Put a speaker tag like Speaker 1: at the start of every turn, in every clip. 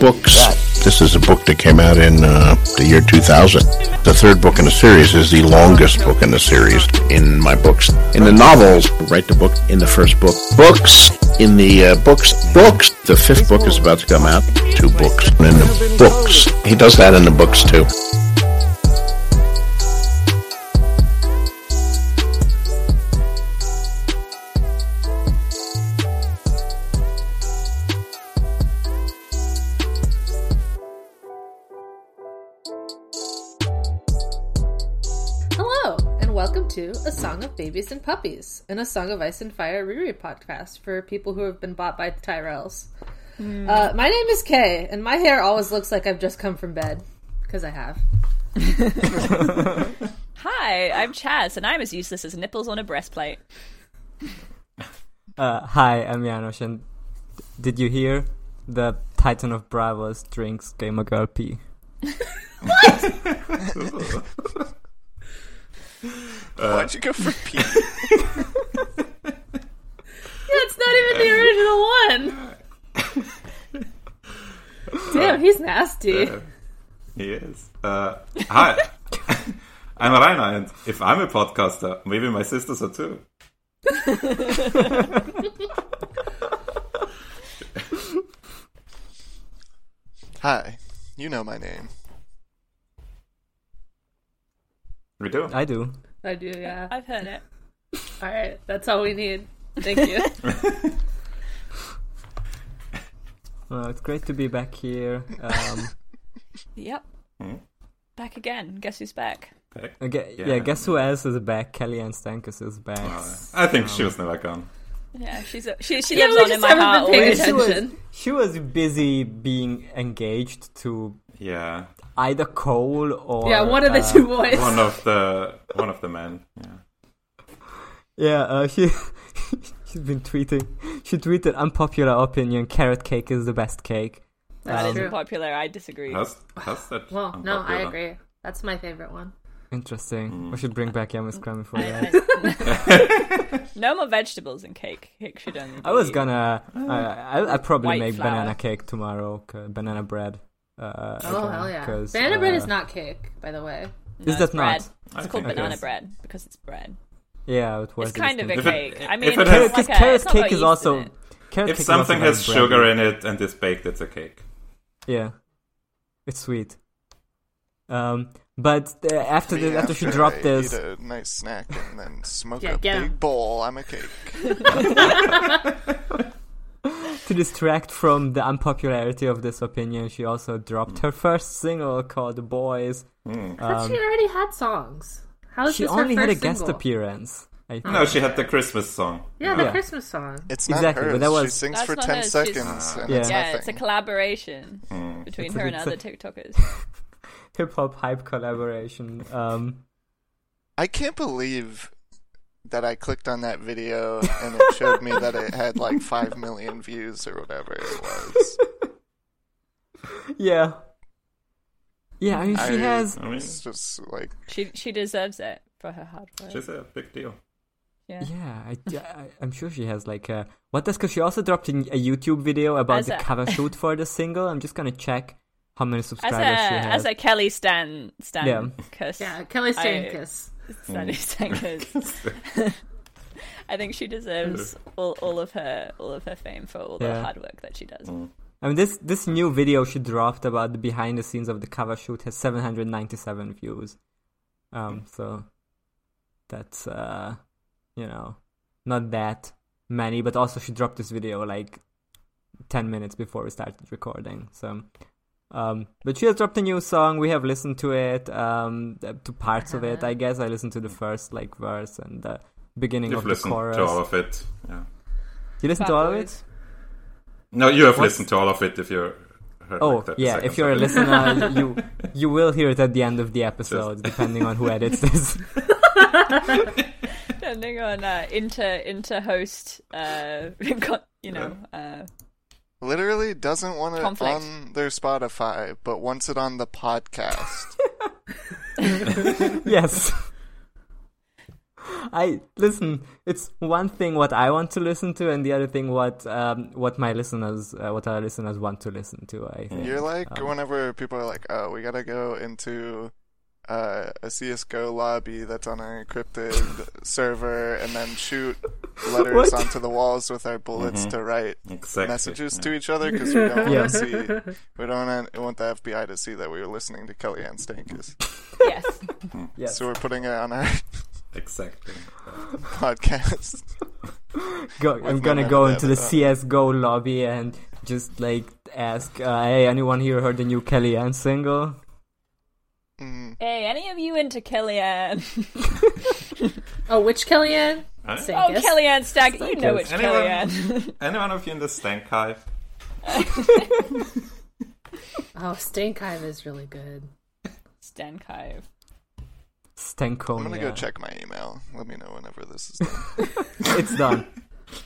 Speaker 1: books. This is a book that came out in uh, the year 2000. The third book in the series is the longest book in the series in my books. In the novels, write the book in the first book. Books in the uh, books. Books. The fifth book is about to come out. Two books. And in the books. He does that in the books too.
Speaker 2: Hello, and welcome to A Song of Babies and Puppies, an A Song of Ice and Fire Riri podcast for people who have been bought by the Tyrells. Uh, my name is Kay, and my hair always looks like I've just come from bed, because I have.
Speaker 3: Hi, I'm Chaz, and I'm as useless as nipples on a breastplate.
Speaker 4: Uh, hi, I'm Janos, and did you hear? The Titan of Bravos drinks Gamer Girl pee.
Speaker 5: Why'd you go for P?
Speaker 2: That's not even the original one! Damn, he's nasty.
Speaker 5: he is. Uh, hi, I'm Rainer, and if I'm a podcaster, maybe my sisters are too.
Speaker 6: Hi, you know my name.
Speaker 5: We do.
Speaker 4: I do.
Speaker 2: I do, yeah.
Speaker 3: I've heard it.
Speaker 2: Alright, that's all we need. Thank you.
Speaker 4: Well, it's great to be back here. Um,
Speaker 3: Yep.
Speaker 5: Hmm?
Speaker 3: Back again. Guess who's back?
Speaker 4: aga yeah.
Speaker 5: Yeah.
Speaker 4: guess who else is back? Kelly Ann Stankus is back.
Speaker 5: I think
Speaker 4: Um,
Speaker 5: she was never gone.
Speaker 3: Yeah, she's a, she she
Speaker 2: Yeah,
Speaker 3: lives
Speaker 2: we
Speaker 3: on in
Speaker 2: just
Speaker 3: my
Speaker 2: haven't
Speaker 3: heart.
Speaker 2: been paying
Speaker 3: always.
Speaker 4: she, was,
Speaker 2: Attention.
Speaker 4: she was busy being engaged to
Speaker 5: Yeah,
Speaker 4: either Cole or.
Speaker 2: yeah, one of the
Speaker 4: uh,
Speaker 2: two boys.
Speaker 5: one of the one of the men. Yeah.
Speaker 4: Yeah, uh, she, she's been tweeting. She tweeted unpopular opinion carrot cake is the best cake.
Speaker 2: That's
Speaker 4: Um,
Speaker 2: true.
Speaker 3: Popular. I disagree.
Speaker 5: Has, has that
Speaker 2: Well, no, I
Speaker 5: unpopular?
Speaker 2: agree. That's my favorite one.
Speaker 4: Interesting. We should bring back Yamas Grammy for that.
Speaker 3: No more vegetables and cake. Cake should only.
Speaker 4: I was
Speaker 3: be-
Speaker 4: gonna. I, I, I probably
Speaker 3: White
Speaker 4: make
Speaker 3: flour.
Speaker 4: banana cake tomorrow. c- Banana bread. Uh,
Speaker 2: Oh,
Speaker 4: again,
Speaker 2: hell yeah.
Speaker 4: 'cause,
Speaker 2: Banana bread
Speaker 4: uh,
Speaker 2: is not cake, by the way.
Speaker 3: No,
Speaker 4: Is that
Speaker 3: it's bread.
Speaker 4: not?
Speaker 5: I
Speaker 3: It's called
Speaker 5: think it
Speaker 3: banana
Speaker 5: is.
Speaker 3: bread because it's bread.
Speaker 4: Yeah, it was.
Speaker 3: it's kind of a
Speaker 5: If it-
Speaker 3: cake. I
Speaker 5: if
Speaker 3: mean,
Speaker 5: it
Speaker 3: it's
Speaker 5: has-
Speaker 4: Carrot,
Speaker 3: like a,
Speaker 4: carrot
Speaker 3: it's not got
Speaker 4: cake
Speaker 3: yeast
Speaker 4: is
Speaker 3: in
Speaker 4: also.
Speaker 3: it.
Speaker 4: Carrot
Speaker 5: If
Speaker 4: cake
Speaker 5: something
Speaker 4: is also
Speaker 5: has
Speaker 4: very bready.
Speaker 5: sugar in it and is baked, it's a cake.
Speaker 4: Yeah, it's sweet. Um, but uh, after
Speaker 6: Me
Speaker 4: the, after she
Speaker 6: after I
Speaker 4: dropped this,
Speaker 6: Eat a nice snack and then smoke
Speaker 2: Yeah,
Speaker 6: a
Speaker 2: get 'em.
Speaker 6: big bowl. I'm a cake.
Speaker 4: to distract from the unpopularity of this opinion, she also
Speaker 5: Mm.
Speaker 4: dropped her first single called "The "Boys."
Speaker 5: Hmm.
Speaker 4: Um,
Speaker 2: But she already had songs. How is
Speaker 4: She
Speaker 2: this
Speaker 4: only
Speaker 2: her
Speaker 4: had
Speaker 2: first
Speaker 4: a guest
Speaker 2: single?
Speaker 4: appearance. I think.
Speaker 5: No, she had the Christmas song.
Speaker 2: Oh, Yeah, the
Speaker 4: Yeah.
Speaker 2: Christmas song.
Speaker 6: It's not
Speaker 4: Exactly, but
Speaker 6: hers.
Speaker 4: that
Speaker 6: She
Speaker 4: was-
Speaker 6: sings
Speaker 3: That's
Speaker 6: for
Speaker 3: not
Speaker 6: ten
Speaker 3: hers, she's-
Speaker 6: seconds and
Speaker 4: Yeah.
Speaker 6: it's
Speaker 3: Yeah,
Speaker 6: nothing.
Speaker 3: it's a collaboration
Speaker 5: Hmm.
Speaker 3: between
Speaker 4: It's a-
Speaker 3: her and
Speaker 4: it's a-
Speaker 3: other TikTokers.
Speaker 4: Hip hop hype collaboration. Um,
Speaker 6: I can't believe that I clicked on that video and it showed me that it had like five million views or whatever it was.
Speaker 4: Yeah. Yeah, I mean, she
Speaker 6: I-
Speaker 4: has.
Speaker 5: I mean,
Speaker 6: It's just like
Speaker 3: She she deserves it for her hard work.
Speaker 5: she's a big deal.
Speaker 3: yeah.
Speaker 4: Yeah, I, I, I'm sure she has like a. What does? Because she also dropped in a YouTube video about
Speaker 3: As
Speaker 4: the
Speaker 3: a-
Speaker 4: cover shoot for the single. I'm just gonna check how many
Speaker 3: As
Speaker 4: subscribers
Speaker 3: a
Speaker 4: she has.
Speaker 3: as a Kelly Stan Stan
Speaker 4: Yeah. Mm.
Speaker 3: kiss.
Speaker 2: Yeah, Kelly
Speaker 3: I-
Speaker 2: Stankus.
Speaker 3: Stan Stan kiss. I think she deserves all, all of her all of her fame for all the
Speaker 4: Yeah.
Speaker 3: hard work that she does.
Speaker 5: Hmm.
Speaker 4: I mean, this this new video she dropped about the behind the scenes of the cover shoot has 797 views.
Speaker 5: Hmm.
Speaker 4: Um, so that's uh, you know, not that many, but also she dropped this video like 10 minutes before we started recording. So, um, but she has dropped a new song. We have listened to it, um, to parts of
Speaker 5: Uh-huh.
Speaker 4: it, I guess. I listened to the first like verse and the beginning
Speaker 5: You've
Speaker 4: of the
Speaker 5: listened to all
Speaker 4: chorus.
Speaker 5: of it. Yeah.
Speaker 4: You listened to all of it?
Speaker 5: No, you have
Speaker 4: What?
Speaker 5: listened to all of it if you're. heard
Speaker 4: Oh
Speaker 5: like that
Speaker 4: yeah,
Speaker 5: second
Speaker 4: if you're a
Speaker 5: sentence.
Speaker 4: listener, you you will hear it at the end of the episode, depending on who edits this.
Speaker 3: Depending on uh, inter inter host, uh, con- you know, uh,
Speaker 6: literally doesn't want it
Speaker 3: Conflict.
Speaker 6: on their Spotify, but wants it on the podcast.
Speaker 4: yes. I listen. It's one thing what I want to listen to, and the other thing what um what my listeners uh, what our listeners want to listen to. I think.
Speaker 6: You're like
Speaker 4: Um,
Speaker 6: whenever people are like, "Oh, we gotta go into uh, a CS:GO lobby that's on an encrypted server, and then shoot letters
Speaker 4: What? Mm-hmm.
Speaker 6: onto the walls with our bullets to write
Speaker 5: Exactly.
Speaker 6: messages
Speaker 5: yeah.
Speaker 6: to each other because we don't
Speaker 4: Yeah.
Speaker 6: want to see, we don't want- want the FBI to see that we were listening to Kellyanne Stankus.
Speaker 3: yes.
Speaker 6: Hmm.
Speaker 4: Yes.
Speaker 6: So we're putting it on our
Speaker 5: Exactly.
Speaker 6: podcast.
Speaker 4: Go, I'm
Speaker 6: no
Speaker 4: gonna
Speaker 6: memory
Speaker 4: go
Speaker 6: of
Speaker 4: into
Speaker 6: it,
Speaker 4: the
Speaker 6: huh?
Speaker 4: CS:GO lobby and just like ask, uh, hey, anyone here heard the new Kellyanne single?
Speaker 6: Mm,
Speaker 3: Hey, any of you into Kellyanne?
Speaker 2: Oh, which Kellyanne?
Speaker 5: Huh?
Speaker 3: Oh,
Speaker 2: Stankus.
Speaker 3: Kellyanne Stack, you know it's
Speaker 5: Anyone?
Speaker 3: Kellyanne.
Speaker 5: Any one of you in the stank hive?
Speaker 2: Oh, Stinkheim is really good.
Speaker 3: Stankive.
Speaker 4: Stankonia.
Speaker 6: I'm gonna go check my email. Let me know whenever this is done.
Speaker 4: It's done.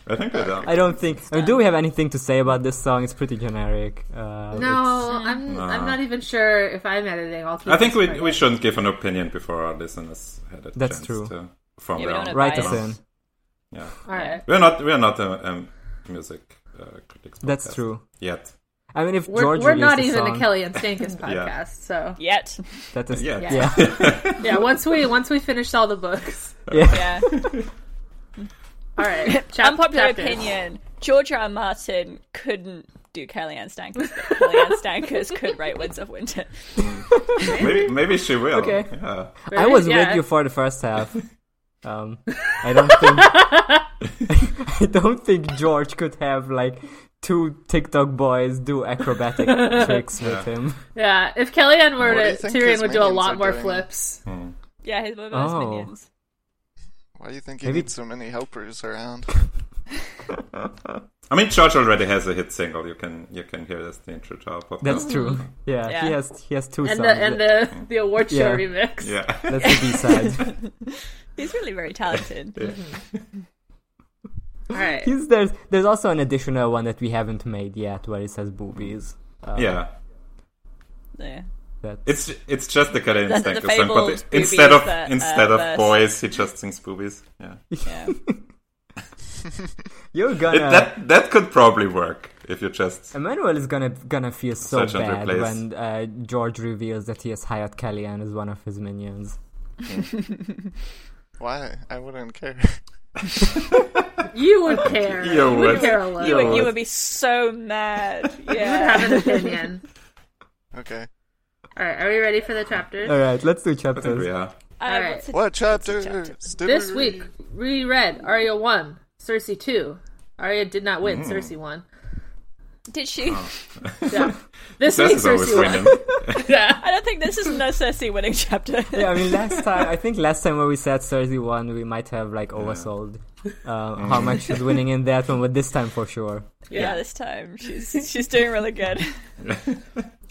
Speaker 5: I think they don't.
Speaker 4: I don't think. I mean, do we have anything to say about this song? It's pretty generic. Uh, it's-
Speaker 2: No, I'm
Speaker 6: Uh.
Speaker 2: I'm not even sure if I'm editing. I'll keep
Speaker 5: I think
Speaker 2: this
Speaker 5: we
Speaker 2: part
Speaker 5: we
Speaker 2: in.
Speaker 5: shouldn't give an opinion before our listeners had a
Speaker 4: That's
Speaker 5: chance
Speaker 4: true.
Speaker 5: to form
Speaker 3: Yeah, we
Speaker 5: their
Speaker 3: don't
Speaker 5: own.
Speaker 3: have
Speaker 4: write us
Speaker 3: bias.
Speaker 4: in.
Speaker 5: Yeah,
Speaker 2: All right.
Speaker 5: we're not we're not a, um music uh, critics.
Speaker 4: That's
Speaker 5: podcast
Speaker 4: true.
Speaker 5: Yet,
Speaker 4: I mean, if
Speaker 2: We're,
Speaker 4: George
Speaker 2: we're
Speaker 4: released
Speaker 2: not
Speaker 4: a
Speaker 2: even
Speaker 4: song,
Speaker 2: a Kelly and Stankus podcast,
Speaker 5: Yeah.
Speaker 2: so
Speaker 3: Yet.
Speaker 4: That is,
Speaker 5: Yeah.
Speaker 4: yeah,
Speaker 2: Yeah.
Speaker 4: yeah.
Speaker 2: yeah. Once we once we finish all the books,
Speaker 3: Yeah.
Speaker 2: all right. Chap-
Speaker 3: Unpopular
Speaker 2: chapters.
Speaker 3: opinion. George R. R. Martin couldn't do Kellyanne Stankers, but Kellyanne Stankers could write Winds of Winter.
Speaker 5: maybe maybe she will.
Speaker 4: Okay.
Speaker 5: Yeah.
Speaker 4: I was
Speaker 2: Yeah.
Speaker 4: with you for the first half. Um, I don't think I don't think George could have like two TikTok boys do acrobatic tricks with him.
Speaker 2: Yeah, if Kellyanne were
Speaker 6: What do
Speaker 2: to,
Speaker 6: you think
Speaker 2: Tyrion
Speaker 6: his
Speaker 2: would do a
Speaker 6: minions
Speaker 2: lot
Speaker 6: are
Speaker 2: more
Speaker 6: doing?
Speaker 2: flips.
Speaker 5: Hmm.
Speaker 3: Yeah, he's one of those
Speaker 4: Oh.
Speaker 3: minions.
Speaker 6: Why do you think you
Speaker 4: Maybe-
Speaker 6: need so many helpers around?
Speaker 5: I mean, George already has a hit single. You can you can hear this the intro to our podcast.
Speaker 4: That's true. Yeah,
Speaker 3: Yeah.
Speaker 4: he has he has two
Speaker 2: And
Speaker 4: songs.
Speaker 2: the and the the award show
Speaker 4: Yeah.
Speaker 2: remix.
Speaker 5: yeah.
Speaker 4: That's the B side.
Speaker 3: He's really very talented.
Speaker 2: All right.
Speaker 4: He's there's there's also an additional one that we haven't made yet where it says boobies. Uh,
Speaker 5: yeah.
Speaker 3: yeah.
Speaker 4: that-
Speaker 5: It's it's just the Karin
Speaker 3: The- the
Speaker 5: Stanker song, but
Speaker 3: fabled
Speaker 5: i- instead of
Speaker 3: boobies that, uh,
Speaker 5: instead of
Speaker 3: burst.
Speaker 5: boys, he just sings boobies. Yeah,
Speaker 3: yeah.
Speaker 4: you're
Speaker 5: It-
Speaker 4: gonna
Speaker 5: that that could probably work if you just
Speaker 4: Emmanuel is gonna gonna feel so
Speaker 5: Search and
Speaker 4: bad
Speaker 5: replace.
Speaker 4: when uh, George reveals that he has hired Kellyanne as one of his minions.
Speaker 6: Why? I wouldn't care.
Speaker 2: You would care.
Speaker 5: You
Speaker 2: You would,
Speaker 5: would.
Speaker 2: care a lot.
Speaker 5: You
Speaker 2: You
Speaker 5: would.
Speaker 2: would
Speaker 3: But you would be so mad.
Speaker 2: have
Speaker 3: Yeah.
Speaker 2: an opinion.
Speaker 6: Okay.
Speaker 2: All right. Are we ready for the chapters?
Speaker 4: All right, let's do
Speaker 5: I think we
Speaker 4: chapters.
Speaker 5: are.
Speaker 3: Uh,
Speaker 2: Alright.
Speaker 3: what's it-
Speaker 6: What chapter?
Speaker 3: chapter?
Speaker 2: This week we read Arya one, Cersei two. Arya did not win. Cersei won.
Speaker 3: Did she?
Speaker 2: Yeah. This
Speaker 5: This
Speaker 2: week
Speaker 5: is always
Speaker 2: Cersei won.
Speaker 5: winning.
Speaker 2: Yeah.
Speaker 3: I don't think this is a necessity winning chapter.
Speaker 4: Yeah, I mean, last time I think last time when we said thirty-one, we might have like oversold uh,
Speaker 5: Mm.
Speaker 4: how much she's winning in that one, but this time for sure.
Speaker 3: Yeah, this time she's she's doing really good.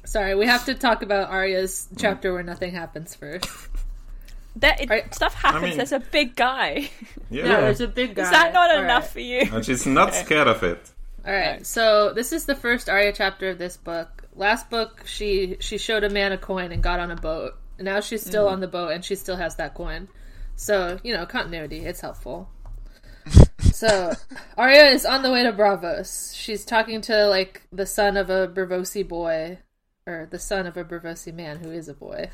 Speaker 2: Sorry, we have to talk about Arya's chapter where nothing happens first.
Speaker 3: That it,
Speaker 2: Right.
Speaker 3: stuff happens.
Speaker 5: I mean-
Speaker 3: There's a big guy.
Speaker 2: Yeah,
Speaker 5: Yeah,
Speaker 2: there's a big guy.
Speaker 3: Is that not
Speaker 2: All
Speaker 3: enough
Speaker 2: right.
Speaker 3: for you?
Speaker 5: and she's not scared of it.
Speaker 2: All right. So this is the first Arya chapter of this book. Last book, she she showed a man a coin and got on a boat. Now she's still on the boat and she still has that coin. So you know continuity. It's helpful. so Arya is on the way to Bravos. She's talking to like the son of a Bravosi boy, or the son of a Bravosi man who is a boy.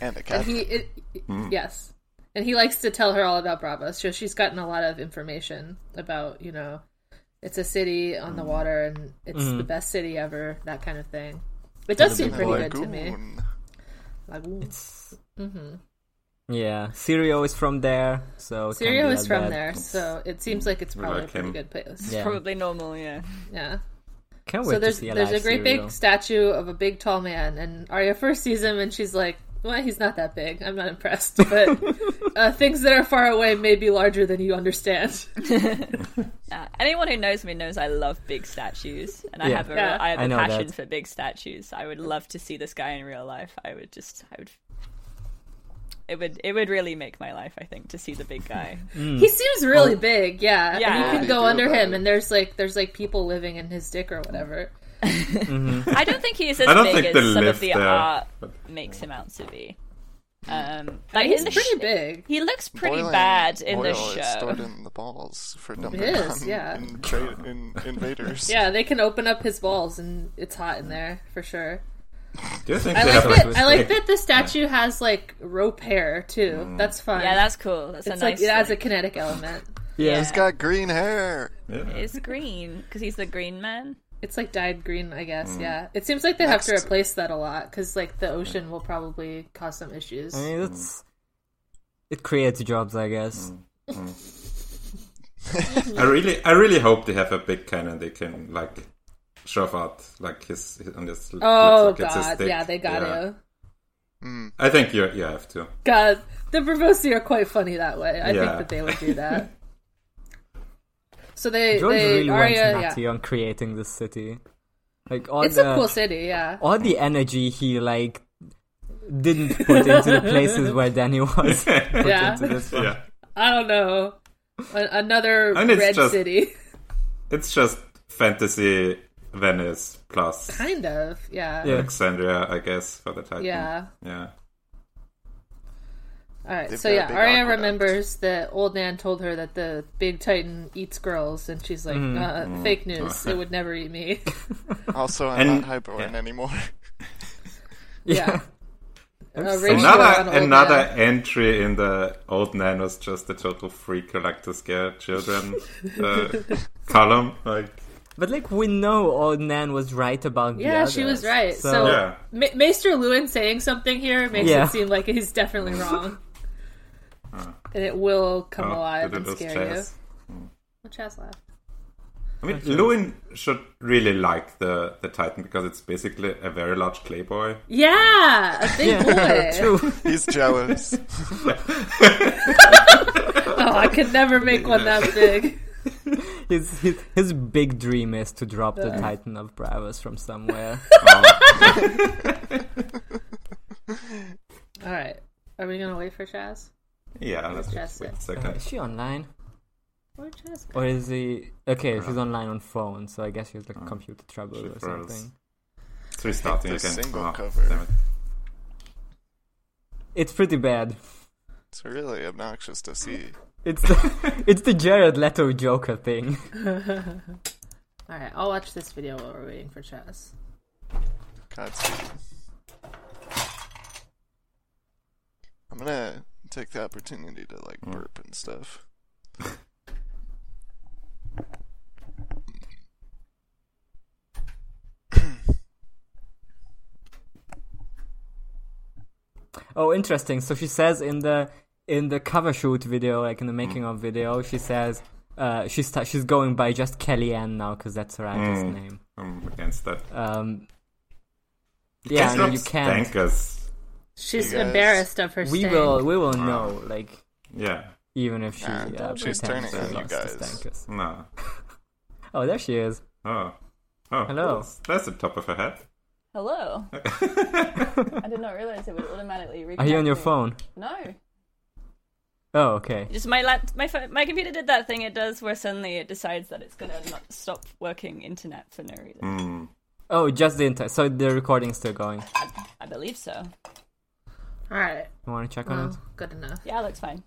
Speaker 6: And a
Speaker 2: And
Speaker 6: cat.
Speaker 2: he, it,
Speaker 4: Mm.
Speaker 2: yes, and he likes to tell her all about Bravos. So she's gotten a lot of information about, you know, it's a city on
Speaker 4: Mm.
Speaker 2: the water and it's
Speaker 4: Mm-hmm.
Speaker 2: the best city ever, that kind of thing. It does seem pretty good to me.
Speaker 6: Lagoon.
Speaker 2: Lagoon. Mm-hmm.
Speaker 4: Yeah, Sirio is from there, so it can't
Speaker 2: Syria
Speaker 4: be
Speaker 2: is
Speaker 4: that
Speaker 2: from
Speaker 4: bad.
Speaker 2: there, so it seems like it's probably a
Speaker 5: like
Speaker 2: pretty
Speaker 5: him.
Speaker 2: good place.
Speaker 4: Yeah.
Speaker 3: Probably normal. Yeah.
Speaker 2: yeah.
Speaker 4: Can't wait
Speaker 2: So there's
Speaker 4: to see a
Speaker 2: there's a
Speaker 4: live
Speaker 2: great big
Speaker 4: Syrio.
Speaker 2: statue of a big tall man, and Arya first sees him, and she's like, "Well, he's not that big. I'm not impressed." But uh, things that are far away may be larger than you understand.
Speaker 3: Uh, anyone who knows me knows I love big statues, and I
Speaker 4: Yeah.
Speaker 3: have a
Speaker 2: Yeah.
Speaker 3: real, I have
Speaker 4: I
Speaker 3: a
Speaker 4: know
Speaker 3: passion
Speaker 4: that.
Speaker 3: for big statues. I would love to see this guy in real life. I would just I would. It would it would really make my life, I think, to see the big guy.
Speaker 2: He seems really big, yeah.
Speaker 3: Oh. Yeah.
Speaker 2: And you
Speaker 3: What do
Speaker 2: can
Speaker 6: you
Speaker 2: go
Speaker 6: do
Speaker 2: under
Speaker 6: about
Speaker 2: him,
Speaker 6: it?
Speaker 2: and there's like there's like people living in his dick or whatever.
Speaker 3: I don't think he is as
Speaker 5: I don't
Speaker 3: big
Speaker 5: think
Speaker 3: as
Speaker 5: they
Speaker 3: some
Speaker 5: live
Speaker 3: of the
Speaker 5: there.
Speaker 3: art
Speaker 5: But
Speaker 3: makes him out to be. Um, like
Speaker 2: He's
Speaker 3: in the
Speaker 2: pretty
Speaker 3: sh-
Speaker 2: big.
Speaker 3: He looks pretty
Speaker 6: Boiling
Speaker 3: bad in the
Speaker 6: oil is
Speaker 3: show.
Speaker 6: stored in the balls for dumping
Speaker 2: It is,
Speaker 6: on
Speaker 2: yeah.
Speaker 6: intra- in- invaders.
Speaker 2: Yeah, they can open up his balls, and it's hot in there for sure.
Speaker 5: Do you think
Speaker 2: I
Speaker 5: they
Speaker 2: like
Speaker 5: have like,
Speaker 2: that. I like that the statue has like rope hair too.
Speaker 5: Mm.
Speaker 2: That's fun.
Speaker 3: Yeah, that's cool. That's
Speaker 2: it's
Speaker 3: a
Speaker 2: like
Speaker 3: nice.
Speaker 2: it has a
Speaker 3: like-
Speaker 2: kinetic element.
Speaker 4: Yeah.
Speaker 6: He's got green hair.
Speaker 5: Yeah.
Speaker 3: It's green because he's the green man.
Speaker 2: It's like dyed green, I guess.
Speaker 5: Mm.
Speaker 2: Yeah, it seems like they have
Speaker 6: Next.
Speaker 2: to replace that a lot because like the ocean will probably cause some issues.
Speaker 5: Mm.
Speaker 4: I mean, that's it creates jobs, I guess.
Speaker 5: I really, I really hope they have a big cannon they can like shove out, like his, his on this.
Speaker 2: Oh
Speaker 5: looks like it's a
Speaker 2: god,
Speaker 5: stick.
Speaker 2: yeah, they got
Speaker 5: Yeah.
Speaker 2: to.
Speaker 5: I think you, you have to.
Speaker 2: God, the Bravosi are quite funny that way. I
Speaker 5: Yeah.
Speaker 2: think that they would do that. so they,
Speaker 4: George
Speaker 2: they
Speaker 4: really
Speaker 2: Arya,
Speaker 4: went
Speaker 2: yeah.
Speaker 4: nutty on creating this city. Like all
Speaker 2: It's
Speaker 4: the
Speaker 2: a cool city, yeah.
Speaker 4: all the energy he like didn't put into the places where Danny was. put
Speaker 2: Yeah.
Speaker 4: into this one.
Speaker 5: Yeah,
Speaker 2: I don't know. A- another
Speaker 5: And it's
Speaker 2: red
Speaker 5: just-
Speaker 2: city.
Speaker 5: it's just fantasy Venice plus
Speaker 2: kind of, yeah.
Speaker 4: Yeah.
Speaker 5: Alexandria, I guess, for the title.
Speaker 2: Yeah.
Speaker 5: yeah.
Speaker 2: All right,
Speaker 6: They've
Speaker 2: so
Speaker 6: got a
Speaker 2: yeah,
Speaker 6: big
Speaker 2: Arya
Speaker 6: aqueduct.
Speaker 2: remembers that old Nan told her that the big titan eats girls, and she's like,
Speaker 4: Mm.
Speaker 2: uh,
Speaker 5: Mm.
Speaker 2: "Fake news! it would never eat me."
Speaker 6: Also, I'm
Speaker 5: And-
Speaker 6: not highborn anymore.
Speaker 2: Yeah, uh, Rachel on
Speaker 5: Another
Speaker 2: old
Speaker 5: another
Speaker 2: Nan.
Speaker 5: entry in the old Nan was just a total freak who like to scare children uh, column. Like
Speaker 4: But like we know, old Nan was right about. the
Speaker 2: Yeah, she
Speaker 4: others,
Speaker 2: was right. So,
Speaker 5: Yeah.
Speaker 2: Ma- Maester Lewin saying something here makes
Speaker 4: Yeah.
Speaker 2: it seem like he's definitely wrong, and it will come
Speaker 5: oh,
Speaker 2: alive
Speaker 5: look at
Speaker 2: and
Speaker 5: those
Speaker 2: scare
Speaker 5: chairs.
Speaker 2: you. Well, Chaz laughed.
Speaker 5: I mean, Lewin should really like the the Titan because it's basically a very large clay boy.
Speaker 2: Yeah, a big boy.
Speaker 6: He's jealous.
Speaker 2: Oh, I could never make one that big.
Speaker 4: his, his his big dream is to drop the Titan of Bravos from somewhere.
Speaker 2: All right, are we gonna wait for Chaz?
Speaker 5: Yeah, let's
Speaker 2: Just
Speaker 5: just wait
Speaker 2: it.
Speaker 5: a
Speaker 4: Uh,
Speaker 5: second.
Speaker 4: is she online
Speaker 2: Where'd Chaz go?
Speaker 4: or is he? Okay, she's online on phone, so I guess she has
Speaker 6: Oh.
Speaker 4: like computer trouble
Speaker 5: She
Speaker 4: or
Speaker 5: froze.
Speaker 4: something.
Speaker 5: It's restarting
Speaker 6: The
Speaker 5: again.
Speaker 6: single
Speaker 5: Oh,
Speaker 6: cover.
Speaker 5: damn it.
Speaker 4: It's pretty bad.
Speaker 6: It's really obnoxious to see.
Speaker 4: It's the it's the Jared Leto Joker thing.
Speaker 2: All right, I'll watch this video while we're waiting for Chaz.
Speaker 6: Godspeed. I'm gonna take the opportunity to like burp and stuff.
Speaker 4: Oh, interesting. So she says in the in the cover shoot video, like in
Speaker 6: Hmm.
Speaker 4: the making of video, she says uh, she's sta she's going by just Kellyanne now because that's her actress
Speaker 6: Hmm.
Speaker 5: Mm.
Speaker 4: name.
Speaker 5: I'm against that.
Speaker 4: Um, yeah, no, you can't.
Speaker 5: Dankers.
Speaker 2: She's
Speaker 6: You guys-
Speaker 2: embarrassed of her.
Speaker 4: We
Speaker 2: stank.
Speaker 4: will we will know like
Speaker 5: Yeah.
Speaker 4: even if she
Speaker 6: Nah,
Speaker 4: uh,
Speaker 6: she's
Speaker 4: pretends
Speaker 6: turning
Speaker 4: she
Speaker 6: on you
Speaker 4: lost to
Speaker 6: guys.
Speaker 4: Stankus.
Speaker 5: No.
Speaker 4: Oh, there she is.
Speaker 5: Oh. Oh.
Speaker 4: Hello.
Speaker 5: That's, that's the top of her head.
Speaker 3: Hello. I did not realize it would automatically.
Speaker 4: Are you on
Speaker 3: reconnect
Speaker 4: your
Speaker 3: me.
Speaker 4: phone?
Speaker 3: No.
Speaker 4: Oh, okay.
Speaker 3: Just my lap, my phone, my computer did that thing it does where suddenly it decides that it's gonna not stop working internet for no reason.
Speaker 5: Mm.
Speaker 4: Oh, just the entire. So the recording's still going.
Speaker 3: I, I believe so.
Speaker 2: All right.
Speaker 4: You want to check on
Speaker 2: Well,
Speaker 4: it?
Speaker 2: good enough.
Speaker 3: Yeah, it looks fine.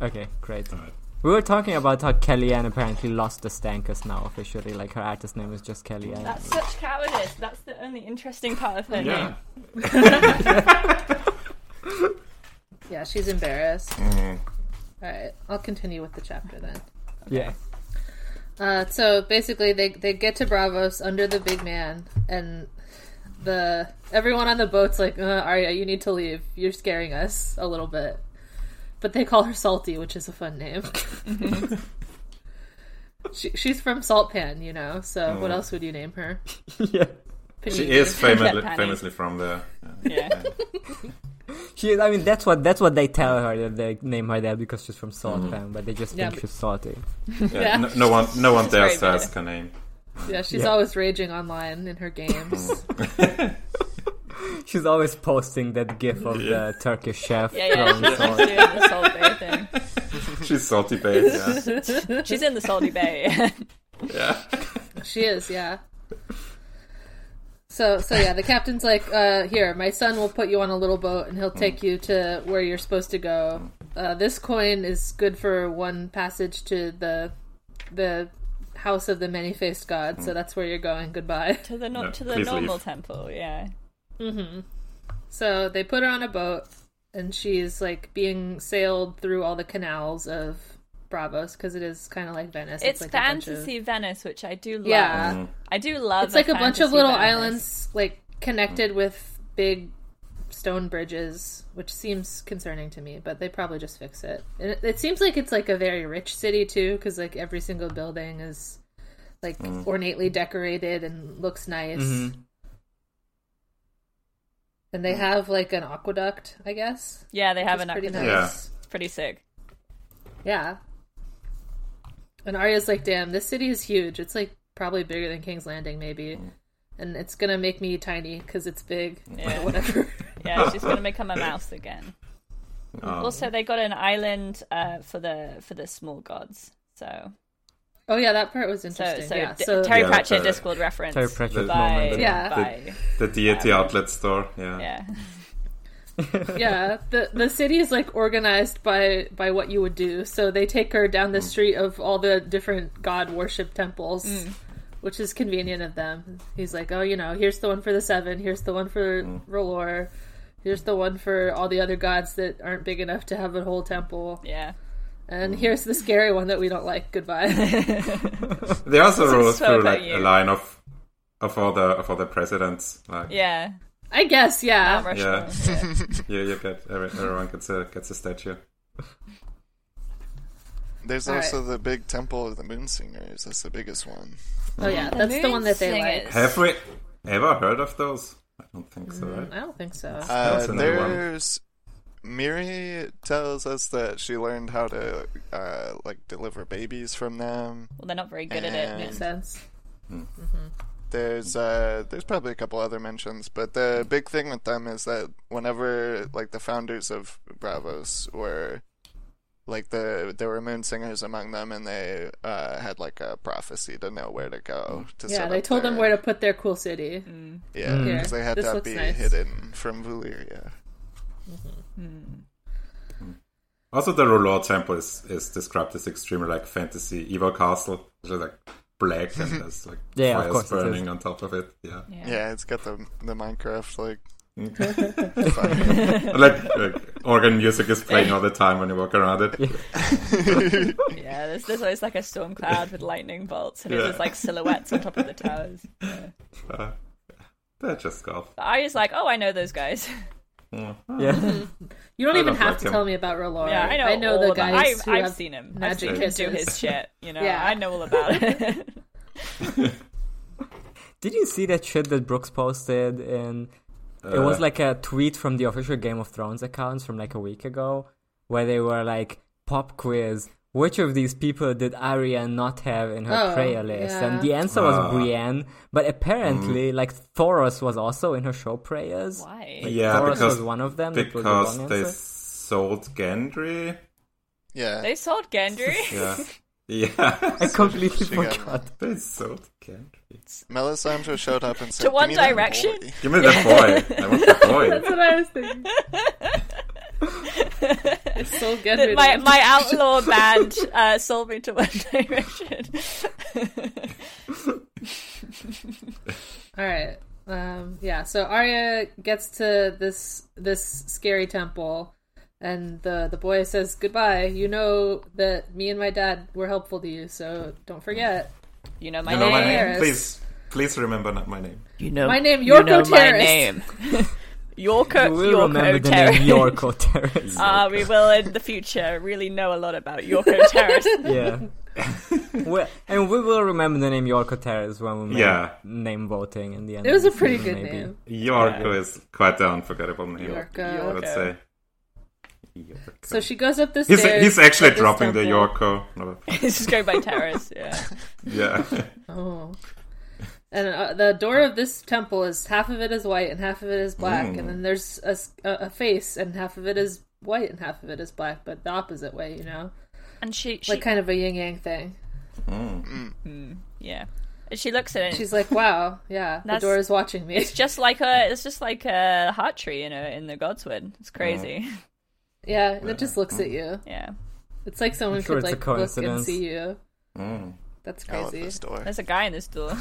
Speaker 4: Okay, great.
Speaker 5: Alright.
Speaker 4: We were talking about how Kellyanne apparently lost the Stankus now officially. Like her artist name is just Kellyanne.
Speaker 3: That's such cowardice. That's the only interesting part of her
Speaker 5: Yeah.
Speaker 3: name.
Speaker 2: Yeah, she's embarrassed.
Speaker 5: Mm.
Speaker 2: All right, I'll continue with the chapter then.
Speaker 4: yeah.
Speaker 2: Uh, so basically, they they get to Bravos under the big man, and the everyone on the boat's like, uh, "Arya, you need to leave. You're scaring us a little bit." But they call her Salty, which is a fun name. she, she's from Salt Pan, you know. So what else would you name her?
Speaker 4: yeah.
Speaker 5: She is famously,
Speaker 3: Japanese.
Speaker 5: famously from the.
Speaker 3: Yeah.
Speaker 4: She. I mean, that's what that's what they tell her that they name her that because she's from Salt Pan, but they just
Speaker 2: Yeah,
Speaker 4: think
Speaker 2: but-
Speaker 4: she's salty.
Speaker 5: Yeah,
Speaker 2: Yeah.
Speaker 5: No, no one, no one
Speaker 3: very
Speaker 5: dares to
Speaker 3: bad.
Speaker 5: ask her name.
Speaker 2: Yeah, she's
Speaker 4: Yeah.
Speaker 2: always raging online in her games.
Speaker 4: She's always posting that gif of the Turkish chef.
Speaker 3: Yeah, yeah.
Speaker 4: throwing
Speaker 3: She's
Speaker 4: salt.
Speaker 3: doing the Salt Bay thing.
Speaker 5: She's salty babe. Yeah.
Speaker 3: She's in the Salty Bay.
Speaker 5: yeah.
Speaker 2: She is, yeah. So so yeah, the captain's like, uh, "Here, my son will put you on a little boat, and he'll take you to where you're supposed to go. Uh, this coin is good for one passage to the the house of the many faced god. So that's where you're going. Goodbye."
Speaker 3: to the no-
Speaker 5: No,
Speaker 3: to the
Speaker 5: please leave.
Speaker 3: normal temple. Yeah.
Speaker 2: So they put her on a boat, and she's like being sailed through all the canals of Bravos because it is kind of like Venice.
Speaker 3: It's,
Speaker 2: like a bunch of-
Speaker 3: fantasy Venice, which I do love.
Speaker 2: Yeah.
Speaker 3: I do love.
Speaker 2: it's like a bunch of
Speaker 3: fantasy
Speaker 2: little
Speaker 3: Venice.
Speaker 2: islands like connected with big stone bridges which seems concerning to me but they probably just fix it and it, it seems like it's like a very rich city too because like every single building is like ornately decorated and looks nice
Speaker 4: Mm-hmm.
Speaker 2: and they have like an aqueduct i guess
Speaker 3: Yeah, they have
Speaker 2: which
Speaker 3: an
Speaker 2: is pretty
Speaker 3: aqueduct.
Speaker 2: nice.
Speaker 3: It's pretty sick.
Speaker 2: yeah and arya's like damn this city is huge it's like probably bigger than king's landing maybe
Speaker 3: Mm.
Speaker 2: and it's gonna make me tiny because it's big
Speaker 3: Yeah.
Speaker 2: or whatever
Speaker 3: Yeah, she's gonna become a mouse again.
Speaker 5: Um,
Speaker 3: also, they got an island uh, for the for the small gods. So,
Speaker 2: Oh yeah, that part was
Speaker 3: so,
Speaker 2: interesting.
Speaker 3: so,
Speaker 2: yeah,
Speaker 3: D-
Speaker 2: so
Speaker 3: Terry
Speaker 5: Yeah,
Speaker 3: Pratchett
Speaker 5: Terry-
Speaker 3: Discord reference.
Speaker 4: Terry Pratchett
Speaker 3: By,
Speaker 4: moment.
Speaker 2: Yeah.
Speaker 3: by-
Speaker 5: The deity outlet store. Yeah.
Speaker 3: yeah.
Speaker 2: yeah, the the city is like organized by by what you would do. So they take her down the street of all the different god worship temples, which is convenient of them. He's like, oh, you know, here's the one for the seven. Here's the one for Rolor. Here's the one for all the other gods that aren't big enough to have a whole temple.
Speaker 3: Yeah.
Speaker 2: And here's the scary one that we don't like. Goodbye.
Speaker 5: They also roll
Speaker 3: so
Speaker 5: through
Speaker 3: about
Speaker 5: like
Speaker 3: you.
Speaker 5: a line of of all the of all the presidents. Like
Speaker 3: Yeah.
Speaker 2: I guess, yeah.
Speaker 3: Russia. Yeah.
Speaker 5: you, you get every- everyone gets a gets a statue.
Speaker 6: There's
Speaker 2: All right.
Speaker 6: also the big temple of the moon singers. That's the biggest one.
Speaker 2: Oh yeah, that's the one that they like.
Speaker 5: Have we ever heard of those? I don't think so.
Speaker 3: Mm.
Speaker 5: Right?
Speaker 2: Mm, I don't think so.
Speaker 6: Uh,
Speaker 5: That's another one.
Speaker 6: there's Miri tells us that she learned how to uh, like deliver babies from them.
Speaker 3: Well, they're not very good at
Speaker 6: And-
Speaker 3: it.
Speaker 2: Makes sense.
Speaker 6: There's uh, there's probably a couple other mentions, but the big thing with them is that whenever like the founders of Bravos were like the there were moon singers among them, and they uh, had like a prophecy to know where to go. To
Speaker 2: Yeah, they told them where to put their cool city.
Speaker 6: yeah
Speaker 5: Mm.
Speaker 2: Here,
Speaker 6: because they had
Speaker 2: this
Speaker 6: that
Speaker 2: looks
Speaker 6: be
Speaker 2: nice.
Speaker 6: hidden from Valyria.
Speaker 5: Also, the Rolor Temple is, is described as extremely like fantasy evil castle, which is like black and there's like
Speaker 4: Yeah, of
Speaker 5: fires
Speaker 4: course it is.
Speaker 5: burning on top of it. Yeah,
Speaker 6: Yeah. it's got the the Minecraft like
Speaker 5: And, like, like organ music is playing all the time when you walk around it.
Speaker 3: Yeah, there's, there's always like a storm cloud with lightning bolts, and it's
Speaker 5: Yeah.
Speaker 3: just like silhouettes on top of the towers.
Speaker 5: Uh, they're just golf. Mm.
Speaker 3: But I was like, oh, I know those guys.
Speaker 4: yeah.
Speaker 2: You don't
Speaker 5: I
Speaker 2: even
Speaker 5: don't
Speaker 2: have
Speaker 5: like
Speaker 2: to
Speaker 5: him.
Speaker 2: tell me about Rolora.
Speaker 3: Yeah, I know.
Speaker 2: I know
Speaker 3: all
Speaker 2: the
Speaker 3: about-
Speaker 2: guys
Speaker 3: I've,
Speaker 2: who
Speaker 3: I've
Speaker 2: have
Speaker 3: seen him.
Speaker 2: magic
Speaker 3: I've seen him do
Speaker 2: kisses.
Speaker 3: his shit. You know,
Speaker 2: Yeah.
Speaker 3: I know all about it.
Speaker 4: Did you see that shit that Brooks posted? And it was
Speaker 5: Uh.
Speaker 4: like a tweet from the official Game of Thrones accounts from like a week ago, where they were like, "Pop quiz: Which of these people did Arya not have in her
Speaker 2: Oh,
Speaker 4: prayer list?"
Speaker 2: yeah.
Speaker 4: And the answer was
Speaker 5: Ah.
Speaker 4: Brienne, but
Speaker 5: Mm.
Speaker 4: apparently, like Thoros was also in her show prayers.
Speaker 3: Why?
Speaker 4: Like,
Speaker 5: Yeah,
Speaker 4: Thoros
Speaker 5: because
Speaker 4: was one of them. that was the
Speaker 5: because
Speaker 4: wrong
Speaker 5: they
Speaker 4: answer.
Speaker 5: sold Gendry.
Speaker 6: Yeah,
Speaker 3: They sold Gendry.
Speaker 5: Yeah, yeah,
Speaker 4: I completely
Speaker 6: She got
Speaker 4: forgot.
Speaker 5: they sold Gendry.
Speaker 6: Melisandre showed up and said,
Speaker 3: To
Speaker 6: "Give
Speaker 3: One
Speaker 6: me that
Speaker 3: Direction?"
Speaker 6: boy."
Speaker 5: Give me the boy. I want the
Speaker 2: That's what I was thinking. it's so good.
Speaker 3: That my
Speaker 2: Ridley.
Speaker 3: my outlaw band uh, sold me to One Direction.
Speaker 2: All right. Um, yeah. So Arya gets to this this scary temple, and the the boy says goodbye. You know that me and my dad were helpful to you, so don't forget.
Speaker 3: you know my
Speaker 5: boy. You know my
Speaker 3: name.
Speaker 5: name.
Speaker 2: Daenerys.
Speaker 5: Please, please remember not my name.
Speaker 3: You know
Speaker 2: My name, Yorko Terrace.
Speaker 3: Yorko,
Speaker 4: You will remember
Speaker 3: Yorko
Speaker 4: the name
Speaker 3: Terrace.
Speaker 4: Yorko Terrace.
Speaker 3: Uh, we will in the future really know a lot about Yorko Terrace.
Speaker 4: yeah. we, and we will remember the name Yorko Terrace when we make
Speaker 5: Yeah.
Speaker 4: name voting in the end.
Speaker 2: It
Speaker 4: of
Speaker 2: was a
Speaker 4: the
Speaker 2: pretty
Speaker 4: season,
Speaker 2: good
Speaker 4: maybe.
Speaker 2: name.
Speaker 5: Yorko is quite an unforgettable name. I
Speaker 2: Yorko.
Speaker 5: would say. Yorko.
Speaker 2: So she goes up the
Speaker 5: He's,
Speaker 2: stairs.
Speaker 5: he's actually
Speaker 2: of this
Speaker 5: dropping the
Speaker 2: temple.
Speaker 5: Yorko. No,
Speaker 3: Let's just go by Terrace. Yeah.
Speaker 5: yeah.
Speaker 2: Oh. And uh, the door of this temple is half of it is white and half of it is black, and then there's a, s- a- a face and half of it is white and half of it is black, but the opposite way, you know,
Speaker 3: And she, she
Speaker 5: Mm.
Speaker 2: like kind of a yin yang thing.
Speaker 3: yeah. And she looks at it.
Speaker 2: She's like, wow, yeah, the
Speaker 3: That's-
Speaker 2: door is watching me.
Speaker 3: it's just like a. It's just like a heart tree in a, in the Godswood.
Speaker 4: Uh-huh.
Speaker 3: It's crazy.
Speaker 2: Yeah, and it just looks at you.
Speaker 3: Yeah.
Speaker 2: It's like someone
Speaker 4: I'm sure
Speaker 2: could
Speaker 4: it's a
Speaker 2: like look and
Speaker 4: coincidence.
Speaker 2: see you.
Speaker 5: Mm.
Speaker 2: That's
Speaker 6: I love
Speaker 2: crazy.
Speaker 6: this door.
Speaker 3: There's a guy in this door.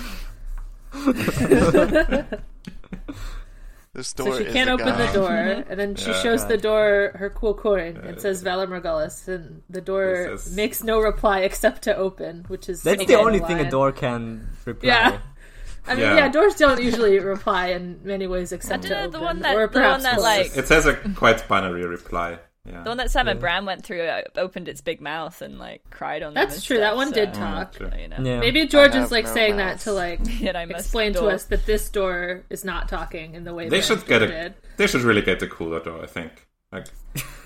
Speaker 6: This door
Speaker 2: So she
Speaker 6: is
Speaker 2: can't
Speaker 6: a
Speaker 2: open
Speaker 6: guy.
Speaker 2: the door, and then she shows the door her cool coin. It says Valor Margulis, and the door
Speaker 5: It says-
Speaker 2: makes no reply except to open, which is
Speaker 4: That's
Speaker 2: a
Speaker 4: the
Speaker 2: good
Speaker 4: only thing
Speaker 2: line.
Speaker 4: a door can reply.
Speaker 2: Yeah. I mean, yeah.
Speaker 5: Yeah.
Speaker 2: doors don't usually reply in many ways except to
Speaker 3: I don't know,
Speaker 2: open,
Speaker 3: the one that-
Speaker 2: or
Speaker 3: the one
Speaker 2: perhaps
Speaker 3: that,
Speaker 2: close.
Speaker 3: like-
Speaker 5: It has a quite binary reply. Yeah.
Speaker 3: The one that Sam and Bran went through uh, opened its big mouth and like cried on. them
Speaker 2: That's
Speaker 3: and
Speaker 2: true, that
Speaker 3: stuff,
Speaker 2: one
Speaker 3: so,
Speaker 2: did talk.
Speaker 5: Sure.
Speaker 3: You know.
Speaker 4: Yeah.
Speaker 2: Maybe George
Speaker 6: I
Speaker 2: is
Speaker 6: have
Speaker 2: like
Speaker 6: no
Speaker 2: saying
Speaker 6: mouth.
Speaker 2: that to like
Speaker 3: Yet I must
Speaker 2: explain to
Speaker 3: door.
Speaker 2: us that this door is not talking in the way
Speaker 5: They
Speaker 2: that
Speaker 5: should get
Speaker 2: it
Speaker 5: a.
Speaker 2: did.
Speaker 5: They should really get the cooler door. I think. Like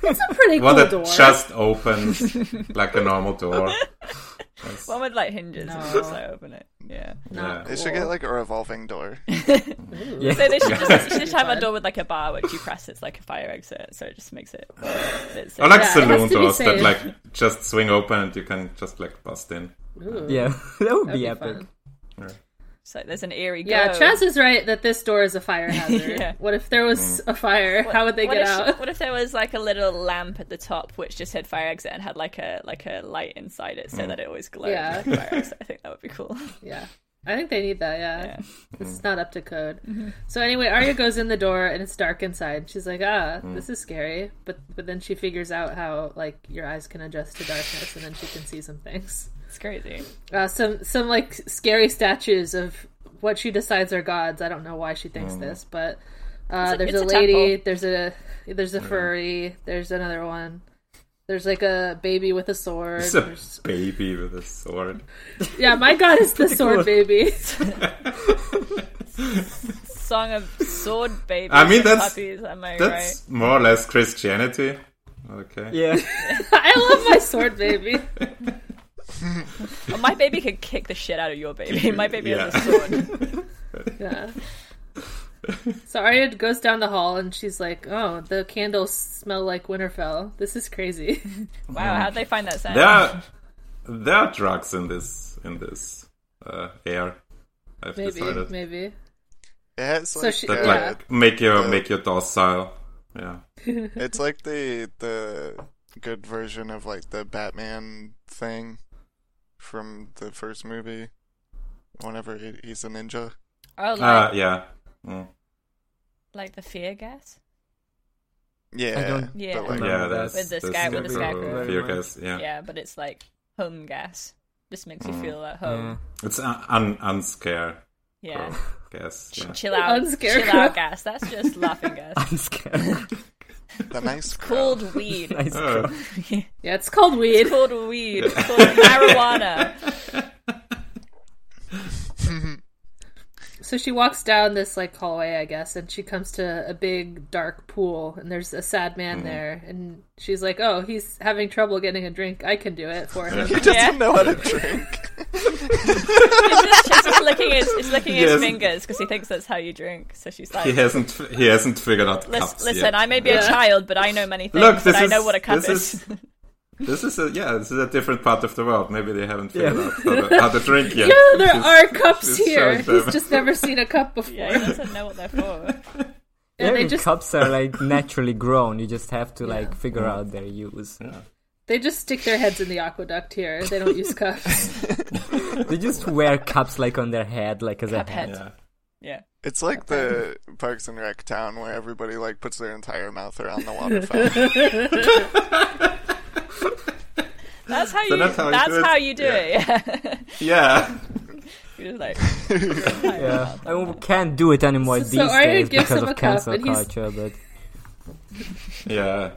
Speaker 2: It's a pretty
Speaker 5: one
Speaker 2: cool
Speaker 5: that
Speaker 2: door.
Speaker 5: just opens like a normal door.
Speaker 3: One with like hinges and
Speaker 2: No.
Speaker 3: you just like open it. Yeah.
Speaker 2: Not
Speaker 5: Yeah.
Speaker 6: They should
Speaker 2: cool.
Speaker 6: get like a revolving door.
Speaker 4: Yeah.
Speaker 3: So they should just, you should have
Speaker 2: Fun.
Speaker 3: a door with like a bar which you press. It's like a fire exit, so it just makes it. It's,
Speaker 5: Or Oh,
Speaker 2: Yeah,
Speaker 5: like
Speaker 2: it has
Speaker 5: saloon
Speaker 2: to be
Speaker 5: doors that
Speaker 2: safe.
Speaker 5: like just swing open and you can just like bust in.
Speaker 2: Ooh,
Speaker 4: Yeah, that would
Speaker 2: that'd
Speaker 4: be
Speaker 2: be
Speaker 4: epic.
Speaker 2: fun.
Speaker 3: it's like there's an eerie.
Speaker 2: Yeah,
Speaker 3: glow.
Speaker 2: Uh, Chaz is right that this door is a fire hazard.
Speaker 3: Yeah.
Speaker 2: What if there was a fire? How would they
Speaker 3: what
Speaker 2: get
Speaker 3: if,
Speaker 2: out?
Speaker 3: What if there was like a little lamp at the top which just said fire exit and had like a like a light inside it so
Speaker 5: Hmm.
Speaker 3: that it always glowed?
Speaker 2: Yeah.
Speaker 3: like fire exit? I think that would be cool.
Speaker 2: Yeah. I think they need that, yeah.
Speaker 3: Yeah. Mm-hmm.
Speaker 2: It's not up to code. So anyway, Arya goes in the door and it's dark inside. She's like, ah, this is scary. But but then she figures out how like your eyes can adjust to darkness and then she can see some things.
Speaker 3: It's crazy.
Speaker 2: Uh, some some like scary statues of what she decides are gods. I don't know why she thinks
Speaker 5: Mm.
Speaker 2: this, but uh,
Speaker 3: It's a-
Speaker 2: there's
Speaker 3: it's
Speaker 2: a
Speaker 3: a
Speaker 2: lady,
Speaker 3: temple.
Speaker 2: there's a there's a furry, there's another one. There's like a baby with a sword.
Speaker 5: It's a
Speaker 2: There's-
Speaker 5: baby with a sword.
Speaker 2: Yeah, my god is the sword
Speaker 4: cool.
Speaker 2: baby.
Speaker 3: Song of sword babies.
Speaker 5: I mean,
Speaker 3: and
Speaker 5: that's-
Speaker 3: puppies. Am I right?
Speaker 5: That's more or less Christianity. Okay.
Speaker 4: Yeah,
Speaker 2: I love my sword baby.
Speaker 3: Oh, my baby could kick the shit out of your baby. My baby has a
Speaker 5: Yeah.
Speaker 3: sword.
Speaker 2: Yeah. So Arya goes down the hall and she's like, "Oh, the candles smell like Winterfell. This is crazy."
Speaker 3: Wow, how'd they find that sound?
Speaker 5: There are there are drugs in this in this uh, air. I've
Speaker 2: maybe,
Speaker 5: decided
Speaker 2: maybe.
Speaker 6: It has like,
Speaker 2: she-
Speaker 5: that
Speaker 6: uh,
Speaker 2: Yeah.
Speaker 5: like make your make your docile. Yeah.
Speaker 6: it's like the the good version of like the Batman thing from the first movie. Whenever he, he's a ninja.
Speaker 3: Oh, like,
Speaker 5: Uh, yeah. Mm.
Speaker 3: like the fear gas?
Speaker 6: Yeah.
Speaker 4: don't-
Speaker 3: Yeah.
Speaker 6: But like,
Speaker 5: Yeah.
Speaker 4: Remember
Speaker 5: That's,
Speaker 3: that. With the
Speaker 5: that's
Speaker 3: sky- with the
Speaker 5: typical
Speaker 4: scarecrow.
Speaker 5: fear gas, Yeah. Mm.
Speaker 3: Yeah. but it's like home gas. Just makes you feel at
Speaker 4: yeah.
Speaker 2: Um,
Speaker 3: home.
Speaker 5: It's un un unscare.
Speaker 3: Yeah.
Speaker 5: Gas. Yeah.
Speaker 3: Chill out.
Speaker 2: Unscarecrow.
Speaker 3: Chill out gas. That's just laughing gas.
Speaker 4: I'm scared.
Speaker 6: the nice girl.
Speaker 3: Cold weed.
Speaker 4: Nice
Speaker 5: Oh.
Speaker 4: girl.
Speaker 2: Yeah, it's called weed.
Speaker 3: Cold weed. Cold marijuana.
Speaker 2: So she walks down this like hallway, I guess, and she comes to a big dark pool, and there's a sad man
Speaker 5: Mm-hmm.
Speaker 2: there, and she's like, "Oh, he's having trouble getting a drink. I can do it for him."
Speaker 6: He doesn't
Speaker 3: Yeah.
Speaker 6: know how to drink.
Speaker 3: It's just, she's just licking his, he's licking his
Speaker 5: Yes.
Speaker 3: fingers because he thinks that's how you drink. So she's like,
Speaker 5: He hasn't he hasn't figured out
Speaker 3: "Lis-
Speaker 5: cups
Speaker 3: listen,
Speaker 5: yet.
Speaker 3: I may be
Speaker 2: Yeah.
Speaker 3: a child, but I know many things.
Speaker 5: Look, this
Speaker 3: and I know
Speaker 5: is-
Speaker 3: what a cup is.
Speaker 5: this is- This is a yeah. This is a different part of the world. Maybe they haven't figured out how to, how to drink yet.
Speaker 2: No, there
Speaker 5: This is-
Speaker 2: are cups
Speaker 5: this
Speaker 2: here.
Speaker 5: shows them.
Speaker 2: He's just never seen a cup before,
Speaker 3: yeah, he doesn't know what they're for.
Speaker 2: and they
Speaker 4: Even
Speaker 2: just
Speaker 4: cups are like naturally grown. You just have to like figure out their use.
Speaker 2: they just stick their heads in the aqueduct here. They don't use cups.
Speaker 4: They just wear cups like on their head, like as a
Speaker 3: Cup
Speaker 4: hat.
Speaker 3: heads.
Speaker 5: Yeah.
Speaker 3: Yeah.
Speaker 6: It's like the Parks and Rec town where everybody like puts their entire mouth around the water fountain.
Speaker 3: That's how you.
Speaker 5: So
Speaker 3: that's
Speaker 5: that's how
Speaker 3: how,
Speaker 5: you do it?
Speaker 3: you do it. Yeah.
Speaker 5: Yeah.
Speaker 3: You're just like.
Speaker 4: Yeah, I mean, we can't do it anymore
Speaker 2: So- so
Speaker 4: these
Speaker 2: Arya
Speaker 4: days
Speaker 2: gives
Speaker 4: because
Speaker 2: him a
Speaker 4: of
Speaker 2: cup
Speaker 4: cancel
Speaker 2: and he's-
Speaker 4: culture. But
Speaker 5: Yeah.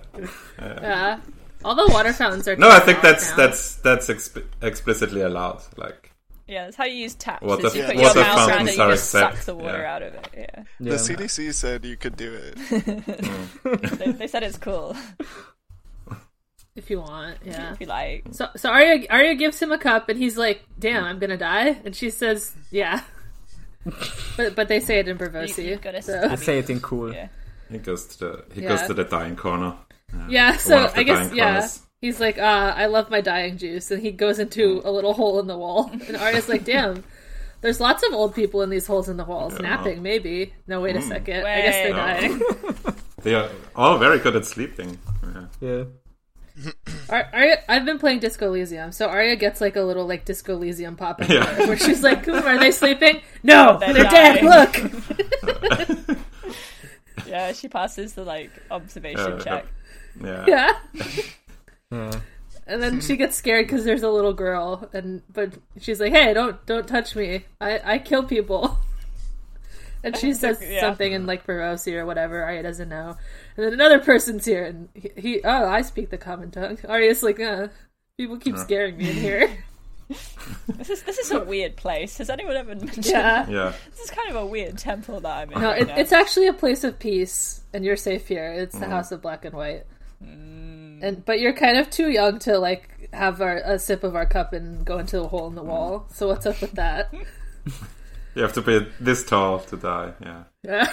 Speaker 2: Yeah, all the water fountains are.
Speaker 5: No, I think that's
Speaker 2: now.
Speaker 5: that's that's exp- explicitly allowed. Like
Speaker 3: Yeah, that's how you use taps.
Speaker 5: Water-
Speaker 3: is you put
Speaker 6: yeah,
Speaker 3: your
Speaker 6: water
Speaker 3: mouth around it,
Speaker 5: fountains
Speaker 3: you
Speaker 5: are
Speaker 3: just suck
Speaker 5: accept-
Speaker 3: the water
Speaker 5: yeah.
Speaker 3: out of it. Yeah,
Speaker 4: yeah.
Speaker 6: The CDC said you could do it.
Speaker 3: they, they said it's cool
Speaker 2: if you want. Yeah.
Speaker 3: if you like.
Speaker 2: So so Arya Arya gives him a cup, and he's like, "Damn, I'm gonna die," and she says, "Yeah." But, but they say it in Bravosi.
Speaker 3: You, have got to
Speaker 2: so-
Speaker 3: stab
Speaker 4: say it
Speaker 3: you.
Speaker 4: in cool.
Speaker 3: Yeah.
Speaker 5: he goes to the he
Speaker 2: Yeah.
Speaker 5: goes to the dying corner.
Speaker 2: Yeah,
Speaker 5: One
Speaker 2: so
Speaker 5: of the
Speaker 2: I guess
Speaker 5: dying
Speaker 2: yeah.
Speaker 5: corners.
Speaker 2: He's like,
Speaker 5: Hmm.
Speaker 2: uh, I love my dying juice, and he goes into a little hole in the wall. And Arya's like, damn, There's lots of old people in these holes in the walls. Napping, maybe. No, wait a second. I guess they're
Speaker 5: Hmm. Wait.
Speaker 2: dying.
Speaker 5: They are all very good at sleeping. Yeah.
Speaker 4: Yeah.
Speaker 2: Ar- Arya, I've been playing Disco Elysium, so Arya gets like a little like Disco Elysium pop in
Speaker 5: Yeah.
Speaker 2: there, where she's like, "Ooh, "Are they sleeping? No,
Speaker 3: They're
Speaker 2: they're, dead.
Speaker 3: dying."
Speaker 2: Look."
Speaker 3: Yeah, she passes the like observation
Speaker 5: Uh,
Speaker 3: check.
Speaker 5: Yeah.
Speaker 2: Yeah,
Speaker 4: Yeah.
Speaker 2: and then she gets scared because there's a little girl, and but she's like, "Hey, don't don't touch me. I I kill people." And she says
Speaker 3: Yeah.
Speaker 2: something in like Perosi or whatever. Arya doesn't know, and then another person's here, and he, he oh, I speak the common tongue. Arya's like, uh, "People keep scaring me in here."
Speaker 3: This is this is a weird place. Has anyone ever mentioned?
Speaker 2: yeah.
Speaker 5: Yeah.
Speaker 3: This is kind of a weird temple that I'm in.
Speaker 2: No,
Speaker 3: right
Speaker 2: it,
Speaker 3: now.
Speaker 2: it's actually a place of peace, and you're safe here. It's the House of Black and White. And but you're kind of too young to like have our, a sip of our cup and go into a hole in the wall. So what's up with that?
Speaker 5: You have to be this tall to die. Yeah.
Speaker 2: Yeah.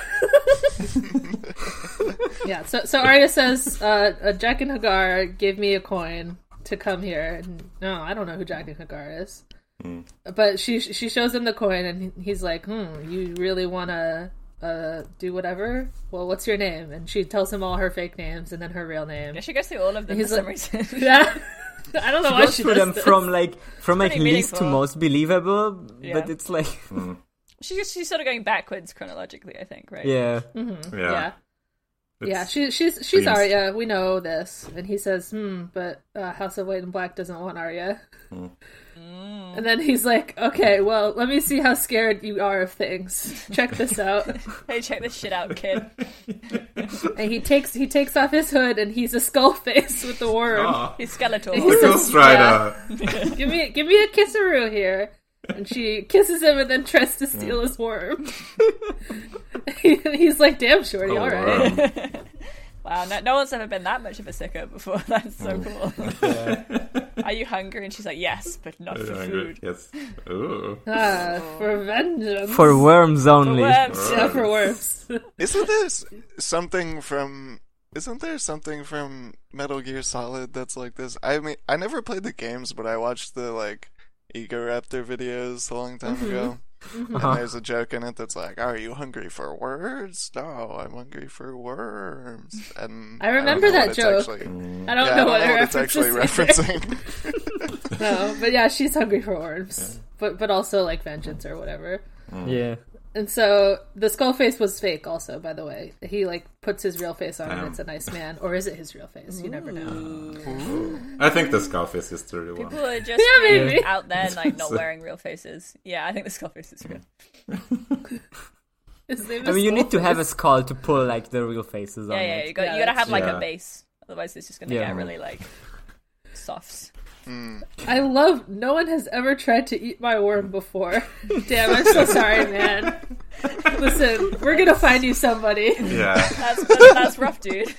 Speaker 2: yeah. So so Arya says, uh, uh, "Jack and Hagar gave me a coin to come here." And, no, I don't know who Jack and Hagar is. But she she shows him the coin, and he- he's like, "Hmm, you really wanna." Uh, do whatever. Well, what's your name? And she tells him all her fake names and then her real name.
Speaker 3: Yeah, she goes through all of them
Speaker 2: He's
Speaker 3: for some
Speaker 2: like-
Speaker 3: reason.
Speaker 2: Yeah, I don't know why
Speaker 4: Goes
Speaker 2: Oh, she
Speaker 4: through
Speaker 2: does
Speaker 4: them
Speaker 2: this.
Speaker 4: from like from like
Speaker 3: pretty
Speaker 4: least to
Speaker 3: meaningful.
Speaker 4: most believable,
Speaker 3: Yeah.
Speaker 4: but it's like
Speaker 3: She just she's sort of going backwards chronologically, I think, right?
Speaker 4: yeah.
Speaker 3: Mm-hmm.
Speaker 5: Yeah.
Speaker 2: yeah.
Speaker 5: It's-
Speaker 2: yeah, she, she's she's
Speaker 5: Please.
Speaker 2: Arya. We know this, and he says, "Hmm, but uh, House of White and Black doesn't want Arya." And then he's like, "Okay, well, let me see how scared you are of things. Check this out."
Speaker 3: Hey, check this shit out, kid.
Speaker 2: and he takes he takes off his hood, and he's a skull face with the worm.
Speaker 5: Ah,
Speaker 3: He's skeletal.
Speaker 5: the
Speaker 2: He's a-
Speaker 5: Ghost Rider.
Speaker 2: Give me give me a kisseroo here. And she kisses him, and then tries to steal his worm. he's like, "Damn, shorty, all right."
Speaker 5: Oh, wow.
Speaker 3: Wow, no, no one's ever been that much of a sicker before. That's so
Speaker 5: Mm.
Speaker 3: cool. Are you hungry? And she's like, yes, but not for
Speaker 5: Very good.
Speaker 3: food.
Speaker 5: Yes. Ooh.
Speaker 2: Ah, for vengeance.
Speaker 4: For worms
Speaker 3: For
Speaker 4: only.
Speaker 3: worms.
Speaker 2: yeah, for worms.
Speaker 6: Isn't there s- something from? Isn't there something from Metal Gear Solid that's like this? I mean, I never played the games, but I watched the like Egoraptor videos a long time
Speaker 2: Mm-hmm.
Speaker 6: ago. And there's a joke in it that's like, "Are you hungry for words? No, I'm hungry for worms." And
Speaker 2: I
Speaker 6: don't
Speaker 2: remember
Speaker 6: know
Speaker 2: that
Speaker 6: what it's
Speaker 2: joke. I
Speaker 6: Actually, yeah,
Speaker 2: don't
Speaker 6: I
Speaker 2: know
Speaker 6: don't
Speaker 2: what
Speaker 6: know
Speaker 2: her
Speaker 6: what it's
Speaker 2: reference
Speaker 6: actually
Speaker 2: is there.
Speaker 6: referencing.
Speaker 2: No, Oh, but yeah, she's hungry for worms, but but also like vengeance or whatever.
Speaker 4: Yeah.
Speaker 2: And so the skull face was fake, also by the way. He like puts his real face on, and
Speaker 5: Damn.
Speaker 2: it's a nice man, or is it his real face? You never know.
Speaker 5: I think the Skullface is the real one.
Speaker 3: People are just
Speaker 2: Yeah,
Speaker 3: really
Speaker 2: maybe.
Speaker 3: out there and, like not wearing real faces. Yeah, I think the skull face is real.
Speaker 2: His name
Speaker 4: I
Speaker 2: is
Speaker 4: mean, you need to
Speaker 2: Skullface.
Speaker 4: have a skull to pull like the real faces
Speaker 5: Oh,
Speaker 4: on
Speaker 3: Yeah, yeah, you
Speaker 4: it.
Speaker 3: got
Speaker 2: Yeah,
Speaker 3: you gotta
Speaker 2: that's-
Speaker 3: have like
Speaker 5: Yeah.
Speaker 3: a base. Otherwise, it's just gonna
Speaker 4: Yeah.
Speaker 3: get really like soft.
Speaker 2: I love. No one has ever tried to eat my worm before. Damn, I'm so sorry, man. Listen, we're gonna find you somebody.
Speaker 5: Yeah.
Speaker 3: That's that's, that's rough, dude.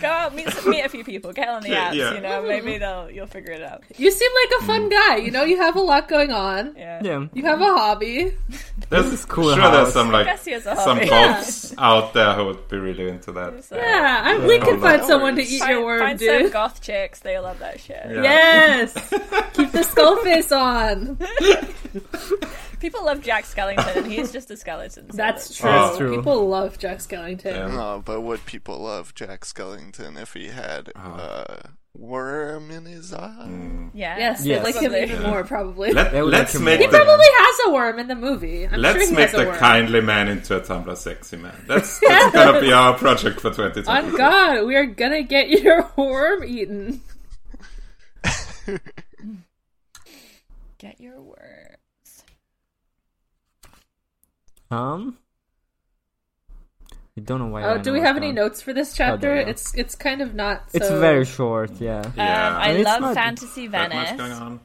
Speaker 3: Go out, meet some- meet a few people, get on the
Speaker 5: Yeah,
Speaker 3: apps.
Speaker 5: yeah.
Speaker 3: You know, maybe they'll you'll figure it out.
Speaker 2: You seem like a fun guy. You know, you have a lot going on.
Speaker 3: Yeah.
Speaker 4: Yeah.
Speaker 2: You have a hobby.
Speaker 5: There's,
Speaker 4: is cool
Speaker 5: Sure,
Speaker 4: house.
Speaker 5: there's some like
Speaker 3: Guess he has a
Speaker 5: some
Speaker 3: hobby.
Speaker 5: goths out there who would be really into that.
Speaker 3: So,
Speaker 2: Yeah, I, we
Speaker 5: Oh,
Speaker 2: can
Speaker 5: my
Speaker 2: find someone to
Speaker 6: words.
Speaker 2: eat your
Speaker 3: Find,
Speaker 2: worm,
Speaker 3: find
Speaker 2: dude.
Speaker 3: some goth chicks, they love that shit.
Speaker 2: Yes! Keep the skull face on.
Speaker 3: People love Jack Skellington, and he's just a skeleton. so
Speaker 2: That's true.
Speaker 5: That's
Speaker 4: true.
Speaker 2: People love Jack Skellington.
Speaker 5: Yeah.
Speaker 6: No, but would people love Jack Skellington if he had uh, worm in his eye?
Speaker 3: Yeah.
Speaker 2: Yes, they
Speaker 4: Yes.
Speaker 2: like him
Speaker 3: Probably.
Speaker 2: even more, probably.
Speaker 5: Let,
Speaker 4: That would
Speaker 5: let's
Speaker 4: make him
Speaker 5: make
Speaker 2: he
Speaker 5: the,
Speaker 2: probably has a worm in the movie. I'm sure
Speaker 5: let's
Speaker 2: he
Speaker 5: make
Speaker 2: has a
Speaker 5: the
Speaker 2: worm.
Speaker 5: kindly man into a Tumblr sexy man. That's that's gonna be our project for 2020.
Speaker 2: On God, we are gonna get your worm eaten.
Speaker 3: Get your worm.
Speaker 4: Um. I don't know why.
Speaker 2: Oh,
Speaker 4: I
Speaker 2: do
Speaker 4: know
Speaker 2: we
Speaker 4: what's
Speaker 2: have any
Speaker 4: going-
Speaker 2: notes for this chapter?
Speaker 4: know.
Speaker 2: It's it's kind of not. So...
Speaker 4: It's very short. Yeah.
Speaker 5: yeah.
Speaker 3: Um, I
Speaker 4: And it's
Speaker 3: love
Speaker 4: not
Speaker 3: Fantasy
Speaker 5: That much going
Speaker 3: Venice.
Speaker 5: on.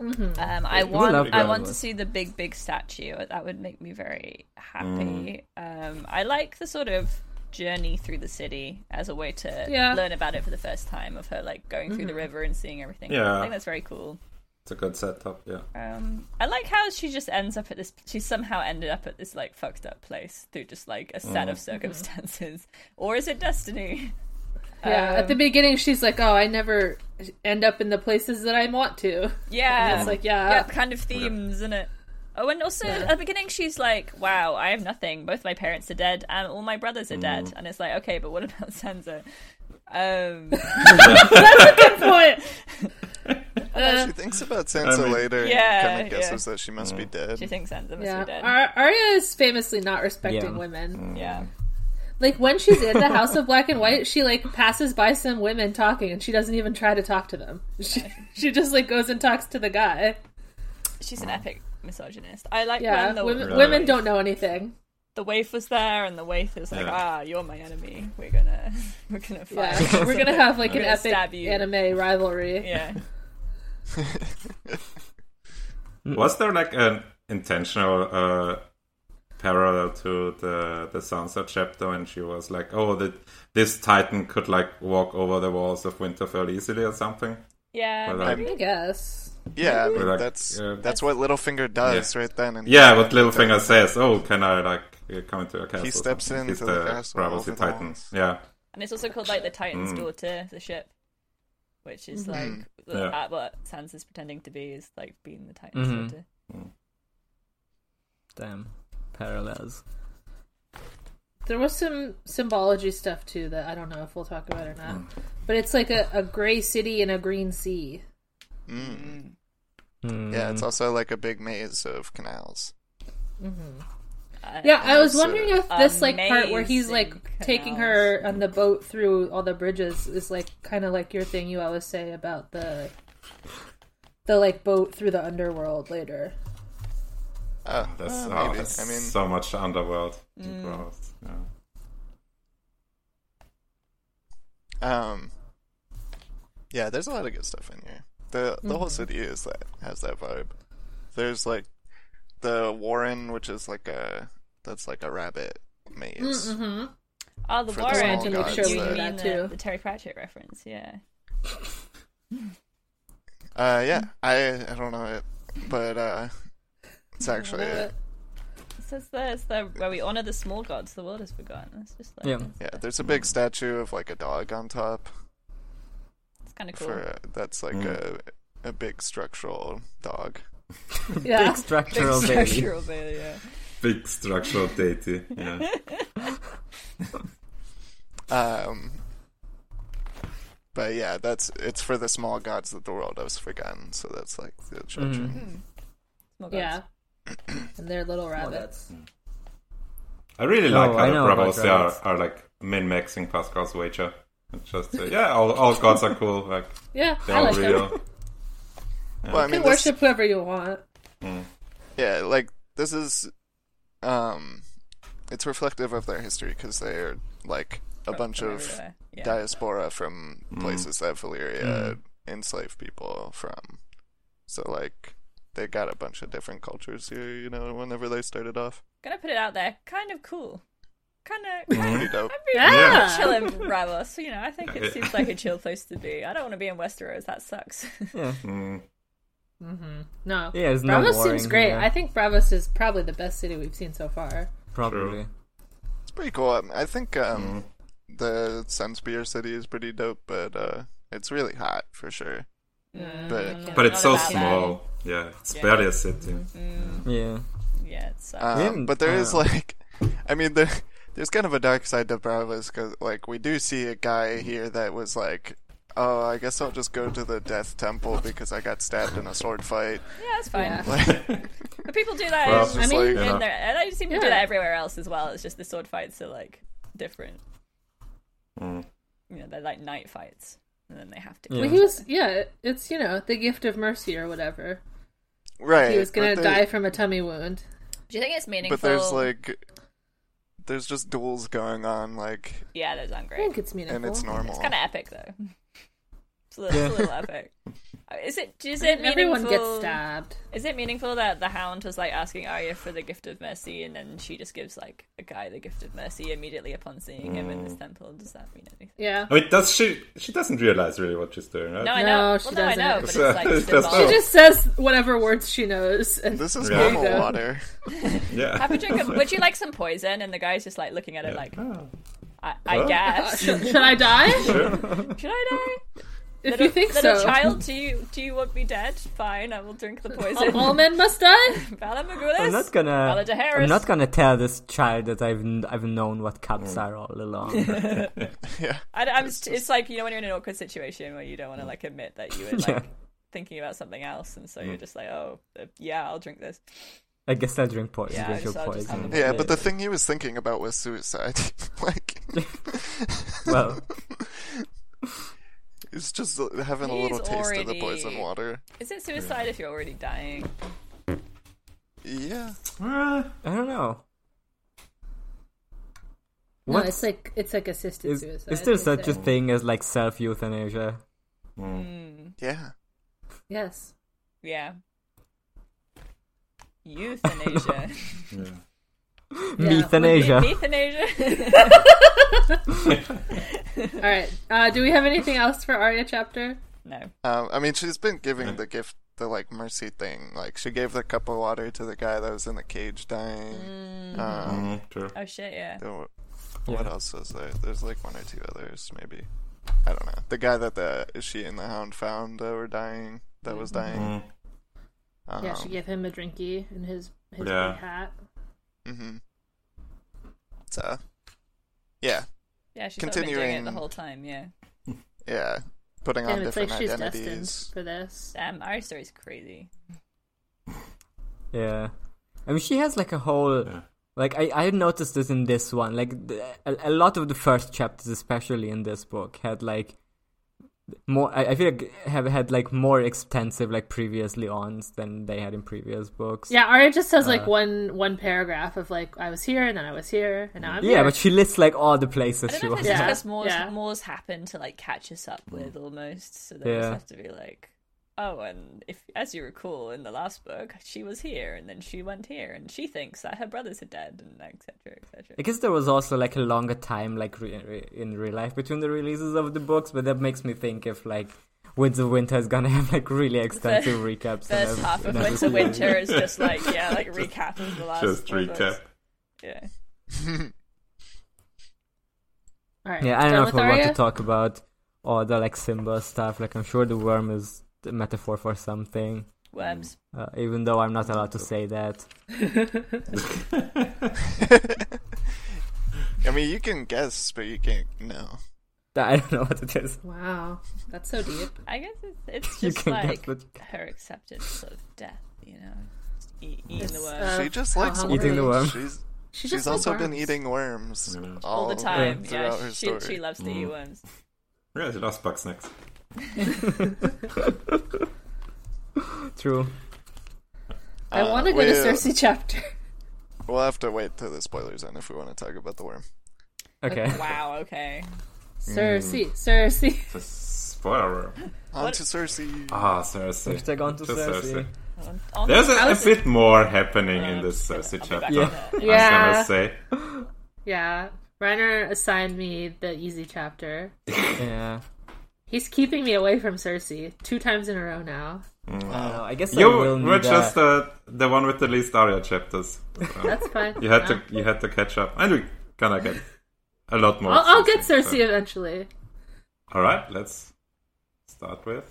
Speaker 3: Um, I
Speaker 4: love
Speaker 3: want I
Speaker 4: Grand
Speaker 3: want to
Speaker 4: West.
Speaker 3: see the big big statue. That would make me very happy.
Speaker 5: Mm.
Speaker 3: Um, I like the sort of journey through the city as a way to
Speaker 2: Yeah.
Speaker 3: learn about it for the first time of her like going through the river and seeing everything.
Speaker 5: Yeah.
Speaker 3: I think that's very cool.
Speaker 5: It's a good setup. Yeah.
Speaker 3: Um, I like how she just ends up at this. She somehow ended up at this like fucked up place through just like a
Speaker 5: Mm.
Speaker 3: set of circumstances, or is it destiny?
Speaker 2: Yeah, uh, at the
Speaker 3: Um,
Speaker 2: beginning, she's like, "Oh, I never end up in the places that I want to.
Speaker 3: Yeah.
Speaker 2: It's like,
Speaker 3: yeah,
Speaker 2: yeah,
Speaker 3: kind of themes, isn't it? Oh, and also at the beginning, she's like, "Wow, I have nothing. Both my parents are dead, and all my brothers are
Speaker 2: Mm.
Speaker 3: dead." And it's like, okay, but what about Sansa? Um,
Speaker 2: Point.
Speaker 6: she thinks about Sansa
Speaker 5: mean-
Speaker 6: later
Speaker 3: Uh, Yeah,
Speaker 6: and kind
Speaker 3: yeah.
Speaker 6: of guesses that she must be dead.
Speaker 3: she thinks Sansa must
Speaker 2: Yeah,
Speaker 3: be dead.
Speaker 2: Ar- Arya is famously not respecting
Speaker 4: Yeah.
Speaker 2: women.
Speaker 3: Yeah,
Speaker 2: Like when she's in the House of Black and White, she like passes by some women talking, and she doesn't even try to talk to them. She she just like goes and talks to the guy.
Speaker 3: she's an epic misogynist. I like
Speaker 2: Yeah,
Speaker 3: when the
Speaker 2: women
Speaker 3: the
Speaker 2: women
Speaker 3: waif-
Speaker 2: don't know anything.
Speaker 3: The waif was there, and the waif is like,
Speaker 5: Yeah.
Speaker 3: "Ah, you're my enemy. We're gonna, we're gonna fight.
Speaker 2: Yeah, we're gonna have like an
Speaker 3: gonna stab
Speaker 2: epic
Speaker 3: you.
Speaker 2: anime rivalry.
Speaker 3: Yeah,
Speaker 5: Was there like an intentional uh, parallel to the the Sansa chapter when she was like, "Oh, that this Titan could like walk over the walls of Winterfell easily" or something?
Speaker 3: yeah.
Speaker 5: Or, like-
Speaker 3: Uh, maybe.
Speaker 2: I guess.
Speaker 6: Yeah, I mean,
Speaker 5: Or like,
Speaker 6: that's
Speaker 5: yeah.
Speaker 6: that's what Littlefinger does right then. And
Speaker 5: Yeah, what Littlefinger says, "Oh, can I like uh, come into a castle?"
Speaker 6: steps
Speaker 5: in.
Speaker 6: into the castle
Speaker 5: Bravos
Speaker 6: over
Speaker 5: the
Speaker 6: the
Speaker 5: Titan.
Speaker 6: walls.
Speaker 5: Yeah,
Speaker 3: And it's also called like the Titan's
Speaker 5: Mm.
Speaker 3: daughter, the ship, which
Speaker 2: Mm-hmm.
Speaker 3: is like the,
Speaker 5: Yeah.
Speaker 3: uh, what Sansa's pretending to be is like being the Titan's
Speaker 2: Mm-hmm.
Speaker 4: Mhm.
Speaker 3: daughter.
Speaker 4: Damn. Parallels.
Speaker 2: There was some symbology stuff too that I don't know if we'll talk about or
Speaker 3: Hmm.
Speaker 5: Mm,
Speaker 2: not. But it's like a, a gray city and a green sea.
Speaker 6: Mm.
Speaker 4: Hmm.
Speaker 6: yeah, it's also like a big maze of canals.
Speaker 2: Yeah, I was
Speaker 6: That's, uh,
Speaker 2: wondering if this like part where he's like
Speaker 3: amazing
Speaker 2: taking her on the boat through all the bridges is like kind of like your thing you always say about the the like boat through the underworld later.
Speaker 6: Uh,
Speaker 5: that's, oh,
Speaker 6: maybe.
Speaker 5: that's
Speaker 6: I mean-
Speaker 5: so much underworld. in Bravos, Yeah.
Speaker 6: um, yeah, there's a lot of good stuff in here. The the whole
Speaker 3: Mm-hmm.
Speaker 6: city is that has that vibe. There's like the Warren, which is like a that's like a rabbit maze.
Speaker 3: Oh, the
Speaker 6: For the
Speaker 3: Warren.
Speaker 6: small
Speaker 3: you
Speaker 6: gods,
Speaker 3: you
Speaker 6: uh,
Speaker 3: mean
Speaker 2: that
Speaker 3: the,
Speaker 2: too.
Speaker 3: the Terry Pratchett reference? Yeah.
Speaker 6: Uh, yeah, I I don't know it, but uh, it's actually it.
Speaker 3: It says there, it's there where we honor the small gods the world has forgotten. It's just like
Speaker 4: Yeah.
Speaker 6: yeah. There's a big statue of like a dog on top.
Speaker 3: it's kind of cool.
Speaker 6: For uh, that's like a a big structural dog.
Speaker 2: Yeah.
Speaker 4: Structural baby.
Speaker 3: Structural Bailey, yeah.
Speaker 5: Big structural deity. Yeah.
Speaker 6: Um, but yeah, that's it's for the small gods that the world has forgotten. So that's like the children.
Speaker 3: Hmm. Small gods.
Speaker 2: yeah. And their little
Speaker 6: Oh,
Speaker 2: rabbits.
Speaker 5: I really
Speaker 4: No,
Speaker 5: like
Speaker 4: I
Speaker 5: how
Speaker 4: know uh,
Speaker 5: the
Speaker 4: about
Speaker 5: Bravos are,
Speaker 4: rabbits.
Speaker 5: are like min-maxing Pascal's wager. It's just uh, yeah, all, all gods are cool. Like
Speaker 2: yeah,
Speaker 5: they're
Speaker 2: I
Speaker 5: all
Speaker 2: like them.
Speaker 5: real.
Speaker 6: Well, I
Speaker 2: You can
Speaker 6: mean, this,
Speaker 2: worship whoever you want.
Speaker 5: Mm,
Speaker 6: yeah, like this is, um, it's reflective of their history because they're like a bunch
Speaker 3: From
Speaker 6: of
Speaker 3: everywhere, yeah.
Speaker 6: diaspora from places that Valyria enslaved people from. So like they got a bunch of different cultures here. You know, whenever they started off,
Speaker 3: Gonna put it out there. Kind of cool. Kind of.
Speaker 6: pretty dope.
Speaker 2: Yeah.
Speaker 3: Chill in Bravos, you know. I think
Speaker 5: Yeah.
Speaker 3: it seems like a chill place to be. I don't want to be in Westeros. That sucks.
Speaker 5: Mm.
Speaker 2: Mm-hmm. No.
Speaker 4: Yeah, it's not
Speaker 2: Bravos
Speaker 4: boring,
Speaker 2: seems great.
Speaker 4: yeah.
Speaker 2: I think Bravos is probably the best city we've seen so far.
Speaker 4: Probably.
Speaker 6: It's pretty cool. Um, I think
Speaker 5: mm.
Speaker 6: um, the Sunspear City is pretty dope, but uh, it's really hot for sure.
Speaker 2: Mm.
Speaker 6: But
Speaker 5: But it's so
Speaker 3: about that.
Speaker 5: small. Yeah, it's barely a city.
Speaker 4: Yeah.
Speaker 3: Mm, yeah, it sucks.
Speaker 6: um,
Speaker 4: didn't-
Speaker 6: but there is
Speaker 4: uh,
Speaker 6: like, I mean, there, there's kind of a dark side to Bravos because like we do see a guy here that was like, oh, I guess I'll just go to the Death Temple because I got stabbed in a sword fight.
Speaker 3: yeah, it's fine.
Speaker 6: Like,
Speaker 3: But people do that.
Speaker 5: Well,
Speaker 3: in-
Speaker 6: it's just
Speaker 2: I mean-
Speaker 6: like,
Speaker 5: Yeah.
Speaker 3: in there. And I seem to do
Speaker 2: Yeah.
Speaker 3: that everywhere else as well. It's just the sword fights are like different.
Speaker 5: Mm.
Speaker 3: You know, they're like night fights, and then they have to.
Speaker 2: But he was, yeah, it's, you know, the gift of mercy or whatever.
Speaker 6: right?
Speaker 2: He was gonna
Speaker 6: but there-
Speaker 2: die from a tummy wound.
Speaker 3: Do you think it's meaningful?
Speaker 6: But there's like, there's just duels going on, like,
Speaker 3: yeah, those aren't
Speaker 2: I
Speaker 3: great.
Speaker 2: think it's meaningful.
Speaker 6: and it's normal.
Speaker 3: It's kind of epic though. It's a little, it's a little epic. Uh, Is it? Is it meaningful?
Speaker 2: Everyone gets stabbed.
Speaker 3: Is it meaningful that the Hound was like asking Arya for the gift of mercy, and then she just gives like a guy the gift of mercy immediately upon seeing him in
Speaker 2: Mm.
Speaker 3: this temple? Does that mean anything?
Speaker 2: Yeah.
Speaker 4: Oh,
Speaker 5: I mean, does she? She doesn't realize really what she's doing, right?
Speaker 3: No, I
Speaker 2: No,
Speaker 3: know.
Speaker 2: she
Speaker 3: well, no, I know, but it's
Speaker 2: doesn't.
Speaker 3: like
Speaker 5: It's just-
Speaker 3: symbolic.
Speaker 2: She just says whatever words she knows. And
Speaker 6: This is
Speaker 5: Yeah.
Speaker 6: normal
Speaker 2: There you go.
Speaker 6: water.
Speaker 5: Yeah.
Speaker 3: Have a drink of, would you like some poison? And the guy's just like looking
Speaker 4: Oh.
Speaker 3: at it like, I, I guess.
Speaker 2: should I die?
Speaker 3: Should I die?
Speaker 2: If
Speaker 3: Little,
Speaker 2: you think
Speaker 3: little
Speaker 2: so,
Speaker 3: child, do you do you want me dead? Fine, I will drink the poison.
Speaker 2: all, all men must die.
Speaker 3: Bala Magulis.
Speaker 4: I'm not gonna.
Speaker 3: Bala de Harris.
Speaker 4: I'm not gonna tell this child that I've kn- I've known what
Speaker 6: Oh.
Speaker 4: cups are all along.
Speaker 6: yeah.
Speaker 3: I, am just, it's like you know when you're in an awkward situation where you don't want to like admit that you were like
Speaker 4: Yeah.
Speaker 3: thinking about something else, and so you're just like, oh uh, yeah, I'll drink this.
Speaker 4: I guess I'll drink poison.
Speaker 3: Yeah, I
Speaker 4: drink your
Speaker 3: just- I'll just have
Speaker 4: poison.
Speaker 3: them.
Speaker 6: Yeah, but the thing he was thinking about was suicide. like,
Speaker 4: well,
Speaker 6: it's just having a
Speaker 3: He's
Speaker 6: little taste of the
Speaker 3: already-
Speaker 6: poison water.
Speaker 3: Is it suicide if you're already dying?
Speaker 6: Yeah.
Speaker 5: Ah,
Speaker 4: I don't know.
Speaker 2: No, it's like it's like assisted
Speaker 4: Is,
Speaker 2: suicide.
Speaker 4: is there
Speaker 2: they
Speaker 4: such
Speaker 2: say.
Speaker 4: a thing as like self euthanasia?
Speaker 5: Mm,
Speaker 6: Yeah.
Speaker 2: Yes.
Speaker 3: Hmm, Yeah. Euthanasia.
Speaker 5: yeah.
Speaker 4: Euthanasia.
Speaker 3: Euthanasia.
Speaker 2: All right. Uh, do we have anything else for Arya chapter?
Speaker 3: no.
Speaker 6: Um, I mean, she's been giving the gift, the like mercy thing. Like, she gave the cup of water to the guy that was in the cage dying.
Speaker 3: Mm-hmm.
Speaker 6: Um,
Speaker 5: Mm, true.
Speaker 3: Oh shit, yeah.
Speaker 6: there were- What else was there? There's like one or two others, maybe. I don't know. The guy that the she and the hound found that were dying, that was
Speaker 4: Mm-hmm.
Speaker 5: Mm.
Speaker 6: dying. Um,
Speaker 2: yeah, she gave him a drinky in his his
Speaker 5: Yeah.
Speaker 2: big hat.
Speaker 6: mhm. So, yeah,
Speaker 3: Yeah, she's sort of been doing it the
Speaker 6: Continuing.
Speaker 3: whole time, yeah.
Speaker 6: yeah, putting on
Speaker 2: and it's like
Speaker 6: different
Speaker 2: she's destined
Speaker 6: identities.
Speaker 2: for this.
Speaker 3: Damn, our story's crazy.
Speaker 4: Yeah. I mean, she has like a whole. Like, I, I noticed this in this one. Like, the, a, a lot of the first chapters, especially in this book, had like. More, I, I feel like have had like more extensive like previously ons than they had in previous books.
Speaker 2: Yeah, Arya just has like
Speaker 4: Uh.
Speaker 2: one one paragraph of like I was here and then I was here and now I'm
Speaker 4: Yeah,
Speaker 2: here.
Speaker 4: but she lists like all the
Speaker 3: I
Speaker 4: places she
Speaker 3: don't know if
Speaker 4: was.
Speaker 3: it's
Speaker 2: Yeah.
Speaker 3: just because more's,
Speaker 2: Yeah.
Speaker 3: more's happened to like catch us up with almost, so they just
Speaker 4: Mm. Yeah.
Speaker 3: have to be like, oh, and if, as you recall in the last book, she was here and then she went here and she thinks that her brothers are dead and etc. etc.
Speaker 4: I guess there was also like a longer time, like re- re- in real life, between the releases of the books. But that makes me think if like Winds of Winter is gonna have like really extensive recaps. and
Speaker 3: First
Speaker 4: ev-
Speaker 3: half of
Speaker 4: and
Speaker 3: Winter
Speaker 4: everything.
Speaker 3: Winter is just like yeah, like recap of the last.
Speaker 5: Just
Speaker 3: four
Speaker 5: recap.
Speaker 3: books. Yeah.
Speaker 2: All right.
Speaker 4: Yeah, I don't know
Speaker 2: done
Speaker 4: if
Speaker 2: with
Speaker 4: I want
Speaker 2: Arya?
Speaker 4: to talk about all the like symbol stuff. Like I'm sure the worm is a metaphor for something,
Speaker 3: Worms.
Speaker 4: uh, even though I'm not allowed to say that.
Speaker 6: I mean, you can guess, but you can't know.
Speaker 4: I don't know what it is.
Speaker 2: Wow, that's so deep.
Speaker 3: I guess it's, it's
Speaker 4: You
Speaker 3: just
Speaker 4: can guess
Speaker 3: like
Speaker 4: what-
Speaker 3: her acceptance of death, you know, just eat, eating the
Speaker 2: It's,
Speaker 3: worm.
Speaker 2: uh,
Speaker 6: She just
Speaker 2: how
Speaker 6: likes
Speaker 2: hungry.
Speaker 4: Eating the
Speaker 2: she-
Speaker 4: worm.
Speaker 6: She's
Speaker 2: She
Speaker 6: she's
Speaker 2: just likes
Speaker 6: also been
Speaker 2: worms.
Speaker 6: eating worms
Speaker 3: all the time.
Speaker 6: throughout
Speaker 3: Yeah,
Speaker 6: her
Speaker 3: she,
Speaker 6: story.
Speaker 3: she loves to
Speaker 5: Mm.
Speaker 3: eat worms.
Speaker 5: Yeah, she loves bug snacks.
Speaker 4: True.
Speaker 2: I
Speaker 6: Uh,
Speaker 2: want to go to
Speaker 6: we-
Speaker 2: Cersei chapter.
Speaker 6: We'll have to wait till the spoilers end if we want to talk about the worm.
Speaker 4: Okay.
Speaker 3: Wow. Okay.
Speaker 5: Hmm.
Speaker 2: Cersei, Cersei.
Speaker 5: The spoiler.
Speaker 6: On to Cersei.
Speaker 5: Ah, Cersei.
Speaker 4: Hashtag on to
Speaker 5: To
Speaker 4: Cersei.
Speaker 3: On, on
Speaker 5: There's
Speaker 3: the-
Speaker 5: a, a bit more happening
Speaker 3: I'm
Speaker 5: in this
Speaker 3: just gonna-
Speaker 5: Cersei
Speaker 3: Uh, I'll be back
Speaker 5: chapter.
Speaker 3: on that.
Speaker 4: Yeah.
Speaker 5: I
Speaker 2: Yeah,
Speaker 5: was gonna say.
Speaker 2: yeah. Reiner assigned me the easy chapter.
Speaker 4: Yeah.
Speaker 2: He's keeping me away from Cersei two times in a row now.
Speaker 4: I don't know. I guess I will
Speaker 5: You
Speaker 4: need
Speaker 5: were
Speaker 4: a-
Speaker 5: just the the one with the least Aria chapters.
Speaker 2: That's fine.
Speaker 5: uh, You had to you had to catch up, and we gonna get a lot more.
Speaker 2: I'll, I'll get
Speaker 5: so-
Speaker 2: Cersei eventually.
Speaker 5: All right, let's start with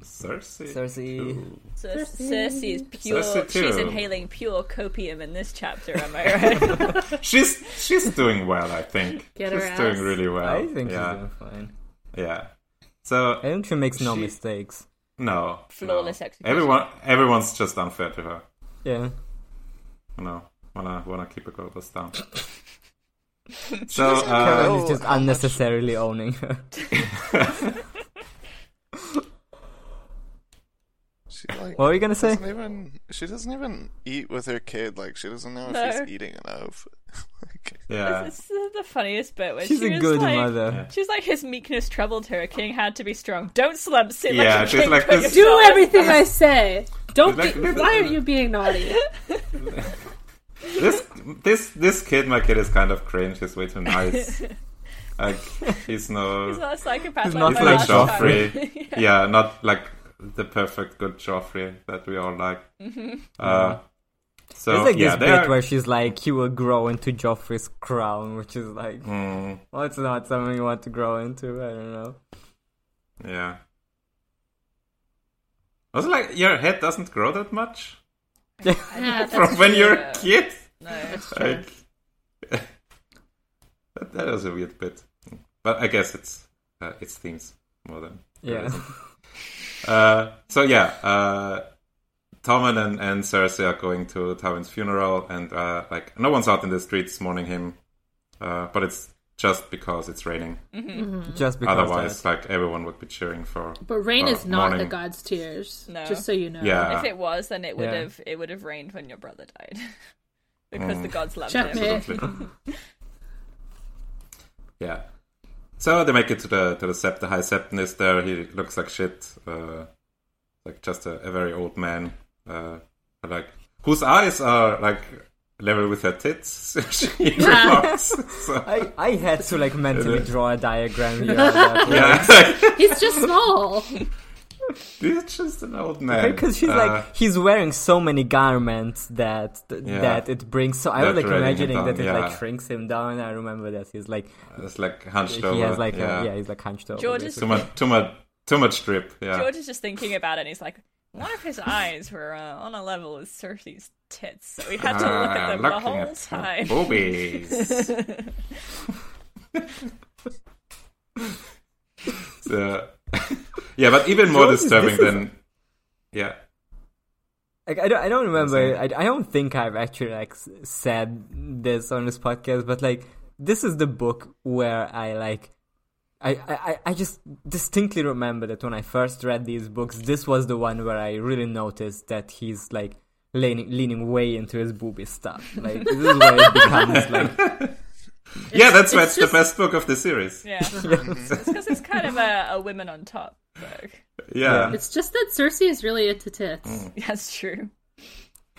Speaker 5: Cersei.
Speaker 4: Cersei.
Speaker 5: Ooh.
Speaker 3: Cer- Cersei is pure.
Speaker 5: Cersei too.
Speaker 3: she's inhaling pure copium in this chapter. Am I right?
Speaker 5: She's she's doing well, I think.
Speaker 2: Get her
Speaker 5: she's
Speaker 2: ass.
Speaker 5: doing really well.
Speaker 4: I think
Speaker 5: yeah,
Speaker 4: she's doing fine.
Speaker 5: yeah. So
Speaker 4: I think she makes no
Speaker 5: She-
Speaker 4: mistakes.
Speaker 5: no
Speaker 3: Flawless
Speaker 5: no.
Speaker 3: execution.
Speaker 5: Everyone everyone's just unfair to her.
Speaker 4: Yeah.
Speaker 5: No, wanna wanna keep a quotas down.
Speaker 6: She
Speaker 5: so
Speaker 6: doesn't
Speaker 5: uh,
Speaker 4: Karen
Speaker 6: know
Speaker 4: is just
Speaker 3: oh,
Speaker 6: how much-
Speaker 4: unnecessarily owning her.
Speaker 6: She like
Speaker 4: What were you gonna say?
Speaker 6: doesn't even she doesn't even eat with her kid. Like she doesn't know if
Speaker 3: No.
Speaker 6: she's eating enough. like,
Speaker 5: yeah,
Speaker 3: this is the funniest bit when
Speaker 4: She's
Speaker 3: she
Speaker 4: a
Speaker 3: was
Speaker 4: good
Speaker 3: like,
Speaker 4: mother.
Speaker 3: She's like his meekness troubled her. A king had to be strong. Don't slump. Sit
Speaker 5: Yeah,
Speaker 3: like a
Speaker 5: she's
Speaker 3: king.
Speaker 5: like
Speaker 3: put
Speaker 5: this-
Speaker 2: Do
Speaker 3: yourself-
Speaker 2: everything I say. Don't.
Speaker 5: Like-
Speaker 2: Be, why are you being naughty?
Speaker 5: this this this kid, my kid, is kind of cringe. He's way too nice. like he's no
Speaker 3: He's not a psychopath.
Speaker 4: He's
Speaker 3: like
Speaker 4: not
Speaker 5: He's
Speaker 3: my
Speaker 5: like
Speaker 4: like
Speaker 3: last
Speaker 4: Joffrey.
Speaker 3: time.
Speaker 5: Joffrey. yeah. not like the perfect good Joffrey that we all like.
Speaker 3: Mm-hmm.
Speaker 5: Uh, so
Speaker 4: There's like
Speaker 5: yeah,
Speaker 4: this
Speaker 5: they
Speaker 4: bit
Speaker 5: are-
Speaker 4: where she's like, he will grow into Joffrey's crown, which
Speaker 5: Mm,
Speaker 4: is like, well, it's not something you want to grow into. I don't know.
Speaker 5: yeah, I was like, your head doesn't grow that much
Speaker 3: Yeah,
Speaker 5: from
Speaker 3: that's
Speaker 5: when
Speaker 3: true,
Speaker 5: you're
Speaker 3: though.
Speaker 5: a kid.
Speaker 3: No, it's true.
Speaker 5: Like, that, that was a weird bit, but I guess it's uh, it's themes more than
Speaker 4: Yeah.
Speaker 5: Uh, so yeah, uh, Tommen and, and Cersei are going to Tywin's funeral, and uh, like no one's out in the streets mourning him, uh, but it's just because it's raining.
Speaker 4: Just because
Speaker 5: Otherwise,
Speaker 4: that.
Speaker 5: like everyone would be cheering for.
Speaker 7: But rain
Speaker 5: Uh,
Speaker 7: is not
Speaker 5: morning.
Speaker 7: the god's tears.
Speaker 3: No.
Speaker 7: Just so you know.
Speaker 5: Yeah.
Speaker 3: If it was, then it would
Speaker 4: Yeah.
Speaker 3: have it would have rained when your brother died, because
Speaker 5: Mm.
Speaker 3: the gods loved him.
Speaker 7: Checkmate.
Speaker 5: Absolutely. yeah. So they make it to the to the sept. The high septon is there. He looks like shit, uh, like just a, a very old man. Uh, like whose eyes are like level with her tits. she remarks. So,
Speaker 4: I, I had to like mentally draw a diagram here. of that, like,
Speaker 5: yeah,
Speaker 7: He's just small.
Speaker 5: he's just an old man.
Speaker 4: Because she's
Speaker 5: Uh,
Speaker 4: like he's wearing so many garments that th-
Speaker 5: Yeah.
Speaker 4: that it brings. So I was
Speaker 5: That
Speaker 4: like
Speaker 5: dragging him
Speaker 4: imagining
Speaker 5: down,
Speaker 4: that it like
Speaker 5: yeah.
Speaker 4: shrinks him down. I remember that he's like
Speaker 5: it's like hunched over.
Speaker 4: he has like
Speaker 5: yeah.
Speaker 4: A, yeah he's like hunched over.
Speaker 3: George is-
Speaker 5: too much, too much, too much drip. Yeah.
Speaker 3: George is just thinking about it, and he's like, "One of his eyes were uh, on a level with Cersei's tits, so we had to look at
Speaker 5: Ah,
Speaker 3: them the
Speaker 5: looking
Speaker 3: whole
Speaker 5: at her
Speaker 3: time."
Speaker 5: Boobies. So- yeah, but even more
Speaker 4: George is-
Speaker 5: disturbing
Speaker 4: this is-
Speaker 5: than yeah.
Speaker 4: Like I don't, I don't remember. I, I don't think I've actually like s- said this on this podcast, but like this is the book where I like. I, I, I- I just distinctly remember that when I first read these books, this was the one where I really noticed that he's like leaning, leaning way into his booby stuff. Like this is where it becomes like
Speaker 5: yeah, that's why
Speaker 7: it's
Speaker 5: it's
Speaker 7: just-
Speaker 5: the best book of the series. Yeah,
Speaker 3: yeah, it's because it's kind of a, a women on top book.
Speaker 7: It's just that Cersei is really into tits.
Speaker 5: Hmm.
Speaker 3: That's true.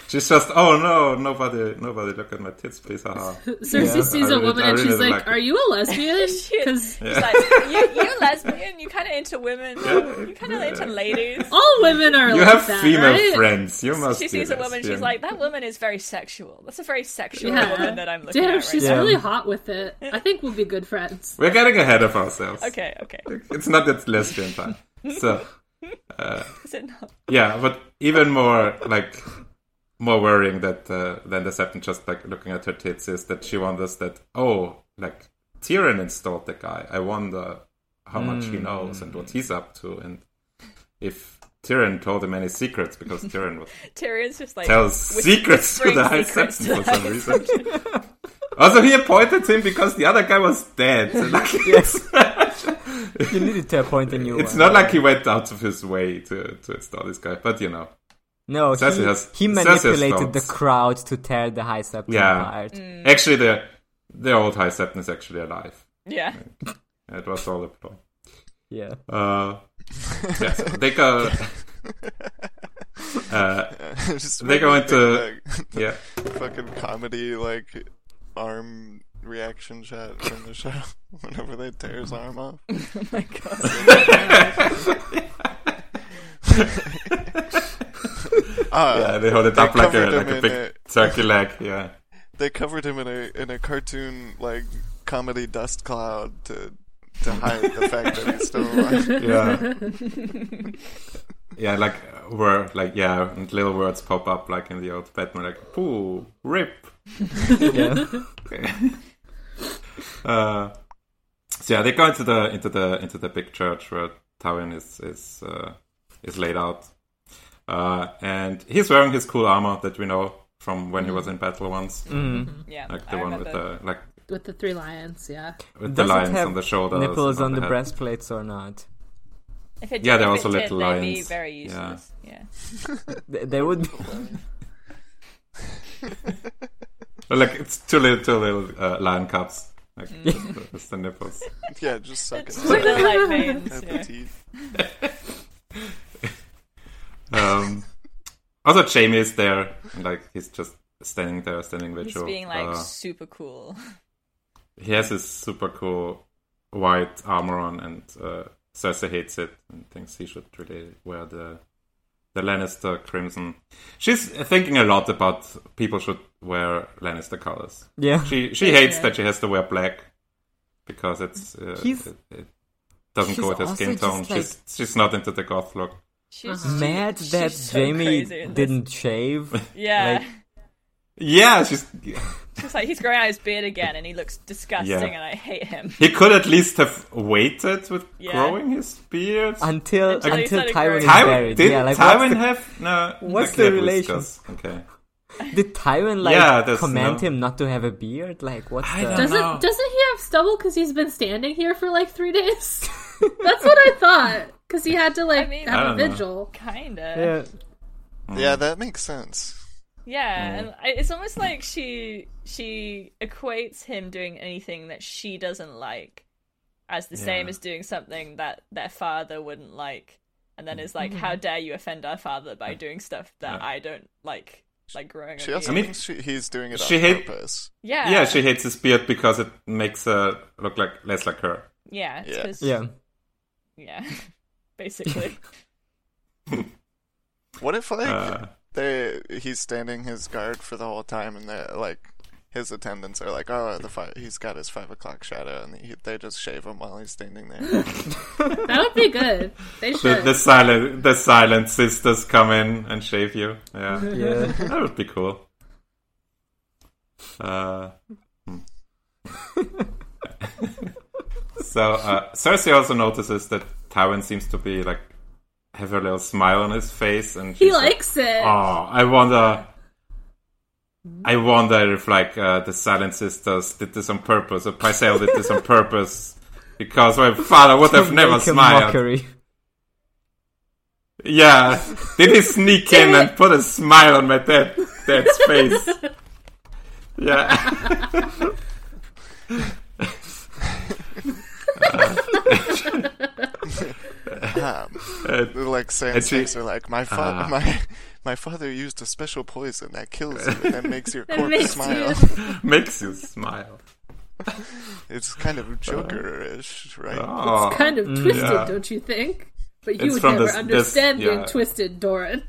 Speaker 5: she's just oh no, nobody, nobody, look at my tits, please. Ah. Haha.
Speaker 7: Cersei sees
Speaker 5: I
Speaker 7: a
Speaker 5: really-
Speaker 7: woman
Speaker 5: I
Speaker 7: and
Speaker 5: really
Speaker 7: she's like,
Speaker 5: like it.
Speaker 7: "Are you a lesbian?"
Speaker 3: She-
Speaker 7: Because
Speaker 3: He's like, you, you're lesbian. You kind of into women. You kind of into ladies.
Speaker 7: all women are
Speaker 5: You
Speaker 7: like
Speaker 5: have
Speaker 7: that,
Speaker 5: female
Speaker 7: right?
Speaker 5: friends. You must.
Speaker 3: She
Speaker 5: be
Speaker 3: sees a woman. She's
Speaker 5: lesbian.
Speaker 3: like, that woman is very sexual. That's a very sexual
Speaker 7: Yeah.
Speaker 3: woman that I'm looking
Speaker 7: Damn,
Speaker 3: at right
Speaker 7: she's
Speaker 3: now.
Speaker 7: really hot with it. I think we'll be good friends.
Speaker 5: We're getting ahead of ourselves.
Speaker 3: Okay, okay.
Speaker 5: It's not that lesbian time. So
Speaker 3: Is it not?
Speaker 5: yeah, but even more like more worrying that uh, than the Septon just like looking at her tits is that she wonders that oh like Tyrion installed the guy. I wonder how much
Speaker 3: Mm,
Speaker 5: he knows and what he's up to and if Tyrion told him any secrets because Tyrion would
Speaker 3: Tyrion's just like
Speaker 5: tell
Speaker 3: whis-
Speaker 5: secrets to
Speaker 3: whispering
Speaker 5: the High
Speaker 3: secrets to
Speaker 5: Septon for
Speaker 3: the
Speaker 5: some
Speaker 3: High
Speaker 5: reason. also, he appointed him because the other guy was dead. So, like, it's,
Speaker 4: you needed to appoint a new.
Speaker 5: it's
Speaker 4: one.
Speaker 5: not like he went out of his way to, to install this guy, but you know.
Speaker 4: No,
Speaker 5: Cersei
Speaker 4: he,
Speaker 5: has-
Speaker 4: he
Speaker 5: Cersei has
Speaker 4: manipulated the
Speaker 5: thoughts.
Speaker 4: crowd to tear the High Septon
Speaker 5: Yeah.
Speaker 4: apart.
Speaker 5: Actually, the the old High Septon is actually alive.
Speaker 3: Yeah.
Speaker 5: It was all a plot.
Speaker 4: Yeah.
Speaker 5: Uh, yeah, so they go. Uh,
Speaker 6: Just
Speaker 5: They go
Speaker 6: making a
Speaker 5: into-
Speaker 6: big,
Speaker 5: yeah,
Speaker 6: like, fucking comedy like arm reaction shot from the show whenever they tear his arm off.
Speaker 3: Oh my god.
Speaker 6: Uh,
Speaker 5: yeah, they hold it up like a
Speaker 6: covered him
Speaker 5: like a
Speaker 6: in
Speaker 5: big
Speaker 6: it.
Speaker 5: turkey leg. Yeah,
Speaker 6: They covered him in a in a cartoon like comedy dust cloud to to hide the fact that he's still alive.
Speaker 5: yeah, yeah. Like uh, word, like yeah, and little words pop up like in the old Batman, like "poo," "rip,"
Speaker 4: Yeah.
Speaker 5: Uh, so yeah, they go into the into the into the big church where Tywin is is uh, is laid out, uh, and he's wearing his cool armor that we know from when he was in battle once,
Speaker 3: Yeah.
Speaker 5: like
Speaker 3: I
Speaker 5: the one with
Speaker 3: remember.
Speaker 5: the like
Speaker 7: With the three lions, yeah.
Speaker 5: with the
Speaker 4: Does it
Speaker 5: lions
Speaker 4: have
Speaker 5: on the shoulders,
Speaker 4: Nipples
Speaker 5: and
Speaker 4: on the
Speaker 5: head.
Speaker 4: breastplates or not?
Speaker 3: If it
Speaker 5: Yeah,
Speaker 3: did-
Speaker 5: they're
Speaker 3: if
Speaker 5: also
Speaker 3: it did,
Speaker 5: little
Speaker 3: they'd be
Speaker 5: lions.
Speaker 3: very
Speaker 5: Yeah.
Speaker 3: useless. Yeah.
Speaker 4: They, they would. be-
Speaker 5: But, like it's two little two little uh, lion cubs, like
Speaker 3: Mm.
Speaker 5: just, the, just the nipples.
Speaker 6: Yeah, just suck
Speaker 3: It's
Speaker 6: it.
Speaker 3: just little light veins.
Speaker 6: At the
Speaker 3: Yeah.
Speaker 6: teeth.
Speaker 5: Um, also, Jamie is there, and, like he's just standing there, standing with
Speaker 3: He's
Speaker 5: you.
Speaker 3: being like
Speaker 5: Uh,
Speaker 3: super cool.
Speaker 5: he has his super cool white armor on, and uh, Cersei hates it and thinks he should really wear the the Lannister crimson. She's thinking a lot about people should wear Lannister colors.
Speaker 4: yeah.
Speaker 5: She she hates that she has to wear black because it's uh,
Speaker 4: He's-
Speaker 5: it, it doesn't
Speaker 4: she's
Speaker 5: go with her
Speaker 4: also
Speaker 5: skin
Speaker 4: just
Speaker 5: tone.
Speaker 4: like-
Speaker 5: She's she's not into the goth look.
Speaker 3: She's she-
Speaker 7: Uh-huh.
Speaker 4: Mad
Speaker 3: she's
Speaker 4: that
Speaker 3: so
Speaker 4: Jamie
Speaker 3: crazy in this.
Speaker 4: didn't shave.
Speaker 3: Yeah,
Speaker 4: like-
Speaker 5: Yeah, she's.
Speaker 3: she's like he's growing out his beard again, and he looks disgusting,
Speaker 5: Yeah.
Speaker 3: and I hate him.
Speaker 5: He could at least have waited with
Speaker 3: Yeah.
Speaker 5: growing his beard.
Speaker 4: Until
Speaker 3: Until
Speaker 4: until,
Speaker 3: he started
Speaker 4: Tywin
Speaker 3: growing.
Speaker 4: is
Speaker 5: Tywin
Speaker 4: buried.
Speaker 5: did
Speaker 4: Yeah, like what's
Speaker 5: Tywin
Speaker 4: the-
Speaker 5: have no?
Speaker 4: what's
Speaker 5: okay,
Speaker 4: the
Speaker 5: we
Speaker 4: relation?
Speaker 5: discuss. Okay,
Speaker 4: did Tywin like
Speaker 5: Yeah, there's
Speaker 4: command
Speaker 5: no-
Speaker 4: him not to have a beard? Like what's
Speaker 5: I
Speaker 4: the
Speaker 5: don't-
Speaker 7: Doesn't
Speaker 5: No.
Speaker 7: doesn't he have stubble because he's been standing here for like three days? That's what I thought. Because he had to like
Speaker 3: I mean-
Speaker 5: I
Speaker 7: have a
Speaker 5: don't know.
Speaker 7: vigil.
Speaker 3: Kinda.
Speaker 4: yeah.
Speaker 6: Yeah, that makes sense.
Speaker 3: Yeah, and I- it's almost like she she equates him doing anything that she doesn't like as the same
Speaker 5: Yeah.
Speaker 3: as doing something that their father wouldn't like, and then is like, "How dare you offend our father by doing stuff that I don't like, like growing."
Speaker 6: She
Speaker 3: a
Speaker 6: also
Speaker 3: beard."
Speaker 5: mean,
Speaker 6: thinks she, he's doing it
Speaker 5: she
Speaker 6: on
Speaker 5: hate-
Speaker 6: purpose.
Speaker 3: yeah,
Speaker 5: yeah, she hates his beard because it makes her look like less like her.
Speaker 3: yeah, it's
Speaker 6: Yeah.
Speaker 3: 'cause-
Speaker 4: yeah.
Speaker 3: yeah, basically.
Speaker 6: What if like
Speaker 5: Uh.
Speaker 6: they he's standing his guard for the whole time, and they're like his attendants are like, oh, the five, he's got his five o'clock shadow, and he, they just shave him while he's standing there.
Speaker 7: That would be good. They
Speaker 5: The,
Speaker 7: should.
Speaker 5: the silent the silent sisters come in and shave you. Yeah,
Speaker 4: Yeah.
Speaker 5: that would be cool. Uh, hmm. so uh, Cersei also notices that Tywin seems to be like have a little smile on his face, and
Speaker 7: he
Speaker 5: she's like,
Speaker 7: likes it.
Speaker 5: Oh, I wonder. I
Speaker 7: Mm-hmm.
Speaker 5: wonder if like uh, the Silent Sisters did this on purpose, or Pycelle did this on purpose, because my father would have never
Speaker 4: Make a
Speaker 5: smiled.
Speaker 4: mockery.
Speaker 5: Yeah, did he sneak in and put a smile on my dad dad's face? Yeah,
Speaker 6: Um,
Speaker 5: Uh,
Speaker 6: like
Speaker 5: And
Speaker 6: Sam's
Speaker 5: she-
Speaker 6: face are like my father,
Speaker 5: Ah.
Speaker 6: my my father used a special poison that kills you and then makes your
Speaker 7: That
Speaker 6: corpse
Speaker 7: makes
Speaker 6: smile.
Speaker 5: makes you smile.
Speaker 6: It's kind of Jokerish, right?
Speaker 5: Uh, Oh,
Speaker 7: kind of twisted,
Speaker 5: yeah.
Speaker 7: don't you think? But you
Speaker 5: It's
Speaker 7: would
Speaker 5: from
Speaker 7: never
Speaker 5: this- this-
Speaker 7: understand being
Speaker 5: yeah.
Speaker 7: twisted, Doran.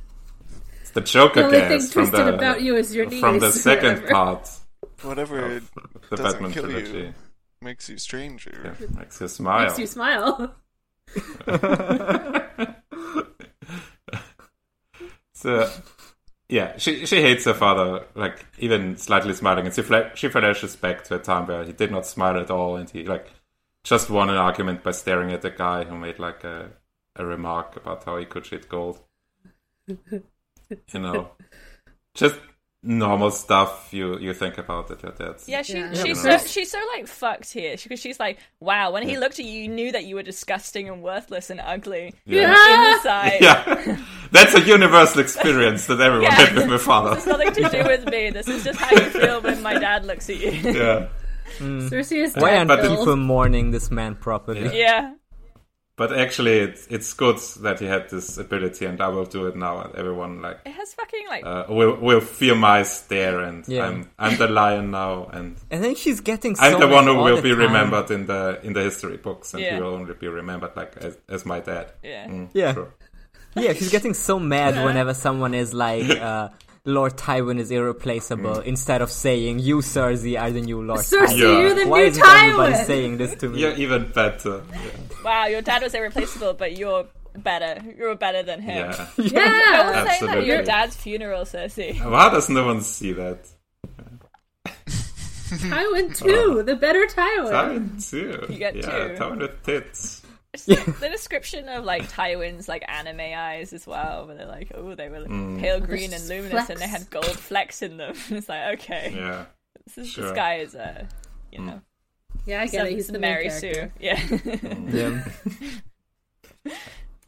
Speaker 5: it's the Joker
Speaker 7: The only thing
Speaker 5: gas from
Speaker 7: twisted
Speaker 5: the
Speaker 7: about you is your knees.
Speaker 5: from the second
Speaker 7: whatever.
Speaker 5: part,
Speaker 6: Whatever
Speaker 5: oh, the
Speaker 6: Doesn't
Speaker 5: Batman
Speaker 6: kill you.
Speaker 5: trilogy.
Speaker 6: makes you stranger.
Speaker 5: Yeah, makes you smile.
Speaker 7: Makes you smile.
Speaker 5: So, yeah, she she hates her father, like even slightly smiling, and she fla- she flashes back to a time where he did not smile at all, and he like just won an argument by staring at a guy who made like a a remark about how he could shit gold. you know, just normal stuff you you think about at your dad's.
Speaker 3: Yeah, she
Speaker 7: Yeah.
Speaker 3: she's so
Speaker 5: Yeah.
Speaker 3: she's so like fucked here because she's like, wow, when he looked at you, you knew that you were disgusting and worthless and ugly
Speaker 5: yeah.
Speaker 3: inside.
Speaker 5: Yeah. that's a universal experience that everyone
Speaker 3: Yeah.
Speaker 5: had with their father.
Speaker 3: It's nothing to do with me. This is just how you feel when my dad looks at you.
Speaker 5: Yeah.
Speaker 7: Cersei is
Speaker 4: Why
Speaker 7: dead,
Speaker 4: aren't
Speaker 5: Mm. But the-
Speaker 7: Bill.
Speaker 4: people mourning this man properly?
Speaker 3: Yeah.
Speaker 5: But actually, it's it's good that he had this ability, and I will do it now. And everyone like
Speaker 3: It has fucking like
Speaker 5: uh, will will fear my stare, and
Speaker 4: Yeah.
Speaker 5: I'm I'm the lion now, and
Speaker 4: And then she's getting.
Speaker 5: I'm
Speaker 4: so
Speaker 5: the
Speaker 4: much
Speaker 5: one who
Speaker 4: all
Speaker 5: will
Speaker 4: the
Speaker 5: be
Speaker 4: time.
Speaker 5: remembered in the in the history books, and
Speaker 3: Yeah.
Speaker 5: he will only be remembered like as, as my dad. Mm,
Speaker 3: yeah.
Speaker 4: Yeah.
Speaker 5: Sure.
Speaker 4: Yeah, she's getting so mad whenever someone is like, uh, Lord Tywin is irreplaceable,
Speaker 5: Mm.
Speaker 4: instead of saying, You, Cersei, are the new Lord
Speaker 7: Cersei,
Speaker 4: Tywin.
Speaker 5: Yeah.
Speaker 7: you're the
Speaker 4: Why
Speaker 7: new
Speaker 4: isn't everybody
Speaker 7: Tywin.
Speaker 4: saying this to me?
Speaker 5: You're even better.
Speaker 3: Wow, your dad was irreplaceable, but you're better. You're better than him.
Speaker 5: Yeah.
Speaker 3: No
Speaker 7: Yeah,
Speaker 3: one's saying that at your
Speaker 5: Absolutely.
Speaker 3: dad's funeral, Cersei.
Speaker 5: Why does no one see that?
Speaker 7: Tywin too, the better Tywin.
Speaker 5: Uh, Tywin too. You
Speaker 3: get
Speaker 5: yeah,
Speaker 3: two.
Speaker 5: Tywin with tits.
Speaker 3: It's The the description of like Tywin's like anime eyes as well, where they're like, oh, they were
Speaker 5: Mm.
Speaker 3: pale green and
Speaker 7: just
Speaker 3: luminous, and they
Speaker 7: flecks.
Speaker 3: had gold flecks in them. it's like, okay,
Speaker 5: Yeah.
Speaker 3: this, is,
Speaker 5: sure. Mm.
Speaker 3: this guy is a, you know,
Speaker 7: Yeah, I get it. He's the main
Speaker 3: Mary
Speaker 7: character.
Speaker 3: Sue. Yeah,
Speaker 5: Mm.
Speaker 4: Yeah.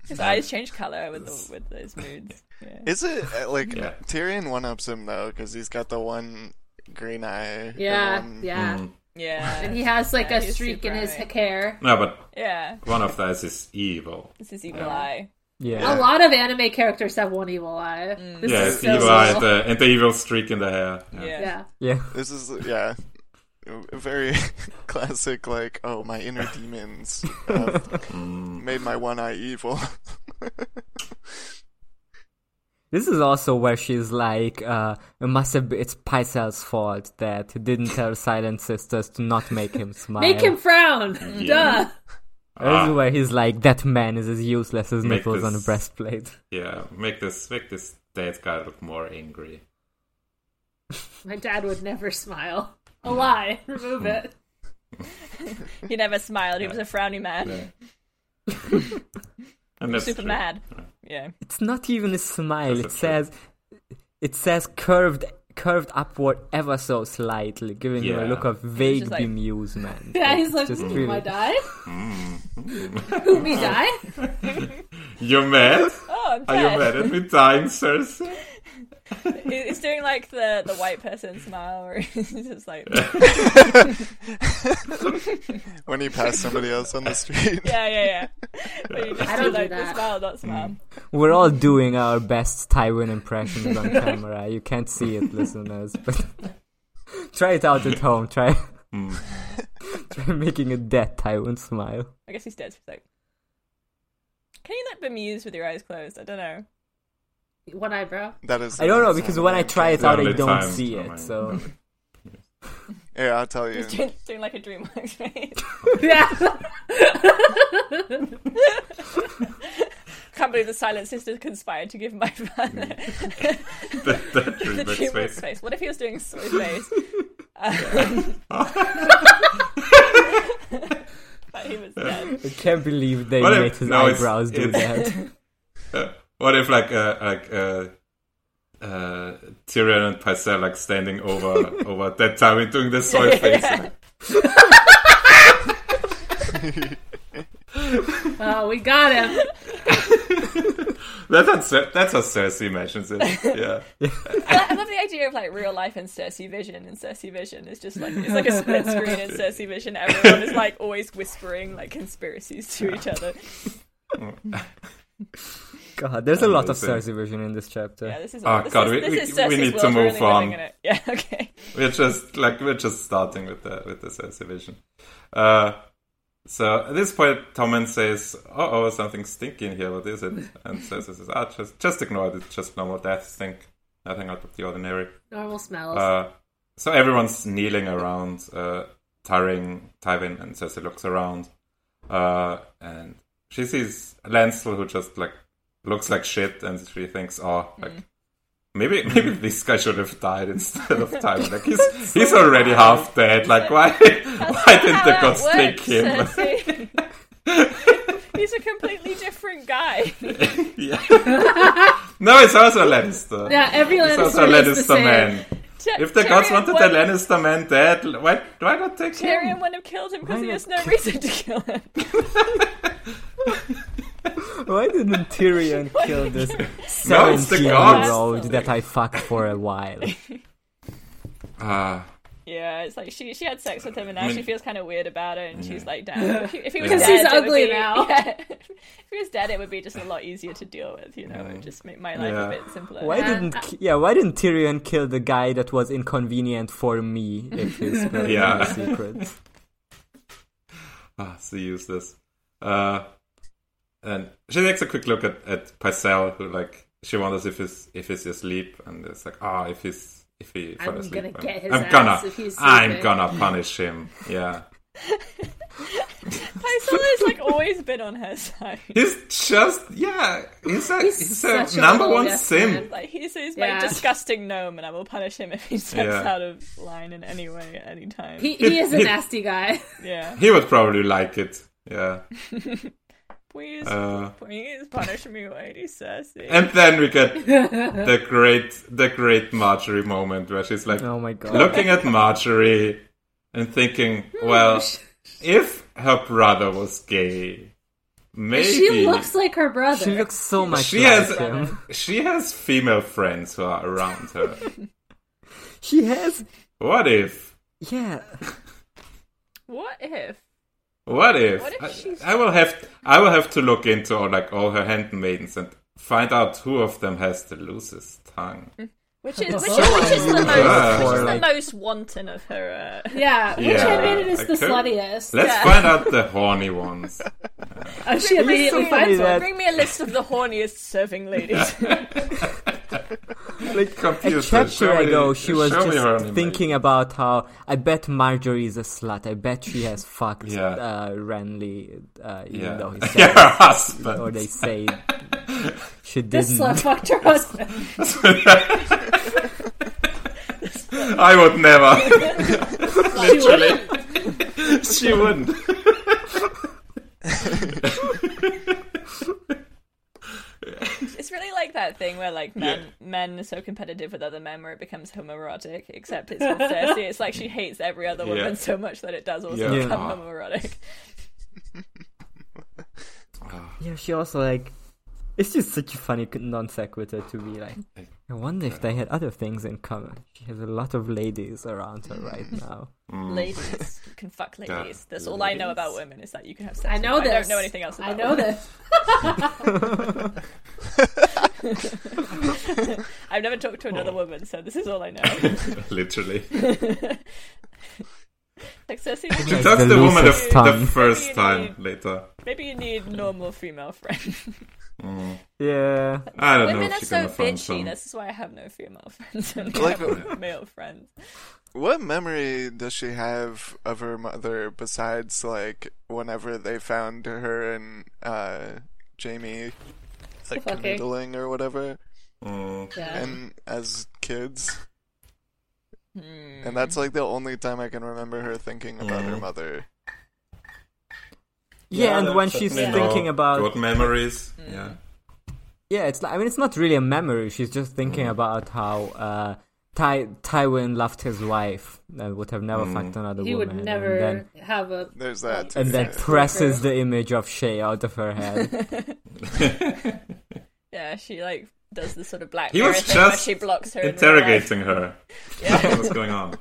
Speaker 3: his eyes change color with the, with those moods. Yeah.
Speaker 6: Is it uh, like
Speaker 5: Yeah.
Speaker 6: Tyrion one ups him though because he's got the one green eye? the
Speaker 7: Yeah,
Speaker 6: one-
Speaker 7: yeah.
Speaker 4: Mm.
Speaker 5: Mm.
Speaker 3: Yeah,
Speaker 7: And he has like
Speaker 3: Yeah,
Speaker 7: a
Speaker 3: he's
Speaker 7: streak in
Speaker 3: super
Speaker 7: his
Speaker 3: alright.
Speaker 7: hair.
Speaker 5: No, but
Speaker 3: yeah.
Speaker 5: one of those is evil.
Speaker 3: This is evil eye.
Speaker 4: Yeah.
Speaker 2: Oh,
Speaker 7: A lot of anime characters have one evil eye.
Speaker 3: Mm.
Speaker 7: This
Speaker 5: yeah,
Speaker 7: is
Speaker 5: it's
Speaker 7: so
Speaker 5: evil
Speaker 7: cool.
Speaker 5: and the, and the evil streak in the hair.
Speaker 3: Yeah.
Speaker 7: Yeah.
Speaker 4: Yeah.
Speaker 6: This is yeah, a very classic. Like, oh, my inner demons have
Speaker 4: Mm.
Speaker 6: made my one eye evil.
Speaker 4: This is also where she's like, uh, it must have been, it's Pycelle's fault that he didn't tell Silent Sisters to not make him smile.
Speaker 7: Make him frown.
Speaker 5: Yeah.
Speaker 7: Duh.
Speaker 5: Ah,
Speaker 4: This is where he's like, that man is as useless as
Speaker 5: Make
Speaker 4: nipples on a
Speaker 5: this-
Speaker 4: breastplate.
Speaker 5: Yeah, make this make this dead guy look more angry.
Speaker 2: My dad would never smile. A lie. Remove
Speaker 4: Mm.
Speaker 2: it.
Speaker 3: He never smiled. He was a frowny man.
Speaker 5: And that's
Speaker 3: Super
Speaker 5: true.
Speaker 3: mad. Yeah.
Speaker 4: It's not even a smile.
Speaker 5: That's
Speaker 4: It
Speaker 5: a
Speaker 4: says, it says curved, curved upward ever so slightly, giving you a
Speaker 5: Yeah.
Speaker 4: look of vague
Speaker 3: like-
Speaker 4: bemusement.
Speaker 2: Yeah,
Speaker 4: It's
Speaker 2: he's like,
Speaker 4: just
Speaker 2: "Mm,
Speaker 4: really-
Speaker 2: my die? Who, me die?
Speaker 5: Mm-hmm. You're mad?
Speaker 3: Oh, I'm
Speaker 5: Are you
Speaker 3: dead.
Speaker 5: mad at me dying, Cersei?
Speaker 3: He- He's doing like the, the white person smile, where he's just like,
Speaker 6: when you pass somebody else on the street.
Speaker 3: yeah, yeah, yeah. But you just
Speaker 7: I
Speaker 3: do,
Speaker 7: don't do
Speaker 3: like the
Speaker 7: that.
Speaker 3: smile, not smile.
Speaker 5: Mm.
Speaker 4: We're all doing our best Tywin impressions on camera. You can't see it, listeners, but try it out at home. Try,
Speaker 5: Mm,
Speaker 4: try making a dead Tywin smile.
Speaker 3: I guess he's dead. So he's like, can you look bemused with your eyes closed? I don't know.
Speaker 2: One eyebrow.
Speaker 6: That is.
Speaker 4: I don't know because when I try it out, I
Speaker 5: Lonely
Speaker 4: don't
Speaker 5: time
Speaker 4: see
Speaker 5: for
Speaker 4: it.
Speaker 5: mine.
Speaker 4: So
Speaker 6: Yeah, I'll tell you.
Speaker 3: He's doing, doing like a DreamWorks face.
Speaker 2: Yeah.
Speaker 3: Can't believe the Silent Sisters conspired to give my
Speaker 5: Mm.
Speaker 3: father
Speaker 5: That, that
Speaker 3: the
Speaker 5: DreamWorks
Speaker 3: DreamWorks
Speaker 5: face.
Speaker 3: face. What if he was doing soy face? but he was dead.
Speaker 4: I can't believe they
Speaker 5: What if-
Speaker 4: made his
Speaker 5: no, it's-
Speaker 4: eyebrows do
Speaker 5: it's-
Speaker 4: that.
Speaker 5: Uh, what if like uh, like uh, uh, Tyrion and Pycelle like standing over over that time and doing the soy face?
Speaker 2: oh, we got him.
Speaker 5: That's how Cer- that's how Cersei imagines it. Yeah.
Speaker 3: I, I love the idea of like real life and Cersei Vision and Cersei Vision is just like it's like a split screen in Cersei Vision. Everyone is like always whispering like conspiracies to each other.
Speaker 4: God, there's a lot of Cersei
Speaker 5: Amazing.
Speaker 4: vision in this chapter.
Speaker 3: Yeah, this is
Speaker 5: Oh,
Speaker 3: this
Speaker 5: God,
Speaker 3: is,
Speaker 5: we-
Speaker 3: this
Speaker 5: we-
Speaker 3: is
Speaker 5: we
Speaker 3: Cersei's
Speaker 5: need
Speaker 3: world.
Speaker 5: to
Speaker 3: We're
Speaker 5: move
Speaker 3: only living
Speaker 5: on.
Speaker 3: in it. Yeah, okay.
Speaker 5: we're just like we're just starting with the with the Cersei vision. Uh, so at this point, Tommen says, "Uh oh, something stinky in here. What is it?" And Cersei says, "Ah, just just ignore it. It's just normal death stink. Nothing out of the ordinary."
Speaker 2: Normal smells.
Speaker 5: Uh, so everyone's kneeling around. Uh, Tyring, Tywin, and Cersei looks around, uh, and she sees Lancel, who just like looks like shit, and she thinks, "Oh, like."
Speaker 2: Mm.
Speaker 5: Maybe maybe this guy should have died instead of Tywin. Like he's he's already half dead. Like why why didn't the gods take him?
Speaker 3: him? He's a completely different guy.
Speaker 5: yeah. no, it's also Lannister.
Speaker 2: yeah, every
Speaker 5: it's also
Speaker 2: Lannister is the
Speaker 5: Lannister
Speaker 2: same.
Speaker 5: man. If the gods wanted the
Speaker 3: Tyrion,
Speaker 5: Lannister man dead, why why not take
Speaker 3: would- Tyrion
Speaker 5: him?
Speaker 3: wouldn't have killed him because
Speaker 4: Why
Speaker 3: he
Speaker 4: not
Speaker 3: has no reason to kill him.
Speaker 4: Why didn't Tyrion kill this
Speaker 5: No, it's the gods.
Speaker 4: seventeen-year-old that I fucked for a while?
Speaker 5: Ah,
Speaker 3: Yeah, it's like she she had sex with him and now
Speaker 5: mean-
Speaker 3: she feels kind of weird about it and she's like, damn. If he, if he was
Speaker 5: Because
Speaker 3: dead,
Speaker 2: he's
Speaker 3: it would
Speaker 2: ugly
Speaker 3: be-
Speaker 2: now.
Speaker 3: yeah. if he was dead, it would be just a lot easier to deal with, you know, and just make my life
Speaker 5: Yeah.
Speaker 3: a bit simpler.
Speaker 4: Why didn't ki- yeah? Why didn't Tyrion kill the guy that was inconvenient for me? If he's playing
Speaker 5: Yeah.
Speaker 4: yeah. secret,
Speaker 5: ah, so useless. Uh, and she takes a quick look at at Pycelle, who like she wonders if he's if he's asleep, and it's like, ah, if he's if he fell
Speaker 2: I'm
Speaker 5: asleep,
Speaker 2: gonna get his
Speaker 5: I'm
Speaker 2: ass
Speaker 5: gonna
Speaker 2: if he's
Speaker 5: I'm
Speaker 2: sleeping.
Speaker 5: gonna punish him. Yeah,
Speaker 3: Paisala has like always been on her side.
Speaker 5: he's just yeah, he's a he's,
Speaker 2: He's
Speaker 5: a
Speaker 2: such a
Speaker 5: number
Speaker 2: little
Speaker 5: one
Speaker 2: yes
Speaker 5: sim.
Speaker 2: man.
Speaker 3: Like he's, he's my
Speaker 2: Yeah.
Speaker 3: disgusting gnome, and I will punish him if he steps
Speaker 5: Yeah.
Speaker 3: out of line in any way, at any time.
Speaker 2: He, he is a nasty guy.
Speaker 3: yeah,
Speaker 5: He would probably like it. Yeah.
Speaker 3: please,
Speaker 5: Uh,
Speaker 3: please punish me, Lady Cersei.
Speaker 5: and then we get the great the great Marjorie moment where she's like
Speaker 4: oh my god!
Speaker 5: looking at Marjorie and thinking,
Speaker 2: Hmm,
Speaker 5: well, if her brother was gay, maybe
Speaker 2: She looks like her brother.
Speaker 4: she looks so much
Speaker 5: She
Speaker 4: like
Speaker 5: has-
Speaker 4: him.
Speaker 5: she has female friends who are around her.
Speaker 4: She has
Speaker 5: what if?
Speaker 4: yeah.
Speaker 3: what if?
Speaker 5: What if?
Speaker 3: What if
Speaker 5: I-
Speaker 3: she's-
Speaker 5: I, will have I will have to look into all, like all her handmaidens and find out who of them has the loosest tongue.
Speaker 3: Which is which is, which is the most
Speaker 5: Yeah.
Speaker 3: which is the
Speaker 4: Like-
Speaker 3: most wanton of her. Uh,
Speaker 2: yeah, which
Speaker 5: Yeah,
Speaker 2: handmaiden is
Speaker 5: I
Speaker 2: the
Speaker 5: could-
Speaker 2: sluttiest?
Speaker 5: Let's find out the horny ones.
Speaker 2: Oh, she immediately
Speaker 4: so
Speaker 2: finds
Speaker 4: funny
Speaker 2: one.
Speaker 4: that-
Speaker 3: bring me a list of the horniest serving ladies.
Speaker 4: like a
Speaker 5: Computer,
Speaker 4: chapter
Speaker 5: show me-
Speaker 4: ago, she was
Speaker 5: show me her
Speaker 4: just
Speaker 5: animation.
Speaker 4: thinking about how I bet Marjorie is a slut. I bet she has fucked
Speaker 5: Yeah.
Speaker 4: uh, Renly, uh, even
Speaker 5: Yeah,
Speaker 4: though he said,
Speaker 5: yeah, her husband.
Speaker 4: or they say she
Speaker 2: This
Speaker 4: didn't.
Speaker 2: slut fucked her husband.
Speaker 5: I would never. Literally, she wouldn't.
Speaker 3: It's really like that thing where like men men are so competitive with other men where it becomes homoerotic. Except it's with Cersei. It's like she hates every other
Speaker 5: Yeah.
Speaker 3: woman so much that it does also
Speaker 5: Yeah.
Speaker 3: become
Speaker 5: Yeah.
Speaker 3: homoerotic.
Speaker 4: Yeah, she also like. It's just such a funny non sequitur to be like. I wonder if they had other things in common. She has a lot of ladies around her right now.
Speaker 5: Mm,
Speaker 3: Ladies you can fuck ladies. That's all I know about women is that you can have sex.
Speaker 7: I
Speaker 3: with
Speaker 7: know
Speaker 3: them. I don't
Speaker 7: this.
Speaker 3: know anything else. About
Speaker 7: I know
Speaker 3: women.
Speaker 7: this.
Speaker 3: I've never talked to
Speaker 5: Oh.
Speaker 3: another woman, so this is all I know.
Speaker 5: Literally,
Speaker 3: like Cersei,
Speaker 4: Like
Speaker 5: that's
Speaker 4: the
Speaker 5: the, woman the,
Speaker 4: loosest tongue.
Speaker 5: the first time.
Speaker 3: Maybe
Speaker 5: Later,
Speaker 3: maybe you need normal female friends.
Speaker 4: Yeah.
Speaker 5: Mm. I don't know
Speaker 3: Women
Speaker 5: if
Speaker 3: are
Speaker 5: she's
Speaker 3: so
Speaker 5: gonna find
Speaker 3: bitchy.
Speaker 5: some.
Speaker 3: This is why I have no female friends. I only
Speaker 6: Like-
Speaker 3: have male friends.
Speaker 6: What memory does she have of her mother besides like whenever they found her and uh, Jamie like
Speaker 2: Fucking.
Speaker 6: canoodling or whatever,
Speaker 5: Mm.
Speaker 2: Yeah.
Speaker 6: and as kids?
Speaker 3: Hmm.
Speaker 6: And that's like the only time I can remember her thinking about her mother.
Speaker 4: Yeah, and when
Speaker 5: that's
Speaker 4: she's
Speaker 5: definitely
Speaker 4: thinking
Speaker 5: no
Speaker 4: about
Speaker 5: good memories,
Speaker 3: Mm.
Speaker 5: yeah,
Speaker 4: Yeah, it's like, I mean it's not really a memory. She's just thinking
Speaker 5: Mm.
Speaker 4: about how uh, Ty- Tywin loved his wife and would have
Speaker 5: Mm.
Speaker 4: never fucked another
Speaker 2: He
Speaker 4: woman.
Speaker 2: would
Speaker 4: and
Speaker 2: never
Speaker 4: then-
Speaker 2: have a.
Speaker 6: There's that. uh,
Speaker 4: And then
Speaker 6: too.
Speaker 4: presses the image of Shay out of her head.
Speaker 3: Yeah, she like does this sort of black
Speaker 5: He
Speaker 3: mirror
Speaker 5: was
Speaker 3: thing where
Speaker 5: just
Speaker 3: she blocks her in real life.
Speaker 5: interrogating her.
Speaker 3: Yeah.
Speaker 5: What's going on?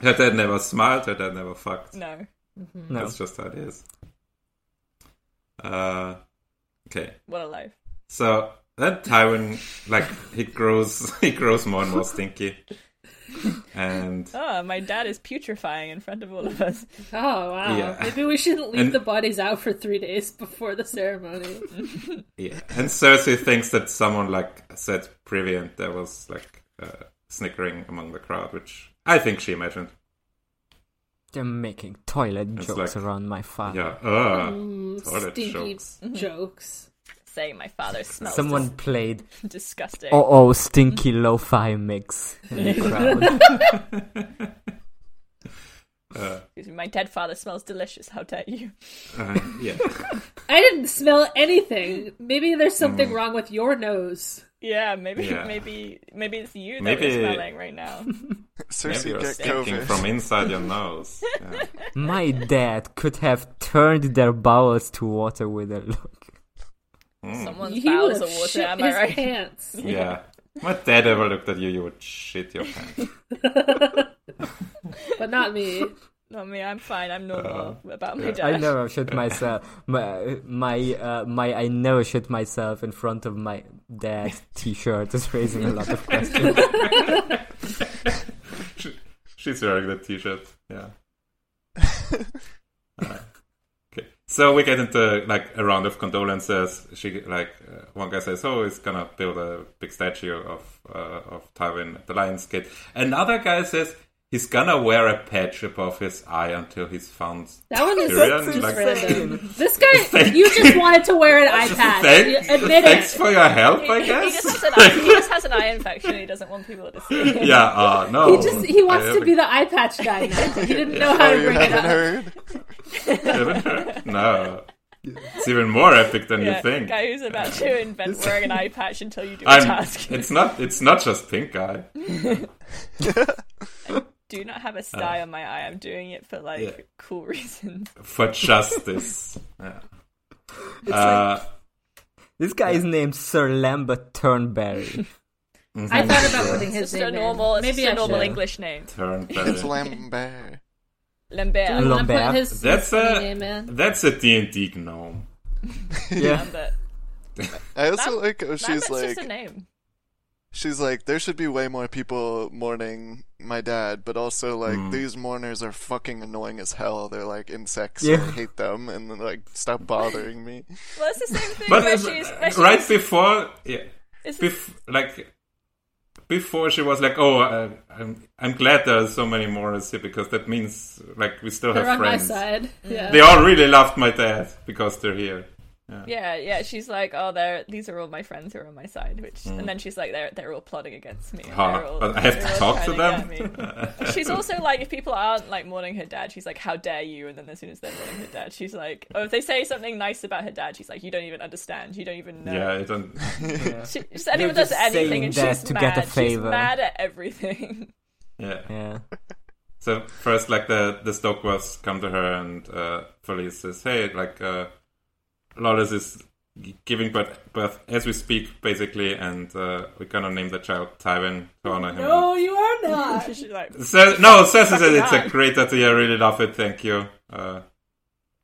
Speaker 5: her dad never smiled. Her dad never fucked.
Speaker 3: no.
Speaker 4: No.
Speaker 5: That's just how it is. Uh, okay.
Speaker 3: What a life.
Speaker 5: So that Tywin, like, he grows, he grows more and more stinky, and
Speaker 3: Oh, my dad is putrefying in front of all of us.
Speaker 2: Oh wow!
Speaker 5: Yeah.
Speaker 2: Maybe we shouldn't leave
Speaker 5: And-
Speaker 2: the bodies out for three days before the ceremony.
Speaker 5: yeah, and Cersei thinks that someone like said "Prevent" there was like uh, snickering among the crowd, which I think she imagined.
Speaker 4: They're making toilet
Speaker 5: It's
Speaker 4: jokes
Speaker 5: like-
Speaker 4: around my father.
Speaker 5: Yeah, uh, toilet
Speaker 2: Mm, Stinky
Speaker 5: jokes.
Speaker 2: jokes.
Speaker 3: Saying my father smells
Speaker 4: Someone played
Speaker 3: dis- disgusting.
Speaker 4: oh oh stinky lo-fi mix in the crowd.
Speaker 3: Excuse me, my dead father smells delicious. How dare you?
Speaker 5: Uh, yeah,
Speaker 2: I didn't smell anything. Maybe there's something wrong with your nose.
Speaker 3: Yeah, maybe,
Speaker 5: Yeah.
Speaker 3: maybe, maybe it's you that
Speaker 5: Maybe-
Speaker 3: we're smelling right now.
Speaker 5: maybe
Speaker 6: Cersei
Speaker 5: you're
Speaker 6: get
Speaker 5: stinking
Speaker 6: COVID.
Speaker 5: from inside your nose. Yeah.
Speaker 4: my dad could have turned their bowels to water with a look.
Speaker 5: Hmm.
Speaker 3: Someone's
Speaker 2: He would
Speaker 3: bowels
Speaker 2: have
Speaker 3: are water.
Speaker 2: shit
Speaker 3: Am I
Speaker 2: his
Speaker 3: right?
Speaker 2: pants.
Speaker 5: Yeah. If My dad ever looked at you, you would shit your pants.
Speaker 2: but not me.
Speaker 3: Not me. I'm fine. I'm normal
Speaker 5: Uh,
Speaker 3: about my dad.
Speaker 4: I never shit myself. My my uh, my I never shit myself in front of my dad T-shirt is raising a lot of questions.
Speaker 5: She- She's wearing that t-shirt. Yeah. Alright. Okay. So we get into like a round of condolences. She like uh, one guy says, "Oh, he's gonna build a big statue of uh, of Tywin at the Lion's Gate." Another guy says he's gonna wear a patch above his eye until he's found.
Speaker 2: That one is
Speaker 5: Tyrion,
Speaker 2: just
Speaker 5: like-
Speaker 2: random. This guy, you just wanted to wear an eye patch.
Speaker 5: Thanks,
Speaker 2: Admit
Speaker 5: thanks
Speaker 2: it.
Speaker 5: for your help, I
Speaker 3: he, he just
Speaker 5: guess.
Speaker 3: has an eye, he just has an eye infection. He doesn't want people to see. it.
Speaker 5: Yeah. Uh, no.
Speaker 2: He just he wants
Speaker 5: I
Speaker 2: to be the eye patch guy now. He didn't know how
Speaker 6: Oh,
Speaker 2: to
Speaker 6: you
Speaker 2: bring it
Speaker 6: haven't
Speaker 2: up.
Speaker 6: heard?
Speaker 5: no. It's even more epic than
Speaker 3: Yeah,
Speaker 5: you think.
Speaker 3: guy who's about to invent wearing an eye patch until you do a
Speaker 5: I'm,
Speaker 3: task.
Speaker 5: it's not. It's not just pink eye.
Speaker 3: do not have a sty on my eye. I'm doing it for like
Speaker 5: Uh, yeah.
Speaker 3: cool reasons.
Speaker 5: for justice. yeah. Uh,
Speaker 4: This guy is named Sir Lambert Turnberry.
Speaker 5: Mm-hmm.
Speaker 2: I thought
Speaker 5: uh,
Speaker 2: about putting his
Speaker 3: It's just
Speaker 2: name
Speaker 3: a normal,
Speaker 2: in.
Speaker 3: it's
Speaker 2: Maybe
Speaker 3: just
Speaker 2: I
Speaker 3: a normal
Speaker 2: should.
Speaker 3: English name.
Speaker 5: turn
Speaker 6: It's
Speaker 5: back.
Speaker 6: Lambert.
Speaker 2: Do we
Speaker 3: Lambert.
Speaker 2: want to put
Speaker 4: Lambert.
Speaker 2: his, his
Speaker 5: That's
Speaker 2: funny
Speaker 5: a
Speaker 2: name in?
Speaker 5: that's a D and D gnome.
Speaker 4: yeah,
Speaker 3: Lambert.
Speaker 6: I also like how she's
Speaker 3: Lambert's
Speaker 6: like
Speaker 3: just a name.
Speaker 6: she's like, there should be way more people mourning my dad, but also like
Speaker 5: Mm.
Speaker 6: these mourners are fucking annoying as hell. They're like insects. and I
Speaker 4: Yeah.
Speaker 6: hate them, and then like stop bothering me.
Speaker 3: Well, it's the same thing
Speaker 5: But
Speaker 3: where
Speaker 5: it's-
Speaker 3: she's where she
Speaker 5: right
Speaker 3: was-
Speaker 5: before, yeah,
Speaker 3: it's the-
Speaker 5: bef- like before she was like, "Oh, I, I'm I'm glad there are so many more as here because that means like we still
Speaker 7: They're
Speaker 5: have
Speaker 7: on my
Speaker 5: friends.
Speaker 7: side. Yeah.
Speaker 5: They all really loved my dad because they're here."
Speaker 3: yeah, yeah. She's like, oh, they're these are all my friends who are on my side, which and then she's like, they're they're all plotting against me.
Speaker 5: Huh,
Speaker 3: They're all-
Speaker 5: but Mm. I have to
Speaker 3: they're all
Speaker 5: talk to
Speaker 3: trying
Speaker 5: them?
Speaker 3: get me. And she's also like, if people aren't like mourning her dad, she's like, how dare you? And then as soon as they're mourning her dad, she's like, oh, if they say something nice about her dad, she's like, you don't even understand, you don't even know.
Speaker 5: Yeah, I don't.
Speaker 3: She, just anyone
Speaker 4: just
Speaker 3: does anything
Speaker 4: saying
Speaker 3: and
Speaker 4: that
Speaker 3: she's
Speaker 4: to
Speaker 3: mad.
Speaker 4: get a
Speaker 3: She's
Speaker 4: favour.
Speaker 3: mad at everything.
Speaker 5: Yeah.
Speaker 4: Yeah.
Speaker 5: So first, like the the Stokeworths come to her, and uh, Felice says, "Hey, like uh, Lawless is g- giving birth, birth as we speak, basically, and uh, we're gonna name the child Tywin to honor him."
Speaker 2: Oh, No, you are not.
Speaker 3: she's like,
Speaker 5: So, no, Cersei says it's
Speaker 3: Fucking
Speaker 5: a great idea. I really love it. Thank you. Uh,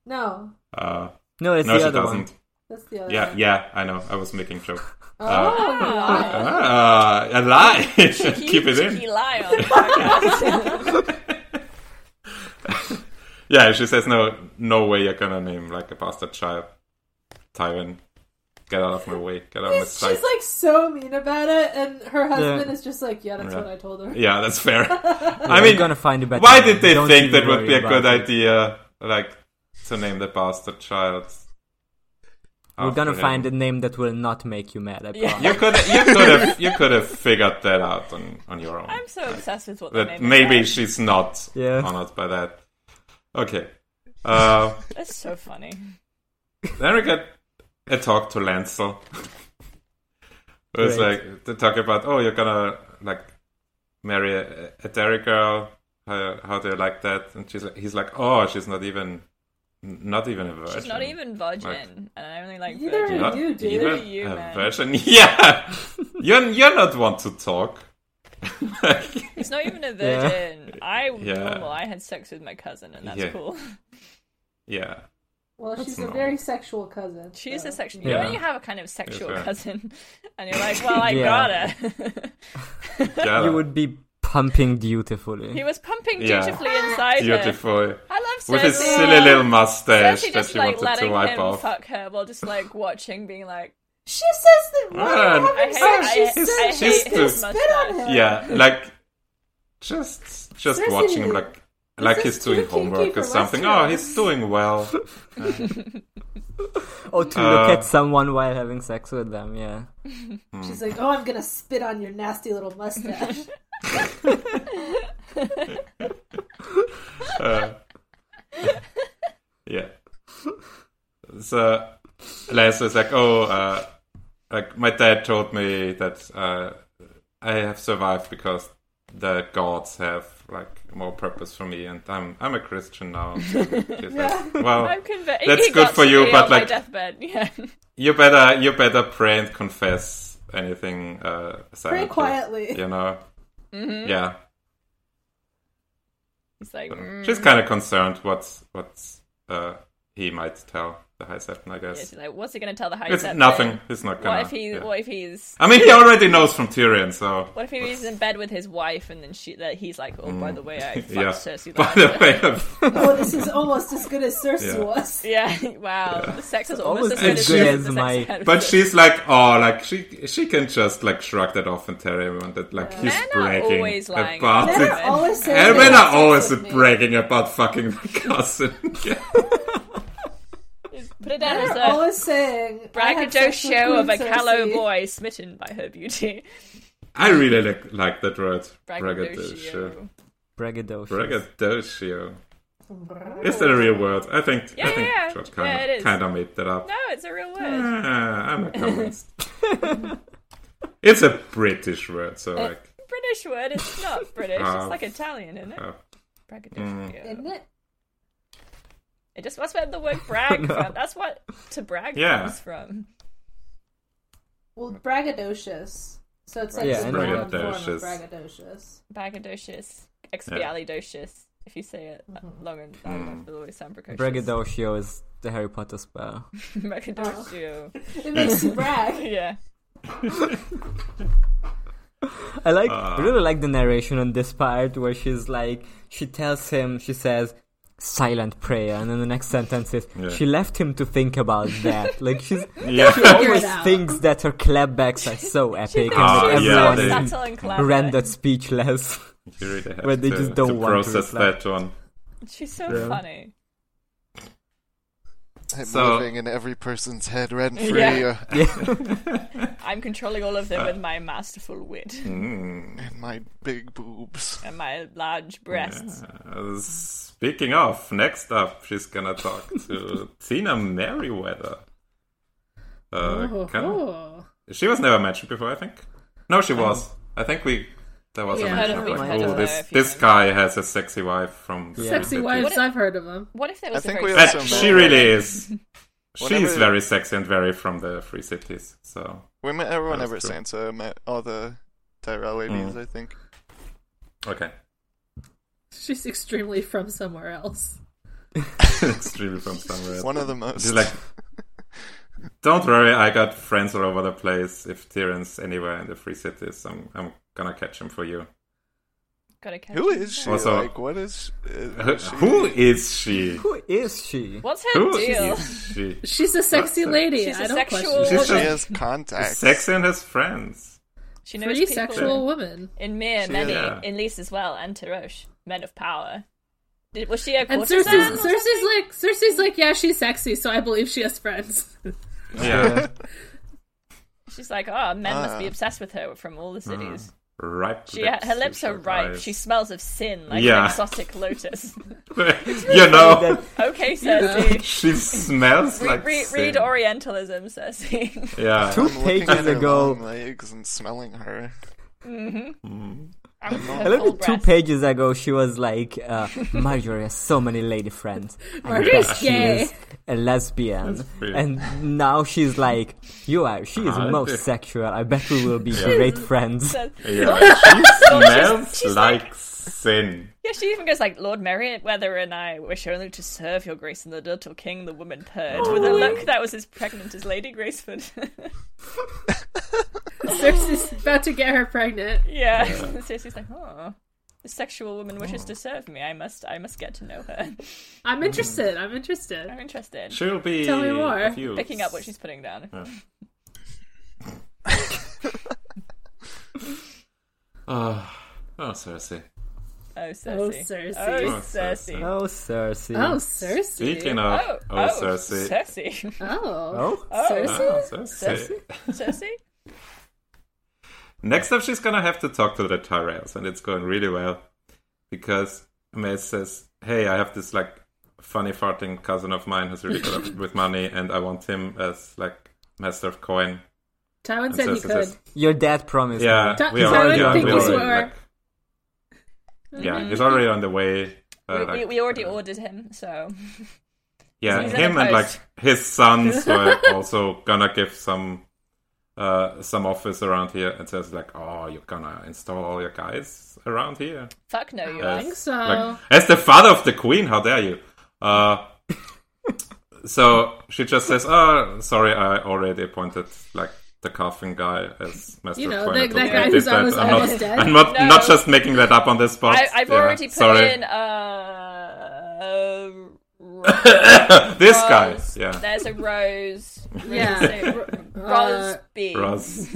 Speaker 2: No,
Speaker 5: uh,
Speaker 4: No, it's
Speaker 5: no,
Speaker 4: the
Speaker 5: she
Speaker 4: other one.
Speaker 5: doesn't.
Speaker 2: Oh, that's the other.
Speaker 5: Yeah,
Speaker 2: one.
Speaker 5: yeah, I know. I was making joke.
Speaker 2: Oh,
Speaker 5: Uh,
Speaker 2: you lied.
Speaker 5: Ah, a lie. Keep it in.
Speaker 3: cheeky lie on the podcast.
Speaker 5: Yeah, she says no. No way you're gonna name like a bastard child, Tywin. Get out of my way. Get out of my
Speaker 2: She's
Speaker 5: sight.
Speaker 2: like so mean about it, and her husband
Speaker 4: Yeah.
Speaker 2: is just like, "Yeah, that's
Speaker 5: Yeah.
Speaker 2: what I told her."
Speaker 5: Yeah, that's fair.
Speaker 4: Yeah,
Speaker 5: I
Speaker 4: we're
Speaker 5: mean,
Speaker 4: gonna find a better
Speaker 5: why
Speaker 4: one.
Speaker 5: did they
Speaker 4: Don't
Speaker 5: think
Speaker 4: even
Speaker 5: that would
Speaker 4: worry
Speaker 5: be a
Speaker 4: about
Speaker 5: good
Speaker 4: it.
Speaker 5: idea, like to name the bastard child?
Speaker 4: We're gonna
Speaker 5: after him?
Speaker 4: find a name that will not make you mad. I
Speaker 3: Yeah.
Speaker 4: promise.
Speaker 5: You could, you could have, you could have figured that out on, on your own.
Speaker 3: I'm so obsessed with what the
Speaker 5: that
Speaker 3: name
Speaker 5: maybe
Speaker 3: is.
Speaker 5: she's not
Speaker 4: Yeah.
Speaker 5: honored by that. Okay. Uh,
Speaker 3: That's so funny.
Speaker 5: then we get a talk to Lancel. it was
Speaker 4: Great.
Speaker 5: like they talk about, oh, you're gonna like marry a, a dairy girl. How, how do you like that? And she's like, he's like, oh, she's not even, not even a virgin.
Speaker 3: She's not even virgin, and I only like
Speaker 2: Neither
Speaker 3: virgin.
Speaker 2: are
Speaker 5: Not
Speaker 2: you, dude.
Speaker 5: even
Speaker 3: You,
Speaker 5: a
Speaker 3: man.
Speaker 5: virgin. Yeah, you're you're not one to talk.
Speaker 3: It's not even a virgin. I
Speaker 5: Yeah.
Speaker 3: normal. I had sex with my cousin, and that's
Speaker 5: Yeah.
Speaker 3: cool.
Speaker 5: yeah.
Speaker 2: Well, she's a
Speaker 5: normal.
Speaker 2: very sexual cousin.
Speaker 3: She's
Speaker 2: so.
Speaker 3: a sexual.
Speaker 4: Yeah.
Speaker 3: You know, when you have a kind of sexual
Speaker 5: fair.
Speaker 3: cousin, and you're like, "Well, I
Speaker 4: Yeah.
Speaker 3: gotta."
Speaker 5: yeah.
Speaker 4: You would be pumping dutifully.
Speaker 3: he was pumping
Speaker 5: Yeah.
Speaker 3: dutifully inside her.
Speaker 5: beautiful
Speaker 3: I love
Speaker 5: with his
Speaker 3: Cersei.
Speaker 5: silly little mustache
Speaker 3: Cersei
Speaker 5: that
Speaker 3: just
Speaker 5: she
Speaker 3: like
Speaker 5: wanted to
Speaker 3: letting
Speaker 5: wipe
Speaker 3: him
Speaker 5: off.
Speaker 3: fuck her while just like watching, being like,
Speaker 2: She says that women
Speaker 5: Man,
Speaker 2: having
Speaker 3: "I hate,
Speaker 2: sex,
Speaker 3: I,
Speaker 2: she
Speaker 3: hate-
Speaker 2: says
Speaker 3: I
Speaker 5: she's
Speaker 2: she's
Speaker 3: hate
Speaker 5: too-
Speaker 2: gonna
Speaker 3: his
Speaker 2: spit
Speaker 3: mustache."
Speaker 2: on him.
Speaker 5: Yeah, like just just
Speaker 2: Cersei,
Speaker 5: watching him like like
Speaker 2: is
Speaker 5: he's
Speaker 2: too
Speaker 5: doing
Speaker 2: kinky
Speaker 5: homework
Speaker 2: for
Speaker 5: or something.
Speaker 2: Westeros.
Speaker 5: Oh, he's doing well.
Speaker 4: or to look
Speaker 5: Uh,
Speaker 4: at someone while having sex with them. Yeah.
Speaker 2: She's like, "Oh, I'm gonna spit on your nasty little mustache."
Speaker 5: Yeah. So Les is like, oh, uh, like my dad told me that uh, I have survived because the gods have like more purpose for me, and I'm I'm a Christian now. She says, Well,
Speaker 3: I'm convinced.
Speaker 5: That's
Speaker 3: he
Speaker 5: good
Speaker 3: got
Speaker 5: for you,
Speaker 3: somebody
Speaker 5: but,
Speaker 3: on my
Speaker 5: like-
Speaker 3: deathbed. Yeah.
Speaker 5: you better you better pray and confess anything uh silently,
Speaker 2: quietly.
Speaker 5: you know
Speaker 3: Mm-hmm.
Speaker 5: yeah
Speaker 3: He's like, mm.
Speaker 5: she's kind of concerned what's what's uh he might tell the high septon i
Speaker 3: yeah,
Speaker 5: guess
Speaker 3: she's like, what's he gonna tell the high
Speaker 5: it's
Speaker 3: Septon?
Speaker 5: nothing he's not gonna
Speaker 3: What if he?
Speaker 5: yeah.
Speaker 3: What if he's?
Speaker 5: i mean he already knows from tyrion so
Speaker 3: What if he was in bed with his wife and then she? That he's like, oh, by the way, I fucked
Speaker 5: Mm. yeah
Speaker 3: Cersei.
Speaker 5: by
Speaker 3: Lannister."
Speaker 5: the way uh,
Speaker 2: oh, this is almost as good as Cersei
Speaker 5: Yeah.
Speaker 2: was.
Speaker 3: Yeah. Wow. The sex is almost, as
Speaker 4: almost
Speaker 3: good
Speaker 5: as
Speaker 3: as,
Speaker 5: good
Speaker 4: as
Speaker 3: the
Speaker 4: my-
Speaker 3: Sex I had with
Speaker 5: but
Speaker 3: Cersei.
Speaker 5: she's like oh like she she can just like shrug that off and tell everyone that like he's
Speaker 3: Men are
Speaker 5: bragging
Speaker 3: always lying
Speaker 5: about
Speaker 3: about
Speaker 2: Men
Speaker 5: it
Speaker 2: are always saying
Speaker 5: and
Speaker 2: they
Speaker 5: men
Speaker 2: had
Speaker 5: are
Speaker 2: sex
Speaker 5: always
Speaker 2: with me.
Speaker 5: bragging about fucking my cousin
Speaker 3: put it down as
Speaker 2: They're
Speaker 3: a
Speaker 2: always saying Oh, "I had
Speaker 3: braggadocio
Speaker 2: sex with
Speaker 3: show of a
Speaker 2: Queen
Speaker 3: callow
Speaker 2: Cersei."
Speaker 3: boy smitten by her beauty.
Speaker 5: I really like, like that word. Braggadocio.
Speaker 3: Braggadocio.
Speaker 4: Braggadocious.
Speaker 5: Braggadocio. Is that a real word? I think
Speaker 3: Yeah,
Speaker 5: I think
Speaker 3: yeah, yeah.
Speaker 5: George
Speaker 3: Yeah,
Speaker 5: kind of
Speaker 3: it is.
Speaker 5: kind of made that up.
Speaker 3: No, it's a real word.
Speaker 5: Ah, I'm not convinced. it's a British word, so
Speaker 3: Uh,
Speaker 5: like
Speaker 3: British word. It's not British.
Speaker 5: Oh.
Speaker 3: It's like Italian, isn't it?
Speaker 5: Oh. Hmm.
Speaker 3: Braggadocio.
Speaker 2: Isn't it?
Speaker 3: It just that's where the word brag from. That's what to brag
Speaker 5: Yeah.
Speaker 3: comes from.
Speaker 2: Well, braggadocious. So it's like
Speaker 4: Yeah,
Speaker 2: the
Speaker 4: I know
Speaker 2: noun
Speaker 5: that.
Speaker 2: form of
Speaker 5: Braggadocious.
Speaker 2: braggadocious.
Speaker 3: Braggadocious, expialidocious. If you say it
Speaker 6: Mm-hmm.
Speaker 3: long and loud
Speaker 5: Mm.
Speaker 3: enough, it'll always sound precocious.
Speaker 4: Braggadocio is the Harry Potter spell.
Speaker 3: Braggadocio.
Speaker 2: It makes you brag.
Speaker 3: Yeah.
Speaker 4: I like
Speaker 5: Uh.
Speaker 4: I really like the narration on this part where she's like she tells him she says silent prayer and then the next sentence is
Speaker 5: Yeah.
Speaker 4: she left him to think about that like she's she
Speaker 5: Yeah.
Speaker 7: Figure it
Speaker 4: always
Speaker 7: out.
Speaker 4: thinks that her clapbacks are so epic and
Speaker 5: Ah,
Speaker 4: that
Speaker 5: yeah,
Speaker 4: everyone
Speaker 5: they-
Speaker 4: is
Speaker 3: Subtle and clever.
Speaker 4: rendered speechless
Speaker 5: You really have
Speaker 4: But they
Speaker 5: to,
Speaker 4: just don't
Speaker 5: to
Speaker 4: want to
Speaker 5: process
Speaker 4: reflect.
Speaker 5: that one.
Speaker 3: She's so
Speaker 4: Yeah.
Speaker 3: funny.
Speaker 6: I'm
Speaker 5: So-
Speaker 6: living in every person's head rent free.
Speaker 3: Yeah.
Speaker 6: uh,
Speaker 3: I'm controlling all of them
Speaker 5: Uh.
Speaker 3: with my masterful wit
Speaker 5: Mm. Hmm.
Speaker 6: and uh, my big boobs.
Speaker 3: and my large breasts.
Speaker 5: Uh, speaking of, next up, she's gonna talk to Tina Merriweather. Uh,
Speaker 7: Oh,
Speaker 5: kind of-
Speaker 7: oh.
Speaker 5: She was never mentioned before, I think. No, she was. I think we. There was
Speaker 7: Yeah,
Speaker 5: a
Speaker 7: I
Speaker 5: mention
Speaker 7: don't
Speaker 5: of
Speaker 7: think
Speaker 5: like,
Speaker 7: we
Speaker 5: oh,
Speaker 7: mentioned
Speaker 3: her,
Speaker 5: this
Speaker 3: if you
Speaker 5: this guy has a sexy wife from the
Speaker 7: Sexy
Speaker 5: 50s.
Speaker 7: wives, I've heard of them.
Speaker 3: What if there
Speaker 6: I
Speaker 3: was a
Speaker 6: think
Speaker 3: very
Speaker 6: we also
Speaker 5: That-
Speaker 6: know-
Speaker 5: she really is. She's
Speaker 6: Whenever-
Speaker 5: very sexy and very from the free cities. So
Speaker 6: Women, everyone
Speaker 5: That's Mm.
Speaker 6: ever
Speaker 5: true.
Speaker 6: Sansa met all the Tyrell ladies, I think.
Speaker 5: okay,
Speaker 7: She's extremely from somewhere else.
Speaker 5: extremely from somewhere.
Speaker 6: One of the most.
Speaker 5: She's like, don't worry, I got friends all over the place. If Tyrion's anywhere in the free cities, I'm I'm gonna catch him for you.
Speaker 3: gotta catch
Speaker 6: Who
Speaker 3: him.
Speaker 6: is she?
Speaker 5: Also-
Speaker 6: like, what is? Uh,
Speaker 5: Who- Who is she?
Speaker 4: who is she
Speaker 3: What's her
Speaker 5: Who
Speaker 3: deal?
Speaker 5: is she?
Speaker 7: She's a sexy
Speaker 5: That's a-
Speaker 7: lady.
Speaker 3: She's a
Speaker 7: I don't
Speaker 3: sexual-
Speaker 7: question.
Speaker 6: she
Speaker 5: She's
Speaker 3: She's
Speaker 5: just
Speaker 6: has contacts.
Speaker 5: sexy and has friends.
Speaker 3: She knows
Speaker 7: Free
Speaker 3: people
Speaker 7: sexual woman.
Speaker 3: in me and
Speaker 6: She
Speaker 3: many,
Speaker 5: is. Yeah.
Speaker 3: in Lys as well, and Tarosh, men of power. Did, was she a
Speaker 7: And
Speaker 3: courtesan?
Speaker 7: Cersei's,
Speaker 3: or
Speaker 7: Cersei's
Speaker 3: something?
Speaker 7: like Cersei's like, yeah, she's sexy, so I believe she has friends.
Speaker 5: Yeah,
Speaker 3: She's like, oh, men must be
Speaker 6: Ah.
Speaker 3: obsessed with her from all the cities.
Speaker 5: ripe.
Speaker 3: She, her lips are ripe. She smells of sin, like
Speaker 5: Yeah.
Speaker 3: an exotic lotus.
Speaker 5: you know,
Speaker 3: Okay, Cersei.
Speaker 5: she smells
Speaker 3: Re-
Speaker 5: like.
Speaker 3: re- read
Speaker 5: sin.
Speaker 3: Orientalism, Cersei.
Speaker 5: Yeah.
Speaker 4: Two
Speaker 6: I'm looking at
Speaker 4: pages
Speaker 6: her
Speaker 4: ago-
Speaker 6: long legs and smelling her.
Speaker 3: I'm
Speaker 4: a little bit two pages ago she was like uh, marjorie has so many lady friends I
Speaker 7: Marjorie's
Speaker 4: bet she
Speaker 7: gay.
Speaker 4: is a lesbian
Speaker 5: pretty-
Speaker 4: and now she's like you are she is
Speaker 5: I
Speaker 4: most
Speaker 5: do.
Speaker 4: sexual i bet we will be great friends
Speaker 5: Yeah, she smells
Speaker 3: she's
Speaker 5: like, sin.
Speaker 3: Yeah, she even goes like, Lord Merryweather and I wish only to serve your grace in the little king, the woman purred, with a look that was as pregnant as Lady Graceford.
Speaker 7: Cersei's about to get her pregnant.
Speaker 3: yeah. Cersei's like, oh, the sexual woman wishes to serve me. I must, I must get to know her.
Speaker 7: I'm interested. I'm interested.
Speaker 3: I'm interested.
Speaker 5: She'll be
Speaker 7: Tell me more.
Speaker 5: a few-
Speaker 3: Picking up what she's putting down.
Speaker 5: Oh, oh Cersei.
Speaker 3: Oh, Cersei.
Speaker 7: Oh, Cersei.
Speaker 3: Oh,
Speaker 5: Oh, Cersei.
Speaker 3: Cersei.
Speaker 4: oh cersei
Speaker 7: Oh, Cersei.
Speaker 5: Speaking of
Speaker 3: Oh,
Speaker 5: oh, Cersei.
Speaker 3: Cersei.
Speaker 7: Oh,
Speaker 4: oh
Speaker 3: Oh,
Speaker 7: Cersei.
Speaker 5: Oh, Cersei.
Speaker 3: Cersei.
Speaker 5: Next up, she's gonna have to talk to the Tyrells, and it's going really well because Mace says, "Hey, I have this like funny farting cousin of mine who's really good at- with money, and I want him as like master of coin."
Speaker 7: Tywin
Speaker 5: And
Speaker 7: said he
Speaker 5: Cersei
Speaker 7: could.
Speaker 5: says,
Speaker 4: your dad promised
Speaker 5: "Yeah,
Speaker 4: me.
Speaker 7: Ta-
Speaker 5: we are,
Speaker 7: Tywin
Speaker 5: yeah, we
Speaker 7: thinks
Speaker 5: already,
Speaker 7: we're-
Speaker 5: like, yeah, he's already on the way." uh,
Speaker 3: We, we,
Speaker 5: like,
Speaker 3: we already
Speaker 5: uh,
Speaker 3: ordered him, so
Speaker 5: Yeah,
Speaker 3: He's in
Speaker 5: him
Speaker 3: a
Speaker 5: and like
Speaker 3: post.
Speaker 5: his sons were also gonna give some uh some office around here and says like, Oh, you're gonna install all your guys around here.
Speaker 3: fuck no, you
Speaker 5: Yes.
Speaker 3: are.
Speaker 7: so.
Speaker 5: Like, as the father of the queen, how dare you? Uh so she just says, Oh sorry, I already appointed like the coffin guy as master
Speaker 7: You
Speaker 5: of
Speaker 7: know,
Speaker 5: coin.
Speaker 7: the-
Speaker 5: I
Speaker 7: that
Speaker 5: totally
Speaker 7: guy
Speaker 5: did
Speaker 7: who's
Speaker 5: that.
Speaker 7: almost-
Speaker 5: I'm
Speaker 7: almost
Speaker 5: not,
Speaker 7: dead.
Speaker 5: I'm not,
Speaker 3: No.
Speaker 5: not just making that up on the spot.
Speaker 3: I, I've
Speaker 5: Yeah,
Speaker 3: already put
Speaker 5: sorry.
Speaker 3: in. Uh,
Speaker 5: this guy.
Speaker 3: Rose.
Speaker 5: Yeah.
Speaker 3: There's a Rose.
Speaker 7: Yeah. Uh,
Speaker 3: Roseby.
Speaker 5: Ross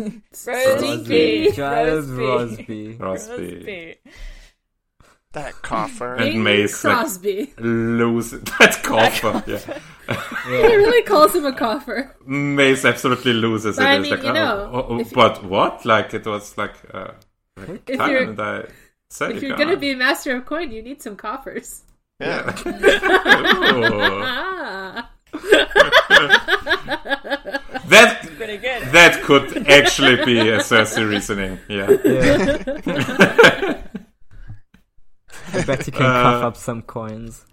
Speaker 3: Roseby.
Speaker 4: Rosby. Child
Speaker 3: Rosby.
Speaker 4: Rosby.
Speaker 5: Rosby.
Speaker 6: That coffer.
Speaker 5: And Mace like,
Speaker 7: Crosby.
Speaker 5: lose that coffer. yeah.
Speaker 7: he really calls him a coffer.
Speaker 5: Mace absolutely loses
Speaker 7: But
Speaker 5: it.
Speaker 7: I
Speaker 5: It's
Speaker 7: mean,
Speaker 5: like,
Speaker 7: you
Speaker 5: oh,
Speaker 7: know,
Speaker 5: oh, oh,
Speaker 7: if-
Speaker 5: but what? Like it was like, uh, like
Speaker 7: If
Speaker 5: Tyrion
Speaker 7: you're-
Speaker 5: and I said
Speaker 7: If
Speaker 5: it,
Speaker 7: you're
Speaker 5: uh,
Speaker 7: gonna be master of coin, you need some coffers.
Speaker 6: Yeah.
Speaker 5: oh.
Speaker 7: Ah,
Speaker 5: that
Speaker 3: Pretty good.
Speaker 5: that could actually be a Cersei reasoning. Yeah.
Speaker 4: Yeah. I bet you can cough up some coins.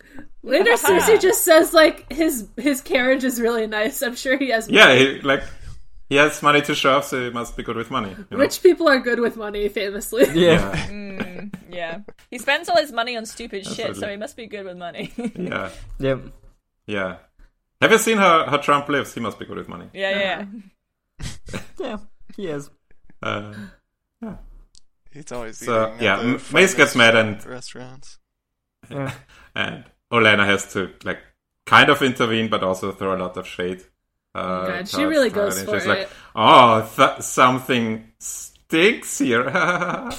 Speaker 7: later Cersei just says like his his carriage is really nice. I'm sure he has.
Speaker 5: Yeah. He, like he has money to show off, so he must be good with money. you know?
Speaker 7: Rich people are good with money, famously.
Speaker 4: Yeah.
Speaker 3: Mm, Yeah. He spends all his money on stupid shit, so
Speaker 5: Absolutely.
Speaker 3: he must be good with money.
Speaker 5: Yeah.
Speaker 4: Yeah.
Speaker 5: Yeah. Yeah. Have you seen how, how Trump lives? He must be
Speaker 7: Uh-huh.
Speaker 5: good with money.
Speaker 3: yeah, yeah.
Speaker 4: Yeah. Yes.
Speaker 5: Uh, yeah.
Speaker 6: He's always
Speaker 5: So,
Speaker 6: eating. at
Speaker 5: yeah,
Speaker 6: the
Speaker 5: M- Mace gets
Speaker 6: finest
Speaker 5: mad and-
Speaker 6: restaurants.
Speaker 4: Yeah.
Speaker 5: and Olena has to like kind of intervene, but also throw a lot of shade. Uh,
Speaker 7: Oh God, she
Speaker 5: towards
Speaker 7: really
Speaker 5: Tyler.
Speaker 7: goes
Speaker 5: And
Speaker 7: for
Speaker 5: she's
Speaker 7: it.
Speaker 5: Like, oh, th- something stinks here.
Speaker 3: Haha.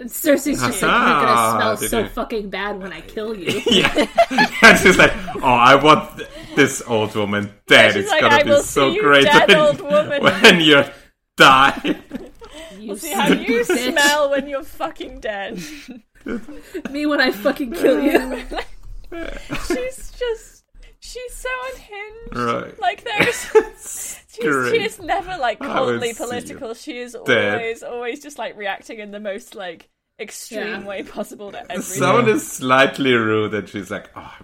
Speaker 7: And Cersei's just like, you're
Speaker 5: Ah,
Speaker 7: gonna smell
Speaker 5: did
Speaker 7: so
Speaker 5: you-
Speaker 7: fucking bad when I kill you.
Speaker 5: yeah, and she's like, oh, I want th- this old woman dead.
Speaker 3: She's
Speaker 5: it's
Speaker 3: like,
Speaker 5: gonna
Speaker 3: "I
Speaker 5: be
Speaker 3: will
Speaker 5: so
Speaker 3: see you
Speaker 5: great
Speaker 3: dead,
Speaker 5: when,
Speaker 3: old woman."
Speaker 5: when you die.
Speaker 7: You
Speaker 3: See how you
Speaker 7: bitch.
Speaker 3: smell when you're fucking dead.
Speaker 7: me when I fucking kill you.
Speaker 3: she's just she's so unhinged.
Speaker 5: Right.
Speaker 3: Like there's she's,
Speaker 5: great.
Speaker 3: she is never like
Speaker 5: I would
Speaker 3: coldly
Speaker 5: see you
Speaker 3: political. She is
Speaker 5: dead.
Speaker 3: always always just like reacting in the most like extreme
Speaker 7: Yeah.
Speaker 3: way possible to everything.
Speaker 5: Someone is slightly rude, and she's like, oh,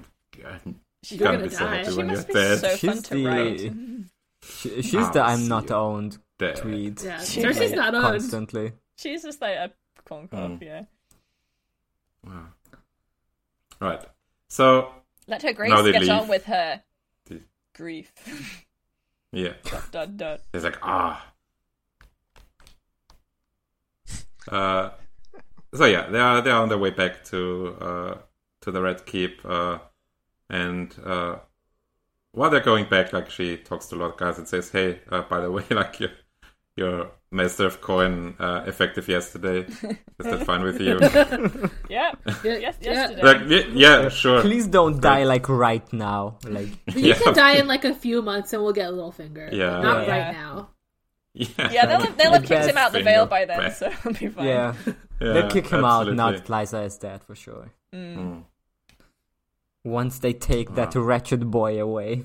Speaker 5: I'm
Speaker 3: She's
Speaker 5: gonna
Speaker 7: gonna
Speaker 5: be so
Speaker 7: die.
Speaker 5: happy
Speaker 7: She
Speaker 5: when you're
Speaker 3: must be
Speaker 5: dead.
Speaker 3: so fun
Speaker 4: She's
Speaker 3: to write.
Speaker 4: the. She, she's
Speaker 5: I'll
Speaker 4: the I'm
Speaker 5: see
Speaker 4: not
Speaker 5: you.
Speaker 4: owned
Speaker 5: dead.
Speaker 4: tweet.
Speaker 7: Yeah,
Speaker 3: She-
Speaker 7: Cersei's not owned.
Speaker 4: Constantly.
Speaker 3: She's just like a corn cob,
Speaker 5: Mm.
Speaker 3: yeah.
Speaker 5: Wow. Right. So
Speaker 3: Let her grace
Speaker 5: Now they
Speaker 3: get
Speaker 5: leave.
Speaker 3: on with her
Speaker 5: They-
Speaker 3: grief.
Speaker 5: yeah,
Speaker 3: dun dun.
Speaker 5: he's like ah. Uh, so yeah, they are they are on their way back to uh to the Red Keep, uh, and uh, while they're going back, like she talks to Lord Garth and says, "Hey, uh, by the way, like your your master of coin uh, effective yesterday. Is that fine with you?
Speaker 3: Yeah. yes,
Speaker 7: yeah.
Speaker 3: yesterday.
Speaker 5: like, yeah, yeah, sure.
Speaker 4: Please don't die like right now. Like
Speaker 7: You
Speaker 5: Yeah.
Speaker 7: can die in like a few months and we'll get Littlefinger.
Speaker 5: Yeah.
Speaker 7: But not
Speaker 3: Yeah.
Speaker 7: right now.
Speaker 5: Yeah,
Speaker 3: Yeah, they'll have, they'll have
Speaker 4: Like
Speaker 3: kicked
Speaker 4: that
Speaker 3: him out the
Speaker 5: finger
Speaker 3: veil by then,
Speaker 5: back.
Speaker 3: so it'll be fine.
Speaker 4: yeah,
Speaker 5: yeah,
Speaker 4: they'll kick him
Speaker 5: absolutely.
Speaker 4: out. Not Liza is dead for sure.
Speaker 5: Mm.
Speaker 4: Once they take that wretched boy away,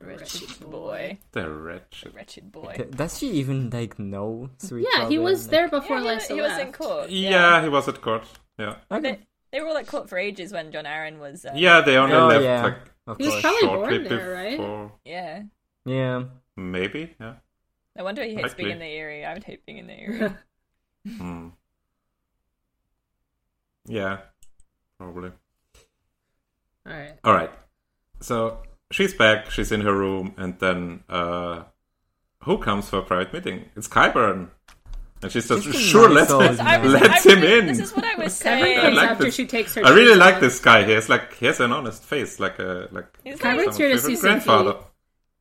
Speaker 3: Wretched boy.
Speaker 5: The wretched.
Speaker 3: Wretched boy.
Speaker 4: Th- does she even like know? Sweet
Speaker 7: Yeah, he
Speaker 4: Robin?
Speaker 7: was
Speaker 4: Like,
Speaker 7: there
Speaker 3: Yeah,
Speaker 7: before
Speaker 3: he, was-
Speaker 7: Lysa
Speaker 3: he was
Speaker 7: left.
Speaker 3: in court.
Speaker 5: Yeah. he was at court. Yeah,
Speaker 4: Okay.
Speaker 3: They, they were all at court for ages when John Aaron was. Uh,
Speaker 5: yeah, they only
Speaker 4: Oh
Speaker 5: left
Speaker 4: yeah,
Speaker 5: like
Speaker 4: of
Speaker 7: He was
Speaker 4: course.
Speaker 7: probably
Speaker 5: shortly
Speaker 7: born there, right?
Speaker 5: before.
Speaker 3: Yeah.
Speaker 4: yeah.
Speaker 5: Maybe, yeah.
Speaker 3: No wonder he hates being
Speaker 5: Likely.
Speaker 3: in the Erie. I would hate being in the Erie.
Speaker 5: Hmm. Yeah, probably.
Speaker 7: All right.
Speaker 5: All right. So she's back. She's in her room, and then uh who comes for a private meeting? It's Kyburn, and she's just
Speaker 4: He's a
Speaker 5: sure.
Speaker 4: nice
Speaker 5: Let's
Speaker 4: old
Speaker 5: let,
Speaker 4: man.
Speaker 3: I was-
Speaker 5: let
Speaker 3: I
Speaker 5: him
Speaker 3: really-
Speaker 5: in.
Speaker 3: This is what I was
Speaker 7: Cameron comes
Speaker 5: I
Speaker 3: saying.
Speaker 5: like
Speaker 7: after
Speaker 5: this.
Speaker 7: she takes her.
Speaker 5: I really
Speaker 7: shoes
Speaker 5: like
Speaker 7: off.
Speaker 5: this guy. He has like he has an honest face, like a like.
Speaker 3: He's
Speaker 5: someone's
Speaker 7: Cameron's here to
Speaker 5: favorite
Speaker 7: see some
Speaker 5: grandfather.
Speaker 7: heat.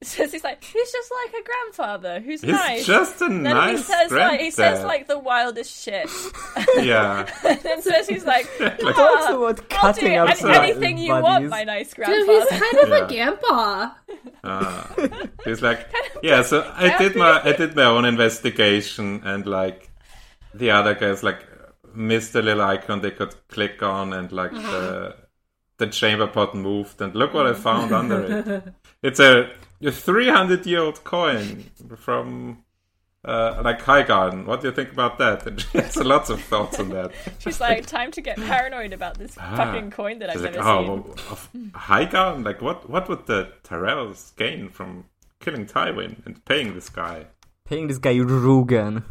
Speaker 3: Says he's like he's just like a grandfather who's
Speaker 5: He's
Speaker 3: nice.
Speaker 5: just a
Speaker 3: then
Speaker 5: nice
Speaker 3: he says like he says
Speaker 5: granddad.
Speaker 3: like the wildest shit.
Speaker 5: yeah.
Speaker 3: and then says he's like,
Speaker 5: Like-
Speaker 4: Talks
Speaker 3: "Ah,
Speaker 4: about
Speaker 3: I'll do
Speaker 4: cutting up
Speaker 3: any-
Speaker 4: some
Speaker 3: anything you want,
Speaker 4: buddies.
Speaker 3: my nice
Speaker 7: Dude,
Speaker 3: grandfather.
Speaker 7: he's kind of a grandpa.
Speaker 5: Ah. He's like, yeah. So I did
Speaker 3: happy.
Speaker 5: my I did my own investigation, and like the other guys like missed a little icon they could click on, and like
Speaker 3: Uh-huh.
Speaker 5: the the chamber pot moved, and look what I found under it. It's a a three hundred year old coin from. Uh, like High Garden, what do you think about that? And she has lots of thoughts on that.
Speaker 3: She's like, time to get paranoid about this fucking coin that I've
Speaker 5: Ah. She's like,
Speaker 3: never
Speaker 5: oh,
Speaker 3: seen.
Speaker 5: well, of High Garden, like what? What would the Tyrells gain from killing Tywin and paying this guy?
Speaker 4: Paying this guy Rugen.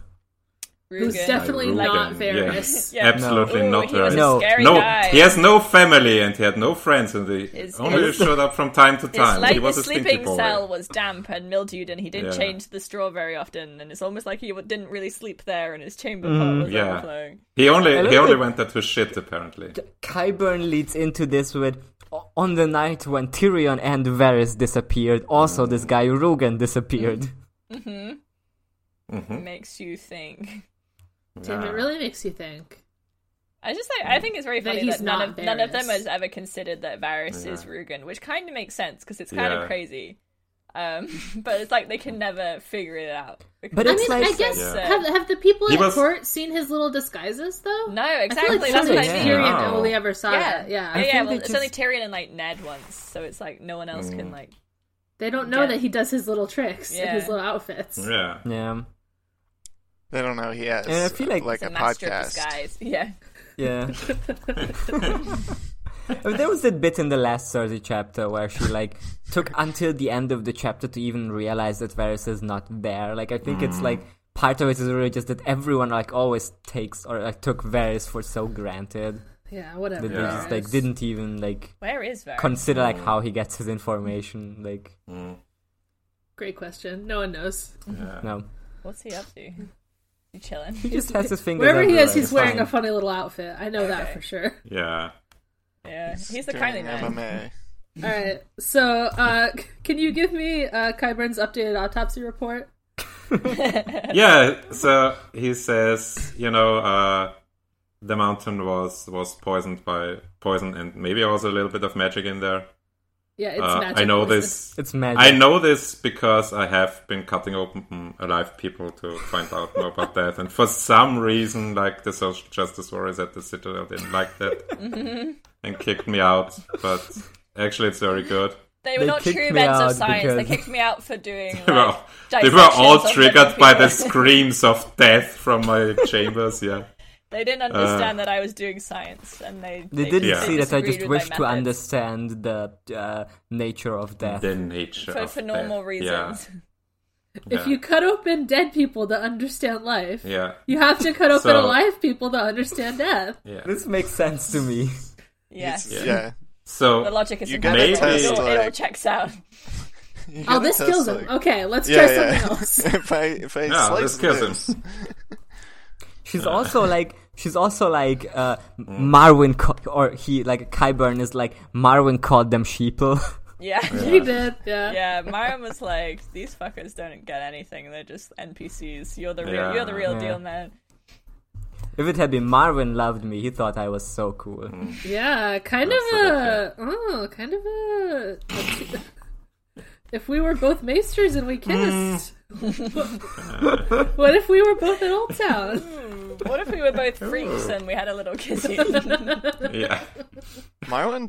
Speaker 7: Who's
Speaker 3: Rugen.
Speaker 7: definitely
Speaker 5: Rugen,
Speaker 7: not
Speaker 5: yeah.
Speaker 7: Varys.
Speaker 3: Yeah.
Speaker 5: Absolutely
Speaker 3: Ooh,
Speaker 5: not
Speaker 3: he was
Speaker 5: Varys.
Speaker 3: a
Speaker 4: No.
Speaker 3: scary
Speaker 5: no,
Speaker 3: guy.
Speaker 5: he has no family and he had no friends, and he
Speaker 3: His-
Speaker 5: only
Speaker 3: his-
Speaker 5: showed up from time to
Speaker 3: It's
Speaker 5: time.
Speaker 3: like
Speaker 5: he was
Speaker 3: his
Speaker 5: a stinky
Speaker 3: sleeping
Speaker 5: boy.
Speaker 3: cell was damp and mildewed, and he didn't
Speaker 5: Yeah.
Speaker 3: change the straw very often. And it's almost like he w- didn't really sleep there, and his chamber pot was
Speaker 5: Yeah.
Speaker 3: overflowing.
Speaker 5: He only he
Speaker 4: love
Speaker 5: only
Speaker 4: it.
Speaker 5: went there to shit apparently.
Speaker 4: Kyburn leads into this with "O- on the night when Tyrion and Varys disappeared, also this guy Rugen disappeared.
Speaker 3: Mm-hmm.
Speaker 5: Mm-hmm.
Speaker 3: Makes you think.
Speaker 7: Damn,
Speaker 5: Yeah.
Speaker 7: it really makes you think.
Speaker 3: I just like I think it's very
Speaker 7: That
Speaker 3: funny that,
Speaker 7: he's
Speaker 3: none
Speaker 7: not
Speaker 3: of none of them
Speaker 7: Varys.
Speaker 3: has ever considered that Varys is Rugen, which kind of makes sense because it's kind
Speaker 5: Yeah.
Speaker 3: of crazy. Um, but it's like they can never figure it out.
Speaker 4: But
Speaker 7: I
Speaker 4: it's
Speaker 7: mean,
Speaker 4: like
Speaker 7: I guess
Speaker 5: Yeah.
Speaker 7: have have the people
Speaker 5: He
Speaker 7: at
Speaker 5: was-
Speaker 7: court seen his little disguises though?
Speaker 3: No,
Speaker 7: I feel
Speaker 3: exactly,
Speaker 7: like
Speaker 3: that's
Speaker 7: sometimes
Speaker 3: what I mean.
Speaker 7: Tyrion
Speaker 5: No.
Speaker 7: only ever saw
Speaker 3: yeah,
Speaker 7: that.
Speaker 3: yeah,
Speaker 7: Yeah,
Speaker 3: yeah.
Speaker 4: think
Speaker 3: well,
Speaker 4: they
Speaker 3: it's only
Speaker 4: just-
Speaker 3: Tyrion and like Ned once, so it's like no one else can
Speaker 5: Mm.
Speaker 3: like.
Speaker 7: They don't know
Speaker 3: Yeah.
Speaker 7: that he does his little tricks and
Speaker 3: Yeah.
Speaker 7: his little outfits.
Speaker 5: Yeah,
Speaker 7: Mm.
Speaker 4: Yeah.
Speaker 6: They don't know he has.
Speaker 4: And I feel like-
Speaker 6: like
Speaker 3: It's
Speaker 6: a
Speaker 3: a master of
Speaker 6: podcast.
Speaker 3: disguise. Yeah,
Speaker 4: Yeah. I mean, there was that bit in the last Cersei chapter where she like took until the end of the chapter to even realize that Varys is not there. Like I think it's
Speaker 5: Mm.
Speaker 4: like part of it is really just that everyone like always takes or like took Varys for so granted
Speaker 7: Yeah, whatever.
Speaker 4: that they just like didn't even like
Speaker 3: where is Varys?
Speaker 4: consider like how he gets his information. Like
Speaker 7: Great question. No one knows.
Speaker 4: no.
Speaker 3: What's he up to? You chilling?
Speaker 4: He just has his fingers.
Speaker 2: Wherever he
Speaker 4: everywhere.
Speaker 2: is, he's
Speaker 4: It's
Speaker 2: wearing a
Speaker 4: fine.
Speaker 2: funny little outfit. I know that
Speaker 3: Okay.
Speaker 2: for sure.
Speaker 5: Yeah.
Speaker 3: Yeah, he's the kindly
Speaker 6: Doing
Speaker 3: man.
Speaker 6: MMA.
Speaker 2: All right. So, uh, c- can you give me uh, Kyburn's updated autopsy report?
Speaker 5: yeah so he says you know uh the mountain was was poisoned by poison and maybe also a little bit of magic in there
Speaker 2: Yeah, it's
Speaker 5: uh,
Speaker 2: magic.
Speaker 5: i know
Speaker 2: poison.
Speaker 5: this
Speaker 4: It's magic.
Speaker 5: i know this because i have been cutting open mm, alive people to find out more about that and for some reason like the social justice warriors at the citadel didn't like that and kicked me out but actually it's very good
Speaker 3: They were
Speaker 4: They
Speaker 3: not
Speaker 4: kicked
Speaker 3: true
Speaker 4: me
Speaker 3: men of
Speaker 4: out
Speaker 3: science. They
Speaker 4: because-
Speaker 3: kicked me out for doing. Like,
Speaker 5: they were, they were all
Speaker 3: dissections of
Speaker 5: triggered by the
Speaker 3: different people.
Speaker 5: screams of death from my chambers yeah
Speaker 3: They
Speaker 5: uh,
Speaker 3: didn't understand that I was doing science, and they
Speaker 4: They didn't
Speaker 5: Yeah.
Speaker 4: see that. I
Speaker 3: disagreed
Speaker 4: just
Speaker 3: with
Speaker 4: wish
Speaker 3: my
Speaker 4: to
Speaker 3: methods
Speaker 4: understand the uh, nature of death.
Speaker 5: the nature
Speaker 3: for,
Speaker 5: of
Speaker 3: for normal
Speaker 5: death.
Speaker 3: reasons.
Speaker 5: Yeah.
Speaker 2: If you cut open dead people to understand life,
Speaker 5: yeah
Speaker 2: you have to cut open
Speaker 5: So-
Speaker 2: alive people to understand death.
Speaker 5: yeah, yeah.
Speaker 4: This makes sense to me.
Speaker 3: Yes,
Speaker 6: Yeah.
Speaker 3: the
Speaker 5: so
Speaker 3: logic is
Speaker 6: You
Speaker 3: in
Speaker 6: gotta
Speaker 3: there. It
Speaker 5: test,
Speaker 3: all- it all
Speaker 6: like-
Speaker 3: checks out.
Speaker 6: You
Speaker 2: Oh,
Speaker 6: gotta
Speaker 2: this
Speaker 6: test,
Speaker 2: kills him.
Speaker 6: like-
Speaker 2: Okay, let's
Speaker 6: Yeah,
Speaker 2: try
Speaker 6: yeah.
Speaker 2: something else.
Speaker 6: if I if I
Speaker 5: Yeah,
Speaker 6: slice
Speaker 5: this kills
Speaker 6: this,
Speaker 5: him.
Speaker 4: She's
Speaker 5: Uh.
Speaker 4: also like she's also like uh,
Speaker 5: Mm.
Speaker 4: Marwin ca- or he like Kyburn is like Marwin called them sheeple.
Speaker 3: Yeah.
Speaker 2: He did. Um, Yeah.
Speaker 3: Yeah, Myron was like, "These fuckers don't get anything. They're just NPCs. You're the real,
Speaker 5: Yeah.
Speaker 3: you're the real
Speaker 4: Yeah.
Speaker 3: deal, man."
Speaker 4: if it had been Marwin loved me, he thought I was so cool.
Speaker 5: Mm.
Speaker 2: Yeah, kind of a
Speaker 5: That's
Speaker 2: oh, kind of a. if we were both maesters and we kissed,
Speaker 4: Mm.
Speaker 2: what if we were both in Old Town?
Speaker 3: What if we were both freaks and we had a little kissy?
Speaker 5: yeah
Speaker 6: Marwin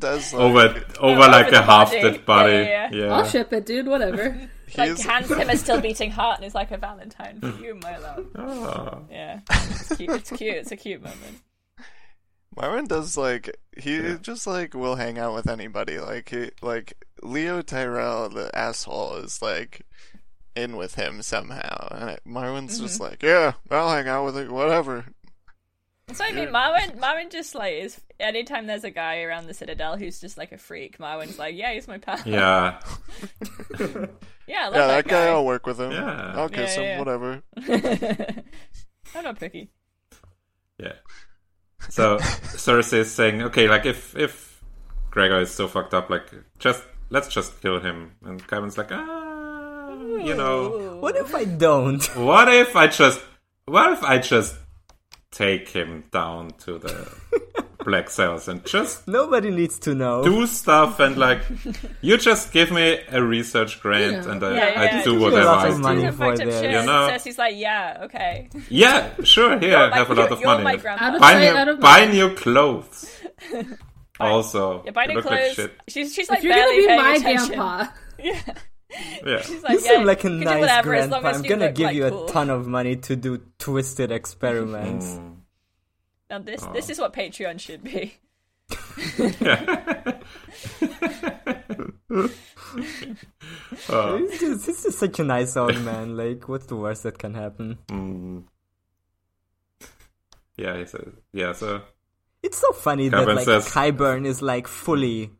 Speaker 6: does like,
Speaker 5: over over like
Speaker 3: the
Speaker 5: a half
Speaker 3: body.
Speaker 5: dead body
Speaker 3: Yeah, yeah,
Speaker 5: yeah,
Speaker 3: yeah.
Speaker 2: I'll ship it, dude. Whatever.
Speaker 3: like
Speaker 6: he's
Speaker 3: hands him a still beating heart, and it's like a Valentine for you, my love.
Speaker 5: Oh.
Speaker 3: Yeah, it's cute. It's cute. It's a cute moment.
Speaker 6: Marwin does like he just like will hang out with anybody. Like he like Leo Tyrell the asshole is like in with him somehow, and it, Marwin's just
Speaker 3: Mm-hmm.
Speaker 6: like yeah, I'll hang out with it, whatever.
Speaker 3: So I mean, Marwin, Marwin just like is. Anytime there's a guy around the Citadel who's just like a freak, Marwin's like, "Yeah, he's my pal." Yeah,
Speaker 5: yeah
Speaker 3: I love
Speaker 6: yeah,
Speaker 3: that,
Speaker 6: that guy, I'll work with him.
Speaker 5: Yeah.
Speaker 6: I'll kiss
Speaker 3: Yeah,
Speaker 6: him,
Speaker 3: yeah.
Speaker 6: whatever.
Speaker 3: I'm not picky.
Speaker 5: yeah so cersei is saying okay like if if gregor is so fucked up like just let's just kill him and Kyron's like ah you know
Speaker 4: What if I don't?
Speaker 5: what if i just what if i just take him down to the black cells and just
Speaker 4: Nobody needs to know.
Speaker 5: do stuff and like you just give me a research grant
Speaker 2: Yeah.
Speaker 5: and I,
Speaker 3: Yeah, yeah,
Speaker 5: I
Speaker 3: yeah.
Speaker 5: do
Speaker 3: Give you
Speaker 5: whatever
Speaker 4: lots
Speaker 5: I
Speaker 4: of
Speaker 5: do.
Speaker 4: money.
Speaker 3: He's a
Speaker 4: for
Speaker 3: fucked up
Speaker 4: this.
Speaker 3: shit.
Speaker 5: You know?
Speaker 3: Says he's like, "Yeah, okay."
Speaker 5: Yeah, sure, here I
Speaker 3: Like,
Speaker 5: have a lot
Speaker 3: you're-
Speaker 5: of
Speaker 3: you're my
Speaker 5: money.
Speaker 3: grandpa.
Speaker 2: Out of
Speaker 5: buy
Speaker 2: sight, out
Speaker 5: new
Speaker 2: of
Speaker 5: buy
Speaker 2: mind.
Speaker 5: new clothes. also,
Speaker 3: Yeah, buy
Speaker 5: you
Speaker 3: new
Speaker 5: look
Speaker 3: clothes.
Speaker 5: like
Speaker 3: She's she's
Speaker 2: If
Speaker 3: like
Speaker 2: you're gonna
Speaker 3: barely
Speaker 2: be
Speaker 3: paying
Speaker 2: my
Speaker 3: attention.
Speaker 2: grandpa.
Speaker 5: shit.
Speaker 3: She's like,
Speaker 4: You
Speaker 3: yeah,
Speaker 4: seem like a
Speaker 3: you can do
Speaker 4: nice
Speaker 3: whatever, as long
Speaker 4: grandpa.
Speaker 3: as
Speaker 4: I'm gonna
Speaker 3: look,
Speaker 4: give
Speaker 3: like,
Speaker 4: you a
Speaker 3: cool.
Speaker 4: ton of money to do twisted
Speaker 5: Mm.
Speaker 4: experiments.
Speaker 3: Now this
Speaker 5: Oh.
Speaker 3: this is what Patreon should be.
Speaker 5: Uh.
Speaker 4: He's, just, he's just such a nice old man. Like, what's the worst that can happen?
Speaker 5: mm. Yeah, yeah, so, yeah. So
Speaker 4: It's so funny that
Speaker 5: Kevin
Speaker 4: like
Speaker 5: says-
Speaker 4: Kyburn is like fully,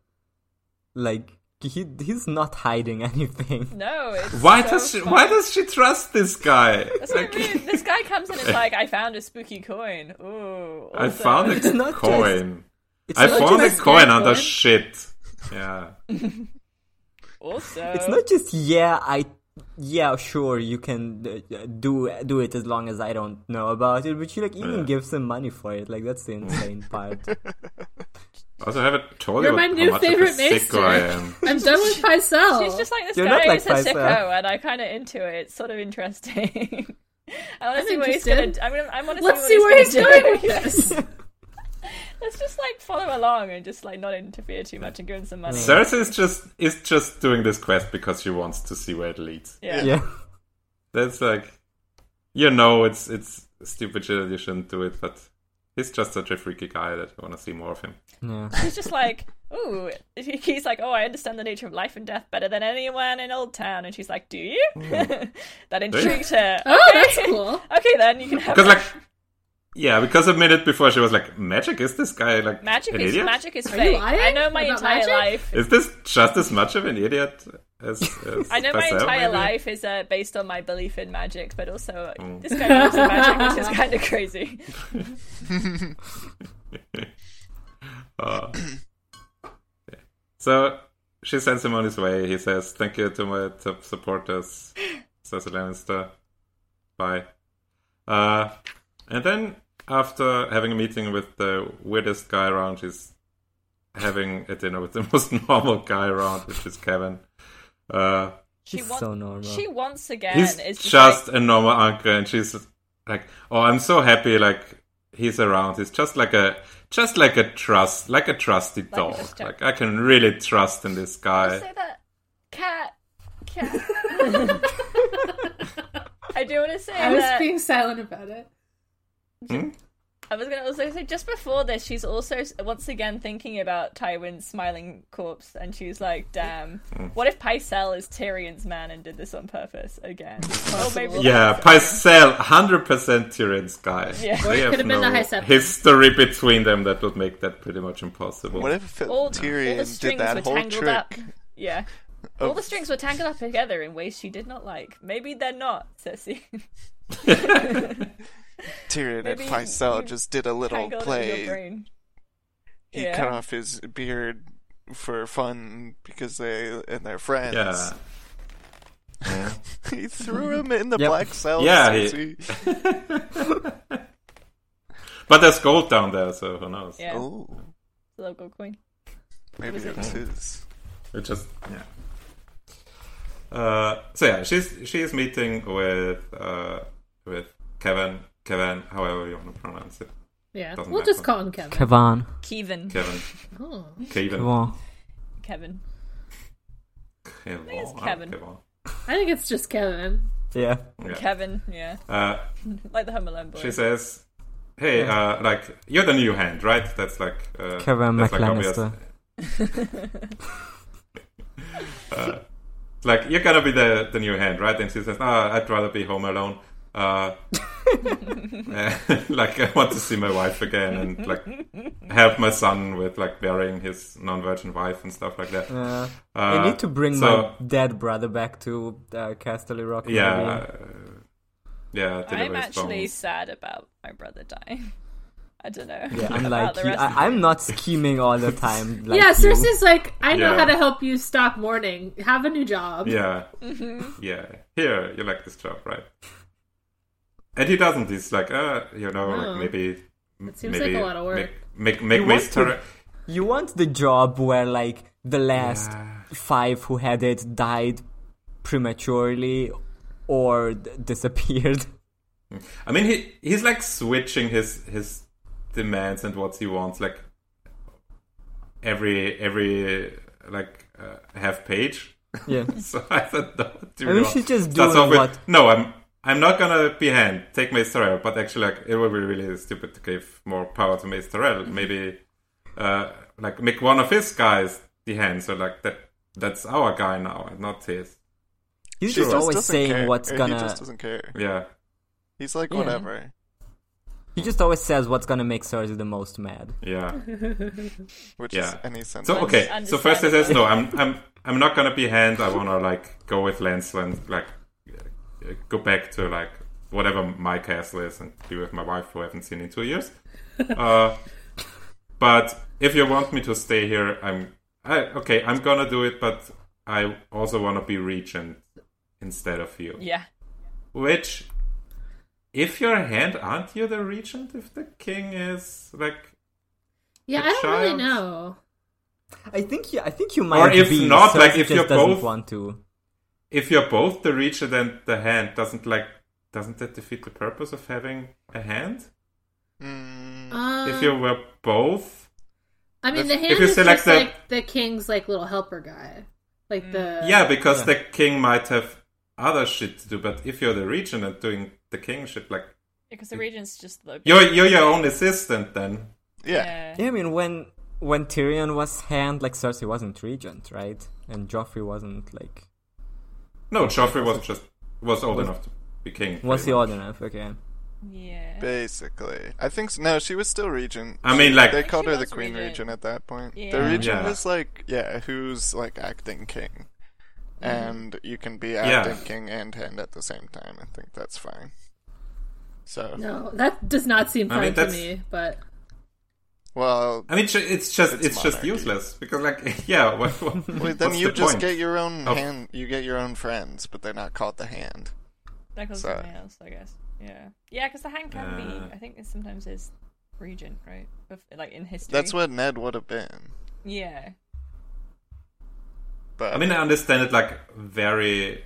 Speaker 4: like he he's not hiding anything.
Speaker 3: No, it's
Speaker 5: why
Speaker 3: so
Speaker 5: does she,
Speaker 3: fun.
Speaker 5: why does she trust this guy?
Speaker 3: That's what I mean. This guy comes in and is like, I found a spooky coin. Ooh.
Speaker 5: I
Speaker 3: also-
Speaker 5: found
Speaker 4: It's
Speaker 5: a
Speaker 4: not just-
Speaker 5: coin.
Speaker 4: It's
Speaker 5: I
Speaker 4: not
Speaker 5: found a
Speaker 4: just,
Speaker 5: coin under
Speaker 2: coin.
Speaker 5: shit. Yeah,
Speaker 3: Also.
Speaker 4: It's not just yeah. I yeah, sure you can uh, do do it as long as I don't know about it. But she like even gives him money for it. Like that's the
Speaker 5: Mm.
Speaker 4: insane part.
Speaker 5: also I haven't told
Speaker 2: You're
Speaker 5: you
Speaker 2: my
Speaker 5: how
Speaker 2: new
Speaker 5: much of a
Speaker 2: favorite
Speaker 5: sicko I
Speaker 2: maester.
Speaker 5: am.
Speaker 2: I'm done with Pycelle.
Speaker 3: She's just like this
Speaker 4: Oh, You're
Speaker 3: guy
Speaker 4: not like
Speaker 3: is a
Speaker 4: Faisal.
Speaker 3: sicko, and I kind of into it. It's sort of interesting. I want
Speaker 2: I'm
Speaker 3: to see what he's gonna.
Speaker 2: interested.
Speaker 3: I mean, I want to
Speaker 2: Let's see
Speaker 3: see
Speaker 2: where
Speaker 3: what
Speaker 2: he's
Speaker 3: he's gonna
Speaker 2: going with
Speaker 3: do.
Speaker 2: this.
Speaker 3: Let's just like follow along and just like not interfere too much and give him some money.
Speaker 5: Cersei is just is just doing this quest because she wants to see where it leads.
Speaker 3: yeah.
Speaker 4: yeah.
Speaker 5: That's like, you know, it's it's stupid shit and you shouldn't do it, but he's just such a freaky guy that you want to see more of him.
Speaker 4: Yeah.
Speaker 3: He's just like, ooh. He's like, oh, I understand the nature of life and death better than anyone in Old Town. And she's like, do you?
Speaker 5: Hmm.
Speaker 3: that intrigued her.
Speaker 2: oh,
Speaker 3: okay.
Speaker 2: that's cool.
Speaker 3: Okay, then you can have
Speaker 5: Because like, yeah, because a minute before she was like, magic is this guy like
Speaker 3: magic.
Speaker 5: an
Speaker 3: Is
Speaker 5: idiot?
Speaker 3: magic is
Speaker 2: Are you
Speaker 3: fake. I
Speaker 2: lying
Speaker 3: know my
Speaker 2: about
Speaker 3: entire
Speaker 2: magic?
Speaker 3: life.
Speaker 5: Is this just as much of an idiot As, as
Speaker 3: I know my
Speaker 5: Bassel,
Speaker 3: entire
Speaker 5: maybe?
Speaker 3: life is uh, based on my belief in magic, but also uh,
Speaker 5: Mm.
Speaker 3: this guy believes in magic, which is kind of crazy.
Speaker 5: Uh, yeah. So she sends him on his way. He says, "Thank you to my top supporters, Cersei Lannister. Bye." Uh, and then after having a meeting with the weirdest guy around, she's having a dinner with the most normal guy around, which is Kevin. Uh,
Speaker 3: She
Speaker 4: He's
Speaker 3: won-
Speaker 4: so normal.
Speaker 3: She once again
Speaker 5: he's
Speaker 3: is
Speaker 5: just,
Speaker 3: just, like,
Speaker 5: a normal uncle, and she's like, "Oh, I'm so happy! Like he's around. He's just like a, just like a trust, like a trusty dog.
Speaker 3: just a-
Speaker 5: like I can really trust in this guy."
Speaker 3: say that cat, cat. I do want to say
Speaker 7: I was
Speaker 3: that.
Speaker 7: being silent about it.
Speaker 5: Hmm?
Speaker 3: I was gonna also say just before this, she's also s- once again thinking about Tywin's smiling corpse, and she's like, "Damn,
Speaker 5: Mm.
Speaker 3: what if Pycelle is Tyrion's man and did this on purpose again?" or maybe
Speaker 5: Yeah, Pycelle, hundred percent Tyrion's guy.
Speaker 3: Yeah.
Speaker 5: They have
Speaker 7: could've been the
Speaker 5: no
Speaker 7: High Septon.
Speaker 5: history between them that would make that pretty much impossible.
Speaker 6: What if
Speaker 3: all, all
Speaker 6: Tyrion
Speaker 3: the
Speaker 6: did
Speaker 3: strings were
Speaker 6: that whole
Speaker 3: tangled
Speaker 6: trick?
Speaker 3: up. Yeah, all
Speaker 6: of-
Speaker 3: the strings were tangled up together in ways she did not like. Maybe they're not, Cersei.
Speaker 6: Tyrion and
Speaker 3: Maybe
Speaker 6: Faisal
Speaker 3: you
Speaker 6: just did a little
Speaker 3: Tangled in your
Speaker 6: play.
Speaker 3: brain.
Speaker 6: He
Speaker 3: Yeah.
Speaker 6: cut off his beard for fun because they and their friends.
Speaker 5: yeah,
Speaker 6: he threw him in the
Speaker 4: Yep.
Speaker 6: black cell.
Speaker 5: Yeah, he-
Speaker 6: Cersei.
Speaker 5: but there's gold down there, so who knows?
Speaker 3: Yeah,
Speaker 6: Oh,
Speaker 3: local queen.
Speaker 6: maybe it was his.
Speaker 5: It just yeah. Uh, so yeah, she's she is meeting with uh, with Kevin, Kevin, however you want to pronounce it,
Speaker 2: Yeah,
Speaker 5: Doesn't
Speaker 2: we'll
Speaker 5: matter.
Speaker 2: just call him Kevin.
Speaker 4: Kevon.
Speaker 3: Kevin,
Speaker 5: Kevin,
Speaker 2: Oh.
Speaker 7: Hmm.
Speaker 5: Kevin,
Speaker 4: Kevon.
Speaker 3: Kevin.
Speaker 5: Kevin,
Speaker 3: it's Kevin.
Speaker 2: I think it's just Kevin.
Speaker 4: Yeah.
Speaker 5: Yeah.
Speaker 3: Kevin, yeah,
Speaker 5: Uh,
Speaker 3: like the Home Alone boy.
Speaker 5: she says, "Hey, uh, like you're the new hand, right? That's like uh,
Speaker 4: Kevin
Speaker 5: that's
Speaker 4: McLannister.
Speaker 5: uh, it's like you're gonna be the, the new hand, right? And she says, "No, I'd rather be home alone." Uh, eh, like I want to see my wife again and like help my son with like burying his non-virgin wife and stuff like that.
Speaker 4: Yeah.
Speaker 5: Uh,
Speaker 4: I need to bring
Speaker 5: so-
Speaker 4: my dead brother back to uh, Casterly Rock.
Speaker 5: yeah,
Speaker 4: maybe.
Speaker 5: uh, yeah. deliver
Speaker 3: I'm
Speaker 5: his
Speaker 3: actually
Speaker 5: bones.
Speaker 3: sad about my brother dying. I don't know.
Speaker 4: Yeah, I'm
Speaker 3: about
Speaker 4: like,
Speaker 3: the
Speaker 4: you-
Speaker 3: rest of
Speaker 4: I, I'm not scheming all the time. Like
Speaker 7: yeah,
Speaker 4: you.
Speaker 7: Cersei's like, I know
Speaker 5: Yeah.
Speaker 7: how to help you stop mourning. Have a new job.
Speaker 5: Yeah.
Speaker 7: Mm-hmm.
Speaker 5: Yeah. Here, you like this job, right? And he doesn't. He's like, uh, you know,
Speaker 7: Oh.
Speaker 5: like maybe. It
Speaker 7: seems like a lot of work.
Speaker 5: Make, make,
Speaker 4: You
Speaker 5: make me
Speaker 4: want to-
Speaker 5: ter-
Speaker 4: You want the job where like the last five who had it died prematurely or d- disappeared.
Speaker 5: I mean, he he's like switching his his demands and what he wants, like every every like uh, half page.
Speaker 4: Yeah.
Speaker 5: So I don't know. What to
Speaker 4: I mean,
Speaker 5: do.
Speaker 4: she's just
Speaker 5: Starts
Speaker 4: doing
Speaker 5: off with,
Speaker 4: what-
Speaker 5: No, I'm I'm not gonna be hand take Mace Tyrell, but actually, like it would be really stupid to give more power to Mace Tyrell.
Speaker 4: Mm-hmm.
Speaker 5: Maybe uh, like make one of his guys the hand, so like that that's our guy now and not his.
Speaker 4: He's
Speaker 6: She
Speaker 4: just
Speaker 6: just
Speaker 4: always
Speaker 6: doesn't
Speaker 4: saying
Speaker 6: care.
Speaker 4: what's
Speaker 6: Or
Speaker 4: gonna.
Speaker 6: He just doesn't care.
Speaker 5: Yeah.
Speaker 6: He's like
Speaker 4: Yeah.
Speaker 6: whatever.
Speaker 4: He just always says what's gonna make Cersei the most mad.
Speaker 5: Yeah.
Speaker 6: Which is
Speaker 5: Yeah.
Speaker 6: any sense.
Speaker 5: So
Speaker 3: Under-
Speaker 5: okay, so first he says
Speaker 3: understandable.
Speaker 5: no. I'm I'm I'm not gonna be hand. I wanna like go with Lance and like uh, go back to like whatever my castle is and be with my wife who I haven't seen in two years. Uh, but if you want me to stay here, I'm I, okay. I'm gonna do it, but I also wanna be regent instead of you.
Speaker 3: Yeah,
Speaker 5: Which, if you're hand, aren't you the regent? If the king is like
Speaker 7: Yeah,
Speaker 5: A
Speaker 7: I don't really
Speaker 5: child.
Speaker 7: know.
Speaker 4: I think you. I think you might.
Speaker 5: if
Speaker 4: be.
Speaker 5: not,
Speaker 4: Cersei
Speaker 5: like, if
Speaker 4: just
Speaker 5: you're
Speaker 4: doesn't
Speaker 5: both-
Speaker 4: want to.
Speaker 5: if you're both the reacher and the hand, doesn't like doesn't that defeat the purpose of having a hand?
Speaker 6: Mm,
Speaker 7: Um,
Speaker 5: if you were both,
Speaker 7: I mean,
Speaker 5: if-
Speaker 7: the
Speaker 5: if
Speaker 7: hand
Speaker 5: you
Speaker 7: is
Speaker 5: select
Speaker 7: just
Speaker 5: the-
Speaker 7: like the king's like little helper guy, like the
Speaker 5: yeah, because
Speaker 4: yeah.
Speaker 5: the king might have other shit to do. But if you're the regent and doing the king shit, like
Speaker 3: because the region's just the
Speaker 5: you're you're your own assistant then.
Speaker 6: yeah.
Speaker 4: Yeah, I mean, when when Tyrion was hand, like Cersei wasn't regent, right? And Joffrey wasn't like.
Speaker 5: No, Joffrey was just was old enough to be king.
Speaker 4: Was he
Speaker 5: pretty much.
Speaker 4: old enough? Okay.
Speaker 3: yeah.
Speaker 6: Basically, I think s no. She was still regent.
Speaker 5: I mean, like-
Speaker 6: they called
Speaker 3: She
Speaker 6: her the
Speaker 3: was
Speaker 6: queen regent.
Speaker 3: regent.
Speaker 6: at that point.
Speaker 3: Yeah.
Speaker 6: The regent
Speaker 5: Yeah.
Speaker 6: is like, yeah, who's like acting king? and you can be
Speaker 5: Yeah.
Speaker 6: out thinking and hand at the same time. I think that's fine. So,
Speaker 7: No, that does not seem
Speaker 5: I
Speaker 7: fun
Speaker 5: mean,
Speaker 7: to
Speaker 5: that's-
Speaker 7: me. But
Speaker 6: well,
Speaker 5: I mean, ju- it's just it's,
Speaker 6: It's
Speaker 5: just
Speaker 6: monarchy.
Speaker 5: useless because like yeah, what, what,
Speaker 6: wait, then
Speaker 5: what's
Speaker 6: you
Speaker 5: the
Speaker 6: just
Speaker 5: point? Oh.
Speaker 6: get your own
Speaker 5: of-
Speaker 6: hand. You get your own friends, but they're not called the hand.
Speaker 3: That goes
Speaker 6: So-
Speaker 3: something else, I guess. Yeah, yeah, because the hand can
Speaker 5: Uh.
Speaker 3: be. I think it sometimes is regent, right? Of, like in history.
Speaker 6: That's what Ned would have been.
Speaker 3: Yeah.
Speaker 6: But
Speaker 5: I mean, uh, I understand it like very,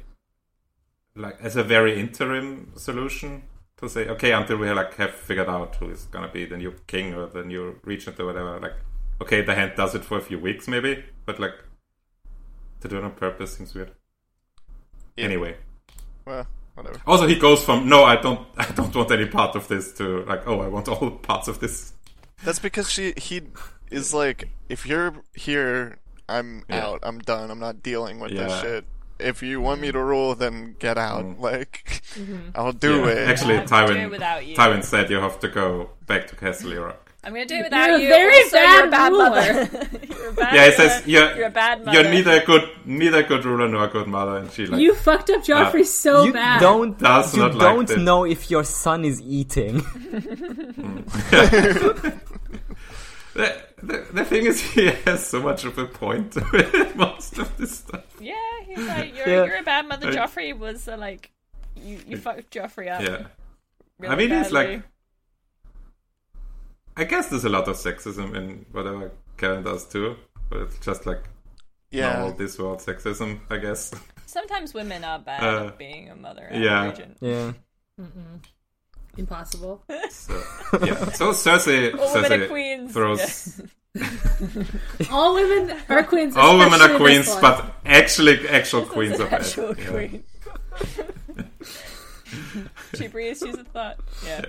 Speaker 5: like as a very interim solution to say, okay, until we like have figured out who is gonna be the new king or the new regent or whatever. Like, okay, the hand does it for a few weeks maybe, but like to do it on purpose seems weird.
Speaker 6: Yeah.
Speaker 5: Anyway,
Speaker 6: well, whatever.
Speaker 5: also he goes from no, I don't, I don't want any part of this to like, oh, I want all parts of this.
Speaker 6: That's because she he is like, if you're here, I'm
Speaker 5: Yeah.
Speaker 6: out. I'm done. I'm not dealing with this
Speaker 5: Yeah. Mm.
Speaker 6: shit. If you want me to rule, then get out. Like, I'll do
Speaker 5: Yeah.
Speaker 6: it.
Speaker 5: Actually,
Speaker 3: I'll do it
Speaker 5: Tywin,
Speaker 3: without you.
Speaker 5: Tywin said you have to go back to Castle Rock.
Speaker 3: I'm gonna do it without
Speaker 7: a
Speaker 3: you.
Speaker 7: very
Speaker 3: also, you're a
Speaker 7: bad
Speaker 3: bad
Speaker 7: ruler.
Speaker 3: mother. you're a bad
Speaker 5: Yeah, it says
Speaker 3: ruler.
Speaker 5: you're,
Speaker 3: you're a bad mother.
Speaker 5: You're neither a good neither a good ruler nor a good mother, and she like
Speaker 7: you fucked up Joffrey
Speaker 5: Uh,
Speaker 7: so
Speaker 4: you
Speaker 7: bad.
Speaker 4: don't
Speaker 5: Does
Speaker 4: you
Speaker 5: not like
Speaker 4: don't
Speaker 5: this.
Speaker 4: know if your son is eating.
Speaker 5: the, the, the thing is he has so much of a point with most of this stuff.
Speaker 3: Yeah, he's like you're
Speaker 4: Yeah.
Speaker 3: you're a bad mother.
Speaker 5: Like-
Speaker 3: Joffrey was uh, like you you fucked Joffrey up.
Speaker 5: Yeah,
Speaker 3: really
Speaker 5: I mean it's like
Speaker 3: badly.
Speaker 5: I guess there's a lot of sexism in whatever Karen does too, but it's just like
Speaker 6: yeah.
Speaker 5: normal this world sexism, I guess.
Speaker 3: sometimes women are bad
Speaker 5: Uh,
Speaker 3: at being a mother. And
Speaker 5: yeah.
Speaker 3: a regent.
Speaker 4: yeah.
Speaker 7: Impossible.
Speaker 5: So yeah, so Cersei,
Speaker 3: All women are
Speaker 5: Cersei
Speaker 3: queens.
Speaker 5: throws.
Speaker 7: All women are queens.
Speaker 5: All women are
Speaker 7: especially
Speaker 5: queens,
Speaker 7: this one.
Speaker 5: but actually, actual queens of
Speaker 3: actual
Speaker 5: it. Yeah.
Speaker 3: queen. she breathes. She's a thought. Yeah.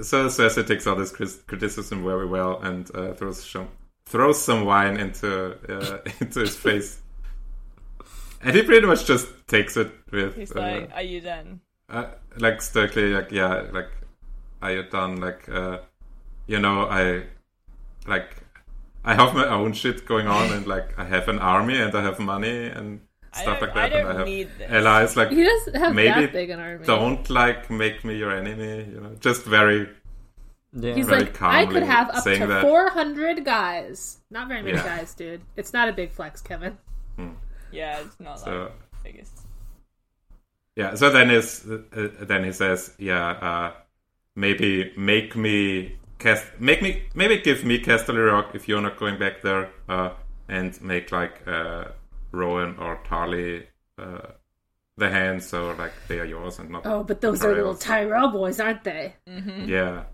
Speaker 5: So Cersei takes all this cris- criticism very well and uh, throws some throws some wine into uh, into his face, and he pretty much just takes it with
Speaker 3: He's
Speaker 5: uh,
Speaker 3: like, "Are you done?"
Speaker 5: uh, like stoically, like yeah, like are you done? Like uh, you know, I like I have my own shit going on, and like I have an army and I have money and
Speaker 3: I
Speaker 5: stuff
Speaker 3: don't-
Speaker 5: like
Speaker 3: I
Speaker 5: that, and
Speaker 3: don't
Speaker 5: I have
Speaker 3: need this.
Speaker 5: allies. Like
Speaker 7: he doesn't have
Speaker 5: Maybe
Speaker 7: that big an army.
Speaker 5: don't like make me your enemy. You know, just very
Speaker 4: Yeah.
Speaker 7: He's
Speaker 5: Very
Speaker 7: like, I could
Speaker 5: calmly
Speaker 7: have up
Speaker 5: saying
Speaker 7: to
Speaker 5: that.
Speaker 7: four hundred guys. Not very many
Speaker 5: Yeah.
Speaker 7: guys, dude. It's not a big flex, Kevin.
Speaker 3: Yeah, it's not
Speaker 5: So-
Speaker 3: like the biggest.
Speaker 5: Yeah. So then is uh, then he says, yeah, uh, maybe make me cast, make me maybe give me Castle Rock if you're not going back there, uh, and make like uh, Rowan or Tarly uh, the hand, so like they are yours and not.
Speaker 7: Oh, but those are little
Speaker 5: Tyrells.
Speaker 7: Tyrell boys, aren't they?
Speaker 5: Yeah.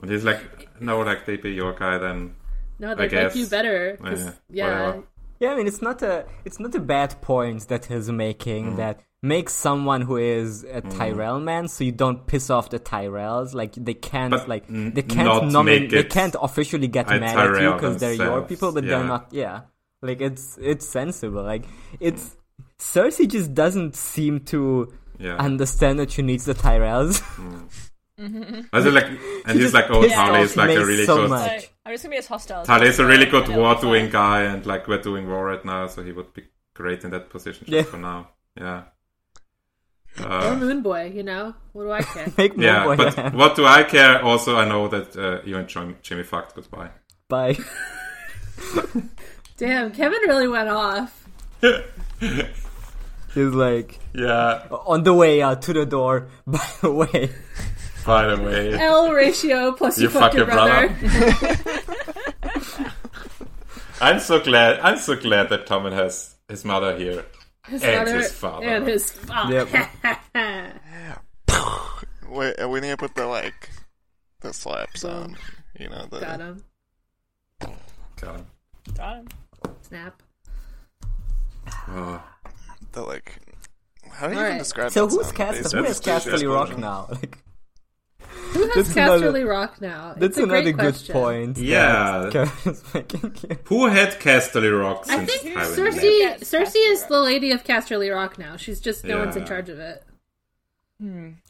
Speaker 5: And he's like, no, like they be your guy then.
Speaker 7: No, they like
Speaker 5: guess.
Speaker 7: you better. 'cause-
Speaker 5: Yeah,
Speaker 7: yeah,
Speaker 5: whatever.
Speaker 4: Yeah, I mean it's not a it's not a bad point that he's making
Speaker 5: Mm.
Speaker 4: that makes someone who is a Tyrell man so you don't piss off the Tyrells like they can't
Speaker 5: But
Speaker 4: like
Speaker 5: n-
Speaker 4: they can't
Speaker 5: not
Speaker 4: nomin-
Speaker 5: make
Speaker 4: they
Speaker 5: it
Speaker 4: can't officially get
Speaker 5: a
Speaker 4: mad at you
Speaker 5: Tyrell
Speaker 4: because they're your
Speaker 5: themselves,
Speaker 4: people but they're
Speaker 5: yeah.
Speaker 4: not yeah like it's it's sensible like it's Cersei just doesn't seem to
Speaker 5: Yeah.
Speaker 4: understand that she needs the Tyrells
Speaker 5: I was like, and he's
Speaker 4: just
Speaker 5: like, oh,
Speaker 4: pissed
Speaker 5: Tarly
Speaker 4: off
Speaker 5: is like a
Speaker 4: Mace
Speaker 5: really
Speaker 4: so
Speaker 5: good.
Speaker 4: much.
Speaker 3: So,
Speaker 4: Fudge.
Speaker 3: I'm just gonna be as hostile. as
Speaker 5: Tali is a really good
Speaker 3: possible.
Speaker 5: war doing
Speaker 3: Fine.
Speaker 5: guy, and like we're doing war right now, so he would be great in that position just
Speaker 4: Yeah.
Speaker 5: for now. Yeah.
Speaker 7: or
Speaker 5: Uh,
Speaker 7: Moon Boy. You know what do I care?
Speaker 4: make more
Speaker 5: yeah,
Speaker 4: boy
Speaker 5: but
Speaker 4: happy.
Speaker 5: what do I care? Also, I know that uh, you and Jim- Jimmy fucked goodbye.
Speaker 4: bye
Speaker 7: Damn, Kevin really went off.
Speaker 4: he's like
Speaker 5: Yeah,
Speaker 7: Oh.
Speaker 4: on the way out to the door by the way
Speaker 5: by the way.
Speaker 7: L ratio plus you,
Speaker 5: You fuck your brother. I'm so glad. I'm so glad that Tommen has his mother here
Speaker 7: his
Speaker 5: and
Speaker 7: brother
Speaker 5: his father.
Speaker 7: and his father.
Speaker 4: Yep.
Speaker 6: Wait, uh, we need to put the like the slaps on. You know the
Speaker 7: Got him.
Speaker 5: God.
Speaker 3: Got him.
Speaker 7: Snap.
Speaker 5: Oh.
Speaker 6: the like. How do you
Speaker 7: All
Speaker 6: even
Speaker 7: right.
Speaker 6: describe?
Speaker 4: so
Speaker 6: that
Speaker 4: who's
Speaker 6: sound?
Speaker 4: Castle
Speaker 6: Basically,
Speaker 4: who is
Speaker 6: it's just
Speaker 4: Casterly Rock
Speaker 6: explosion.
Speaker 4: now like
Speaker 7: Who has
Speaker 4: That's another-
Speaker 7: Casterly Rock now?
Speaker 4: That's
Speaker 7: it's a
Speaker 4: another
Speaker 7: great
Speaker 4: good
Speaker 7: question.
Speaker 4: point.
Speaker 5: Yeah.
Speaker 4: that Karen is making here.
Speaker 5: Who had Casterly Rock
Speaker 7: I
Speaker 5: since
Speaker 7: think
Speaker 5: Tywin
Speaker 7: Cersei.
Speaker 3: Yeah.
Speaker 7: Cersei is the lady of Casterly Rock now. She's just no one's in
Speaker 5: Yeah.
Speaker 7: charge of it.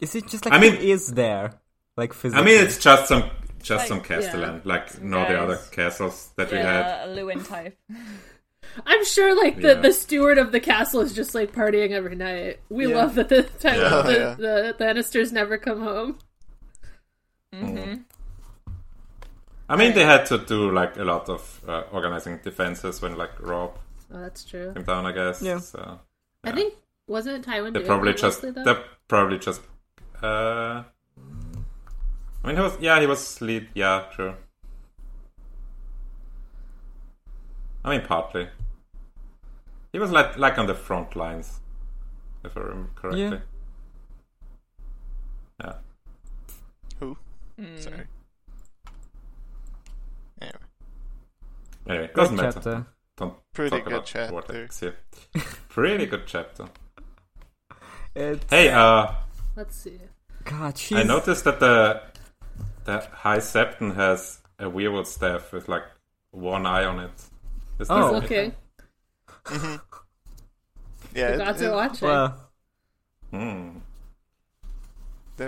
Speaker 4: Is it just like
Speaker 5: I mean-
Speaker 4: who is there? Like physically?
Speaker 5: I mean, it's just some just
Speaker 3: Like,
Speaker 5: some castellan, like
Speaker 3: Some
Speaker 5: no the
Speaker 3: guys.
Speaker 5: other castles that we had.
Speaker 3: Yeah, a Lewin type.
Speaker 7: I'm sure like the,
Speaker 5: Yeah.
Speaker 7: the steward of the castle is just like partying every night. We
Speaker 4: Yeah.
Speaker 7: love that the, time
Speaker 5: Yeah.
Speaker 7: the,
Speaker 6: Yeah.
Speaker 7: the Lannisters never come home.
Speaker 5: I mean, they had to do like a lot of uh, organizing defenses when like Rob
Speaker 7: Oh, that's true.
Speaker 5: came down, I guess.
Speaker 4: Yeah.
Speaker 5: So
Speaker 7: I think wasn't it Tywin
Speaker 5: they
Speaker 7: doing
Speaker 5: probably
Speaker 7: that
Speaker 5: just
Speaker 7: mostly, though?
Speaker 5: they probably just. Uh, I mean, he was yeah, he was lead. Yeah, true. I mean, partly. He was like like on the front lines, if I remember correctly.
Speaker 4: Yeah.
Speaker 5: Yeah.
Speaker 6: Who? Sorry. Anyway,
Speaker 5: Anyway,
Speaker 4: Good
Speaker 5: doesn't matter.
Speaker 4: chapter.
Speaker 5: Don't
Speaker 6: Pretty
Speaker 5: talk
Speaker 6: good
Speaker 5: about
Speaker 6: chapter.
Speaker 5: Vortex here. Pretty good chapter.
Speaker 4: It's,
Speaker 5: Hey, uh,
Speaker 7: Let's see.
Speaker 4: God, she's
Speaker 5: I noticed that the the High Septon has a weirwood staff with like one eye on it. Is
Speaker 4: Oh.
Speaker 5: that-
Speaker 7: Looking.
Speaker 6: Mm-hmm. yeah,
Speaker 7: The
Speaker 6: it-
Speaker 7: gods
Speaker 6: it-
Speaker 7: are watching.
Speaker 4: well,
Speaker 5: Hmm.
Speaker 6: they've-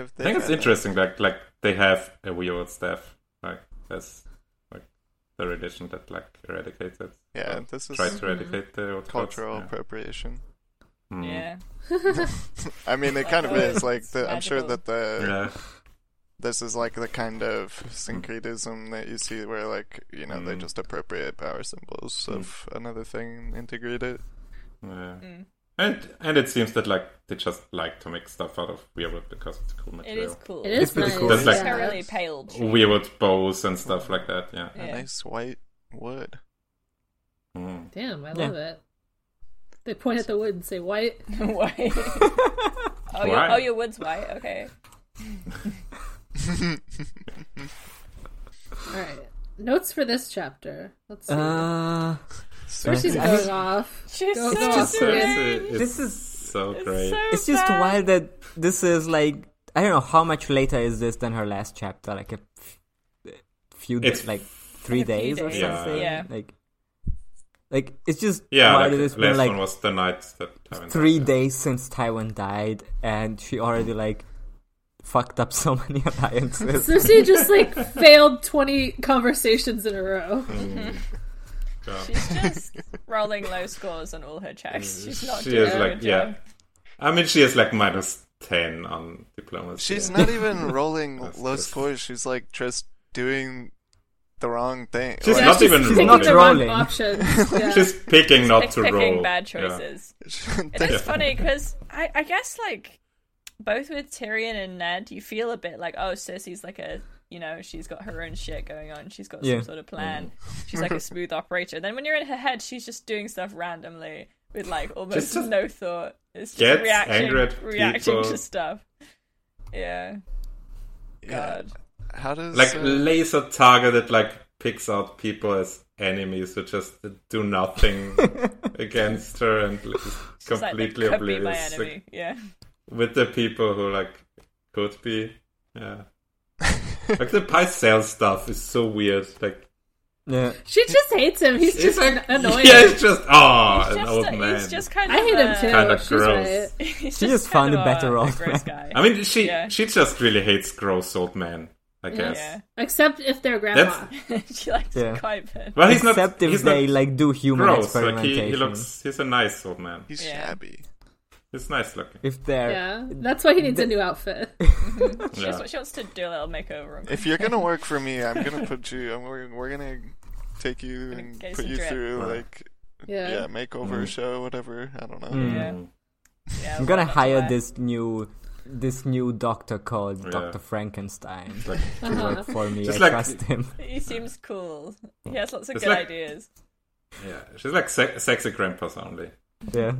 Speaker 5: I
Speaker 6: they've
Speaker 5: think it's
Speaker 6: got it.
Speaker 5: interesting. Like like they have a weirwood staff. Like that's like the religion that like eradicated.
Speaker 6: Yeah, this is mm-hmm.
Speaker 5: Tried to eradicate the Orthodox,
Speaker 6: cultural
Speaker 5: yeah.
Speaker 6: appropriation.
Speaker 5: Hmm.
Speaker 3: Yeah.
Speaker 6: I mean, it kind of
Speaker 3: Oh,
Speaker 6: is.
Speaker 3: it's
Speaker 6: Like, the, I'm sure
Speaker 3: magical.
Speaker 6: that the
Speaker 5: Yeah.
Speaker 6: this is like the kind of syncretism that you see where, like, you know, they
Speaker 5: Mm.
Speaker 6: just appropriate power symbols of another thing and integrate it.
Speaker 5: Yeah.
Speaker 3: Mm.
Speaker 5: And and it seems that like they just like to make stuff out of weirwood because it's a cool
Speaker 3: It
Speaker 5: material.
Speaker 3: is cool.
Speaker 7: It is
Speaker 4: pretty
Speaker 7: nice.
Speaker 4: cool.
Speaker 5: That's like-
Speaker 7: yeah.
Speaker 3: Terribly pale.
Speaker 5: Weirwood bows and stuff like that. Yeah.
Speaker 6: A
Speaker 3: Yeah.
Speaker 6: nice white wood.
Speaker 5: Hmm.
Speaker 7: Damn, I
Speaker 4: Yeah.
Speaker 7: love it. They point at the wood and say white.
Speaker 3: Why? oh, your,
Speaker 5: Why?
Speaker 3: oh, your wood's white. Okay.
Speaker 7: All right. Notes for this chapter. Let's see.
Speaker 4: uh,
Speaker 7: Cersei's
Speaker 4: I
Speaker 7: going
Speaker 4: think-
Speaker 7: off.
Speaker 3: She's
Speaker 7: Go-
Speaker 3: Oh, so
Speaker 7: go off,
Speaker 5: So
Speaker 7: Cersei.
Speaker 5: it's,
Speaker 3: sweet.
Speaker 5: it's
Speaker 4: this is
Speaker 5: so
Speaker 3: It's
Speaker 5: great.
Speaker 3: so
Speaker 4: it's just
Speaker 3: bad.
Speaker 4: wild that this is like I don't know how much later is this than her last chapter, like a f- few
Speaker 5: It's-
Speaker 4: days, like three
Speaker 3: Like a few
Speaker 4: days or
Speaker 3: days,
Speaker 4: something.
Speaker 3: yeah.
Speaker 4: Like, like it's just
Speaker 5: Yeah,
Speaker 4: wild
Speaker 5: like,
Speaker 4: that
Speaker 5: last
Speaker 4: it's been like
Speaker 5: one was the night that Tywin
Speaker 4: three
Speaker 5: died.
Speaker 4: days since Tywin died, and she already like fucked up so many alliances.
Speaker 7: Cersei just like failed 20 conversations in a row.
Speaker 5: Mm. Yeah.
Speaker 3: She's just rolling low scores on all her checks. She's not
Speaker 5: Mm, She
Speaker 3: doing
Speaker 5: is
Speaker 3: a
Speaker 5: like
Speaker 3: good
Speaker 5: yeah.
Speaker 3: job.
Speaker 5: I mean, she is like minus ten on diplomacy.
Speaker 6: She's not even rolling
Speaker 5: That's
Speaker 6: low
Speaker 5: just-
Speaker 6: scores. She's, like, just doing the wrong thing.
Speaker 5: She's
Speaker 6: Like,
Speaker 5: not even
Speaker 4: she's
Speaker 5: rolling.
Speaker 4: not
Speaker 7: the wrong
Speaker 4: rolling.
Speaker 7: options. Yeah.
Speaker 5: She's picking not
Speaker 3: Pick-
Speaker 5: to
Speaker 3: picking
Speaker 5: roll.
Speaker 3: bad
Speaker 5: Yeah.
Speaker 3: choices.
Speaker 6: she's-
Speaker 3: It is funny because I, I guess like both with Tyrion and Ned, you feel a bit like oh Cersei's like a you know she's got her own shit going on. She's got
Speaker 4: Yeah.
Speaker 3: some sort of plan.
Speaker 5: Mm-hmm.
Speaker 3: She's like a smooth operator. Then when you're in her head, she's just doing stuff randomly with like almost
Speaker 5: just
Speaker 3: no thought. It's just
Speaker 5: gets
Speaker 3: reacting,
Speaker 5: angry at
Speaker 3: reacting
Speaker 5: people.
Speaker 3: to stuff. Yeah.
Speaker 6: yeah.
Speaker 3: God.
Speaker 6: How does
Speaker 5: Like
Speaker 6: uh,
Speaker 5: laser targeted, like picks out people as enemies who just do nothing against her and like, is
Speaker 3: It's like, they
Speaker 5: completely
Speaker 3: could be my
Speaker 5: oblivious like,
Speaker 3: enemy. Yeah.
Speaker 5: with the people who like could be. Yeah. like the Pycelle stuff is so weird. Like
Speaker 4: yeah.
Speaker 7: She just hates him. He's just an- annoying.
Speaker 5: Yeah, it's just oh,
Speaker 3: He's
Speaker 5: an
Speaker 3: just,
Speaker 5: old
Speaker 3: a-
Speaker 5: man.
Speaker 3: he's just kind
Speaker 7: I
Speaker 3: of
Speaker 7: hate him too.
Speaker 5: Kinda
Speaker 7: She's
Speaker 5: gross.
Speaker 7: right.
Speaker 3: He's
Speaker 4: She just
Speaker 3: kind
Speaker 4: found
Speaker 3: of
Speaker 4: a better
Speaker 3: a
Speaker 4: old
Speaker 3: gross guy.
Speaker 5: I mean, she
Speaker 3: Yeah.
Speaker 5: she just really hates gross old men. I guess.
Speaker 3: Yeah.
Speaker 7: Except if they're grandma.
Speaker 3: she likes
Speaker 4: Yeah.
Speaker 3: him quite bad.
Speaker 5: Well, he's
Speaker 4: Except
Speaker 5: not.
Speaker 4: if
Speaker 5: He's
Speaker 4: they
Speaker 5: not
Speaker 4: like do human
Speaker 5: gross. Like
Speaker 4: experimentation.
Speaker 5: he, he looks. He's a nice old man.
Speaker 6: he's
Speaker 3: Yeah.
Speaker 6: shabby?
Speaker 5: He's nice looking.
Speaker 4: If they're
Speaker 7: Yeah. That's why he needs a new outfit.
Speaker 3: She,
Speaker 5: Yeah.
Speaker 3: just, she wants to do a little makeover. on
Speaker 6: If you're gonna work for me, I'm gonna put you. I'm, we're, we're gonna take you
Speaker 3: Gonna
Speaker 6: and
Speaker 3: get
Speaker 6: put
Speaker 3: some
Speaker 6: you
Speaker 3: drip.
Speaker 6: through like yeah,
Speaker 7: Yeah.
Speaker 6: makeover show, whatever. I don't know.
Speaker 3: Chris.
Speaker 5: Mm.
Speaker 3: Yeah. Yeah,
Speaker 4: I'm gonna
Speaker 3: well,
Speaker 4: hire
Speaker 3: that's
Speaker 4: this new this new doctor called
Speaker 5: Yeah.
Speaker 4: Doctor Frankenstein
Speaker 5: Like,
Speaker 4: to work for me. I
Speaker 5: Just like-
Speaker 4: trust him.
Speaker 3: why. He seems cool. He has lots of
Speaker 5: It's
Speaker 3: good
Speaker 5: like-
Speaker 3: ideas.
Speaker 5: yeah, she's like se- sexy grandpas only.
Speaker 4: Yeah.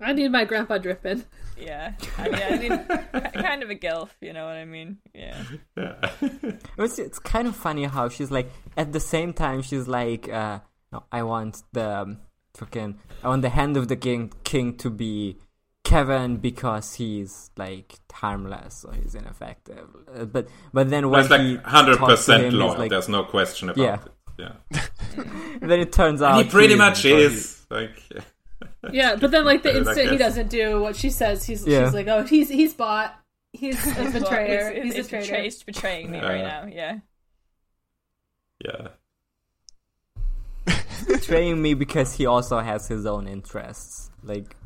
Speaker 7: I need my grandpa dripping.
Speaker 3: Yeah. I mean, I mean, ki- kind of a gilf, you know what I mean? Yeah.
Speaker 5: Yeah.
Speaker 4: It was- it's kind of funny how she's like at the same time she's like uh no, I want the um, fucking I want the hand of the king king to be Kevin because he's like harmless or he's ineffective. Uh, but but then when
Speaker 5: That's
Speaker 4: he
Speaker 5: like hundred
Speaker 4: talks to him,
Speaker 5: percent
Speaker 4: he's
Speaker 5: loyal.
Speaker 4: like-
Speaker 5: There's no question about
Speaker 4: Yeah.
Speaker 5: it. Yeah.
Speaker 4: then it turns out
Speaker 5: he pretty
Speaker 4: isn't,
Speaker 5: much
Speaker 4: or he-
Speaker 5: is. Like,
Speaker 7: Yeah, but then like the
Speaker 5: Better, I
Speaker 7: instant he
Speaker 5: guess.
Speaker 7: doesn't do what she says, he's
Speaker 4: Yeah.
Speaker 7: she's like, oh, he's he's bought. He's a
Speaker 3: Well,
Speaker 7: betrayer.
Speaker 3: it's-
Speaker 7: He's,
Speaker 3: it's
Speaker 7: a traitor.
Speaker 3: betray- it's betraying me right
Speaker 5: Yeah.
Speaker 3: now. Yeah.
Speaker 5: yeah.
Speaker 4: betraying me because he also has his own interests. Like,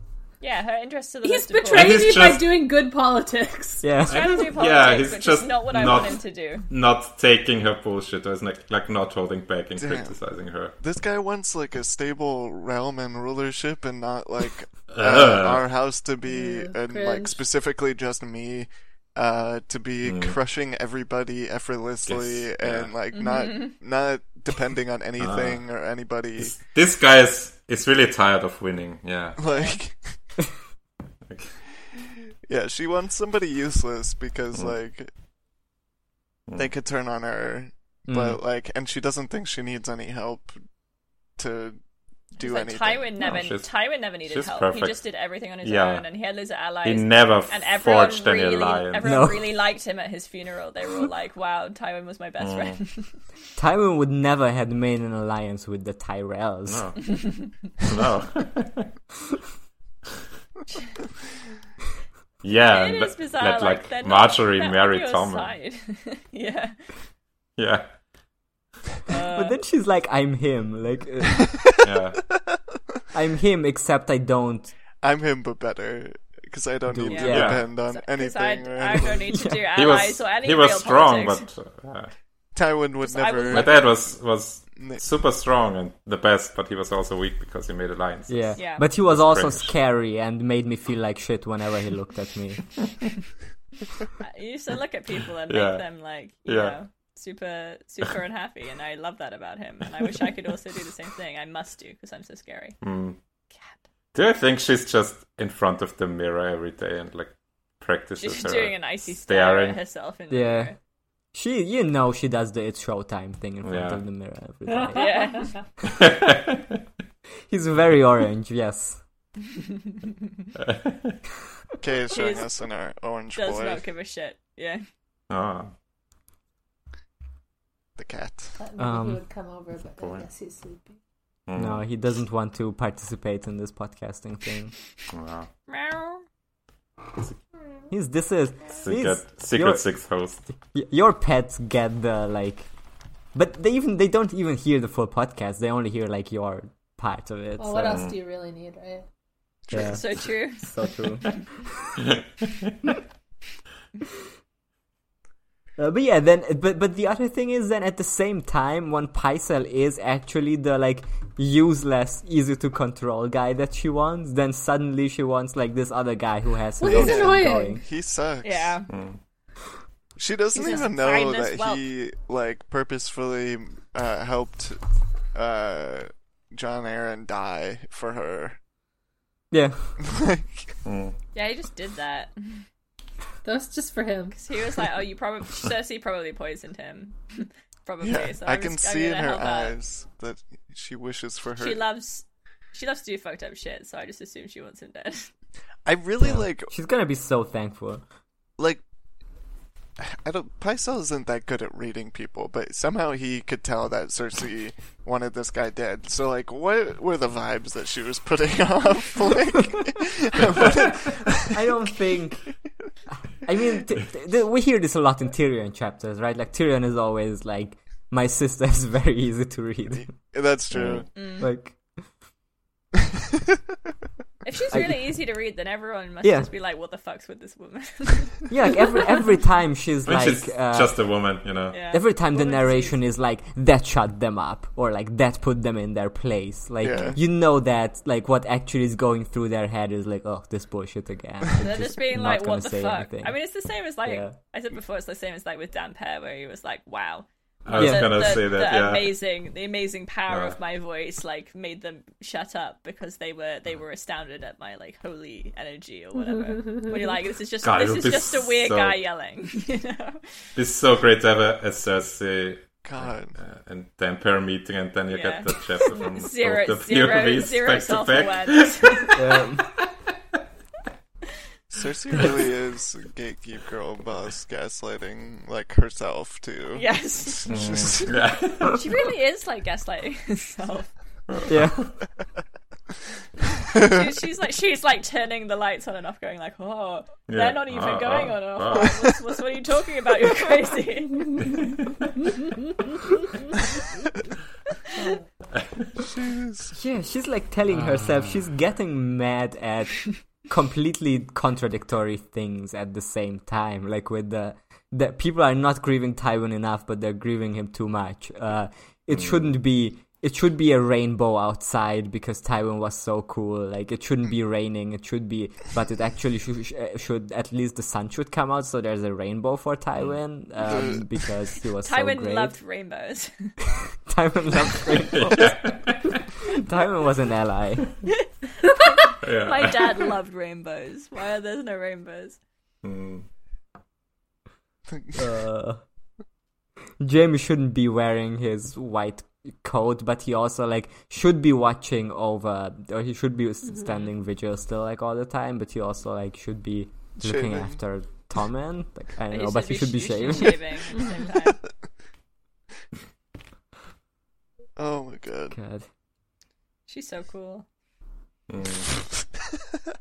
Speaker 3: Yeah, her interests are the
Speaker 7: He's
Speaker 3: most important.
Speaker 5: It
Speaker 7: betraying me
Speaker 5: is
Speaker 7: by
Speaker 5: just-
Speaker 7: doing good politics.
Speaker 4: yeah,
Speaker 3: Trying to do
Speaker 5: Yeah,
Speaker 3: politics,
Speaker 5: he's
Speaker 3: which
Speaker 5: just
Speaker 3: is not what I
Speaker 5: not-
Speaker 3: want him to do.
Speaker 5: Not taking her bullshit, or is like, like not holding back and criticizing her.
Speaker 6: This guy wants like a stable realm and rulership, and not like uh,
Speaker 5: Ugh.
Speaker 6: our house to be and like
Speaker 7: cringe.
Speaker 6: specifically just me uh, to be crushing everybody effortlessly
Speaker 5: Yes,
Speaker 6: and
Speaker 5: yeah.
Speaker 6: like not not depending on anything or anybody.
Speaker 5: This guy is is really tired of winning. Yeah.
Speaker 6: Like, yeah, she wants somebody useless because like they could turn on her,
Speaker 4: Mm.
Speaker 6: but like, and she doesn't think she needs any help to do
Speaker 3: Like,
Speaker 6: anything.
Speaker 3: Tywin never,
Speaker 5: she's-
Speaker 3: Tywin never needed
Speaker 5: she's
Speaker 3: help. He
Speaker 5: perfect.
Speaker 3: just did everything on his
Speaker 5: Yeah.
Speaker 3: own, and he had loads of
Speaker 5: He
Speaker 3: allies.
Speaker 5: never
Speaker 3: and everyone
Speaker 5: forged any
Speaker 3: really,
Speaker 5: alliance.
Speaker 3: everyone
Speaker 4: No.
Speaker 3: really liked him at his funeral. They were all like, "Wow, Tywin was my
Speaker 5: Mm.
Speaker 3: best friend."
Speaker 4: Tywin would never have made an alliance with the Tyrells.
Speaker 5: No. no. yeah,
Speaker 3: it
Speaker 5: and
Speaker 3: is
Speaker 5: let,
Speaker 3: bizarre.
Speaker 5: let, like,
Speaker 3: they're not-
Speaker 5: Marjorie
Speaker 3: they're on
Speaker 5: marry
Speaker 3: your
Speaker 5: Tommen.
Speaker 3: side. yeah,
Speaker 5: Yeah,
Speaker 2: Uh,
Speaker 4: But then she's like, "I'm him. Like, uh,
Speaker 5: yeah.
Speaker 4: I'm him. Except I don't.
Speaker 6: I'm him, but better because I don't
Speaker 4: Dude,
Speaker 6: need to
Speaker 4: yeah.
Speaker 6: depend on
Speaker 3: because I,
Speaker 6: anything. or
Speaker 3: I don't need to do
Speaker 5: He
Speaker 3: allies
Speaker 5: was
Speaker 3: or any
Speaker 5: he was
Speaker 3: real
Speaker 5: strong,
Speaker 3: politics.
Speaker 5: but uh,
Speaker 6: Tywin would
Speaker 3: I
Speaker 6: never.
Speaker 3: would
Speaker 5: my dad was was
Speaker 6: Ne-
Speaker 5: super strong and the best, but he was also weak because he made alliances.
Speaker 4: Yeah.
Speaker 3: Yeah.
Speaker 4: But he was also
Speaker 5: cringe.
Speaker 4: scary and made me feel like shit whenever he looked at me.
Speaker 3: You used to look at people and
Speaker 5: Yeah.
Speaker 3: make them like, you
Speaker 5: Yeah.
Speaker 3: know, super, super unhappy, and I love that about him. And I wish I could also do the same thing. I must do because I'm so scary. Cat.
Speaker 5: Hmm. Do you think she's just in front of the mirror every day and like practices
Speaker 3: She's
Speaker 5: her
Speaker 3: doing an icy stare
Speaker 5: staring?
Speaker 3: at herself in the
Speaker 4: Yeah.
Speaker 3: mirror.
Speaker 4: She, you know, she does the it's showtime thing in front
Speaker 5: Yeah.
Speaker 4: of the mirror every day.
Speaker 3: Yeah.
Speaker 4: He's very orange. Yes.
Speaker 6: Kay is showing
Speaker 3: He's-
Speaker 6: us in our orange
Speaker 3: Does
Speaker 6: boy,
Speaker 3: not give a shit. Yeah.
Speaker 5: oh.
Speaker 6: the cat.
Speaker 2: he
Speaker 4: Um,
Speaker 2: would come over, but I
Speaker 5: point.
Speaker 2: guess he's sleepy.
Speaker 5: Mm. hmm.
Speaker 4: No, he doesn't want to participate in this podcasting thing.
Speaker 5: Wow.
Speaker 3: Meow.
Speaker 4: He's this is
Speaker 5: Secret,
Speaker 4: he's- you're-
Speaker 5: secret six host.
Speaker 4: Y- your pets get the like but they even they don't even hear the full podcast they only hear like your part of it
Speaker 2: Well, what
Speaker 4: so,
Speaker 2: else do you really need, right?
Speaker 4: yeah,
Speaker 3: So true.
Speaker 4: so true Uh, but yeah, then but but the other thing is then at the same time, when Pycel is actually the like useless, easy to control guy that she wants, then suddenly she wants like this other guy who has.
Speaker 2: Well,
Speaker 4: his
Speaker 2: he's
Speaker 4: own
Speaker 2: annoying.
Speaker 4: going.
Speaker 6: He sucks.
Speaker 3: Yeah.
Speaker 6: She doesn't
Speaker 3: He's just
Speaker 6: even know
Speaker 3: mindless
Speaker 6: that he like purposefully uh, helped uh, John Aaron die for her.
Speaker 4: Yeah,
Speaker 6: Like,
Speaker 3: Yeah, he just did that.
Speaker 2: That's just for him.
Speaker 3: So he was like, oh, you probably, Cersei probably poisoned him. probably.
Speaker 6: yeah,
Speaker 3: so
Speaker 6: I
Speaker 3: I'm
Speaker 6: can
Speaker 3: just- I'm
Speaker 6: see in
Speaker 3: gonna
Speaker 6: her
Speaker 3: help out.
Speaker 6: eyes that she wishes for her.
Speaker 3: She loves, she loves to do fucked up shit, so I just assume she wants him dead.
Speaker 6: I really like
Speaker 4: she's gonna be so thankful.
Speaker 6: like I don't Pycelle isn't that good at reading people, but somehow he could tell that Cersei wanted this guy dead. So like what were the vibes that she was putting off? like
Speaker 4: I don't think. I mean, t- t- th- we hear this a lot in Tyrion chapters, right? Like Tyrion is always like, "My sister is very easy to read."
Speaker 6: That's true.
Speaker 4: like,
Speaker 3: If she's
Speaker 4: I-
Speaker 3: really easy to read, then everyone must
Speaker 4: Yeah.
Speaker 3: just be like, "What the fuck's with this woman?"
Speaker 4: yeah, like every every time she's
Speaker 5: I mean,
Speaker 4: like,
Speaker 5: she's
Speaker 4: uh,
Speaker 5: just a woman, you know.
Speaker 3: yeah.
Speaker 4: every time the
Speaker 3: Woman
Speaker 4: narration is like, "That shut them up," or like, "That put them in their place." Like,
Speaker 6: Yeah.
Speaker 4: you know that like what actually is going through their head is like, "Oh, this bullshit again." I'm
Speaker 3: They're just being like,
Speaker 4: gonna
Speaker 3: "What the
Speaker 4: say
Speaker 3: fuck?"
Speaker 4: anything."
Speaker 3: I mean, it's the same as like
Speaker 4: Yeah.
Speaker 3: I said before. It's the same as like with Dan Pear, where he was like, "Wow."
Speaker 5: I was
Speaker 4: Yeah.
Speaker 5: gonna
Speaker 3: the,
Speaker 5: say
Speaker 3: the
Speaker 5: that. Yeah.
Speaker 3: amazing, the amazing power
Speaker 5: Yeah.
Speaker 3: of my voice, like, made them shut up because they were they were astounded at my like holy energy or whatever. when you're like, "This is just
Speaker 5: God, it
Speaker 3: this
Speaker 5: would
Speaker 3: is
Speaker 5: be
Speaker 3: just a weird
Speaker 5: so-
Speaker 3: guy yelling," you know?
Speaker 5: It's so great to have a, a Cersei
Speaker 6: God.
Speaker 5: uh, and then pair meeting, and then you
Speaker 3: Yeah.
Speaker 5: get the chapter from
Speaker 3: Zero,
Speaker 5: both of
Speaker 3: zero,
Speaker 5: you
Speaker 3: zero
Speaker 5: back to
Speaker 3: self
Speaker 5: back.
Speaker 3: awareness.
Speaker 4: Um,
Speaker 6: Cersei really is gatekeep girl boss gaslighting like herself too.
Speaker 3: yes,
Speaker 6: She's-
Speaker 5: Yeah.
Speaker 3: she really is like gaslighting herself.
Speaker 4: yeah.
Speaker 3: she's, she's like she's like turning the lights on and off, going like, "Oh,
Speaker 5: Yeah.
Speaker 3: they're not even
Speaker 5: Ah,
Speaker 3: going
Speaker 5: ah,
Speaker 3: on and off.
Speaker 5: ah.
Speaker 3: What's, what's, what are you talking about? You're crazy."
Speaker 4: Yeah, she's like telling herself she's getting mad at completely contradictory things at the same time. Like with the that people are not grieving Tywin enough, but they're grieving him too much. Uh, it shouldn't be. It should be a rainbow outside because Tywin was so cool. Like it shouldn't be raining. It should be, but it actually should, sh- uh, should at least the sun should come out. So there's a rainbow for Tywin um, because he was so
Speaker 3: Tywin
Speaker 4: great.
Speaker 3: loved rainbows.
Speaker 4: Tywin loved rainbows. Tywin was an ally.
Speaker 5: Yeah.
Speaker 3: My dad loved rainbows. Why are there no rainbows?
Speaker 5: Mm.
Speaker 4: uh, Jamie shouldn't be wearing his white coat, but he also like should be watching over, or he should be s- standing vigil still like all the time. But he also like should be looking
Speaker 6: Shaving.
Speaker 4: after Tommen. Like I
Speaker 3: And
Speaker 4: don't
Speaker 3: you
Speaker 4: know, but he should be
Speaker 3: sh-
Speaker 4: shaving.
Speaker 3: shaving at the same time.
Speaker 6: oh my god.
Speaker 4: God.
Speaker 3: She's so cool.
Speaker 5: Mm.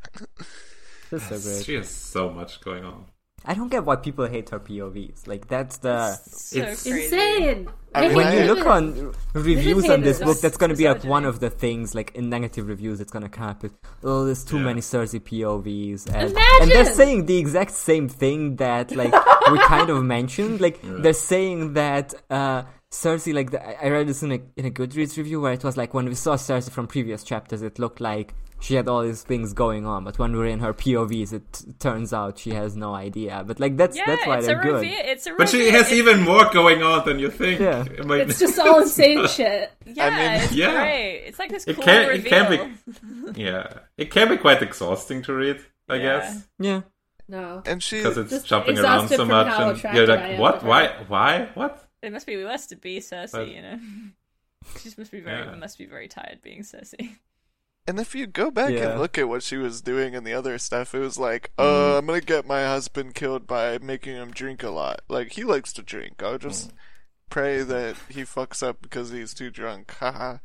Speaker 4: That's so great.
Speaker 5: She has so much going on.
Speaker 4: I don't get why people hate her POVs. Like that's the
Speaker 3: So
Speaker 5: Uh, It's-
Speaker 3: crazy.
Speaker 7: Insane.
Speaker 6: I
Speaker 7: I
Speaker 6: mean,
Speaker 7: hate
Speaker 4: when you
Speaker 6: I-
Speaker 7: it.
Speaker 4: look on reviews on this
Speaker 7: Irritated.
Speaker 4: book, that's going to be like one
Speaker 3: Misogyny.
Speaker 4: of the things, like in negative reviews, that's going to come up. With, oh, there's too
Speaker 5: Yeah.
Speaker 4: many Cersei POVs, and,
Speaker 7: Imagine!
Speaker 4: and they're saying the exact same thing that like we kind of mentioned. Like they're saying that uh, Cersei, like the, I I read this in a in a Goodreads review where it was like when we saw Cersei from previous chapters, it looked like she had all these things going on, but when we're in her POVs, it t- turns out she has no idea. But like that's
Speaker 3: Yeah,
Speaker 4: that's why
Speaker 3: it's a
Speaker 4: they're good.
Speaker 3: reveal. It's a reveal.
Speaker 5: But she has
Speaker 3: It-
Speaker 5: even more going on than you think.
Speaker 4: Yeah.
Speaker 5: I mean,
Speaker 7: It's just all insane shit.
Speaker 3: Yeah,
Speaker 6: mean-
Speaker 3: it's
Speaker 5: Yeah.
Speaker 3: great. It's like this cool
Speaker 5: it can
Speaker 3: reveal.
Speaker 5: it can be yeah it can be quite exhausting to read. I
Speaker 3: Yeah.
Speaker 5: guess
Speaker 4: Yeah.
Speaker 7: No.
Speaker 6: And she
Speaker 5: because it's
Speaker 7: Just
Speaker 5: jumping around
Speaker 7: exhausted
Speaker 5: so
Speaker 7: from
Speaker 5: much,
Speaker 7: how
Speaker 5: and
Speaker 7: attracted
Speaker 5: you're
Speaker 7: I
Speaker 5: like,
Speaker 7: am
Speaker 5: what?
Speaker 7: to
Speaker 5: Why?
Speaker 7: her.
Speaker 5: Why? What?
Speaker 3: It must be we must to be Cersei,
Speaker 5: But-
Speaker 3: you know. She must be very
Speaker 5: Yeah.
Speaker 3: must be very tired being Cersei.
Speaker 6: And if you go back
Speaker 4: Yeah.
Speaker 6: and look at what she was doing and the other stuff, it was like, uh, I'm gonna get my husband killed by making him drink a lot. Like he likes to drink. I'll just pray that he fucks up because he's too drunk. Uh, Haha.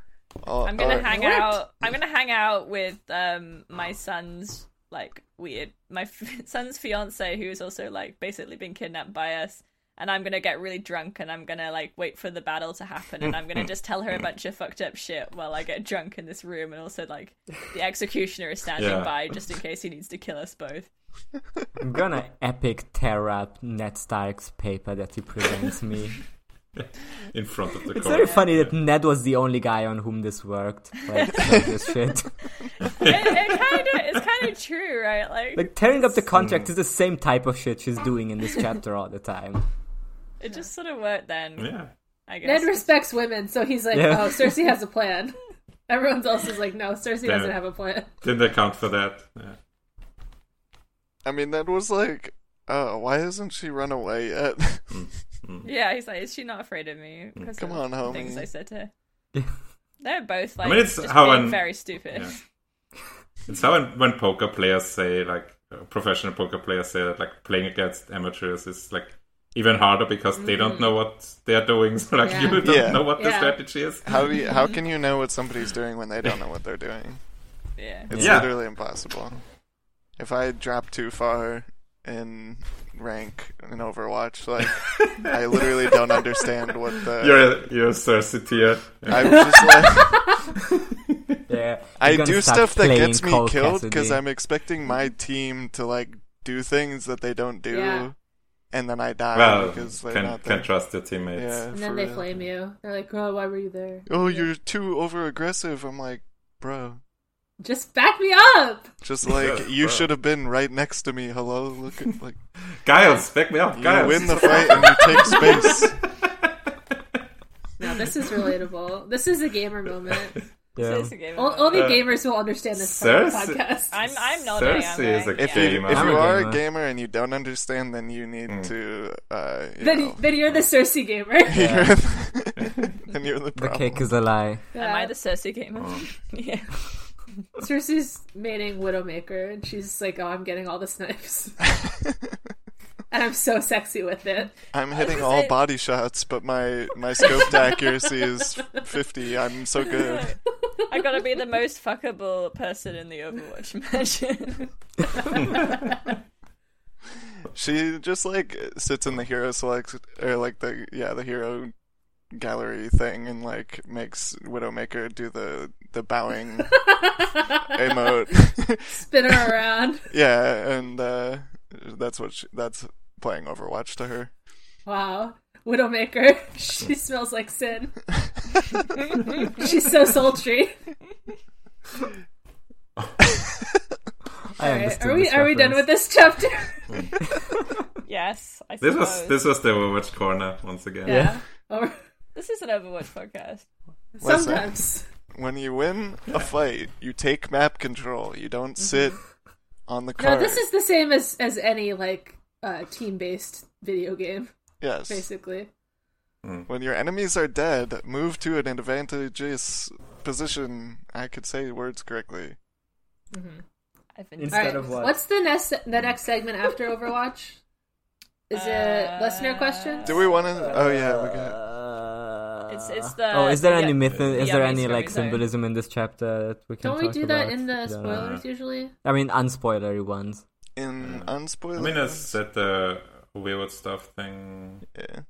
Speaker 6: All-
Speaker 3: I'm gonna
Speaker 6: all-
Speaker 3: hang
Speaker 7: What?
Speaker 3: out. I'm gonna hang out with um my son's like weird my f- son's fiance who's also like basically been kidnapped by us. And I'm gonna get really drunk, and I'm gonna like wait for the battle to happen, and I'm gonna just tell her a bunch of fucked up shit while I get drunk in this room, and also like the executioner is standing
Speaker 5: Yeah.
Speaker 3: by just in case he needs to kill us both.
Speaker 4: I'm gonna epic tear up Ned Stark's paper that he presents me.
Speaker 5: In front of the
Speaker 4: It's
Speaker 5: court.
Speaker 4: very funny that Ned was the only guy on whom this worked. Like, like this shit.
Speaker 3: it, it kind of it's kind of true, right? Like,
Speaker 4: Like tearing up the contract is the same type of shit she's doing in this chapter all the time.
Speaker 3: it just sort of worked then,
Speaker 5: Yeah.
Speaker 3: I guess.
Speaker 7: Ned respects women, so he's like,
Speaker 4: Yeah.
Speaker 7: oh, Cersei has a plan. Everyone else is like, no, Cersei
Speaker 5: Damn
Speaker 7: doesn't
Speaker 5: it.
Speaker 7: have a plan.
Speaker 5: Didn't account for that. Yeah.
Speaker 6: I mean, that was like, uh, why hasn't she run away yet?
Speaker 3: yeah, he's like, is she not afraid of me? Because
Speaker 6: Come
Speaker 3: of
Speaker 6: on,
Speaker 3: the
Speaker 6: homie.
Speaker 3: Things I said to her.
Speaker 4: Yeah.
Speaker 3: They're both like
Speaker 5: mean, it's
Speaker 3: just
Speaker 5: how
Speaker 3: being
Speaker 5: an-
Speaker 3: very stupid.
Speaker 5: yeah. It's how when, when poker players say like uh, professional poker players say that like playing against amateurs is like even harder because they don't know what they're doing. So like
Speaker 7: Yeah.
Speaker 5: you don't
Speaker 6: Yeah.
Speaker 5: know what the
Speaker 7: Yeah.
Speaker 5: strategy is.
Speaker 6: how do you, how can you know what somebody's doing when they don't know what they're doing?
Speaker 3: Yeah.
Speaker 6: It's
Speaker 5: Yeah.
Speaker 6: literally impossible. If I drop too far in rank in Overwatch, like I literally don't understand what the
Speaker 5: You're you're Cersei tier. Yeah.
Speaker 6: I was just like,
Speaker 4: Yeah,
Speaker 6: I
Speaker 4: you're gonna
Speaker 6: do
Speaker 4: start
Speaker 6: stuff that
Speaker 4: playing
Speaker 6: gets me
Speaker 4: Cole
Speaker 6: killed because
Speaker 4: Cassidy.
Speaker 6: I'm expecting my team to like do things that they don't do,
Speaker 7: Yeah.
Speaker 6: and then I die
Speaker 5: Well,
Speaker 6: because they're
Speaker 5: can
Speaker 6: not there.
Speaker 5: can trust your teammates.
Speaker 6: yeah,
Speaker 7: And
Speaker 6: for
Speaker 7: then they
Speaker 6: real.
Speaker 7: flame you. They're like, oh, why were you there?
Speaker 6: Oh, you're too over aggressive. I'm like, bro,
Speaker 7: Just back me up!
Speaker 6: just like
Speaker 5: Yeah,
Speaker 6: you
Speaker 5: bro.
Speaker 6: should have been right next to me. Hello, look at like
Speaker 5: Giles, back me up.
Speaker 6: you
Speaker 5: Giles.
Speaker 6: win the fight and you take space.
Speaker 7: No, this is relatable. this is a gamer moment.
Speaker 3: So
Speaker 4: Yeah.
Speaker 3: it's a game
Speaker 7: O-
Speaker 3: of-
Speaker 7: only
Speaker 5: Uh,
Speaker 7: gamers will understand this part of the
Speaker 5: Cersei-
Speaker 7: podcast.
Speaker 3: I'm I'm not
Speaker 5: Cersei is a
Speaker 6: If
Speaker 5: Yeah,
Speaker 6: you
Speaker 5: you
Speaker 6: if
Speaker 5: are.
Speaker 6: you
Speaker 4: I'm a
Speaker 6: are
Speaker 4: gamer. Mm.
Speaker 6: a gamer and you don't understand, then you need to uh, you
Speaker 7: Then,
Speaker 6: know,
Speaker 7: then you're the Cersei gamer.
Speaker 6: then you're the
Speaker 4: The
Speaker 6: problem.
Speaker 4: cake is a lie.
Speaker 3: Am I
Speaker 7: Yeah.
Speaker 3: the Cersei gamer?
Speaker 5: Oh.
Speaker 3: yeah.
Speaker 7: Cersei's mating Widowmaker, and she's like, "Oh, I'm getting all the snipes, and I'm so sexy with it."
Speaker 6: I'm hitting all body shots, but my my scoped accuracy is 50. I'm so good.
Speaker 3: I gotta be the most fuckable person in the Overwatch mansion.
Speaker 6: She just like sits in the hero select or like the yeah the hero gallery thing and like makes Widowmaker do the the bowing emote.
Speaker 7: Spin her around.
Speaker 6: yeah, and uh, that's what she, that's playing Overwatch to her.
Speaker 7: Wow. Widowmaker. She smells like sin. She's so sultry.
Speaker 4: I
Speaker 7: Alright,
Speaker 4: understood
Speaker 7: Are we
Speaker 4: this
Speaker 7: are we done
Speaker 4: reference.
Speaker 7: with this chapter?
Speaker 3: yes, I
Speaker 5: This
Speaker 3: suppose.
Speaker 5: was this was the Overwatch corner once again.
Speaker 3: yeah.
Speaker 7: Or
Speaker 3: This is an Overwatch podcast.
Speaker 6: Listen.
Speaker 7: sometimes.
Speaker 6: When you win a fight, you take map control. You don't sit on the
Speaker 7: Mm-hmm. No,
Speaker 6: card.
Speaker 7: this is the same as as any like uh team based video game,
Speaker 6: yes.
Speaker 7: basically.
Speaker 5: Mm.
Speaker 6: When your enemies are dead, move to an advantageous position. I could say words correctly.
Speaker 7: Mm-hmm.
Speaker 3: I've been
Speaker 4: Instead
Speaker 7: Alright,
Speaker 4: of what?
Speaker 7: What's the next the next segment after Overwatch? Is it listener questions?
Speaker 6: Do we want to? Oh yeah, we got.
Speaker 3: It's it's the.
Speaker 4: oh, is there any
Speaker 3: yeah,
Speaker 4: myth? Is
Speaker 3: yeah,
Speaker 4: there
Speaker 3: mystery
Speaker 4: any like
Speaker 3: zone.
Speaker 4: symbolism in this chapter that we can?
Speaker 7: Don't we
Speaker 4: talk
Speaker 7: do that
Speaker 4: about?
Speaker 7: in the
Speaker 4: Don't know.
Speaker 7: spoilers usually?
Speaker 4: I mean, unspoilery ones.
Speaker 6: In unspoiled.
Speaker 5: I mean, is that the weird stuff thing?
Speaker 6: yeah.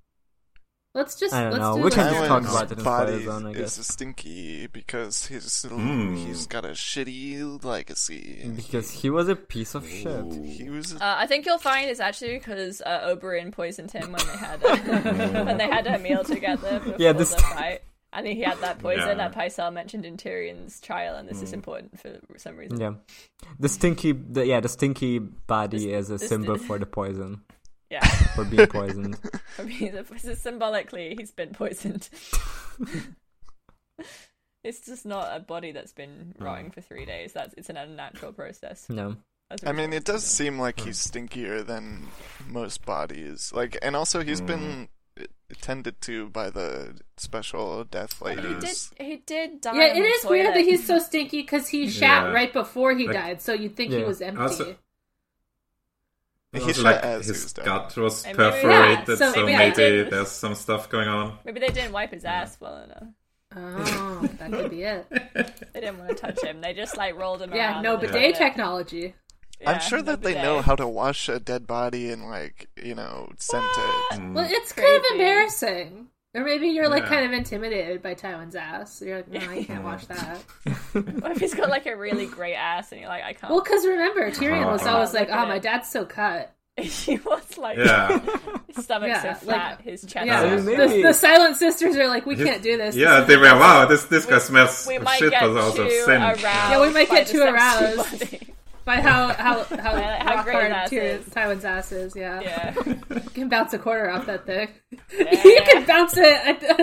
Speaker 7: Let's just
Speaker 4: I don't
Speaker 7: let's
Speaker 4: know.
Speaker 7: do
Speaker 4: We can
Speaker 7: listener
Speaker 4: just talk
Speaker 6: Tywin's
Speaker 7: questions.
Speaker 4: about it in spoiler
Speaker 6: body
Speaker 4: zone, I
Speaker 6: is
Speaker 4: guess.
Speaker 6: stinky because he's
Speaker 5: Hmm.
Speaker 6: he's got a shitty legacy. and
Speaker 4: Because he was a piece of shit.
Speaker 6: he was
Speaker 3: Uh, I think you'll find it's actually because uh, Oberyn poisoned him when they had when they had a meal together before
Speaker 4: Yeah, this-
Speaker 3: the fight, and he had that poison
Speaker 5: Yeah.
Speaker 3: that Pycelle mentioned in Tyrion's trial, and this
Speaker 7: Mm.
Speaker 3: is important for some reason.
Speaker 4: Yeah, the stinky, the, yeah, the stinky body is a
Speaker 3: this-
Speaker 4: symbol for the poison,
Speaker 3: Yeah,
Speaker 4: for being poisoned.
Speaker 3: I mean, the- this is symbolically, he's been poisoned. it's just not a body that's been
Speaker 7: Mm.
Speaker 3: rotting for three days. That's it's an unnatural process.
Speaker 4: no,
Speaker 3: As a
Speaker 6: I mean,
Speaker 3: result.
Speaker 6: it does seem like he's stinkier than most bodies. Like, and also he's been
Speaker 4: Hmm.
Speaker 6: tended to by the special death
Speaker 3: he did.
Speaker 6: ladies.
Speaker 3: He did die.
Speaker 7: Yeah,
Speaker 3: on
Speaker 7: it
Speaker 3: the
Speaker 7: is weird
Speaker 3: toilet.
Speaker 7: that he's so stinky because he shat
Speaker 5: Yeah.
Speaker 7: right before he
Speaker 5: Like-
Speaker 7: died, so you'd think he
Speaker 4: Yeah.
Speaker 7: was empty.
Speaker 5: Also-
Speaker 6: He
Speaker 5: Not
Speaker 6: should
Speaker 5: like
Speaker 6: as he
Speaker 5: his
Speaker 6: was dead.
Speaker 5: gut was
Speaker 3: Maybe-
Speaker 5: perforated,
Speaker 7: Yeah,
Speaker 5: so,
Speaker 7: so maybe I
Speaker 5: maybe
Speaker 3: did.
Speaker 5: there's some stuff going on.
Speaker 3: Maybe they didn't wipe his ass well enough.
Speaker 7: Oh, that could be it.
Speaker 3: They didn't want to touch him. They just like rolled him
Speaker 7: Yeah,
Speaker 3: around.
Speaker 7: no
Speaker 3: and
Speaker 7: bidet
Speaker 3: did it.
Speaker 7: technology.
Speaker 3: Yeah,
Speaker 6: I'm sure
Speaker 3: no
Speaker 6: that they
Speaker 3: bidet.
Speaker 6: know how to wash a dead body and like you know scent
Speaker 3: Ah!
Speaker 6: it.
Speaker 4: Hmm.
Speaker 7: Well, it's kind of
Speaker 3: Creepy.
Speaker 7: embarrassing. Or maybe you're like
Speaker 5: Yeah.
Speaker 7: kind of intimidated by Tywin's ass. You're like, no, I can't watch that.
Speaker 3: What if he's got like a really great ass and you're like, I can't.
Speaker 7: Well, because remember, Tyrion was
Speaker 5: Uh-huh.
Speaker 7: always like,
Speaker 3: Look at
Speaker 7: oh, my
Speaker 3: it.
Speaker 7: dad's so cut.
Speaker 3: he was like,
Speaker 5: Yeah.
Speaker 3: his stomach's
Speaker 7: Yeah,
Speaker 3: so
Speaker 7: like-
Speaker 3: flat, his chest.
Speaker 7: Yeah,
Speaker 4: I
Speaker 3: is
Speaker 4: mean,
Speaker 3: so-
Speaker 4: maybe-
Speaker 7: The, the Silent Sisters are like, we
Speaker 5: His-
Speaker 7: can't do this.
Speaker 5: Yeah, they were wow. This this guy smells
Speaker 3: We
Speaker 5: of
Speaker 3: might
Speaker 5: shit,
Speaker 3: get
Speaker 5: but also
Speaker 3: too
Speaker 5: sin.
Speaker 3: aroused.
Speaker 5: Yeah.
Speaker 7: we might
Speaker 3: by
Speaker 7: get
Speaker 3: the
Speaker 7: too
Speaker 3: sexy
Speaker 7: aroused.
Speaker 3: body.
Speaker 7: By how how how,
Speaker 3: Yeah, how
Speaker 7: rock
Speaker 3: great his
Speaker 7: hard
Speaker 3: ass
Speaker 7: Tyrion,
Speaker 3: is.
Speaker 7: Tywin's ass is. Yeah.
Speaker 3: Yeah.
Speaker 7: you can bounce a quarter off that thing. you
Speaker 3: Yeah.
Speaker 7: can bounce a,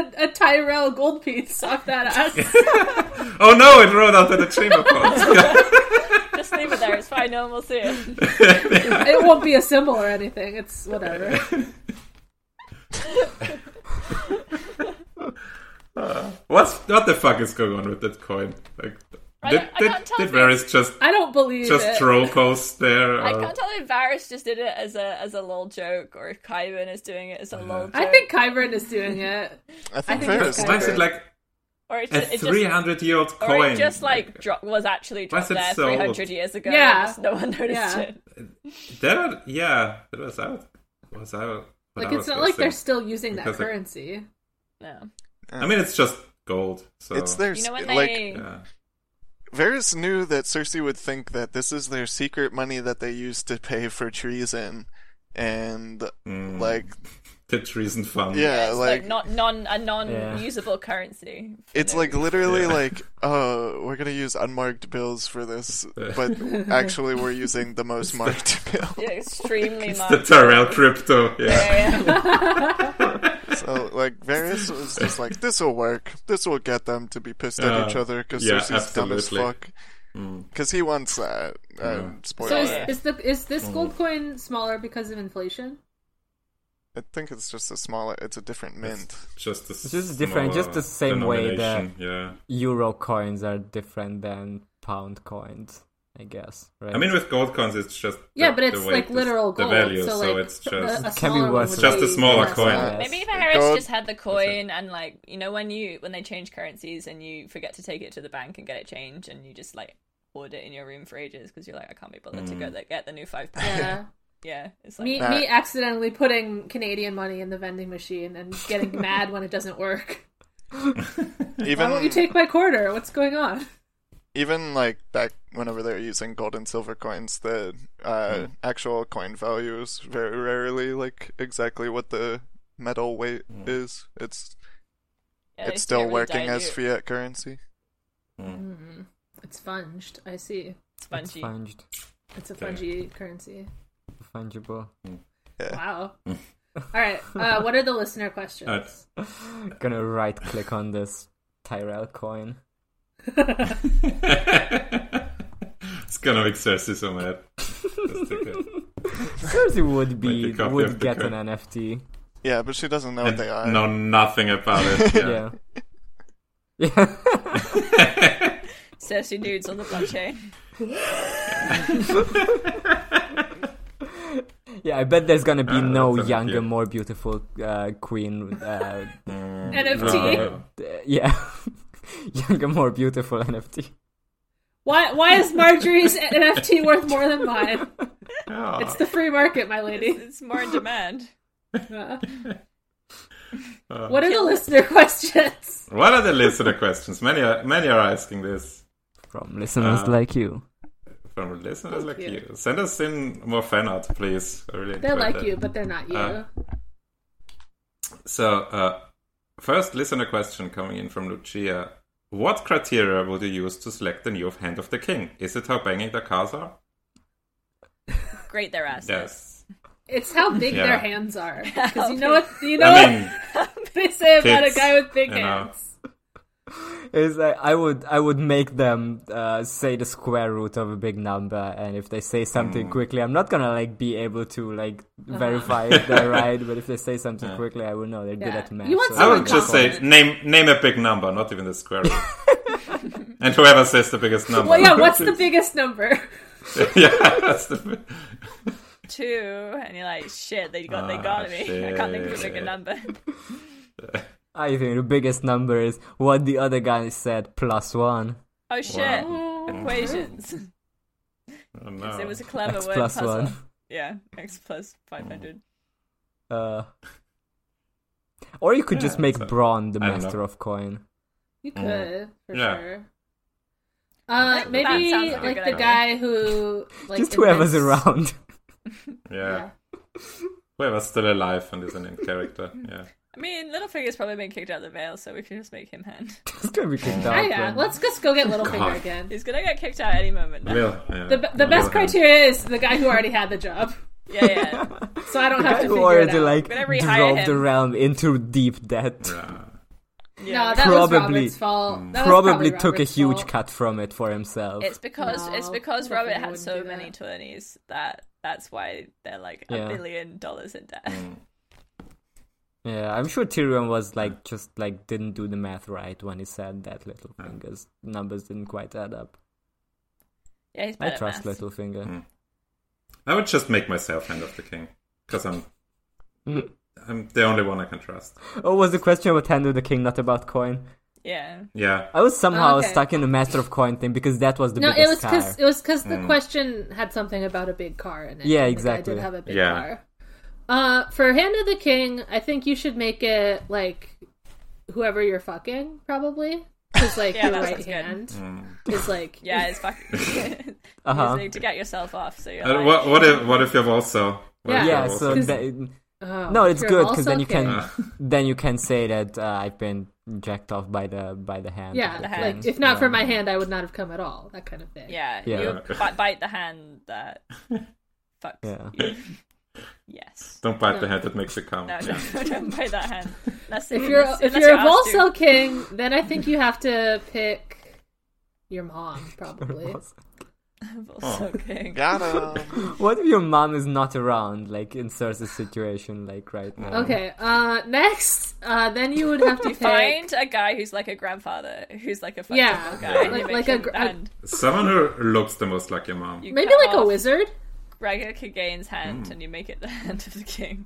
Speaker 7: a, a Tyrell gold piece off that ass.
Speaker 5: Oh no! It rolled out of the chamber pot.
Speaker 3: Just leave it there. It's fine. No one will see it.
Speaker 7: it won't be a symbol or anything. It's whatever.
Speaker 5: What's what the fuck is going on with that coin? Like,
Speaker 3: I
Speaker 5: did
Speaker 3: don't- I
Speaker 5: did,
Speaker 3: can't tell
Speaker 5: did
Speaker 3: if
Speaker 5: Varys just
Speaker 7: I don't believe it.
Speaker 5: just troll post there?
Speaker 3: I
Speaker 5: or-
Speaker 3: can't tell if Varys just did it as a as a lol joke or if Kyvan is doing it as a lol joke.
Speaker 7: I think Kyron is doing it.
Speaker 6: I think,
Speaker 7: think
Speaker 6: Varys
Speaker 7: it's
Speaker 5: Why
Speaker 6: did
Speaker 5: is
Speaker 7: kinda-
Speaker 5: it like
Speaker 3: or it's
Speaker 5: a
Speaker 3: just, it
Speaker 5: three
Speaker 3: just
Speaker 5: hundred year old
Speaker 3: or
Speaker 5: coin?
Speaker 3: it just like dro- was actually
Speaker 5: Why is
Speaker 3: dropped
Speaker 5: it
Speaker 3: there
Speaker 5: so
Speaker 3: three
Speaker 5: old?
Speaker 3: hundred years ago.
Speaker 7: Yeah.
Speaker 3: and just no one noticed
Speaker 7: Yeah.
Speaker 3: it.
Speaker 5: that? Are, yeah, that was out. Was out. what
Speaker 7: Like
Speaker 5: I was
Speaker 7: it's not like they're
Speaker 5: guessing.
Speaker 7: still using that
Speaker 5: Because, like-
Speaker 7: currency.
Speaker 3: No.
Speaker 5: I mean, it's just gold. So
Speaker 6: It's their
Speaker 3: You know when
Speaker 6: s- like
Speaker 3: they
Speaker 5: Yeah.
Speaker 6: Varys knew that Cersei would think that this is their secret money that they used to pay for treason, and
Speaker 4: Hmm.
Speaker 5: Mm.
Speaker 6: like
Speaker 5: the treason fund.
Speaker 6: yeah,
Speaker 3: It's
Speaker 6: like,
Speaker 3: like, not non a non
Speaker 4: Yeah.
Speaker 3: usable currency.
Speaker 6: it's
Speaker 3: No
Speaker 6: like literally
Speaker 5: Yeah.
Speaker 6: like oh we're gonna use unmarked bills for this, but actually we're using the most marked bill.
Speaker 3: Yeah, extremely
Speaker 5: The
Speaker 3: much.
Speaker 5: Tyrell crypto. Yeah.
Speaker 6: So like Varys was just like this will work, this will get them to be pissed
Speaker 5: Uh,
Speaker 6: at each other because
Speaker 5: yeah,
Speaker 6: Cersei's
Speaker 5: absolutely.
Speaker 6: dumb as fuck.
Speaker 5: Mm.
Speaker 6: Because he wants that. Uh, Spoiler.
Speaker 7: So is,
Speaker 3: yeah.
Speaker 7: is the is this gold coin smaller because of inflation?
Speaker 6: I think it's just a smaller. It's a different mint.
Speaker 5: Mm. Just the it's
Speaker 4: just different, just the same way that-
Speaker 5: Yeah.
Speaker 4: Euro coins are different than pound coins, I guess. Right?
Speaker 5: I mean, with gold coins, it's just
Speaker 2: Yeah,
Speaker 5: the-
Speaker 2: but it's
Speaker 5: the weight
Speaker 2: like
Speaker 5: is
Speaker 2: literal
Speaker 5: the
Speaker 2: gold.
Speaker 5: value,
Speaker 2: so,
Speaker 5: so,
Speaker 2: like,
Speaker 5: it's just
Speaker 2: a, a
Speaker 4: It can be
Speaker 2: smaller one
Speaker 4: worth
Speaker 2: would
Speaker 4: it.
Speaker 5: just a
Speaker 2: be
Speaker 5: smaller
Speaker 2: less
Speaker 5: coin.
Speaker 2: than-
Speaker 4: Yes.
Speaker 3: Maybe if Harris
Speaker 6: God-
Speaker 3: just had the coin and like you know when you when they change currencies and you forget to take it to the bank and get it changed and you just like hoard it in your room for ages because you're like I can't be bothered to
Speaker 4: Mm.
Speaker 3: go there, get the new five pound. Yeah.
Speaker 2: Yeah.
Speaker 3: it's like
Speaker 2: me,
Speaker 6: That-
Speaker 2: me accidentally putting Canadian money in the vending machine and getting mad when it doesn't work. Why won't you
Speaker 6: Even
Speaker 2: take my quarter? What's going on?
Speaker 6: even like back whenever they were using gold and silver coins, the
Speaker 5: Hmm.
Speaker 6: uh, actual coin value is very rarely like exactly what the metal weight
Speaker 5: Hmm.
Speaker 6: is. It's
Speaker 3: yeah, they
Speaker 6: it's
Speaker 3: just
Speaker 6: still
Speaker 3: get really
Speaker 6: working as
Speaker 3: dilute,
Speaker 6: fiat currency.
Speaker 5: mm,
Speaker 2: It's funged. I see.
Speaker 4: it's
Speaker 3: spongy.
Speaker 4: funged,
Speaker 2: It's a fungy currency.
Speaker 4: fungible.
Speaker 2: Wow. All right. Uh, what are the listener questions?
Speaker 5: Uh,
Speaker 4: Gonna right click on this Tyrell coin.
Speaker 5: it's gonna make Cersei so mad. Just take it.
Speaker 4: Cersei would be
Speaker 5: Make a copy of
Speaker 4: would
Speaker 5: the
Speaker 4: get
Speaker 5: coin.
Speaker 4: an NFT.
Speaker 6: Yeah, but she doesn't know what they are.
Speaker 5: And know nothing about it. Yeah.
Speaker 4: Yeah. Yeah.
Speaker 3: Cersei nudes on the blockchain.
Speaker 4: yeah, I bet there's gonna be
Speaker 5: Uh,
Speaker 4: no
Speaker 5: that's a
Speaker 4: younger,
Speaker 5: few.
Speaker 4: more beautiful uh, queen. Uh,
Speaker 2: NFT.
Speaker 5: No.
Speaker 4: d- yeah, younger, more beautiful NFT.
Speaker 2: Why? Why is Marjorie's NFT worth more than mine?
Speaker 5: Yeah.
Speaker 2: It's the free market, my lady.
Speaker 3: It's more in demand.
Speaker 5: Uh,
Speaker 2: What are the listener questions?
Speaker 5: What are the listener questions? Many are, many are asking this
Speaker 4: From listeners
Speaker 5: Uh.
Speaker 4: like you.
Speaker 5: from listeners like
Speaker 2: you.
Speaker 5: you. Send us in more fan art, please. I really
Speaker 2: They're
Speaker 5: enjoyed
Speaker 2: like
Speaker 5: that.
Speaker 2: you, but they're not you.
Speaker 5: Uh, So, uh, first listener question coming in from Lucia. What criteria would you use to select the new Hand of the King? Is it how banging the cars are?
Speaker 3: Great their ass.
Speaker 5: Yes.
Speaker 2: it's how big
Speaker 5: yeah.
Speaker 2: their hands are. Because you know what you know
Speaker 5: I mean,
Speaker 2: what they say about
Speaker 5: kids,
Speaker 2: a guy with big
Speaker 5: you know.
Speaker 2: hands.
Speaker 4: Is I, I would I would make them uh, say the square root of a big number, and if they say something
Speaker 5: Mm.
Speaker 4: quickly, I'm not gonna like be able to like
Speaker 2: Uh-huh.
Speaker 4: verify if they're right. But if they say something quickly, I will know they're good
Speaker 2: Yeah.
Speaker 4: at math.
Speaker 2: You want
Speaker 4: so
Speaker 5: I
Speaker 2: someone
Speaker 5: would just say
Speaker 2: confident.
Speaker 5: name name a big number, not even the square root. and whoever says the biggest number.
Speaker 2: Well, yeah. What's the biggest number?
Speaker 5: yeah, that's the.
Speaker 3: Two and you're like, shit, they got they got me. I can't think of a bigger
Speaker 5: Ah, shit.
Speaker 3: number.
Speaker 4: I think the biggest number is what the other guy said plus one.
Speaker 3: Oh shit. Equations.
Speaker 5: Oh, no.
Speaker 3: It
Speaker 2: Uh,
Speaker 3: was a clever
Speaker 4: X
Speaker 3: word
Speaker 4: plus
Speaker 3: puzzle.
Speaker 4: one.
Speaker 3: Yeah, X plus five hundred.
Speaker 4: Uh, or you could just make Braun the
Speaker 5: I don't
Speaker 4: master
Speaker 5: know.
Speaker 4: of coin.
Speaker 2: You could, for
Speaker 5: Mm. Yeah.
Speaker 2: sure. Uh,
Speaker 3: That
Speaker 2: maybe
Speaker 3: sounds like a
Speaker 2: like
Speaker 3: good
Speaker 2: the
Speaker 3: idea.
Speaker 2: guy who like
Speaker 4: just whoever's
Speaker 2: invents-
Speaker 4: around.
Speaker 5: yeah. Whoever's still alive and is an in character. Yeah.
Speaker 3: I mean, Littlefinger's probably been kicked out of the veil, so we can just make him hand.
Speaker 4: it's gonna be kicked out.
Speaker 2: Oh, yeah,
Speaker 4: when-
Speaker 2: let's just go get Littlefinger
Speaker 5: God.
Speaker 2: again.
Speaker 3: He's gonna get kicked out any moment now.
Speaker 5: Will, yeah.
Speaker 2: The, the
Speaker 5: Will
Speaker 2: best
Speaker 5: Hand.
Speaker 2: criteria is the guy who already had the job,
Speaker 3: Yeah, yeah.
Speaker 2: so I don't have to
Speaker 4: who
Speaker 2: figure it
Speaker 4: already
Speaker 2: out.
Speaker 4: like
Speaker 3: Whenever you hire
Speaker 4: drove the
Speaker 3: him.
Speaker 4: realm into deep debt.
Speaker 5: Yeah. Mm.
Speaker 2: no,
Speaker 3: yeah.
Speaker 2: that
Speaker 4: Probably- Hmm.
Speaker 2: was Robert's fault. That was
Speaker 4: Probably took a
Speaker 2: Robert's
Speaker 4: huge
Speaker 2: fault.
Speaker 4: cut from it for himself.
Speaker 3: it's because it's
Speaker 2: No,
Speaker 3: because
Speaker 2: Littlefinger
Speaker 3: Robert had
Speaker 2: wouldn't
Speaker 3: so
Speaker 2: do
Speaker 3: many
Speaker 2: that.
Speaker 3: twenties that that's why they're like
Speaker 4: Yeah.
Speaker 3: a billion dollars in debt.
Speaker 5: Mm.
Speaker 4: Yeah, I'm sure Tyrion was like just like didn't do the math right when he said that Littlefinger's numbers didn't quite add up.
Speaker 3: Yeah, he's
Speaker 4: I
Speaker 3: better.
Speaker 4: trust
Speaker 3: at maths.
Speaker 4: Littlefinger.
Speaker 5: I would just make myself Hand of the King. Because I'm.
Speaker 4: Mm.
Speaker 5: I'm the only one I can trust.
Speaker 4: Oh, was the question about Hand of the King not about coin?
Speaker 3: Yeah,
Speaker 5: Yeah.
Speaker 4: I was somehow
Speaker 2: okay.
Speaker 4: stuck in the Master of Coin thing because that was the
Speaker 2: No, it was
Speaker 4: biggest car.
Speaker 2: because it was because the
Speaker 5: Mm.
Speaker 2: question had something about a big car in it.
Speaker 4: Yeah,
Speaker 2: and The
Speaker 4: exactly.
Speaker 2: guy did have a big
Speaker 5: Yeah.
Speaker 2: car. Uh, for Hand of the King, I think you should make it like whoever you're fucking probably, because like
Speaker 3: Yeah,
Speaker 2: your
Speaker 3: that
Speaker 2: right
Speaker 3: sounds good.
Speaker 2: hand
Speaker 5: Mm.
Speaker 2: is like
Speaker 3: yeah, it's fucking
Speaker 4: Uh-huh.
Speaker 3: easy to get yourself off. So you're
Speaker 5: And
Speaker 3: like,
Speaker 5: what, what if what if you're also. What if
Speaker 2: Yeah.
Speaker 5: you're
Speaker 4: Yeah,
Speaker 5: also- Ah,
Speaker 4: so that,
Speaker 2: Oh,
Speaker 4: no, it's
Speaker 2: you're
Speaker 4: good because
Speaker 2: also
Speaker 4: then you
Speaker 2: king.
Speaker 4: can then you can say that uh, I've been jacked off by the by the hand.
Speaker 2: yeah,
Speaker 4: of the
Speaker 3: hand.
Speaker 2: like
Speaker 4: king.
Speaker 2: if not
Speaker 4: Yeah.
Speaker 2: for my hand, I would not have come at all. That kind of thing.
Speaker 3: yeah,
Speaker 4: Yeah.
Speaker 3: you bi- bite the hand that fucks
Speaker 4: Yeah.
Speaker 3: you. Yes.
Speaker 5: Don't bite the hand that makes it come.
Speaker 3: No, don't, don't bite that hand. Unless,
Speaker 2: If you're
Speaker 3: Mm, unless,
Speaker 2: if
Speaker 3: unless
Speaker 2: you're a
Speaker 3: asked to.
Speaker 2: Volcel king, then I think you have to pick your mom probably.
Speaker 3: Volsung King.
Speaker 6: Got him.
Speaker 4: What if your mom is not around, like in Cersei's situation, like right now?
Speaker 2: Okay. Uh, next, uh, then you would have to
Speaker 3: You
Speaker 2: pick.
Speaker 3: find a guy who's like a grandfather, who's like a fucking
Speaker 2: Yeah,
Speaker 3: old guy. and
Speaker 2: like-
Speaker 3: you make
Speaker 2: like a
Speaker 3: him-
Speaker 2: gr- a-
Speaker 3: and
Speaker 5: Someone who looks the most like your mom.
Speaker 3: you
Speaker 2: Maybe
Speaker 3: cut
Speaker 2: like a
Speaker 3: off
Speaker 2: wizard.
Speaker 3: Gregor Cagane's hand, and you make it the hand of the king.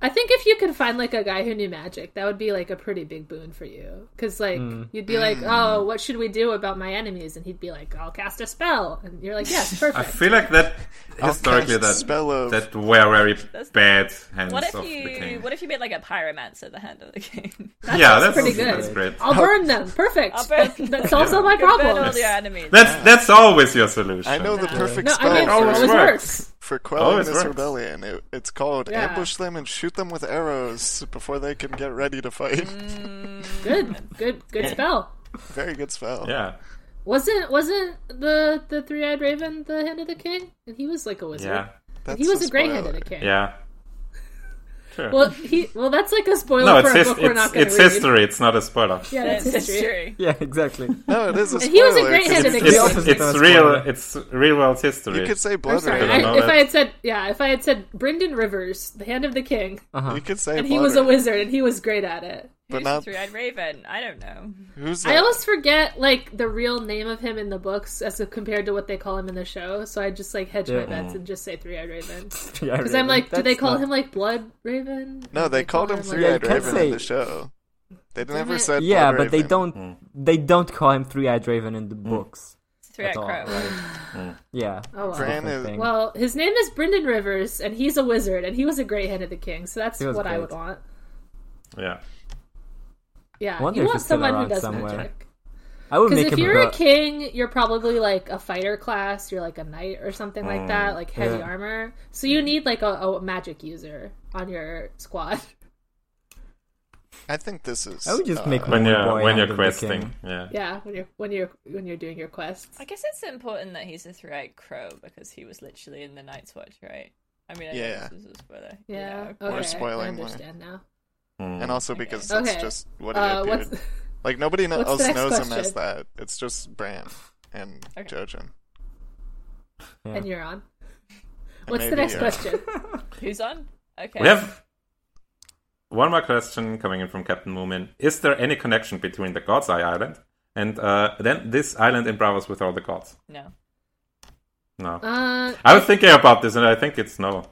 Speaker 2: I think if you could find like a guy who knew magic, that would be like a pretty big boon for you. Because like
Speaker 4: Hmm.
Speaker 2: you'd be like,
Speaker 3: Hmm.
Speaker 2: "Oh, what should we do about my enemies?" And he'd be like, "I'll cast a spell," and you're like, "Yes,
Speaker 5: I
Speaker 2: perfect."
Speaker 5: feel like that historically
Speaker 6: cast
Speaker 5: that
Speaker 6: spell of-
Speaker 5: that were very bad hands
Speaker 3: What if
Speaker 5: of the
Speaker 3: you
Speaker 5: king.
Speaker 3: What if you made like a pyromancer the hand of the king?
Speaker 5: yeah, that's
Speaker 2: pretty good.
Speaker 5: That's great.
Speaker 2: I'll burn them. Perfect.
Speaker 3: I'll burn
Speaker 2: That- that solves all my
Speaker 3: You burn all
Speaker 2: problems.
Speaker 3: your enemies.
Speaker 5: That's that's always your solution.
Speaker 6: I know the perfect
Speaker 2: No, I
Speaker 6: spell
Speaker 2: mean, it
Speaker 5: always
Speaker 2: always
Speaker 5: works.
Speaker 2: works.
Speaker 6: for quelling
Speaker 5: Always
Speaker 6: this
Speaker 5: works.
Speaker 6: rebellion. It, it's called
Speaker 2: Yeah.
Speaker 6: ambush them and shoot them with arrows before they can get ready to fight.
Speaker 2: Mm. Good, good, good spell.
Speaker 6: Very good spell.
Speaker 5: Yeah,
Speaker 2: Wasn't wasn't the the three eyed raven the hand of the king? And he was like a wizard.
Speaker 5: yeah,
Speaker 6: That's
Speaker 2: He was
Speaker 6: a
Speaker 2: a gray hand of
Speaker 6: spoiler.
Speaker 2: the king.
Speaker 5: yeah. Sure.
Speaker 2: Well, he well that's like a spoiler
Speaker 5: no, it's
Speaker 2: for a
Speaker 5: his,
Speaker 2: book we're not
Speaker 5: it's,
Speaker 2: going
Speaker 5: it's
Speaker 2: to read.
Speaker 5: history. It's not a spoiler.
Speaker 2: Yeah, that's
Speaker 3: That's
Speaker 2: history.
Speaker 3: history.
Speaker 4: Yeah, exactly.
Speaker 6: No, it is a spoiler.
Speaker 2: he was a gray
Speaker 6: 'cause
Speaker 2: hand of the
Speaker 6: you could-
Speaker 4: king.
Speaker 5: It's,
Speaker 4: Opposite of
Speaker 5: it's
Speaker 4: a
Speaker 5: real.
Speaker 4: spoiler.
Speaker 5: It's real world history.
Speaker 6: You could say
Speaker 2: I'm
Speaker 6: blood
Speaker 2: sorry.
Speaker 5: I don't
Speaker 6: raven.
Speaker 2: I,
Speaker 5: know
Speaker 2: if
Speaker 5: that.
Speaker 2: I had said yeah, if I had said Brendan Rivers, the hand of the king,
Speaker 6: You could say
Speaker 2: and
Speaker 6: blood
Speaker 2: he was a
Speaker 6: raven,
Speaker 2: wizard and he was great at it.
Speaker 6: but
Speaker 3: Who's
Speaker 6: not
Speaker 3: the three-eyed raven? I don't know.
Speaker 6: who's
Speaker 2: I
Speaker 6: that?
Speaker 2: almost forget like the real name of him in the books as compared to what they call him in the show. So I just like hedge my
Speaker 4: Yeah.
Speaker 2: bets and just say three eyed raven. Because
Speaker 4: Yeah,
Speaker 2: I'm like, do
Speaker 4: that's
Speaker 2: they call him
Speaker 4: not-
Speaker 2: like Blood Raven?
Speaker 6: No, they called him
Speaker 2: like-
Speaker 6: Three
Speaker 4: Yeah,
Speaker 6: Eyed
Speaker 4: you can't
Speaker 6: Raven in
Speaker 4: say-
Speaker 6: the show. They never
Speaker 2: it.
Speaker 6: said
Speaker 4: Yeah,
Speaker 6: Blood
Speaker 4: but they
Speaker 6: Raven.
Speaker 4: don't. They don't call him Three-Eyed Raven in the books.
Speaker 3: It's a Three-eyed
Speaker 4: at all,
Speaker 3: crow.
Speaker 4: right? Yeah.
Speaker 2: Oh well.
Speaker 6: Bran
Speaker 4: different
Speaker 6: is-
Speaker 4: thing.
Speaker 2: Well, his name is Brendan Rivers, and he's a wizard, and he was a great hand of the king, so that's
Speaker 4: He was
Speaker 2: what I
Speaker 4: great.
Speaker 2: would want.
Speaker 5: Yeah.
Speaker 2: Yeah,
Speaker 4: Wonder
Speaker 2: you
Speaker 4: if
Speaker 2: want
Speaker 4: he's still
Speaker 2: someone who
Speaker 4: around
Speaker 2: does
Speaker 4: somewhere.
Speaker 2: magic.
Speaker 4: I would
Speaker 2: Because if
Speaker 4: make him
Speaker 2: you're a
Speaker 4: the-
Speaker 2: king, you're probably like a fighter class. You're like a knight or something like that, like heavy
Speaker 4: Mm, Yeah.
Speaker 2: armor. So you need like a, a magic user on your squad.
Speaker 6: I think this is.
Speaker 4: I would just
Speaker 6: uh,
Speaker 4: make
Speaker 5: When
Speaker 4: Boy
Speaker 5: you're when
Speaker 4: Hand
Speaker 5: you're
Speaker 4: of the
Speaker 5: questing.
Speaker 4: King.
Speaker 5: Yeah.
Speaker 2: Yeah, when you're when you're when you're doing your quests.
Speaker 3: I guess it's important that he's a three-eyed crow because he was literally in the Night's Watch, right? I mean, I know
Speaker 6: Yeah.
Speaker 3: this is a spoiler.
Speaker 2: Yeah, Oh.
Speaker 3: okay.
Speaker 2: okay,
Speaker 6: We're spoiling
Speaker 2: I
Speaker 6: more.
Speaker 2: understand now.
Speaker 6: and also because
Speaker 2: Okay.
Speaker 6: that's
Speaker 2: Okay.
Speaker 6: just what he
Speaker 2: Uh,
Speaker 6: appeared.
Speaker 2: what's
Speaker 6: Like nobody kno-
Speaker 2: what's the
Speaker 6: else
Speaker 2: next
Speaker 6: knows him as
Speaker 2: question?
Speaker 6: that. It's just Bran and
Speaker 3: Okay.
Speaker 6: Jojen.
Speaker 2: and you're on.
Speaker 6: And
Speaker 2: What's the next
Speaker 6: maybe, uh,
Speaker 2: question?
Speaker 3: Who's on? Okay.
Speaker 5: We have one more question coming in from Captain Moomin. Is there any connection between the God's Eye Island and uh, then this island in Bravos with all the gods?
Speaker 3: No.
Speaker 5: No.
Speaker 2: Uh,
Speaker 5: I was thinking about this, and I think it's no.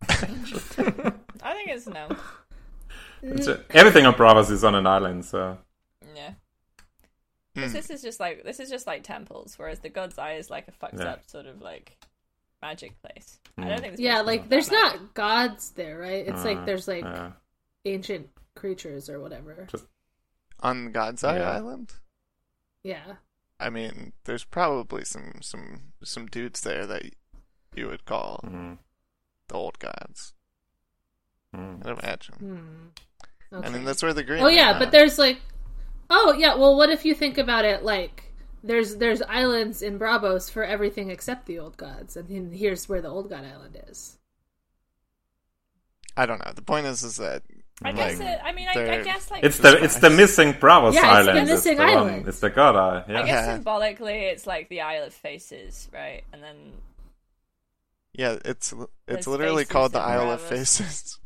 Speaker 3: I think it's no.
Speaker 5: It's, uh, everything on Bravos is on an island, so
Speaker 3: Yeah.
Speaker 6: Hmm.
Speaker 3: This is just like this is just like temples, whereas the God's Eye is like a fucked
Speaker 5: Yeah.
Speaker 3: up sort of like magic place.
Speaker 6: Hmm.
Speaker 3: I don't think. It's
Speaker 2: yeah,
Speaker 3: based on
Speaker 2: like
Speaker 3: that
Speaker 2: there's
Speaker 3: magic.
Speaker 2: not gods there, right? It's
Speaker 4: Hmm.
Speaker 2: like there's like
Speaker 5: uh,
Speaker 2: ancient creatures or whatever.
Speaker 6: on God's Eye
Speaker 5: Yeah.
Speaker 6: Island.
Speaker 2: Yeah.
Speaker 6: I mean, there's probably some some some dudes there that you would call
Speaker 5: mm,
Speaker 6: the old gods.
Speaker 5: mm.
Speaker 6: I'd imagine.
Speaker 2: Hmm.
Speaker 6: I mean,
Speaker 2: Okay.
Speaker 6: that's where the green.
Speaker 2: Oh yeah,
Speaker 6: are.
Speaker 2: but there's like Oh yeah, well what if you think about it like there's there's islands in Bravos for everything except the old gods and then here's where the old god island is.
Speaker 6: I don't know. The point is, is that
Speaker 3: I guess.
Speaker 6: like,
Speaker 3: It, I mean, I, I
Speaker 6: they're-
Speaker 3: guess like
Speaker 5: it's the it's the missing Bravos
Speaker 2: Yeah, it's the
Speaker 5: island.
Speaker 2: missing
Speaker 5: one-
Speaker 2: island.
Speaker 5: it's the God Eye.
Speaker 3: I
Speaker 5: Yeah.
Speaker 3: guess
Speaker 6: Yeah.
Speaker 3: symbolically, it's like the Isle of Faces, right? And then
Speaker 6: yeah, it's it's
Speaker 3: There's
Speaker 6: literally
Speaker 3: faces
Speaker 6: called the
Speaker 3: in
Speaker 6: Isle of
Speaker 3: Bravos.
Speaker 6: Faces.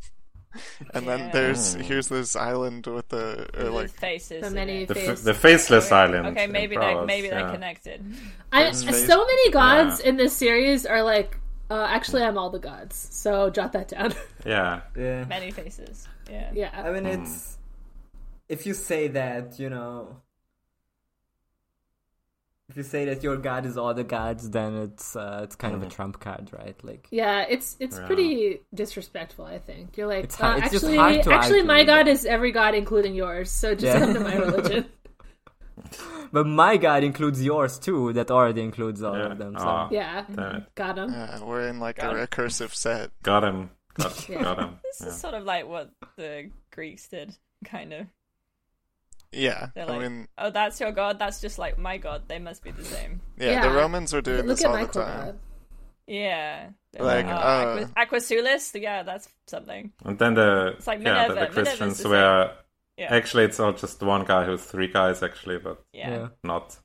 Speaker 6: and
Speaker 3: Yeah.
Speaker 6: then
Speaker 3: Hmm.
Speaker 6: there's here's this island with the or
Speaker 3: there's
Speaker 6: like
Speaker 3: faces.
Speaker 2: The
Speaker 3: in
Speaker 2: many
Speaker 3: it.
Speaker 5: The, f-
Speaker 2: Face.
Speaker 5: the faceless island.
Speaker 3: Okay,
Speaker 5: in
Speaker 3: maybe they
Speaker 5: Bravos,
Speaker 3: maybe
Speaker 5: yeah.
Speaker 3: they're connected.
Speaker 2: I,
Speaker 6: There's space-
Speaker 2: so many gods in this series are like uh, actually I'm all the gods. So jot that down.
Speaker 5: Yeah.
Speaker 4: Yeah.
Speaker 3: Many faces. Yeah.
Speaker 4: I
Speaker 2: yeah.
Speaker 4: mean, it's if you say that, you know, if you say that your god is all the gods, then it's uh, it's kind of a trump card, right? Like,
Speaker 2: Mm. Yeah, it's it's pretty disrespectful, I think. You're like,
Speaker 4: It's
Speaker 2: uh,
Speaker 4: hard- it's just
Speaker 2: actually
Speaker 4: hard to
Speaker 2: actually
Speaker 4: argue
Speaker 2: my
Speaker 4: with
Speaker 2: god
Speaker 4: that.
Speaker 2: is every god including yours. So just
Speaker 4: Yeah.
Speaker 2: come to my religion.
Speaker 4: but my god includes yours too. That already includes all
Speaker 5: Yeah.
Speaker 4: of them. So.
Speaker 6: Ah.
Speaker 5: Aw,
Speaker 2: Yeah.
Speaker 3: Mm-hmm.
Speaker 5: damn it.
Speaker 2: Got him.
Speaker 6: uh, we're in like
Speaker 3: Got
Speaker 6: a recursive set.
Speaker 5: Got him. Got,
Speaker 2: Yeah.
Speaker 5: got him.
Speaker 3: This is sort of like what the Greeks did, kind of.
Speaker 6: Yeah,
Speaker 3: They're
Speaker 6: I
Speaker 3: like,
Speaker 6: mean,
Speaker 3: oh, that's your god. That's just like my god. They must be the same.
Speaker 6: yeah,
Speaker 2: Yeah.
Speaker 6: the Romans were doing
Speaker 2: Look
Speaker 6: this
Speaker 2: at
Speaker 6: all
Speaker 2: my
Speaker 6: the
Speaker 2: core
Speaker 6: time.
Speaker 2: god.
Speaker 3: Yeah. They're
Speaker 6: Like, uh,
Speaker 3: oh, Aquas- Aquasulis. Yeah, that's something.
Speaker 5: And then the
Speaker 3: It's like
Speaker 5: yeah,
Speaker 3: Minerva.
Speaker 5: the, the
Speaker 3: Minerva's
Speaker 5: Christians
Speaker 3: the
Speaker 5: were
Speaker 3: Yeah.
Speaker 5: actually it's all just one guy who's three guys actually, but
Speaker 3: Yeah.
Speaker 4: Yeah.
Speaker 5: not.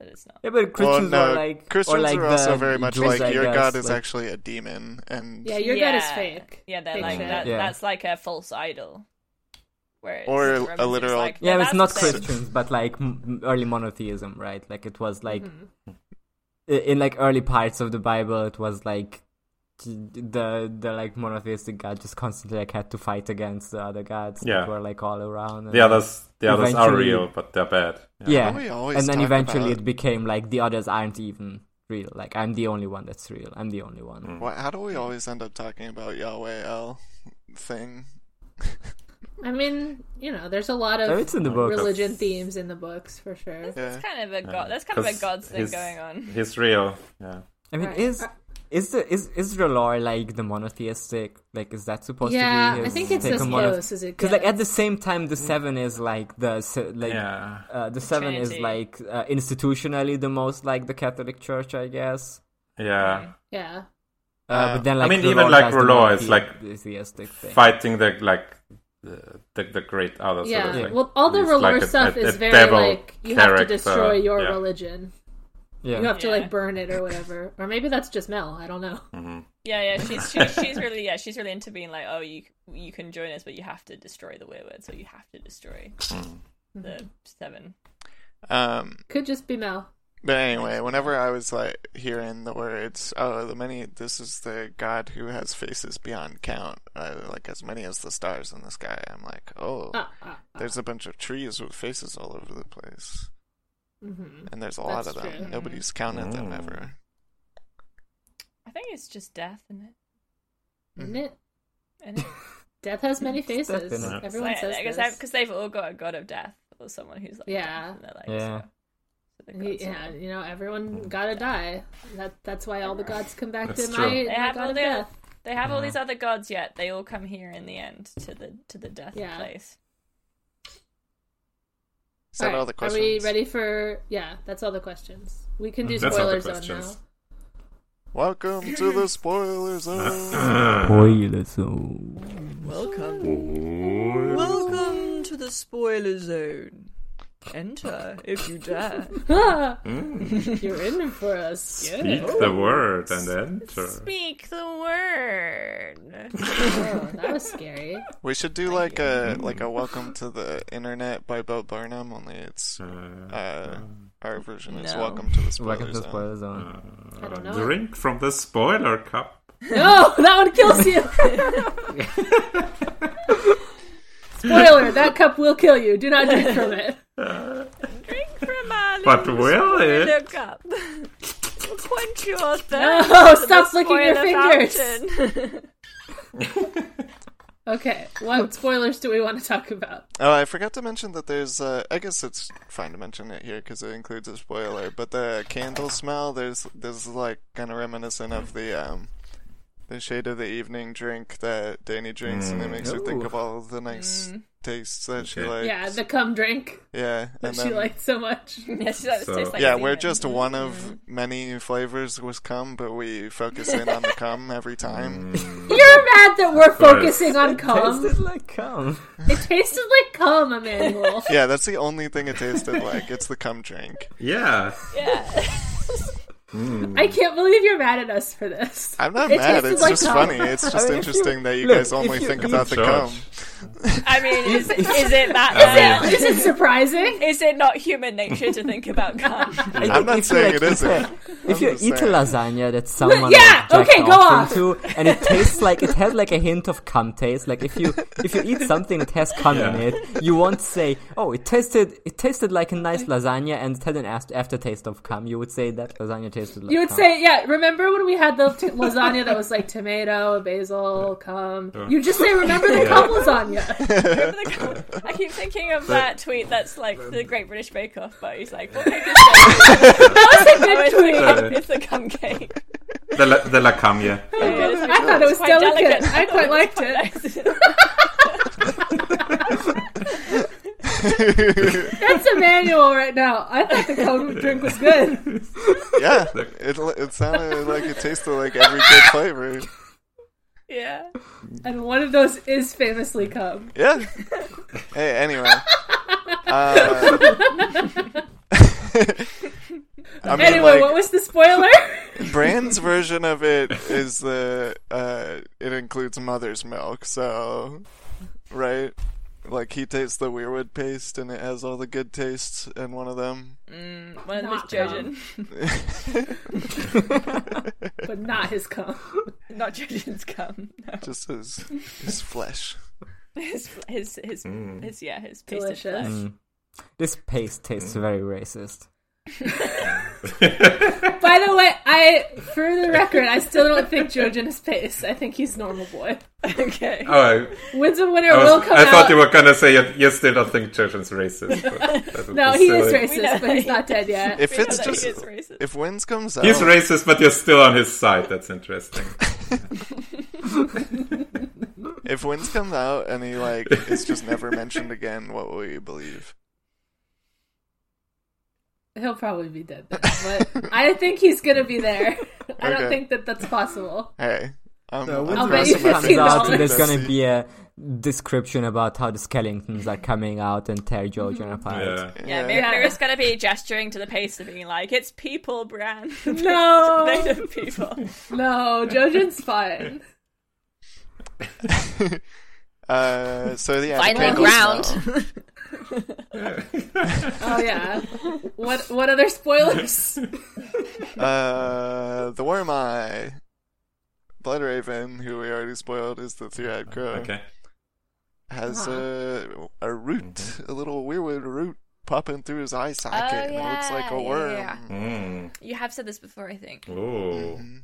Speaker 3: but it's not.
Speaker 4: Yeah, but Christians
Speaker 6: well, no,
Speaker 4: are like
Speaker 6: Christians
Speaker 4: or like
Speaker 6: are also
Speaker 4: the
Speaker 6: very much
Speaker 4: Jews,
Speaker 6: like
Speaker 4: I
Speaker 6: your
Speaker 4: guess,
Speaker 6: god is
Speaker 4: like-
Speaker 6: actually a demon, and
Speaker 7: Yeah, your god is fake.
Speaker 3: Yeah, they're
Speaker 7: Fake
Speaker 3: like
Speaker 7: shit.
Speaker 3: that.
Speaker 4: Yeah.
Speaker 3: That's like a false idol. Where it's-
Speaker 6: Or a
Speaker 3: where everyone's
Speaker 6: literal-
Speaker 3: like,
Speaker 4: Yeah,
Speaker 3: well,
Speaker 4: but it's not
Speaker 3: that's the same.
Speaker 4: Christians, but like m- early monotheism, right? Like it was like
Speaker 7: Mm-hmm.
Speaker 4: i- in like early parts of the Bible, it was like the the like monotheistic god just constantly like had to fight against the other gods
Speaker 5: Yeah.
Speaker 4: that were like all around. and-
Speaker 3: Mm-hmm.
Speaker 5: The others, the others are
Speaker 4: Eventually-
Speaker 5: real, but they're bad.
Speaker 4: yeah,
Speaker 6: Don't we always
Speaker 4: and then
Speaker 6: talk
Speaker 4: eventually
Speaker 6: about-
Speaker 4: it became like the others aren't even real. Like I'm the only one that's real. I'm the only one.
Speaker 6: Why, how do we always end up talking about Yahweh El thing?
Speaker 7: I mean, you know, there's a lot
Speaker 4: Oh,
Speaker 7: of
Speaker 4: it's in the book.
Speaker 7: religion themes in the books for sure.
Speaker 6: Yeah.
Speaker 3: It's kind of a god. That's kind of a
Speaker 5: 'Cause
Speaker 3: god thing
Speaker 5: he's-
Speaker 3: going on.
Speaker 5: He's real. Yeah.
Speaker 4: I mean,
Speaker 7: Right.
Speaker 4: is is the is Israel or like the monotheistic? Like, is that supposed
Speaker 7: Yeah,
Speaker 4: to be?
Speaker 7: I
Speaker 4: his
Speaker 7: think it's
Speaker 4: take
Speaker 7: as
Speaker 4: on monothe-
Speaker 7: close as it
Speaker 4: Because like at
Speaker 7: gets.
Speaker 4: the same time, the seven is like the se- like
Speaker 5: Yeah.
Speaker 4: uh, the seven is
Speaker 3: Trinity.
Speaker 4: like uh, institutionally the most like the Catholic Church, I guess.
Speaker 3: Mm.
Speaker 5: Yeah.
Speaker 7: Yeah.
Speaker 4: Uh, but then like
Speaker 5: mean,
Speaker 4: the
Speaker 5: even,
Speaker 4: Lord
Speaker 5: like,
Speaker 4: does the
Speaker 5: Rollo is,
Speaker 4: monothe-
Speaker 5: like,
Speaker 4: theistic thing.
Speaker 5: Fighting the like the the, the great others.
Speaker 7: Yeah.
Speaker 5: Sort of, like,
Speaker 7: well, all the
Speaker 5: he's
Speaker 7: R'hllor
Speaker 5: like a-
Speaker 7: stuff
Speaker 5: a-
Speaker 7: is
Speaker 5: a
Speaker 7: very
Speaker 5: devil
Speaker 7: like you have to
Speaker 5: character,
Speaker 7: destroy your
Speaker 5: yeah.
Speaker 7: religion.
Speaker 4: Yeah.
Speaker 7: You
Speaker 5: uh,
Speaker 7: have to
Speaker 3: Yeah.
Speaker 7: like burn it or whatever. Or maybe that's just Mel. I don't know.
Speaker 5: Mm-hmm.
Speaker 3: Yeah, yeah. She's she, she's really yeah. She's really into being like, oh, you you can join us, but you have to destroy the weird. So you have to destroy the seven.
Speaker 6: Um,
Speaker 7: Could just be Mel.
Speaker 6: but anyway, whenever I was like hearing the words, oh, the many, this is the God who has faces beyond count, uh, like as many as the stars in the sky. I'm like, oh,
Speaker 7: Ah, ah, ah.
Speaker 6: there's a bunch of trees with faces all over the place,
Speaker 7: Mhm.
Speaker 6: and there's a lot
Speaker 7: That's
Speaker 6: of them.
Speaker 7: true. Mm-hmm.
Speaker 6: Nobody's counted them
Speaker 5: Mm.
Speaker 6: ever.
Speaker 3: I think it's just death, isn't it?
Speaker 7: Isn't it?
Speaker 3: And it-
Speaker 7: Death has many
Speaker 4: It's death,
Speaker 7: faces.
Speaker 4: isn't it?
Speaker 7: Everyone
Speaker 3: like,
Speaker 7: says
Speaker 3: I guess
Speaker 7: this.
Speaker 3: because they've all got a god of death or someone who's like
Speaker 7: Yeah.
Speaker 3: death, and they're like
Speaker 4: Yeah.
Speaker 3: so- so the
Speaker 7: Y-
Speaker 3: gods are
Speaker 7: Yeah,
Speaker 3: like-
Speaker 7: you know, everyone gotta die. That that's why all the gods come back
Speaker 5: That's
Speaker 7: to
Speaker 5: true.
Speaker 7: my,
Speaker 3: They
Speaker 7: my
Speaker 3: have
Speaker 7: god
Speaker 3: all
Speaker 7: of
Speaker 3: the
Speaker 7: death.
Speaker 3: they have all these other gods yet they all come here in the end to the to the death
Speaker 7: Yeah.
Speaker 3: place.
Speaker 6: Is that
Speaker 7: Alright,
Speaker 6: all the questions?
Speaker 7: Are we ready for? Yeah, that's all the questions. We can do
Speaker 5: Mm-hmm. That's all the
Speaker 7: spoilers on now.
Speaker 5: questions.
Speaker 6: Welcome to the spoiler zone.
Speaker 8: Welcome. Welcome to the spoiler zone. Enter if you dare.
Speaker 7: Ah! You're in for a scare.
Speaker 5: Speak the word and enter.
Speaker 3: Speak the word.
Speaker 7: Oh, that was scary.
Speaker 6: We should do like
Speaker 4: Mm.
Speaker 6: a like a Welcome to the Internet by Bo Burnham, only it's
Speaker 7: Oh,
Speaker 6: uh, our version is
Speaker 3: No.
Speaker 6: Welcome to the Spoiler
Speaker 4: Welcome to
Speaker 6: Zone.
Speaker 4: spoiler zone.
Speaker 7: I don't know.
Speaker 5: Drink from the spoiler cup.
Speaker 7: No, that one kills you. Spoiler: That cup will kill you. Do not drink from it.
Speaker 3: Drink from our
Speaker 5: But
Speaker 3: little
Speaker 5: will it?
Speaker 3: spoiler cup. Point your thumb.
Speaker 7: No,
Speaker 3: to the
Speaker 7: stop licking your
Speaker 3: spoiler
Speaker 7: fingers.
Speaker 3: fountain.
Speaker 7: Okay, what spoilers do we want to talk about?
Speaker 6: Oh, I forgot to mention that there's. Uh, I guess it's fine to mention it here because it includes a spoiler. But the candle smell, there's this is like kind of reminiscent of the um, the shade of the evening drink that Danny drinks, and it makes her think
Speaker 4: Mm. Ooh.
Speaker 6: of all the nice tastes that she
Speaker 5: Okay.
Speaker 6: likes.
Speaker 7: Mm. Yeah, the cum drink
Speaker 6: yeah,
Speaker 7: that
Speaker 6: and
Speaker 7: she
Speaker 6: then
Speaker 7: liked so much.
Speaker 3: yeah, she's like, this
Speaker 5: So-
Speaker 3: tastes like
Speaker 6: yeah,
Speaker 3: semen.
Speaker 6: we're just one of many flavors with cum, but we focus in on the cum every time.
Speaker 4: Mm.
Speaker 7: You're mad that we're focusing on cum.
Speaker 4: Tasted like cum.
Speaker 7: It tasted like cum, Emmanuel.
Speaker 6: Yeah, that's the only thing it tasted like. It's the cum drink.
Speaker 5: Yeah.
Speaker 3: Yeah.
Speaker 7: I can't believe you're mad at us for this.
Speaker 6: I'm not
Speaker 7: It
Speaker 6: mad.
Speaker 7: tasted
Speaker 6: It's
Speaker 7: like
Speaker 6: just
Speaker 7: cum.
Speaker 6: funny. It's just
Speaker 4: I mean, if you-
Speaker 6: interesting that you
Speaker 4: look,
Speaker 6: guys only
Speaker 4: if you
Speaker 6: think
Speaker 4: eat-
Speaker 6: about the cum.
Speaker 5: George.
Speaker 3: I mean, is, is it that
Speaker 7: Is it surprising?
Speaker 3: is it not human nature to think about cum?
Speaker 4: I
Speaker 6: I'm
Speaker 4: think
Speaker 6: not
Speaker 4: if you,
Speaker 6: saying
Speaker 4: like,
Speaker 6: it isn't.
Speaker 4: if you
Speaker 6: just
Speaker 4: eat
Speaker 6: saying.
Speaker 4: a lasagna that someone
Speaker 7: yeah,
Speaker 4: like, jacked
Speaker 7: okay, go
Speaker 4: off
Speaker 7: off.
Speaker 4: into, and it tastes like it has like a hint of cum taste. Like if you if you eat something that has cum in
Speaker 5: Yeah.
Speaker 4: it, you won't say, "Oh, it tasted it tasted like a nice lasagna and it had an ast- aftertaste of cum." You would say that lasagna tasted like
Speaker 7: You would
Speaker 4: cum.
Speaker 7: say, yeah, remember when we had the t- lasagna that was like tomato, basil, cum? You just say, remember the cum lasagna.
Speaker 3: I keep thinking of that tweet that's like the Great British Bake Off, but he's like, what cake is
Speaker 7: That's a good
Speaker 3: it? Oh,
Speaker 7: tweet.
Speaker 3: it's, the, cum- it's the cum cake.
Speaker 5: The la, the la Oh, camia.
Speaker 7: I thought it was
Speaker 3: Quite
Speaker 7: delicate.
Speaker 3: delicate.
Speaker 7: I quite liked it. That's Emmanuel right now. I thought the cum drink was good.
Speaker 6: Yeah, it it sounded like it tasted like every good flavor.
Speaker 3: yeah.
Speaker 7: And one of those is famously cum.
Speaker 6: Yeah. Hey, anyway. Uh, I mean,
Speaker 7: Anyway,
Speaker 6: like,
Speaker 7: what was the spoiler?
Speaker 6: Brand's version of it is the uh, it includes mother's milk, so right, like he tastes the weirwood paste, and it has all the good tastes in one of them.
Speaker 3: Mm, one of them is
Speaker 7: Not dumb.
Speaker 3: Jojen.
Speaker 7: but not his cum.
Speaker 3: Not Jojen's cum. No.
Speaker 6: Just his his flesh.
Speaker 3: His, his, his,
Speaker 6: Mm.
Speaker 3: his, yeah, his pasted flesh.
Speaker 7: Delicious.
Speaker 4: Mm. This paste tastes
Speaker 6: Mm.
Speaker 4: very racist.
Speaker 7: By the way, I for the record, I still don't think Jojen is pace. I think he's normal boy.
Speaker 3: Okay.
Speaker 5: Oh, I,
Speaker 7: Winds of Winter
Speaker 5: I,
Speaker 7: will
Speaker 5: was,
Speaker 7: come
Speaker 5: I
Speaker 7: out.
Speaker 5: thought you were gonna say you, you still don't think Churchill's racist. But that would
Speaker 7: no,
Speaker 5: be
Speaker 7: he is
Speaker 5: silly.
Speaker 3: We know
Speaker 7: racist, but he's
Speaker 3: that
Speaker 7: not dead yet.
Speaker 6: If
Speaker 3: know
Speaker 6: it's
Speaker 3: that
Speaker 6: just
Speaker 3: he is racist.
Speaker 6: if Wins comes out,
Speaker 5: He's racist, but you're still on his side. That's interesting.
Speaker 6: if Wins comes out and he like is just never mentioned again, what will you believe?
Speaker 7: He'll probably be dead then, but I think he's gonna be there. I don't
Speaker 6: Okay.
Speaker 7: think that that's possible.
Speaker 6: Hey, I'm,
Speaker 4: So
Speaker 6: I'm
Speaker 4: when
Speaker 7: I'll bet
Speaker 6: crossing
Speaker 7: you
Speaker 4: Jurassic
Speaker 6: my
Speaker 4: comes
Speaker 6: fingers
Speaker 4: out,
Speaker 6: for
Speaker 7: $15.
Speaker 4: there's gonna
Speaker 6: Dusty.
Speaker 4: be a description about how the skeletons are coming out and tear Georgian apart.
Speaker 5: Yeah.
Speaker 3: Yeah,
Speaker 6: Yeah.
Speaker 3: maybe
Speaker 7: Yeah.
Speaker 3: Mira's gonna be gesturing to the paste and being like, "It's people, Bran.
Speaker 7: No,
Speaker 3: Native people."
Speaker 7: no, Jojen's fine.
Speaker 6: Uh, so yeah, the
Speaker 3: Final
Speaker 6: candles
Speaker 3: round.
Speaker 6: smell.
Speaker 7: Oh yeah. What what other spoilers?
Speaker 6: Uh, the worm eye. Blood Raven, who we already spoiled, is the three-eyed crow.
Speaker 5: Okay.
Speaker 3: Ah.
Speaker 6: has a a root, a little weirwood root popping through his eye socket. and it looks like
Speaker 3: Oh, yeah, yeah,
Speaker 6: a worm.
Speaker 3: yeah.
Speaker 5: Mm.
Speaker 3: You have said this before, I think,
Speaker 5: Ooh.
Speaker 6: Mm-hmm.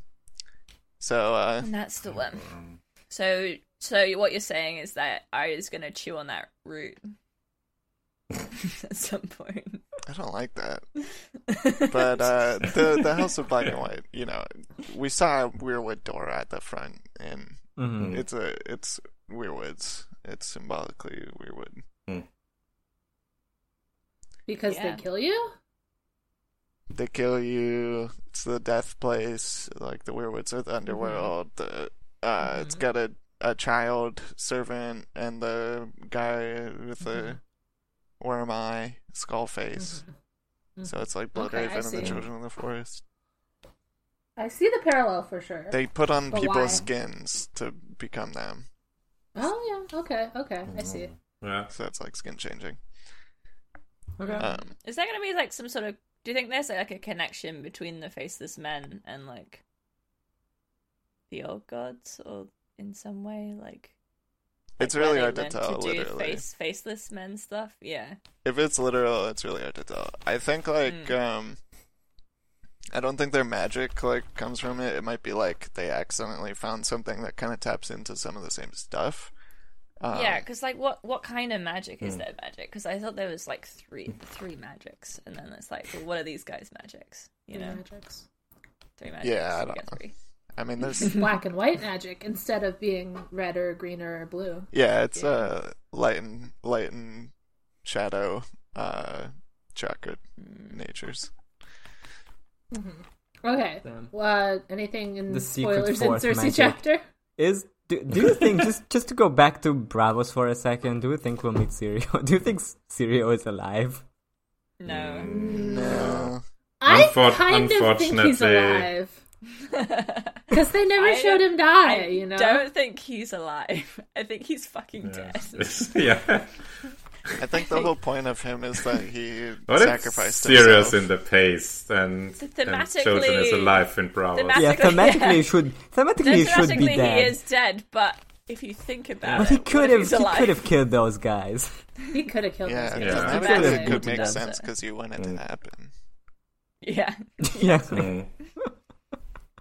Speaker 6: So uh,
Speaker 3: and that's the one.
Speaker 5: Mm.
Speaker 3: So, so what you're saying is that Arya's gonna chew on that root at some point.
Speaker 6: I don't like that. But uh, the the House of Black and White, you know, we saw a weirwood door at the front, and
Speaker 4: Mm-hmm.
Speaker 6: it's a it's weirwoods. It's symbolically weirwood.
Speaker 7: Because
Speaker 3: Yeah.
Speaker 7: they kill you?
Speaker 6: They kill you. It's the death place. Like the weirwoods
Speaker 7: Mm-hmm.
Speaker 6: are the underworld. The uh, it's got a a child servant and the guy with the
Speaker 7: Mm-hmm.
Speaker 6: worm eye, skull face. So it's like Blood
Speaker 7: Okay, I
Speaker 6: Raven and the
Speaker 7: see.
Speaker 6: Children of the Forest.
Speaker 7: I see the parallel for sure.
Speaker 6: They put on
Speaker 7: But
Speaker 6: people's
Speaker 7: why?
Speaker 6: skins to become them.
Speaker 7: Oh yeah, okay, okay, I see.
Speaker 5: Yeah.
Speaker 6: So it's like skin changing.
Speaker 4: Okay.
Speaker 6: Um,
Speaker 3: Is there gonna be like some sort of? Do you think there's like a connection between the faceless men and like the old gods, or in some way, like?
Speaker 6: it's
Speaker 3: where
Speaker 6: really
Speaker 3: they
Speaker 6: hard to
Speaker 3: learned
Speaker 6: tell,
Speaker 3: do
Speaker 6: literally.
Speaker 3: Face, faceless men stuff. Yeah.
Speaker 6: If it's literal, it's really hard to tell. I think like um I don't think their magic like comes from it. It might be like they accidentally found something that kind of taps into some of the same stuff. Um,
Speaker 3: yeah, because like, what what kind of magic
Speaker 6: Hmm.
Speaker 3: is their magic? Because I thought there was like three three magics, and then it's like, well, what are these guys' magics? You know,
Speaker 7: Magics.
Speaker 3: three magics.
Speaker 6: Yeah, I
Speaker 3: you
Speaker 6: don't
Speaker 3: get
Speaker 6: know.
Speaker 3: three.
Speaker 6: I mean, there's
Speaker 7: Black and white magic instead of being red or greener or blue.
Speaker 6: Yeah, it's uh light and light and shadow uh chocolate natures.
Speaker 7: Okay.
Speaker 4: Damn.
Speaker 7: Uh, anything in
Speaker 4: The secret
Speaker 7: spoilers in
Speaker 4: fourth
Speaker 7: Cersei
Speaker 4: magic.
Speaker 7: chapter?
Speaker 4: Is do, do you think just just to go back to Bravos for a second? Do you think we'll meet Sirio? Do you think Sirio is alive?
Speaker 3: No,
Speaker 6: No.
Speaker 7: I
Speaker 5: Unfor-
Speaker 7: kind of think he's
Speaker 5: unfortunately-
Speaker 7: alive because they never
Speaker 3: I
Speaker 7: showed him die.
Speaker 3: I
Speaker 7: you know,
Speaker 3: don't think he's alive. I think he's fucking dead.
Speaker 5: yeah.
Speaker 6: Uh, I think the whole point of him is that he
Speaker 5: What if
Speaker 6: sacrificed
Speaker 5: serious
Speaker 6: himself.
Speaker 5: in the pace and, and
Speaker 3: Thematically-
Speaker 5: children is alive in Bravo?
Speaker 3: Thema-
Speaker 4: Yeah,
Speaker 3: Basically,
Speaker 4: thematically
Speaker 3: yeah.
Speaker 4: he should thematically he should
Speaker 3: Theoretically,
Speaker 4: be
Speaker 3: he
Speaker 4: dead.
Speaker 3: is dead, but if you think about
Speaker 4: But
Speaker 3: it,
Speaker 4: he could have
Speaker 3: he's
Speaker 4: he
Speaker 3: alive.
Speaker 4: could have killed those guys.
Speaker 7: he could have killed
Speaker 6: yeah,
Speaker 7: him.
Speaker 5: Yeah.
Speaker 6: yeah.
Speaker 5: That's
Speaker 6: That
Speaker 4: what
Speaker 6: it
Speaker 4: it
Speaker 6: could
Speaker 4: is.
Speaker 6: make
Speaker 4: That's
Speaker 6: sense because you want it to happen.
Speaker 3: Yeah,
Speaker 4: yeah.
Speaker 5: Mm.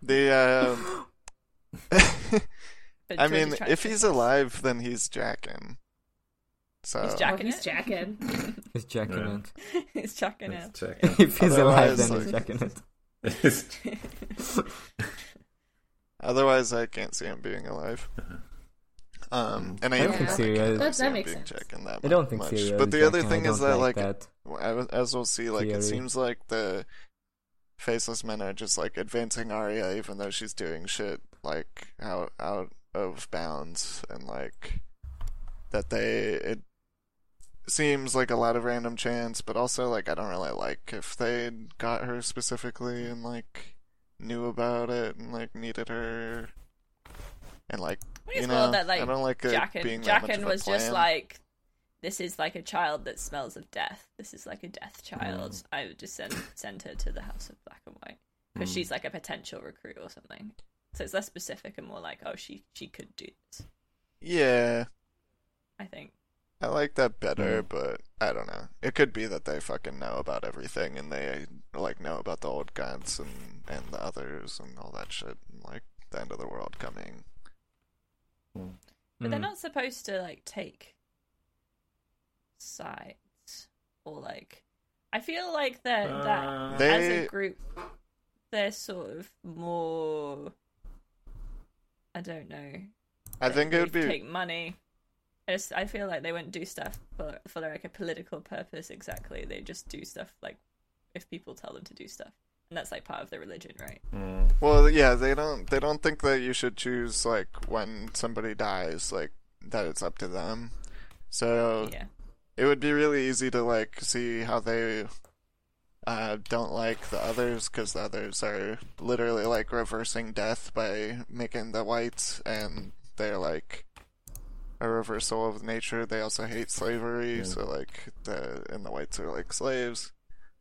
Speaker 6: The um,
Speaker 3: But
Speaker 6: I
Speaker 3: George is
Speaker 6: mean,
Speaker 3: trying to
Speaker 6: if he's alive, then he's jacking. So
Speaker 3: He's
Speaker 7: Oh,
Speaker 3: jacking
Speaker 7: he's
Speaker 3: it.
Speaker 7: jacking.
Speaker 4: He's checking
Speaker 5: Yeah.
Speaker 4: it.
Speaker 3: he's chucking it.
Speaker 5: Let's check.
Speaker 4: If he's alive, then
Speaker 6: Otherwise, like-
Speaker 4: he's checking it.
Speaker 6: Otherwise, I can't see him being alive. Um, and I,
Speaker 4: Uh-huh. I don't
Speaker 6: even
Speaker 4: think
Speaker 6: I
Speaker 4: Syria is-
Speaker 6: can't really
Speaker 7: That-
Speaker 6: see
Speaker 7: that
Speaker 6: him
Speaker 7: makes
Speaker 6: being
Speaker 7: sense.
Speaker 6: Jaqen that
Speaker 4: I don't think
Speaker 6: much.
Speaker 4: Syria.
Speaker 6: But the
Speaker 4: is
Speaker 6: other
Speaker 4: Jaqen. I
Speaker 6: thing is
Speaker 4: don't
Speaker 6: that,
Speaker 4: like
Speaker 6: like,
Speaker 4: that.
Speaker 6: Well, I- as we'll see, like it
Speaker 4: Theory.
Speaker 6: seems like the faceless men are just like advancing Arya, even though she's doing shit like out out of bounds, and like that they it seems like a lot of random chance, but also like I don't really like if they got her specifically and like knew about it and like needed her and like
Speaker 3: I think
Speaker 6: you
Speaker 3: it's
Speaker 6: know
Speaker 3: more that like
Speaker 6: I don't like it being
Speaker 3: Jackin,
Speaker 6: that much of
Speaker 3: Jackin
Speaker 6: a
Speaker 3: was just
Speaker 6: plan.
Speaker 3: like, this is like a child that smells of death. This is like a death child.
Speaker 6: Mm.
Speaker 3: I would just send send her to the house of black and white because
Speaker 6: Mm.
Speaker 3: she's like a potential recruit or something. So it's less specific and more like, oh, she she could do this.
Speaker 6: yeah
Speaker 3: I think.
Speaker 6: I like that better, but I don't know. It could be that they fucking know about everything and they like know about the old gods and and the others and all that shit and like the end of the world coming.
Speaker 3: But they're
Speaker 4: Mm.
Speaker 3: not supposed to like take sides or like. I feel like that that as
Speaker 6: They-
Speaker 3: a group, they're sort of more. I don't know.
Speaker 6: I
Speaker 3: They-
Speaker 6: think it would
Speaker 3: they
Speaker 6: be
Speaker 3: take money. I just I feel like they wouldn't do stuff for for like a political purpose exactly. They just do stuff like if people tell them to do stuff, and that's like part of their religion, right?
Speaker 5: Mm.
Speaker 6: Well, yeah, they don't they don't think that you should choose like when somebody dies, like that it's up to them. So
Speaker 3: Yeah.
Speaker 6: it would be really easy to like see how they uh, don't like the others because the others are literally like reversing death by making the whites, and they're like a reversal of nature. They also hate slavery, so like the and the whites are like slaves,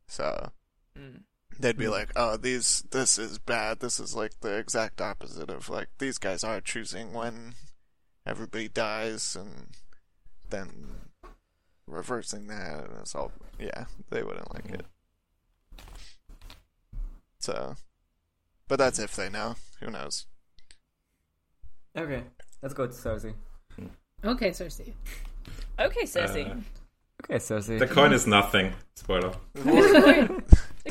Speaker 6: so
Speaker 3: Mm.
Speaker 6: they'd be like, "Oh, these this is bad. This is like the exact opposite of like these guys are choosing when everybody dies and then reversing that and it's all yeah, they wouldn't like it." So, but that's if they know. Who knows?
Speaker 4: Okay, let's go to Cersei.
Speaker 7: Okay, Cersei.
Speaker 3: Okay, Cersei.
Speaker 5: Uh,
Speaker 4: Okay, Cersei.
Speaker 5: The coin is nothing. Spoiler.
Speaker 3: the,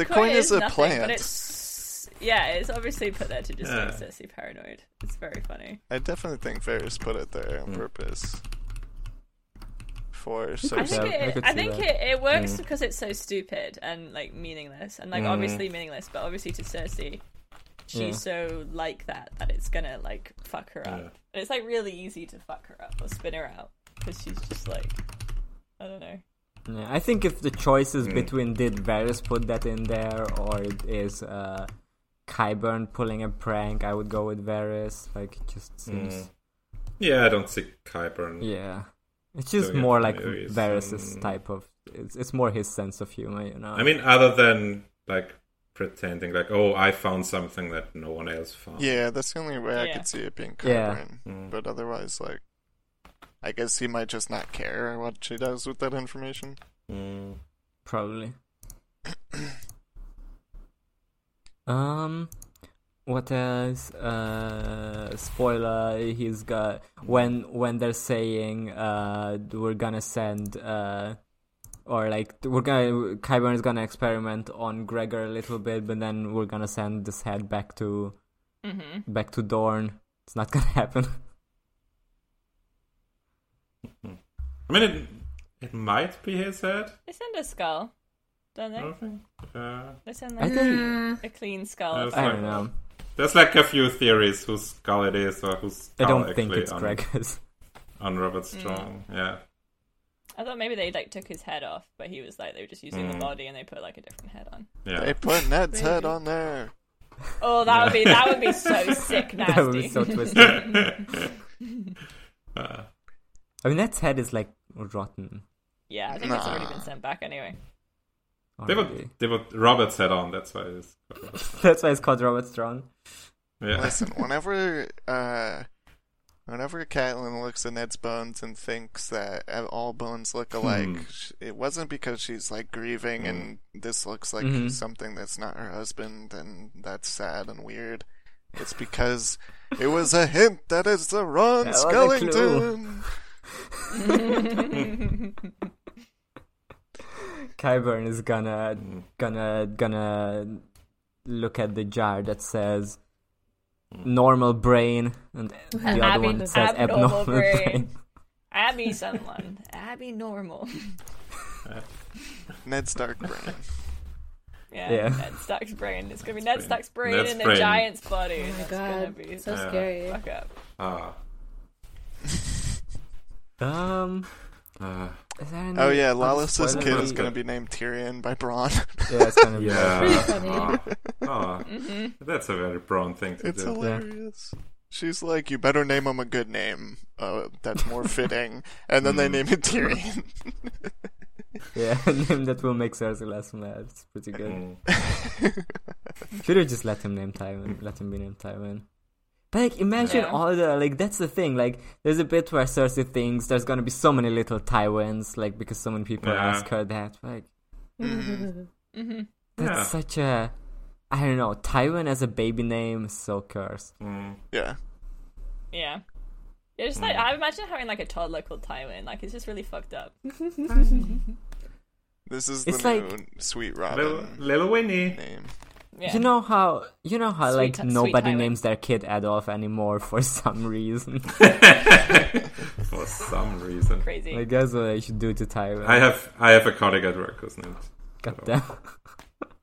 Speaker 6: coin is a
Speaker 3: nothing,
Speaker 6: plant.
Speaker 3: but it's yeah, it's obviously put there to just
Speaker 5: Yeah.
Speaker 3: make Cersei paranoid. It's very funny.
Speaker 6: I definitely think Ferris put it there on purpose for
Speaker 3: I
Speaker 6: so
Speaker 3: think
Speaker 4: Yeah, I
Speaker 3: it,
Speaker 4: could
Speaker 3: I
Speaker 4: see
Speaker 3: think
Speaker 4: that. Mm.
Speaker 3: it, it works because it's so stupid and like meaningless and like obviously meaningless, but obviously to Cersei, she's
Speaker 4: Yeah.
Speaker 3: so like that that it's gonna like fuck her up.
Speaker 5: Yeah.
Speaker 3: And it's like really easy to fuck her up or spin her out because she's just like, I don't know.
Speaker 4: Yeah, I think if the choice
Speaker 5: Mm.
Speaker 4: is between did Varys put that in there or it is uh, Kyburn pulling a prank, I would go with Varys. Like, it just
Speaker 5: Mm.
Speaker 4: seems.
Speaker 5: Yeah, I don't see Kyburn.
Speaker 4: Yeah. It's just
Speaker 5: So, yeah,
Speaker 4: more like
Speaker 5: maybe it's,
Speaker 4: Varys'
Speaker 5: um,
Speaker 4: type of. It's, it's more his sense of humor, you know?
Speaker 5: I mean, other than like pretending like, oh, I found something that no one else found. Mm.
Speaker 6: Yeah, that's the only way I
Speaker 3: Yeah.
Speaker 6: could see it being
Speaker 4: Yeah.
Speaker 6: Kyburn. But otherwise, like, I guess he might just not care what she does with that information.
Speaker 5: Mm.
Speaker 4: Probably. um, what else? Uh, spoiler. He's got when when they're saying uh we're gonna send uh or like we're gonna Kyburn is gonna experiment on Gregor a little bit, but then we're gonna send this head back to
Speaker 3: Mm-hmm.
Speaker 4: back to Dorn. It's not gonna happen.
Speaker 5: I mean, it, it might be his head.
Speaker 3: They send a skull, don't they?
Speaker 5: I think. Uh,
Speaker 3: They send
Speaker 4: I
Speaker 3: like
Speaker 4: think
Speaker 3: a clean skull.
Speaker 5: I was
Speaker 4: I
Speaker 5: like-
Speaker 4: don't know.
Speaker 5: There's like a few theories whose skull it is or whose
Speaker 4: I
Speaker 5: skull
Speaker 4: don't
Speaker 5: actually
Speaker 4: think it's
Speaker 5: on,
Speaker 4: Gregor's.
Speaker 5: on Robert
Speaker 7: Mm.
Speaker 5: Strong. Yeah.
Speaker 3: I thought maybe they like took his head off, but he was like they were just using
Speaker 4: Mm.
Speaker 3: the body and they put like a different head on.
Speaker 5: Yeah.
Speaker 6: They put Ned's head on there.
Speaker 3: Oh, that would be that would be so sick, nasty.
Speaker 4: That would be so twisted.
Speaker 5: Uh,
Speaker 4: I mean, that head is like rotten.
Speaker 3: yeah, I think it's already been sent back anyway.
Speaker 5: they
Speaker 4: already.
Speaker 5: would, they would Robert's head on. That's why it's.
Speaker 4: That's why it's called Robert Strong.
Speaker 5: Yeah.
Speaker 6: Listen, whenever, uh, whenever Catelyn looks at Ned's bones and thinks that all bones look alike, sh it wasn't because she's like grieving and this looks like
Speaker 4: Mhm.
Speaker 6: something that's not her husband and that's sad and weird. It's because it was a hint that it's the Ron
Speaker 4: That was a clue.
Speaker 6: Skellington.
Speaker 4: Kyburn is gonna gonna gonna look at the jar that says normal brain and the other one that says
Speaker 3: Abnormal
Speaker 4: abnormal,
Speaker 3: brain.
Speaker 4: brain.
Speaker 3: Abby someone. Abby normal.
Speaker 6: Ned Stark brain.
Speaker 3: Yeah.
Speaker 4: Yeah.
Speaker 3: Ned Stark's brain. It's gonna be Ned Stark's brain
Speaker 5: Ned's
Speaker 3: in a
Speaker 5: brain.
Speaker 3: giant's body.
Speaker 7: Oh my
Speaker 3: That's gonna
Speaker 7: god,
Speaker 3: be
Speaker 7: so
Speaker 5: Ah. Yeah.
Speaker 7: scary.
Speaker 3: fuck up.
Speaker 5: Ah.
Speaker 4: Um,
Speaker 5: Uh,
Speaker 4: Is there any
Speaker 6: Oh yeah,
Speaker 4: other
Speaker 6: Lawless's
Speaker 4: spoiler
Speaker 6: kid
Speaker 4: we-
Speaker 6: is gonna be named Tyrion by Braun.
Speaker 4: Yeah, it's gonna be.
Speaker 5: yeah.
Speaker 7: Pretty funny.
Speaker 5: Oh, oh.
Speaker 3: Mm-hmm.
Speaker 5: That's a very brown thing to
Speaker 6: It's
Speaker 5: do.
Speaker 6: hilarious. She's like, you better name him a good name. Uh, that's more fitting. And then they name it Tyrion.
Speaker 4: Yeah, a name that will make Cersei less mad. It's pretty good.
Speaker 5: Mm.
Speaker 4: Should have just let him name
Speaker 5: Mm.
Speaker 4: Tywin. Let him be named Tywin. But like, imagine
Speaker 3: Yeah.
Speaker 4: all the like. That's the thing. Like, there's a bit where Cersei thinks there's gonna be so many little Tywins, like because so many people
Speaker 5: Yeah.
Speaker 4: ask her that. Like,
Speaker 6: Mm-hmm.
Speaker 3: hmm
Speaker 4: that's
Speaker 5: Yeah.
Speaker 4: such a. I don't know. Tywin as a baby name is so cursed.
Speaker 5: Mm.
Speaker 6: yeah.
Speaker 3: Yeah. Yeah, just
Speaker 4: Mm.
Speaker 3: like I imagine having like a toddler called Tywin, like it's just really fucked up.
Speaker 6: This is the
Speaker 4: It's
Speaker 6: new
Speaker 4: like-
Speaker 6: Sweet
Speaker 5: Little,
Speaker 6: Robin
Speaker 5: little Winnie.
Speaker 6: name.
Speaker 3: Yeah.
Speaker 4: You know how you know how
Speaker 3: Sweet
Speaker 4: like
Speaker 3: Ti- sweet
Speaker 4: nobody
Speaker 3: Tywin.
Speaker 4: names their kid Adolf anymore for some reason.
Speaker 5: For some reason.
Speaker 3: crazy.
Speaker 4: I guess what I should do to Tywin.
Speaker 5: I have I have a colleague at work who's named.
Speaker 4: God damn.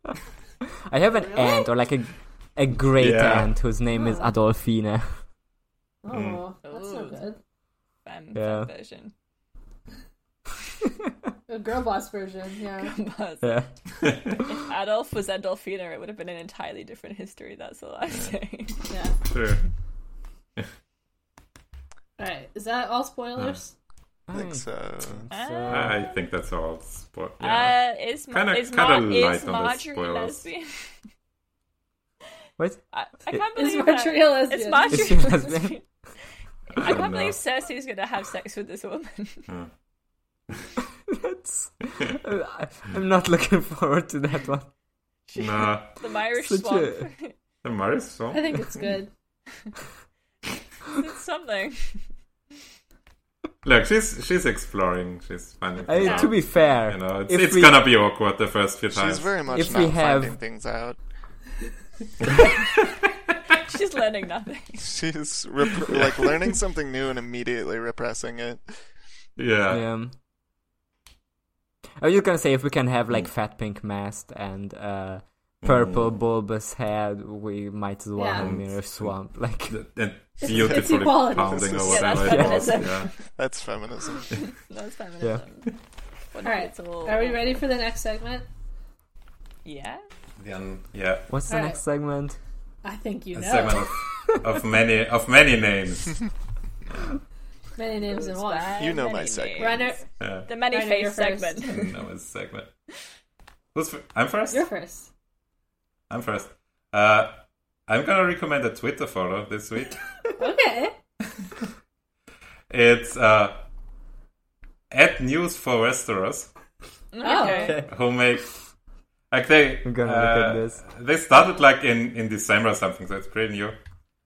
Speaker 4: I have an aunt or like a a great
Speaker 5: Yeah.
Speaker 4: aunt whose name is Adolfina.
Speaker 7: Oh, that's so
Speaker 3: Ooh.
Speaker 7: good.
Speaker 3: Fem,
Speaker 4: Yeah.
Speaker 3: fem version.
Speaker 7: A girl boss version, yeah.
Speaker 3: But
Speaker 4: Yeah.
Speaker 5: Mm.
Speaker 3: if Adolf was Adolfina, it would have been an entirely different history, that's all I'm saying.
Speaker 7: yeah.
Speaker 5: True.
Speaker 7: Alright, is that all spoilers?
Speaker 6: I think so.
Speaker 3: Uh,
Speaker 4: Ah.
Speaker 5: I think that's all. Spot. Yeah.
Speaker 3: uh, is Ma-
Speaker 5: Kinda-
Speaker 3: is,
Speaker 5: kinda
Speaker 3: Ma- is
Speaker 5: light on the
Speaker 3: Marjorie
Speaker 5: spoilers.
Speaker 3: lesbian?
Speaker 4: What?
Speaker 3: I, I can't
Speaker 7: Is
Speaker 3: believe that.
Speaker 7: Marjorie a lesbian?
Speaker 3: It's
Speaker 4: Is she
Speaker 3: Marjorie
Speaker 4: a
Speaker 3: lesbian.
Speaker 4: lesbian?
Speaker 3: I can't
Speaker 5: don't know.
Speaker 3: believe Cersei's gonna have sex with this woman.
Speaker 4: That's. I- I'm not looking forward to that one.
Speaker 5: Nah,
Speaker 3: the Irish
Speaker 4: Such
Speaker 3: swamp.
Speaker 4: a-
Speaker 5: the Maris song.
Speaker 7: I think it's good.
Speaker 3: it's something.
Speaker 5: Look, she's she's exploring. She's finding.
Speaker 4: I,
Speaker 5: things
Speaker 4: To
Speaker 5: out.
Speaker 4: be fair,
Speaker 5: you know, it's,
Speaker 4: if
Speaker 5: it's
Speaker 4: we-
Speaker 5: gonna be awkward the first few times.
Speaker 6: She's very much
Speaker 4: If we
Speaker 6: not
Speaker 4: have-
Speaker 6: finding things out.
Speaker 3: She's learning nothing.
Speaker 6: She's rep- like learning something new and immediately repressing it.
Speaker 5: Yeah.
Speaker 4: Um, I was just gonna say if we can have like fat pink mast and uh, purple
Speaker 5: Mm.
Speaker 4: bulbous head, we might as well
Speaker 7: Yeah.
Speaker 4: have mirror swamp. Like
Speaker 5: Th- And beautifully
Speaker 7: equality.
Speaker 5: pounding
Speaker 6: This
Speaker 5: or
Speaker 6: is-
Speaker 5: whatever
Speaker 3: Yeah,
Speaker 5: it was.
Speaker 3: that's
Speaker 5: Yeah.
Speaker 6: That's feminism.
Speaker 3: That's feminism. What if
Speaker 7: Alright,
Speaker 3: it's all-
Speaker 7: are we ready for the next segment?
Speaker 3: Yeah.
Speaker 5: Then, yeah.
Speaker 4: what's the
Speaker 7: Alright.
Speaker 4: next segment?
Speaker 7: I think you
Speaker 5: A
Speaker 7: know.
Speaker 5: segment of, of many of many names.
Speaker 7: Many names in one.
Speaker 3: Bad
Speaker 6: You know
Speaker 3: many
Speaker 6: my segment.
Speaker 3: names.
Speaker 7: Runner,
Speaker 5: Yeah.
Speaker 3: The many
Speaker 7: Runner,
Speaker 3: face
Speaker 7: you're first.
Speaker 3: segment.
Speaker 5: No, it's a segment. Who's fir- I'm 1st
Speaker 7: you're first.
Speaker 5: I'm first. Uh, I'm gonna recommend a Twitter follow this week.
Speaker 7: Okay.
Speaker 5: It's uh, at News for Westeros,
Speaker 7: Oh.
Speaker 3: Okay.
Speaker 5: who make like they
Speaker 4: I'm gonna look at
Speaker 5: uh,
Speaker 4: this.
Speaker 5: They started like in in December or something, so it's pretty new.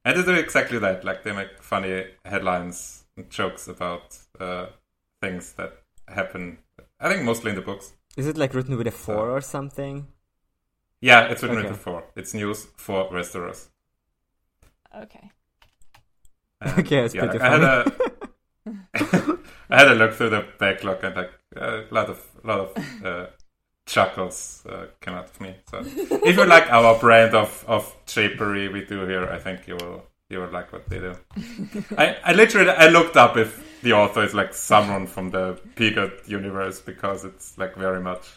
Speaker 5: And they do exactly that. Like they make funny headlines and jokes about uh, things that happen. I think mostly in the books.
Speaker 4: Is it like written with a four
Speaker 5: Uh,
Speaker 4: or something?
Speaker 5: Yeah, it's written into
Speaker 4: Okay.
Speaker 5: four. It's news for Westeros.
Speaker 3: Okay.
Speaker 5: And,
Speaker 4: Okay, it's pretty
Speaker 5: I had
Speaker 4: funny.
Speaker 5: a I had a look through the backlog and like a lot of lot of uh, chuckles uh, came out of me. So if you like our brand of of shapery we do here, I think you will you will like what they do. I, I literally I looked up if the author is like someone from the Pigot universe because it's like very much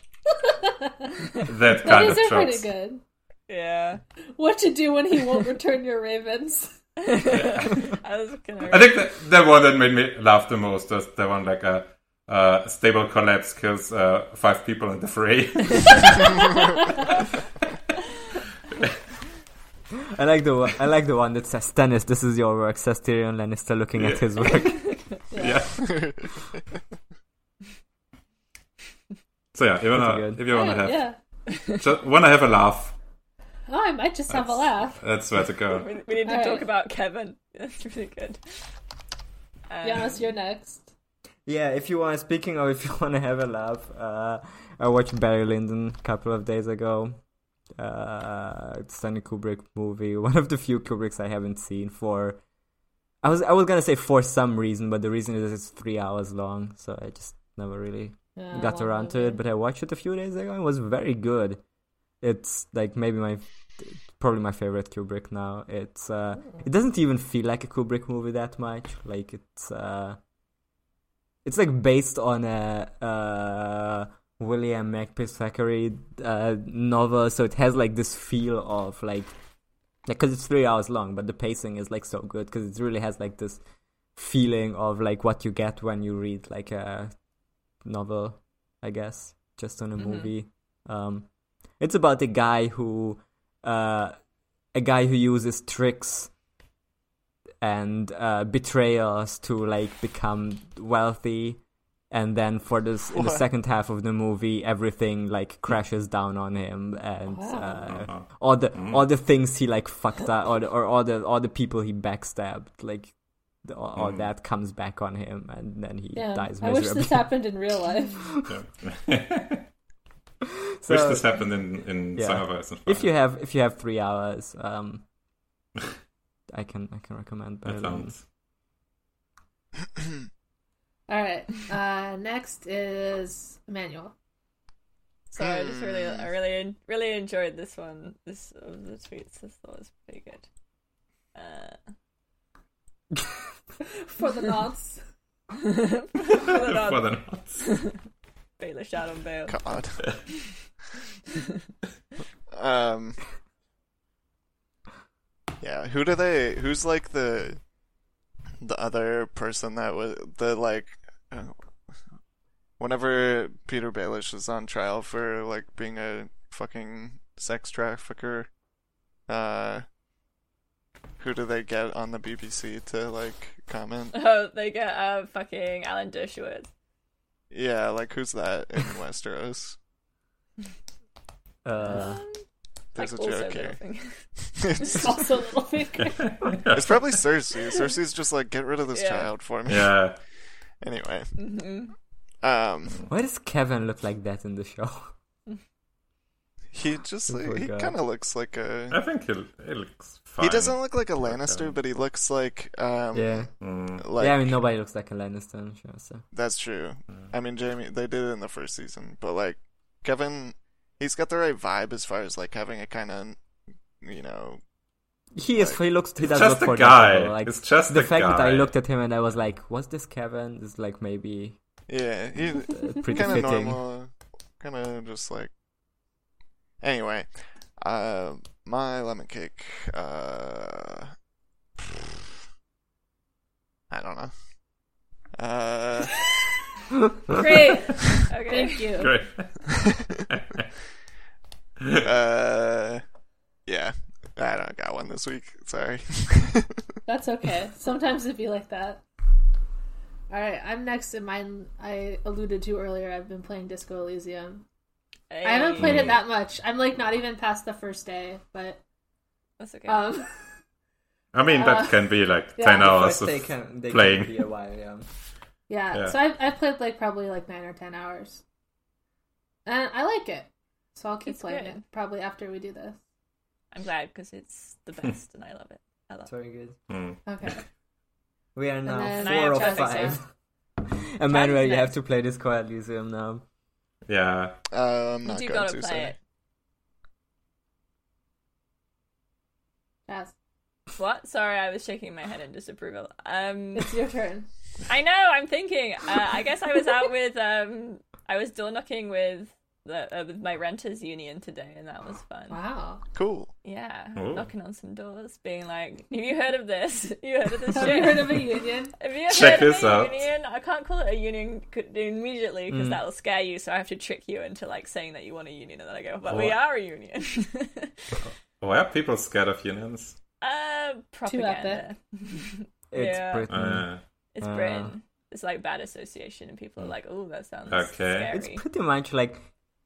Speaker 5: that kind
Speaker 7: Those
Speaker 5: of
Speaker 7: are pretty
Speaker 5: jokes.
Speaker 7: good.
Speaker 3: Yeah.
Speaker 7: What to do when he won't return your ravens?
Speaker 3: I was gonna.
Speaker 5: I think the, the one that made me laugh the most was the one like a uh, stable collapse kills uh, five people in the fray.
Speaker 4: I like the one, I like the one that says Stannis, this is your work. Says Tyrion Lannister looking at his work.
Speaker 5: yeah. so yeah, if you wanna,
Speaker 4: Pretty good.
Speaker 5: if you wanna have
Speaker 7: yeah.
Speaker 5: just wanna have a laugh,
Speaker 7: Oh, I might just have a laugh.
Speaker 5: that's where to go.
Speaker 3: We, we need to
Speaker 7: Alright.
Speaker 3: talk about Kevin. That's really good. Um,
Speaker 7: Giannis, you're next.
Speaker 4: yeah, if you want. Speaking of, if you want to have a laugh, uh, I watched Barry Lyndon a couple of days ago. Uh, Stanley Kubrick movie, one of the few Kubricks I haven't seen for. I was I was gonna say for some reason, but the reason is it's three hours long, so I just never really
Speaker 7: Yeah,
Speaker 4: got
Speaker 7: well,
Speaker 4: around to it, but I watched it a few days ago. and It was very good. It's like maybe my probably my favorite Kubrick now. It's uh it doesn't even feel like a Kubrick movie that much. Like it's uh it's like based on a uh, William McPherson uh, novel, so it has like this feel of like because it's three hours long, but the pacing is like so good because it really has like this feeling of like what you get when you read like a novel, I guess, just on a
Speaker 2: Mm-hmm.
Speaker 4: movie. Um, it's about a guy who uh, a guy who uses tricks and uh, betrayals to like become wealthy and then for this in the
Speaker 6: What?
Speaker 4: second half of the movie everything like crashes down on him and uh, all the all the things he like fucked up or, the- or all the all the people he backstabbed like the, all,
Speaker 5: Mm.
Speaker 4: all that comes back on him and then he
Speaker 2: Damn.
Speaker 4: dies
Speaker 2: I wish
Speaker 4: miserably
Speaker 2: this happened in real life.
Speaker 5: Wish
Speaker 4: So-
Speaker 5: this happened in in
Speaker 4: yeah.
Speaker 5: Song of Ice and Fire.
Speaker 4: if you have if you have three hours um i can i can recommend
Speaker 5: that
Speaker 4: better than
Speaker 5: sounds
Speaker 2: All right. Uh, next is Emmanuel.
Speaker 3: So I just really,
Speaker 6: Hmm.
Speaker 3: I really, really enjoyed this one. This of the tweets, I thought was pretty good. Uh,
Speaker 2: For the nods.
Speaker 5: for
Speaker 3: for
Speaker 5: the knots.
Speaker 3: Baelish out Uh, on bail.
Speaker 6: God. um. Yeah, who do they? Who's like the the other person that was the like? Uh, whenever Peter Baelish was on trial for like being a fucking sex trafficker, uh, who do they get on the BBC to like comment?
Speaker 3: Oh, they get uh, fucking Alan Dershowitz.
Speaker 6: Yeah, like who's that in Westeros?
Speaker 4: uh
Speaker 3: Um,
Speaker 6: There's
Speaker 3: like,
Speaker 6: a
Speaker 3: also
Speaker 6: joke here.
Speaker 3: Littlefinger.
Speaker 6: It's-
Speaker 2: Also Littlefinger.
Speaker 6: It's probably Cersei. Cersei's just like, get rid of this
Speaker 3: Yeah.
Speaker 6: child for me.
Speaker 5: yeah,
Speaker 6: Anyway,
Speaker 3: Mhm.
Speaker 6: um,
Speaker 4: why does kevin look like that in the show
Speaker 6: he just
Speaker 4: Oh my
Speaker 6: he
Speaker 4: God.
Speaker 6: kind of looks like a
Speaker 5: I think it, it looks fine.
Speaker 6: he doesn't look like a
Speaker 5: Okay.
Speaker 6: Lannister, but he looks like um,
Speaker 4: yeah
Speaker 5: Mm,
Speaker 6: like
Speaker 4: yeah i mean nobody looks like a lannister in the show so
Speaker 6: that's true. I mean, Jamie, they did it in the first season, but like Kevin, he's got the right vibe as far as like having a kind of you know
Speaker 4: he is
Speaker 6: Like,
Speaker 4: he looks he
Speaker 5: it's
Speaker 4: does
Speaker 5: just
Speaker 4: look
Speaker 5: a guy.
Speaker 4: formidable, like
Speaker 5: It's just
Speaker 4: the
Speaker 5: a
Speaker 4: fact that i
Speaker 5: guy.
Speaker 4: looked at him and i was like was this kevin is like maybe
Speaker 6: yeah he
Speaker 4: uh, pretty
Speaker 6: kind of
Speaker 4: fitting
Speaker 6: normal, kind of just like. Anyway, uh, my lemon cake. Uh, I don't know. Uh,
Speaker 2: Great.
Speaker 3: Okay.
Speaker 2: Thank you.
Speaker 5: great.
Speaker 6: uh, yeah, I don't got one this week. Sorry.
Speaker 2: That's okay. Sometimes it'd be like that. All right, I'm next in mine. I alluded to earlier. I've been playing Disco Elysium. I haven't played it that much. I'm like not even past the first day, but
Speaker 3: That's okay.
Speaker 2: um,
Speaker 5: I mean,
Speaker 2: Uh,
Speaker 5: that can be like
Speaker 2: yeah.
Speaker 5: ten
Speaker 2: The
Speaker 5: hours of playing.
Speaker 4: a while yeah
Speaker 2: yeah.
Speaker 5: Yeah.
Speaker 2: So I've I've played like probably like nine or ten hours, and I like it. So I'll keep
Speaker 3: It's
Speaker 2: playing
Speaker 3: good.
Speaker 2: it probably after we do this.
Speaker 3: I'm glad because it's the
Speaker 6: Hmm.
Speaker 3: best and I love it. I love
Speaker 4: it's very good
Speaker 5: Mm.
Speaker 2: Okay.
Speaker 4: we are now
Speaker 2: then-
Speaker 3: And I have
Speaker 4: four of
Speaker 3: traffic
Speaker 4: five emmanuel
Speaker 3: Traffic's
Speaker 4: you have
Speaker 3: next.
Speaker 4: to play this quiet museum now
Speaker 5: Yeah,
Speaker 6: Uh, I'm
Speaker 3: it.
Speaker 6: not
Speaker 3: You do
Speaker 6: going
Speaker 3: gotta
Speaker 6: to.
Speaker 3: play
Speaker 6: Sorry.
Speaker 3: it.
Speaker 2: Yes.
Speaker 3: What? Sorry, I was shaking my head in disapproval. Um,
Speaker 2: It's your turn.
Speaker 3: I know. I'm thinking. Uh, I guess I was out with. Um, I was door knocking with the uh, with my renters union today, and that was fun.
Speaker 2: Wow.
Speaker 6: Cool.
Speaker 3: Yeah,
Speaker 5: Ooh.
Speaker 3: knocking on some doors, being like, "Have you heard of this? You heard of this
Speaker 2: Have
Speaker 3: shit?
Speaker 2: you heard of a union?
Speaker 3: Have you heard of
Speaker 5: Check this
Speaker 3: a
Speaker 5: out."
Speaker 3: union? I can't call it a union c- immediately because that'll scare you. So I have to trick you into like saying that you want a union, and then I go, "But we
Speaker 5: What?
Speaker 3: are a union."
Speaker 5: why are people scared of unions?
Speaker 3: uh, propaganda.
Speaker 4: it's
Speaker 3: Yeah.
Speaker 4: britain
Speaker 5: Uh,
Speaker 3: It's
Speaker 4: Uh.
Speaker 3: Britain. It's like bad association, and people are like, "Oh, that sounds
Speaker 5: Okay.
Speaker 3: scary."
Speaker 4: It's pretty much like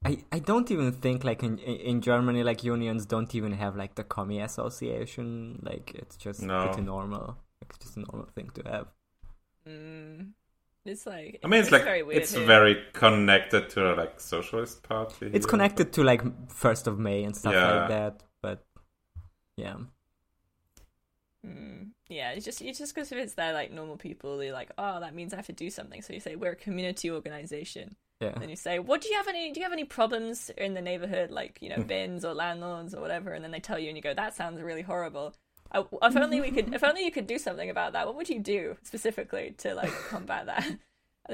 Speaker 4: I, I don't even think like in in Germany like unions don't even have like the commie association like it's just
Speaker 5: No.
Speaker 4: pretty normal it's just a normal thing to have
Speaker 3: Mm. It's like
Speaker 5: I mean, it's, like
Speaker 3: very weird.
Speaker 5: it's
Speaker 3: here.
Speaker 5: very connected to like socialist party.
Speaker 4: it's
Speaker 5: here,
Speaker 4: connected to like first of May and stuff
Speaker 5: Yeah.
Speaker 4: like that but yeah
Speaker 3: Mm. Yeah, it's just it's just because if it's there like normal people, they're like, oh, that means I have to do something. So you say we're a community organization,
Speaker 4: yeah
Speaker 3: and you say, what do you have any? Do you have any problems in the neighborhood, like you
Speaker 2: Hmm.
Speaker 3: know bins or landlords or whatever? And then they tell you, and you go, that sounds really horrible. I, if only we could, if only you could do something about that. What would you do specifically to like combat that? And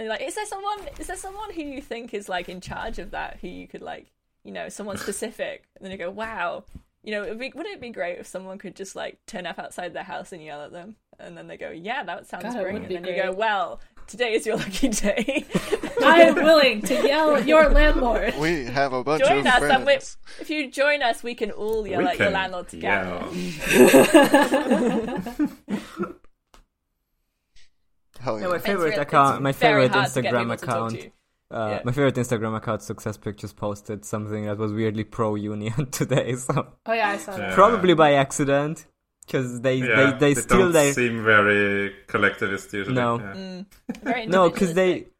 Speaker 3: they're like, is there someone? Is there someone who you think is like in charge of that? Who you could like, you know, someone specific? And then you go, wow, you know, it'd be, wouldn't it be great if someone could just like turn up outside their house and yell at them? And then they go, yeah, that sounds
Speaker 2: God, it
Speaker 3: great.
Speaker 2: would
Speaker 3: And
Speaker 2: be
Speaker 3: then you go,
Speaker 2: great.
Speaker 3: well, today is your lucky day.
Speaker 7: I am willing to yell at your Oh, landlord.
Speaker 6: We have a bunch
Speaker 3: join
Speaker 6: of
Speaker 3: us, and we,
Speaker 6: friends.
Speaker 3: if you join us, we can all yell
Speaker 5: We
Speaker 3: at your
Speaker 5: can-
Speaker 3: landlord together.
Speaker 5: yeah.
Speaker 6: Hell
Speaker 4: Yeah, my
Speaker 6: yeah.
Speaker 3: It's
Speaker 4: favorite
Speaker 3: really-
Speaker 4: account,
Speaker 3: it's
Speaker 4: my
Speaker 3: very
Speaker 4: favorite
Speaker 3: hard to get
Speaker 4: Instagram
Speaker 3: people to talk to
Speaker 4: account,
Speaker 3: you.
Speaker 4: uh,
Speaker 3: Yeah.
Speaker 4: my favorite Instagram account, Success Pictures, posted something that was weirdly pro union today. So
Speaker 7: Oh yeah, I saw that.
Speaker 5: Yeah.
Speaker 4: probably by accident, because they,
Speaker 5: Yeah,
Speaker 4: they they steal
Speaker 5: don't
Speaker 4: their
Speaker 5: seem very collectivist usually.
Speaker 4: No.
Speaker 5: Yeah.
Speaker 3: Mm. Very
Speaker 4: no, because
Speaker 3: individualistic.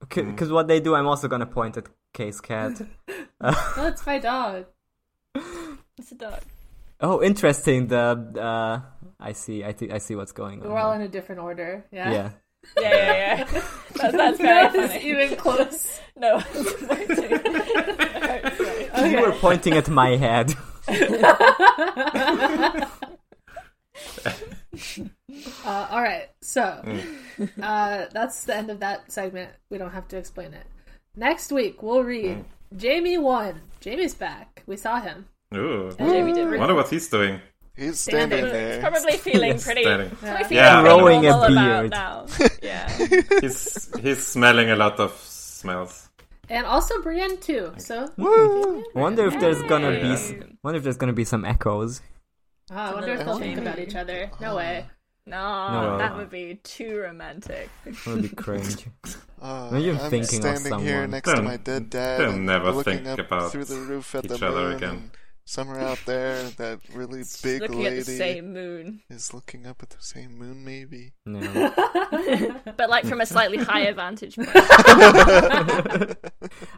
Speaker 4: they because what they do. I'm also gonna point at Case Cat. Uh,
Speaker 7: No, it's my dog.
Speaker 3: It's a dog.
Speaker 4: Oh, interesting. The uh, I see. I think I see what's going on.
Speaker 7: We're all in a different order. Yeah.
Speaker 4: yeah.
Speaker 3: Yeah, yeah, yeah. That, that's
Speaker 7: No,
Speaker 3: very
Speaker 7: it's
Speaker 3: funny.
Speaker 7: even close.
Speaker 3: No, it's very funny.
Speaker 4: You were pointing at my head.
Speaker 7: Uh, all right, so uh, that's the end of that segment. We don't have to explain it. Next week we'll read Jamie won. Jamie's back. We saw him.
Speaker 5: Ooh.
Speaker 3: Jamie did really-
Speaker 5: wonder what he's doing.
Speaker 6: He's
Speaker 7: Stand
Speaker 6: standing
Speaker 7: up.
Speaker 3: He's
Speaker 6: there.
Speaker 3: probably feeling
Speaker 4: Yes,
Speaker 3: pretty.
Speaker 5: Standing.
Speaker 3: Probably feeling
Speaker 5: Yeah.
Speaker 3: pretty
Speaker 4: Growing a
Speaker 3: normal about
Speaker 4: beard.
Speaker 3: now. Yeah.
Speaker 5: He's he's smelling a lot of smells.
Speaker 7: and also Brienne too. So ah,
Speaker 4: Wonder if there's gonna be s-
Speaker 3: Yay.
Speaker 4: wonder if there's gonna be some echoes.
Speaker 7: oh, I wonder if they'll think
Speaker 3: Jamie.
Speaker 7: about each other. No way.
Speaker 3: No,
Speaker 4: No.
Speaker 3: that would be too romantic.
Speaker 4: That would be cringe.
Speaker 6: Uh,
Speaker 4: Now you're
Speaker 6: I'm
Speaker 4: thinking of
Speaker 6: standing here
Speaker 4: someone.
Speaker 6: next to
Speaker 5: Don't-
Speaker 6: my dead dad.
Speaker 5: don't
Speaker 6: and
Speaker 5: never
Speaker 6: looking
Speaker 5: think
Speaker 6: up
Speaker 5: about
Speaker 6: through the roof at
Speaker 5: each
Speaker 6: the
Speaker 5: other
Speaker 6: moon,
Speaker 5: again.
Speaker 6: and somewhere out there, that really big
Speaker 3: Looking
Speaker 6: lady
Speaker 3: at the same moon,
Speaker 6: is looking up at the same moon. Maybe
Speaker 4: No.
Speaker 3: but like from a slightly higher vantage point.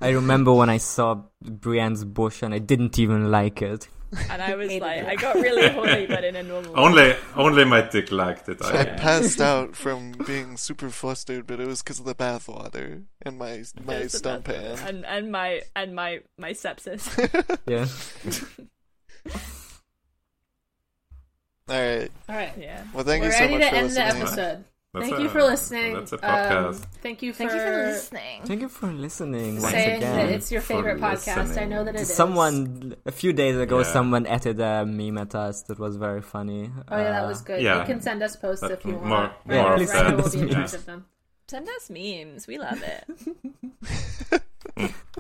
Speaker 4: I remember when I saw Brienne's bush and I didn't even like it.
Speaker 3: And I was like, I got really horny, but in a normal way.
Speaker 5: Only only my dick liked it.
Speaker 6: I
Speaker 5: I think.
Speaker 6: passed out from being super flustered, but it was because of the bathwater and my my
Speaker 3: It's about-
Speaker 6: stump pan.
Speaker 3: and and my and my my sepsis.
Speaker 4: Yeah.
Speaker 6: All right.
Speaker 7: All right.
Speaker 3: Yeah.
Speaker 6: Well, thank
Speaker 7: We're
Speaker 6: you so
Speaker 7: ready
Speaker 6: much
Speaker 7: to
Speaker 6: for
Speaker 7: end the
Speaker 6: listening.
Speaker 7: episode.
Speaker 5: That's
Speaker 7: Thank
Speaker 5: a-
Speaker 7: you for listening.
Speaker 5: That's a
Speaker 7: Um,
Speaker 5: podcast.
Speaker 7: thank you for,
Speaker 3: listening.
Speaker 4: Thank you for listening once
Speaker 7: saying that
Speaker 4: again.
Speaker 7: it's your
Speaker 5: For
Speaker 7: favorite podcast. I know that it is.
Speaker 4: Someone a few days ago,
Speaker 5: Yeah.
Speaker 4: someone added a meme at us that was very funny. Uh,
Speaker 7: Oh yeah, that was good.
Speaker 5: yeah.
Speaker 7: You can send us posts
Speaker 5: But
Speaker 7: if you want.
Speaker 5: more-
Speaker 4: Yeah,
Speaker 7: Right,
Speaker 4: please
Speaker 7: right,
Speaker 4: send
Speaker 7: we'll
Speaker 4: us
Speaker 7: be in charge
Speaker 5: memes.
Speaker 7: of them.
Speaker 3: Send us memes. We love it.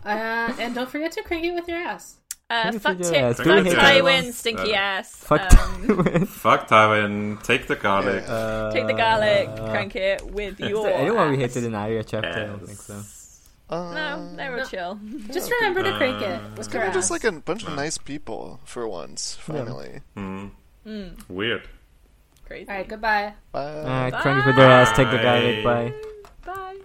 Speaker 7: Uh, and don't forget to crank it with your ass.
Speaker 3: Uh,
Speaker 4: you
Speaker 3: fuck
Speaker 4: figure
Speaker 3: Tim.
Speaker 4: out?
Speaker 3: Fuck
Speaker 5: Do we hate
Speaker 3: Tywin,
Speaker 4: Taiwan?
Speaker 3: stinky
Speaker 5: Uh,
Speaker 3: ass.
Speaker 4: Fuck
Speaker 3: Um,
Speaker 5: Fuck Tywin, take the garlic.
Speaker 3: take the garlic, crank it with your.
Speaker 4: uh, Anyone we
Speaker 3: ass.
Speaker 4: hated in Area chapter? I don't think so.
Speaker 6: Uh,
Speaker 3: No, they were chill.
Speaker 7: Just remember to crank it with your
Speaker 6: we're
Speaker 7: ass.
Speaker 6: just like a bunch of nice people for once. Finally.
Speaker 5: Uh, Weird.
Speaker 3: Crazy.
Speaker 7: All right, goodbye.
Speaker 6: Bye.
Speaker 4: Alright, crank it with your ass, take the
Speaker 5: Bye.
Speaker 4: garlic, bye.
Speaker 3: Bye.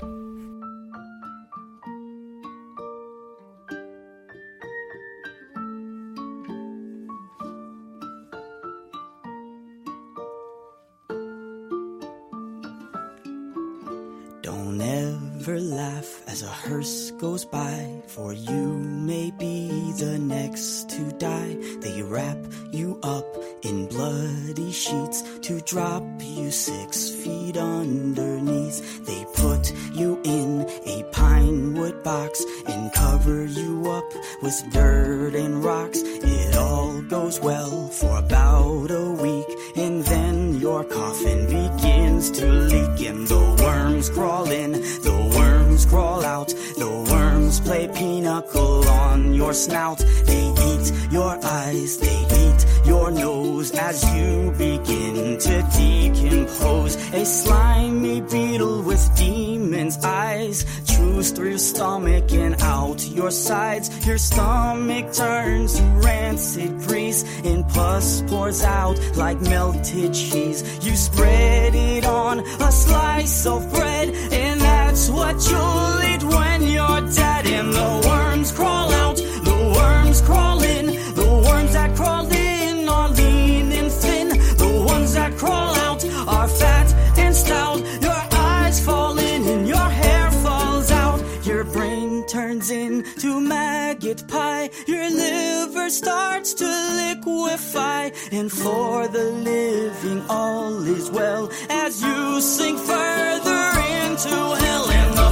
Speaker 9: Don't ever laugh as a hearse goes by, for you may be the next to die. They wrap you up in bloody sheets to drop you six feet underneath. They put you in a pine wood box and cover you up with dirt and rocks. It all goes well for about a week, and then your coffin begins to leak, and the worms crawl in, the worms crawl out, the worms play pinochle on your snout. They eat your eyes, they eat your nose as you begin to decompose. A slimy beetle with demon's eyes chews through your stomach and out your sides. Your stomach turns to rancid grease and pus pours out like melted cheese. You spread it on a slice of bread, and that's what you'll eat when you're dead. And the worms crawl out, the worms crawl in, the worms that crawl in are lean and thin. The ones that crawl out are fat and stout. Your eyes fall in and your hair falls out. Your brain turns into maggot pie. Your liver starts to liquefy. And for the living, all is well as you sink further into hell. And the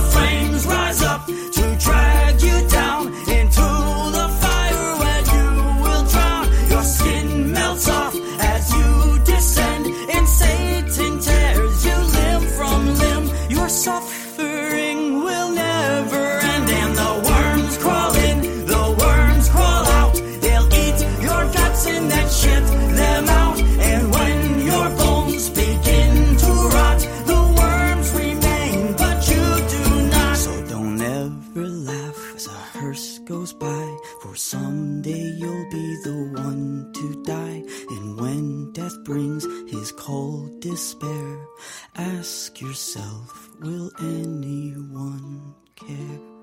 Speaker 9: Ask yourself, will anyone care?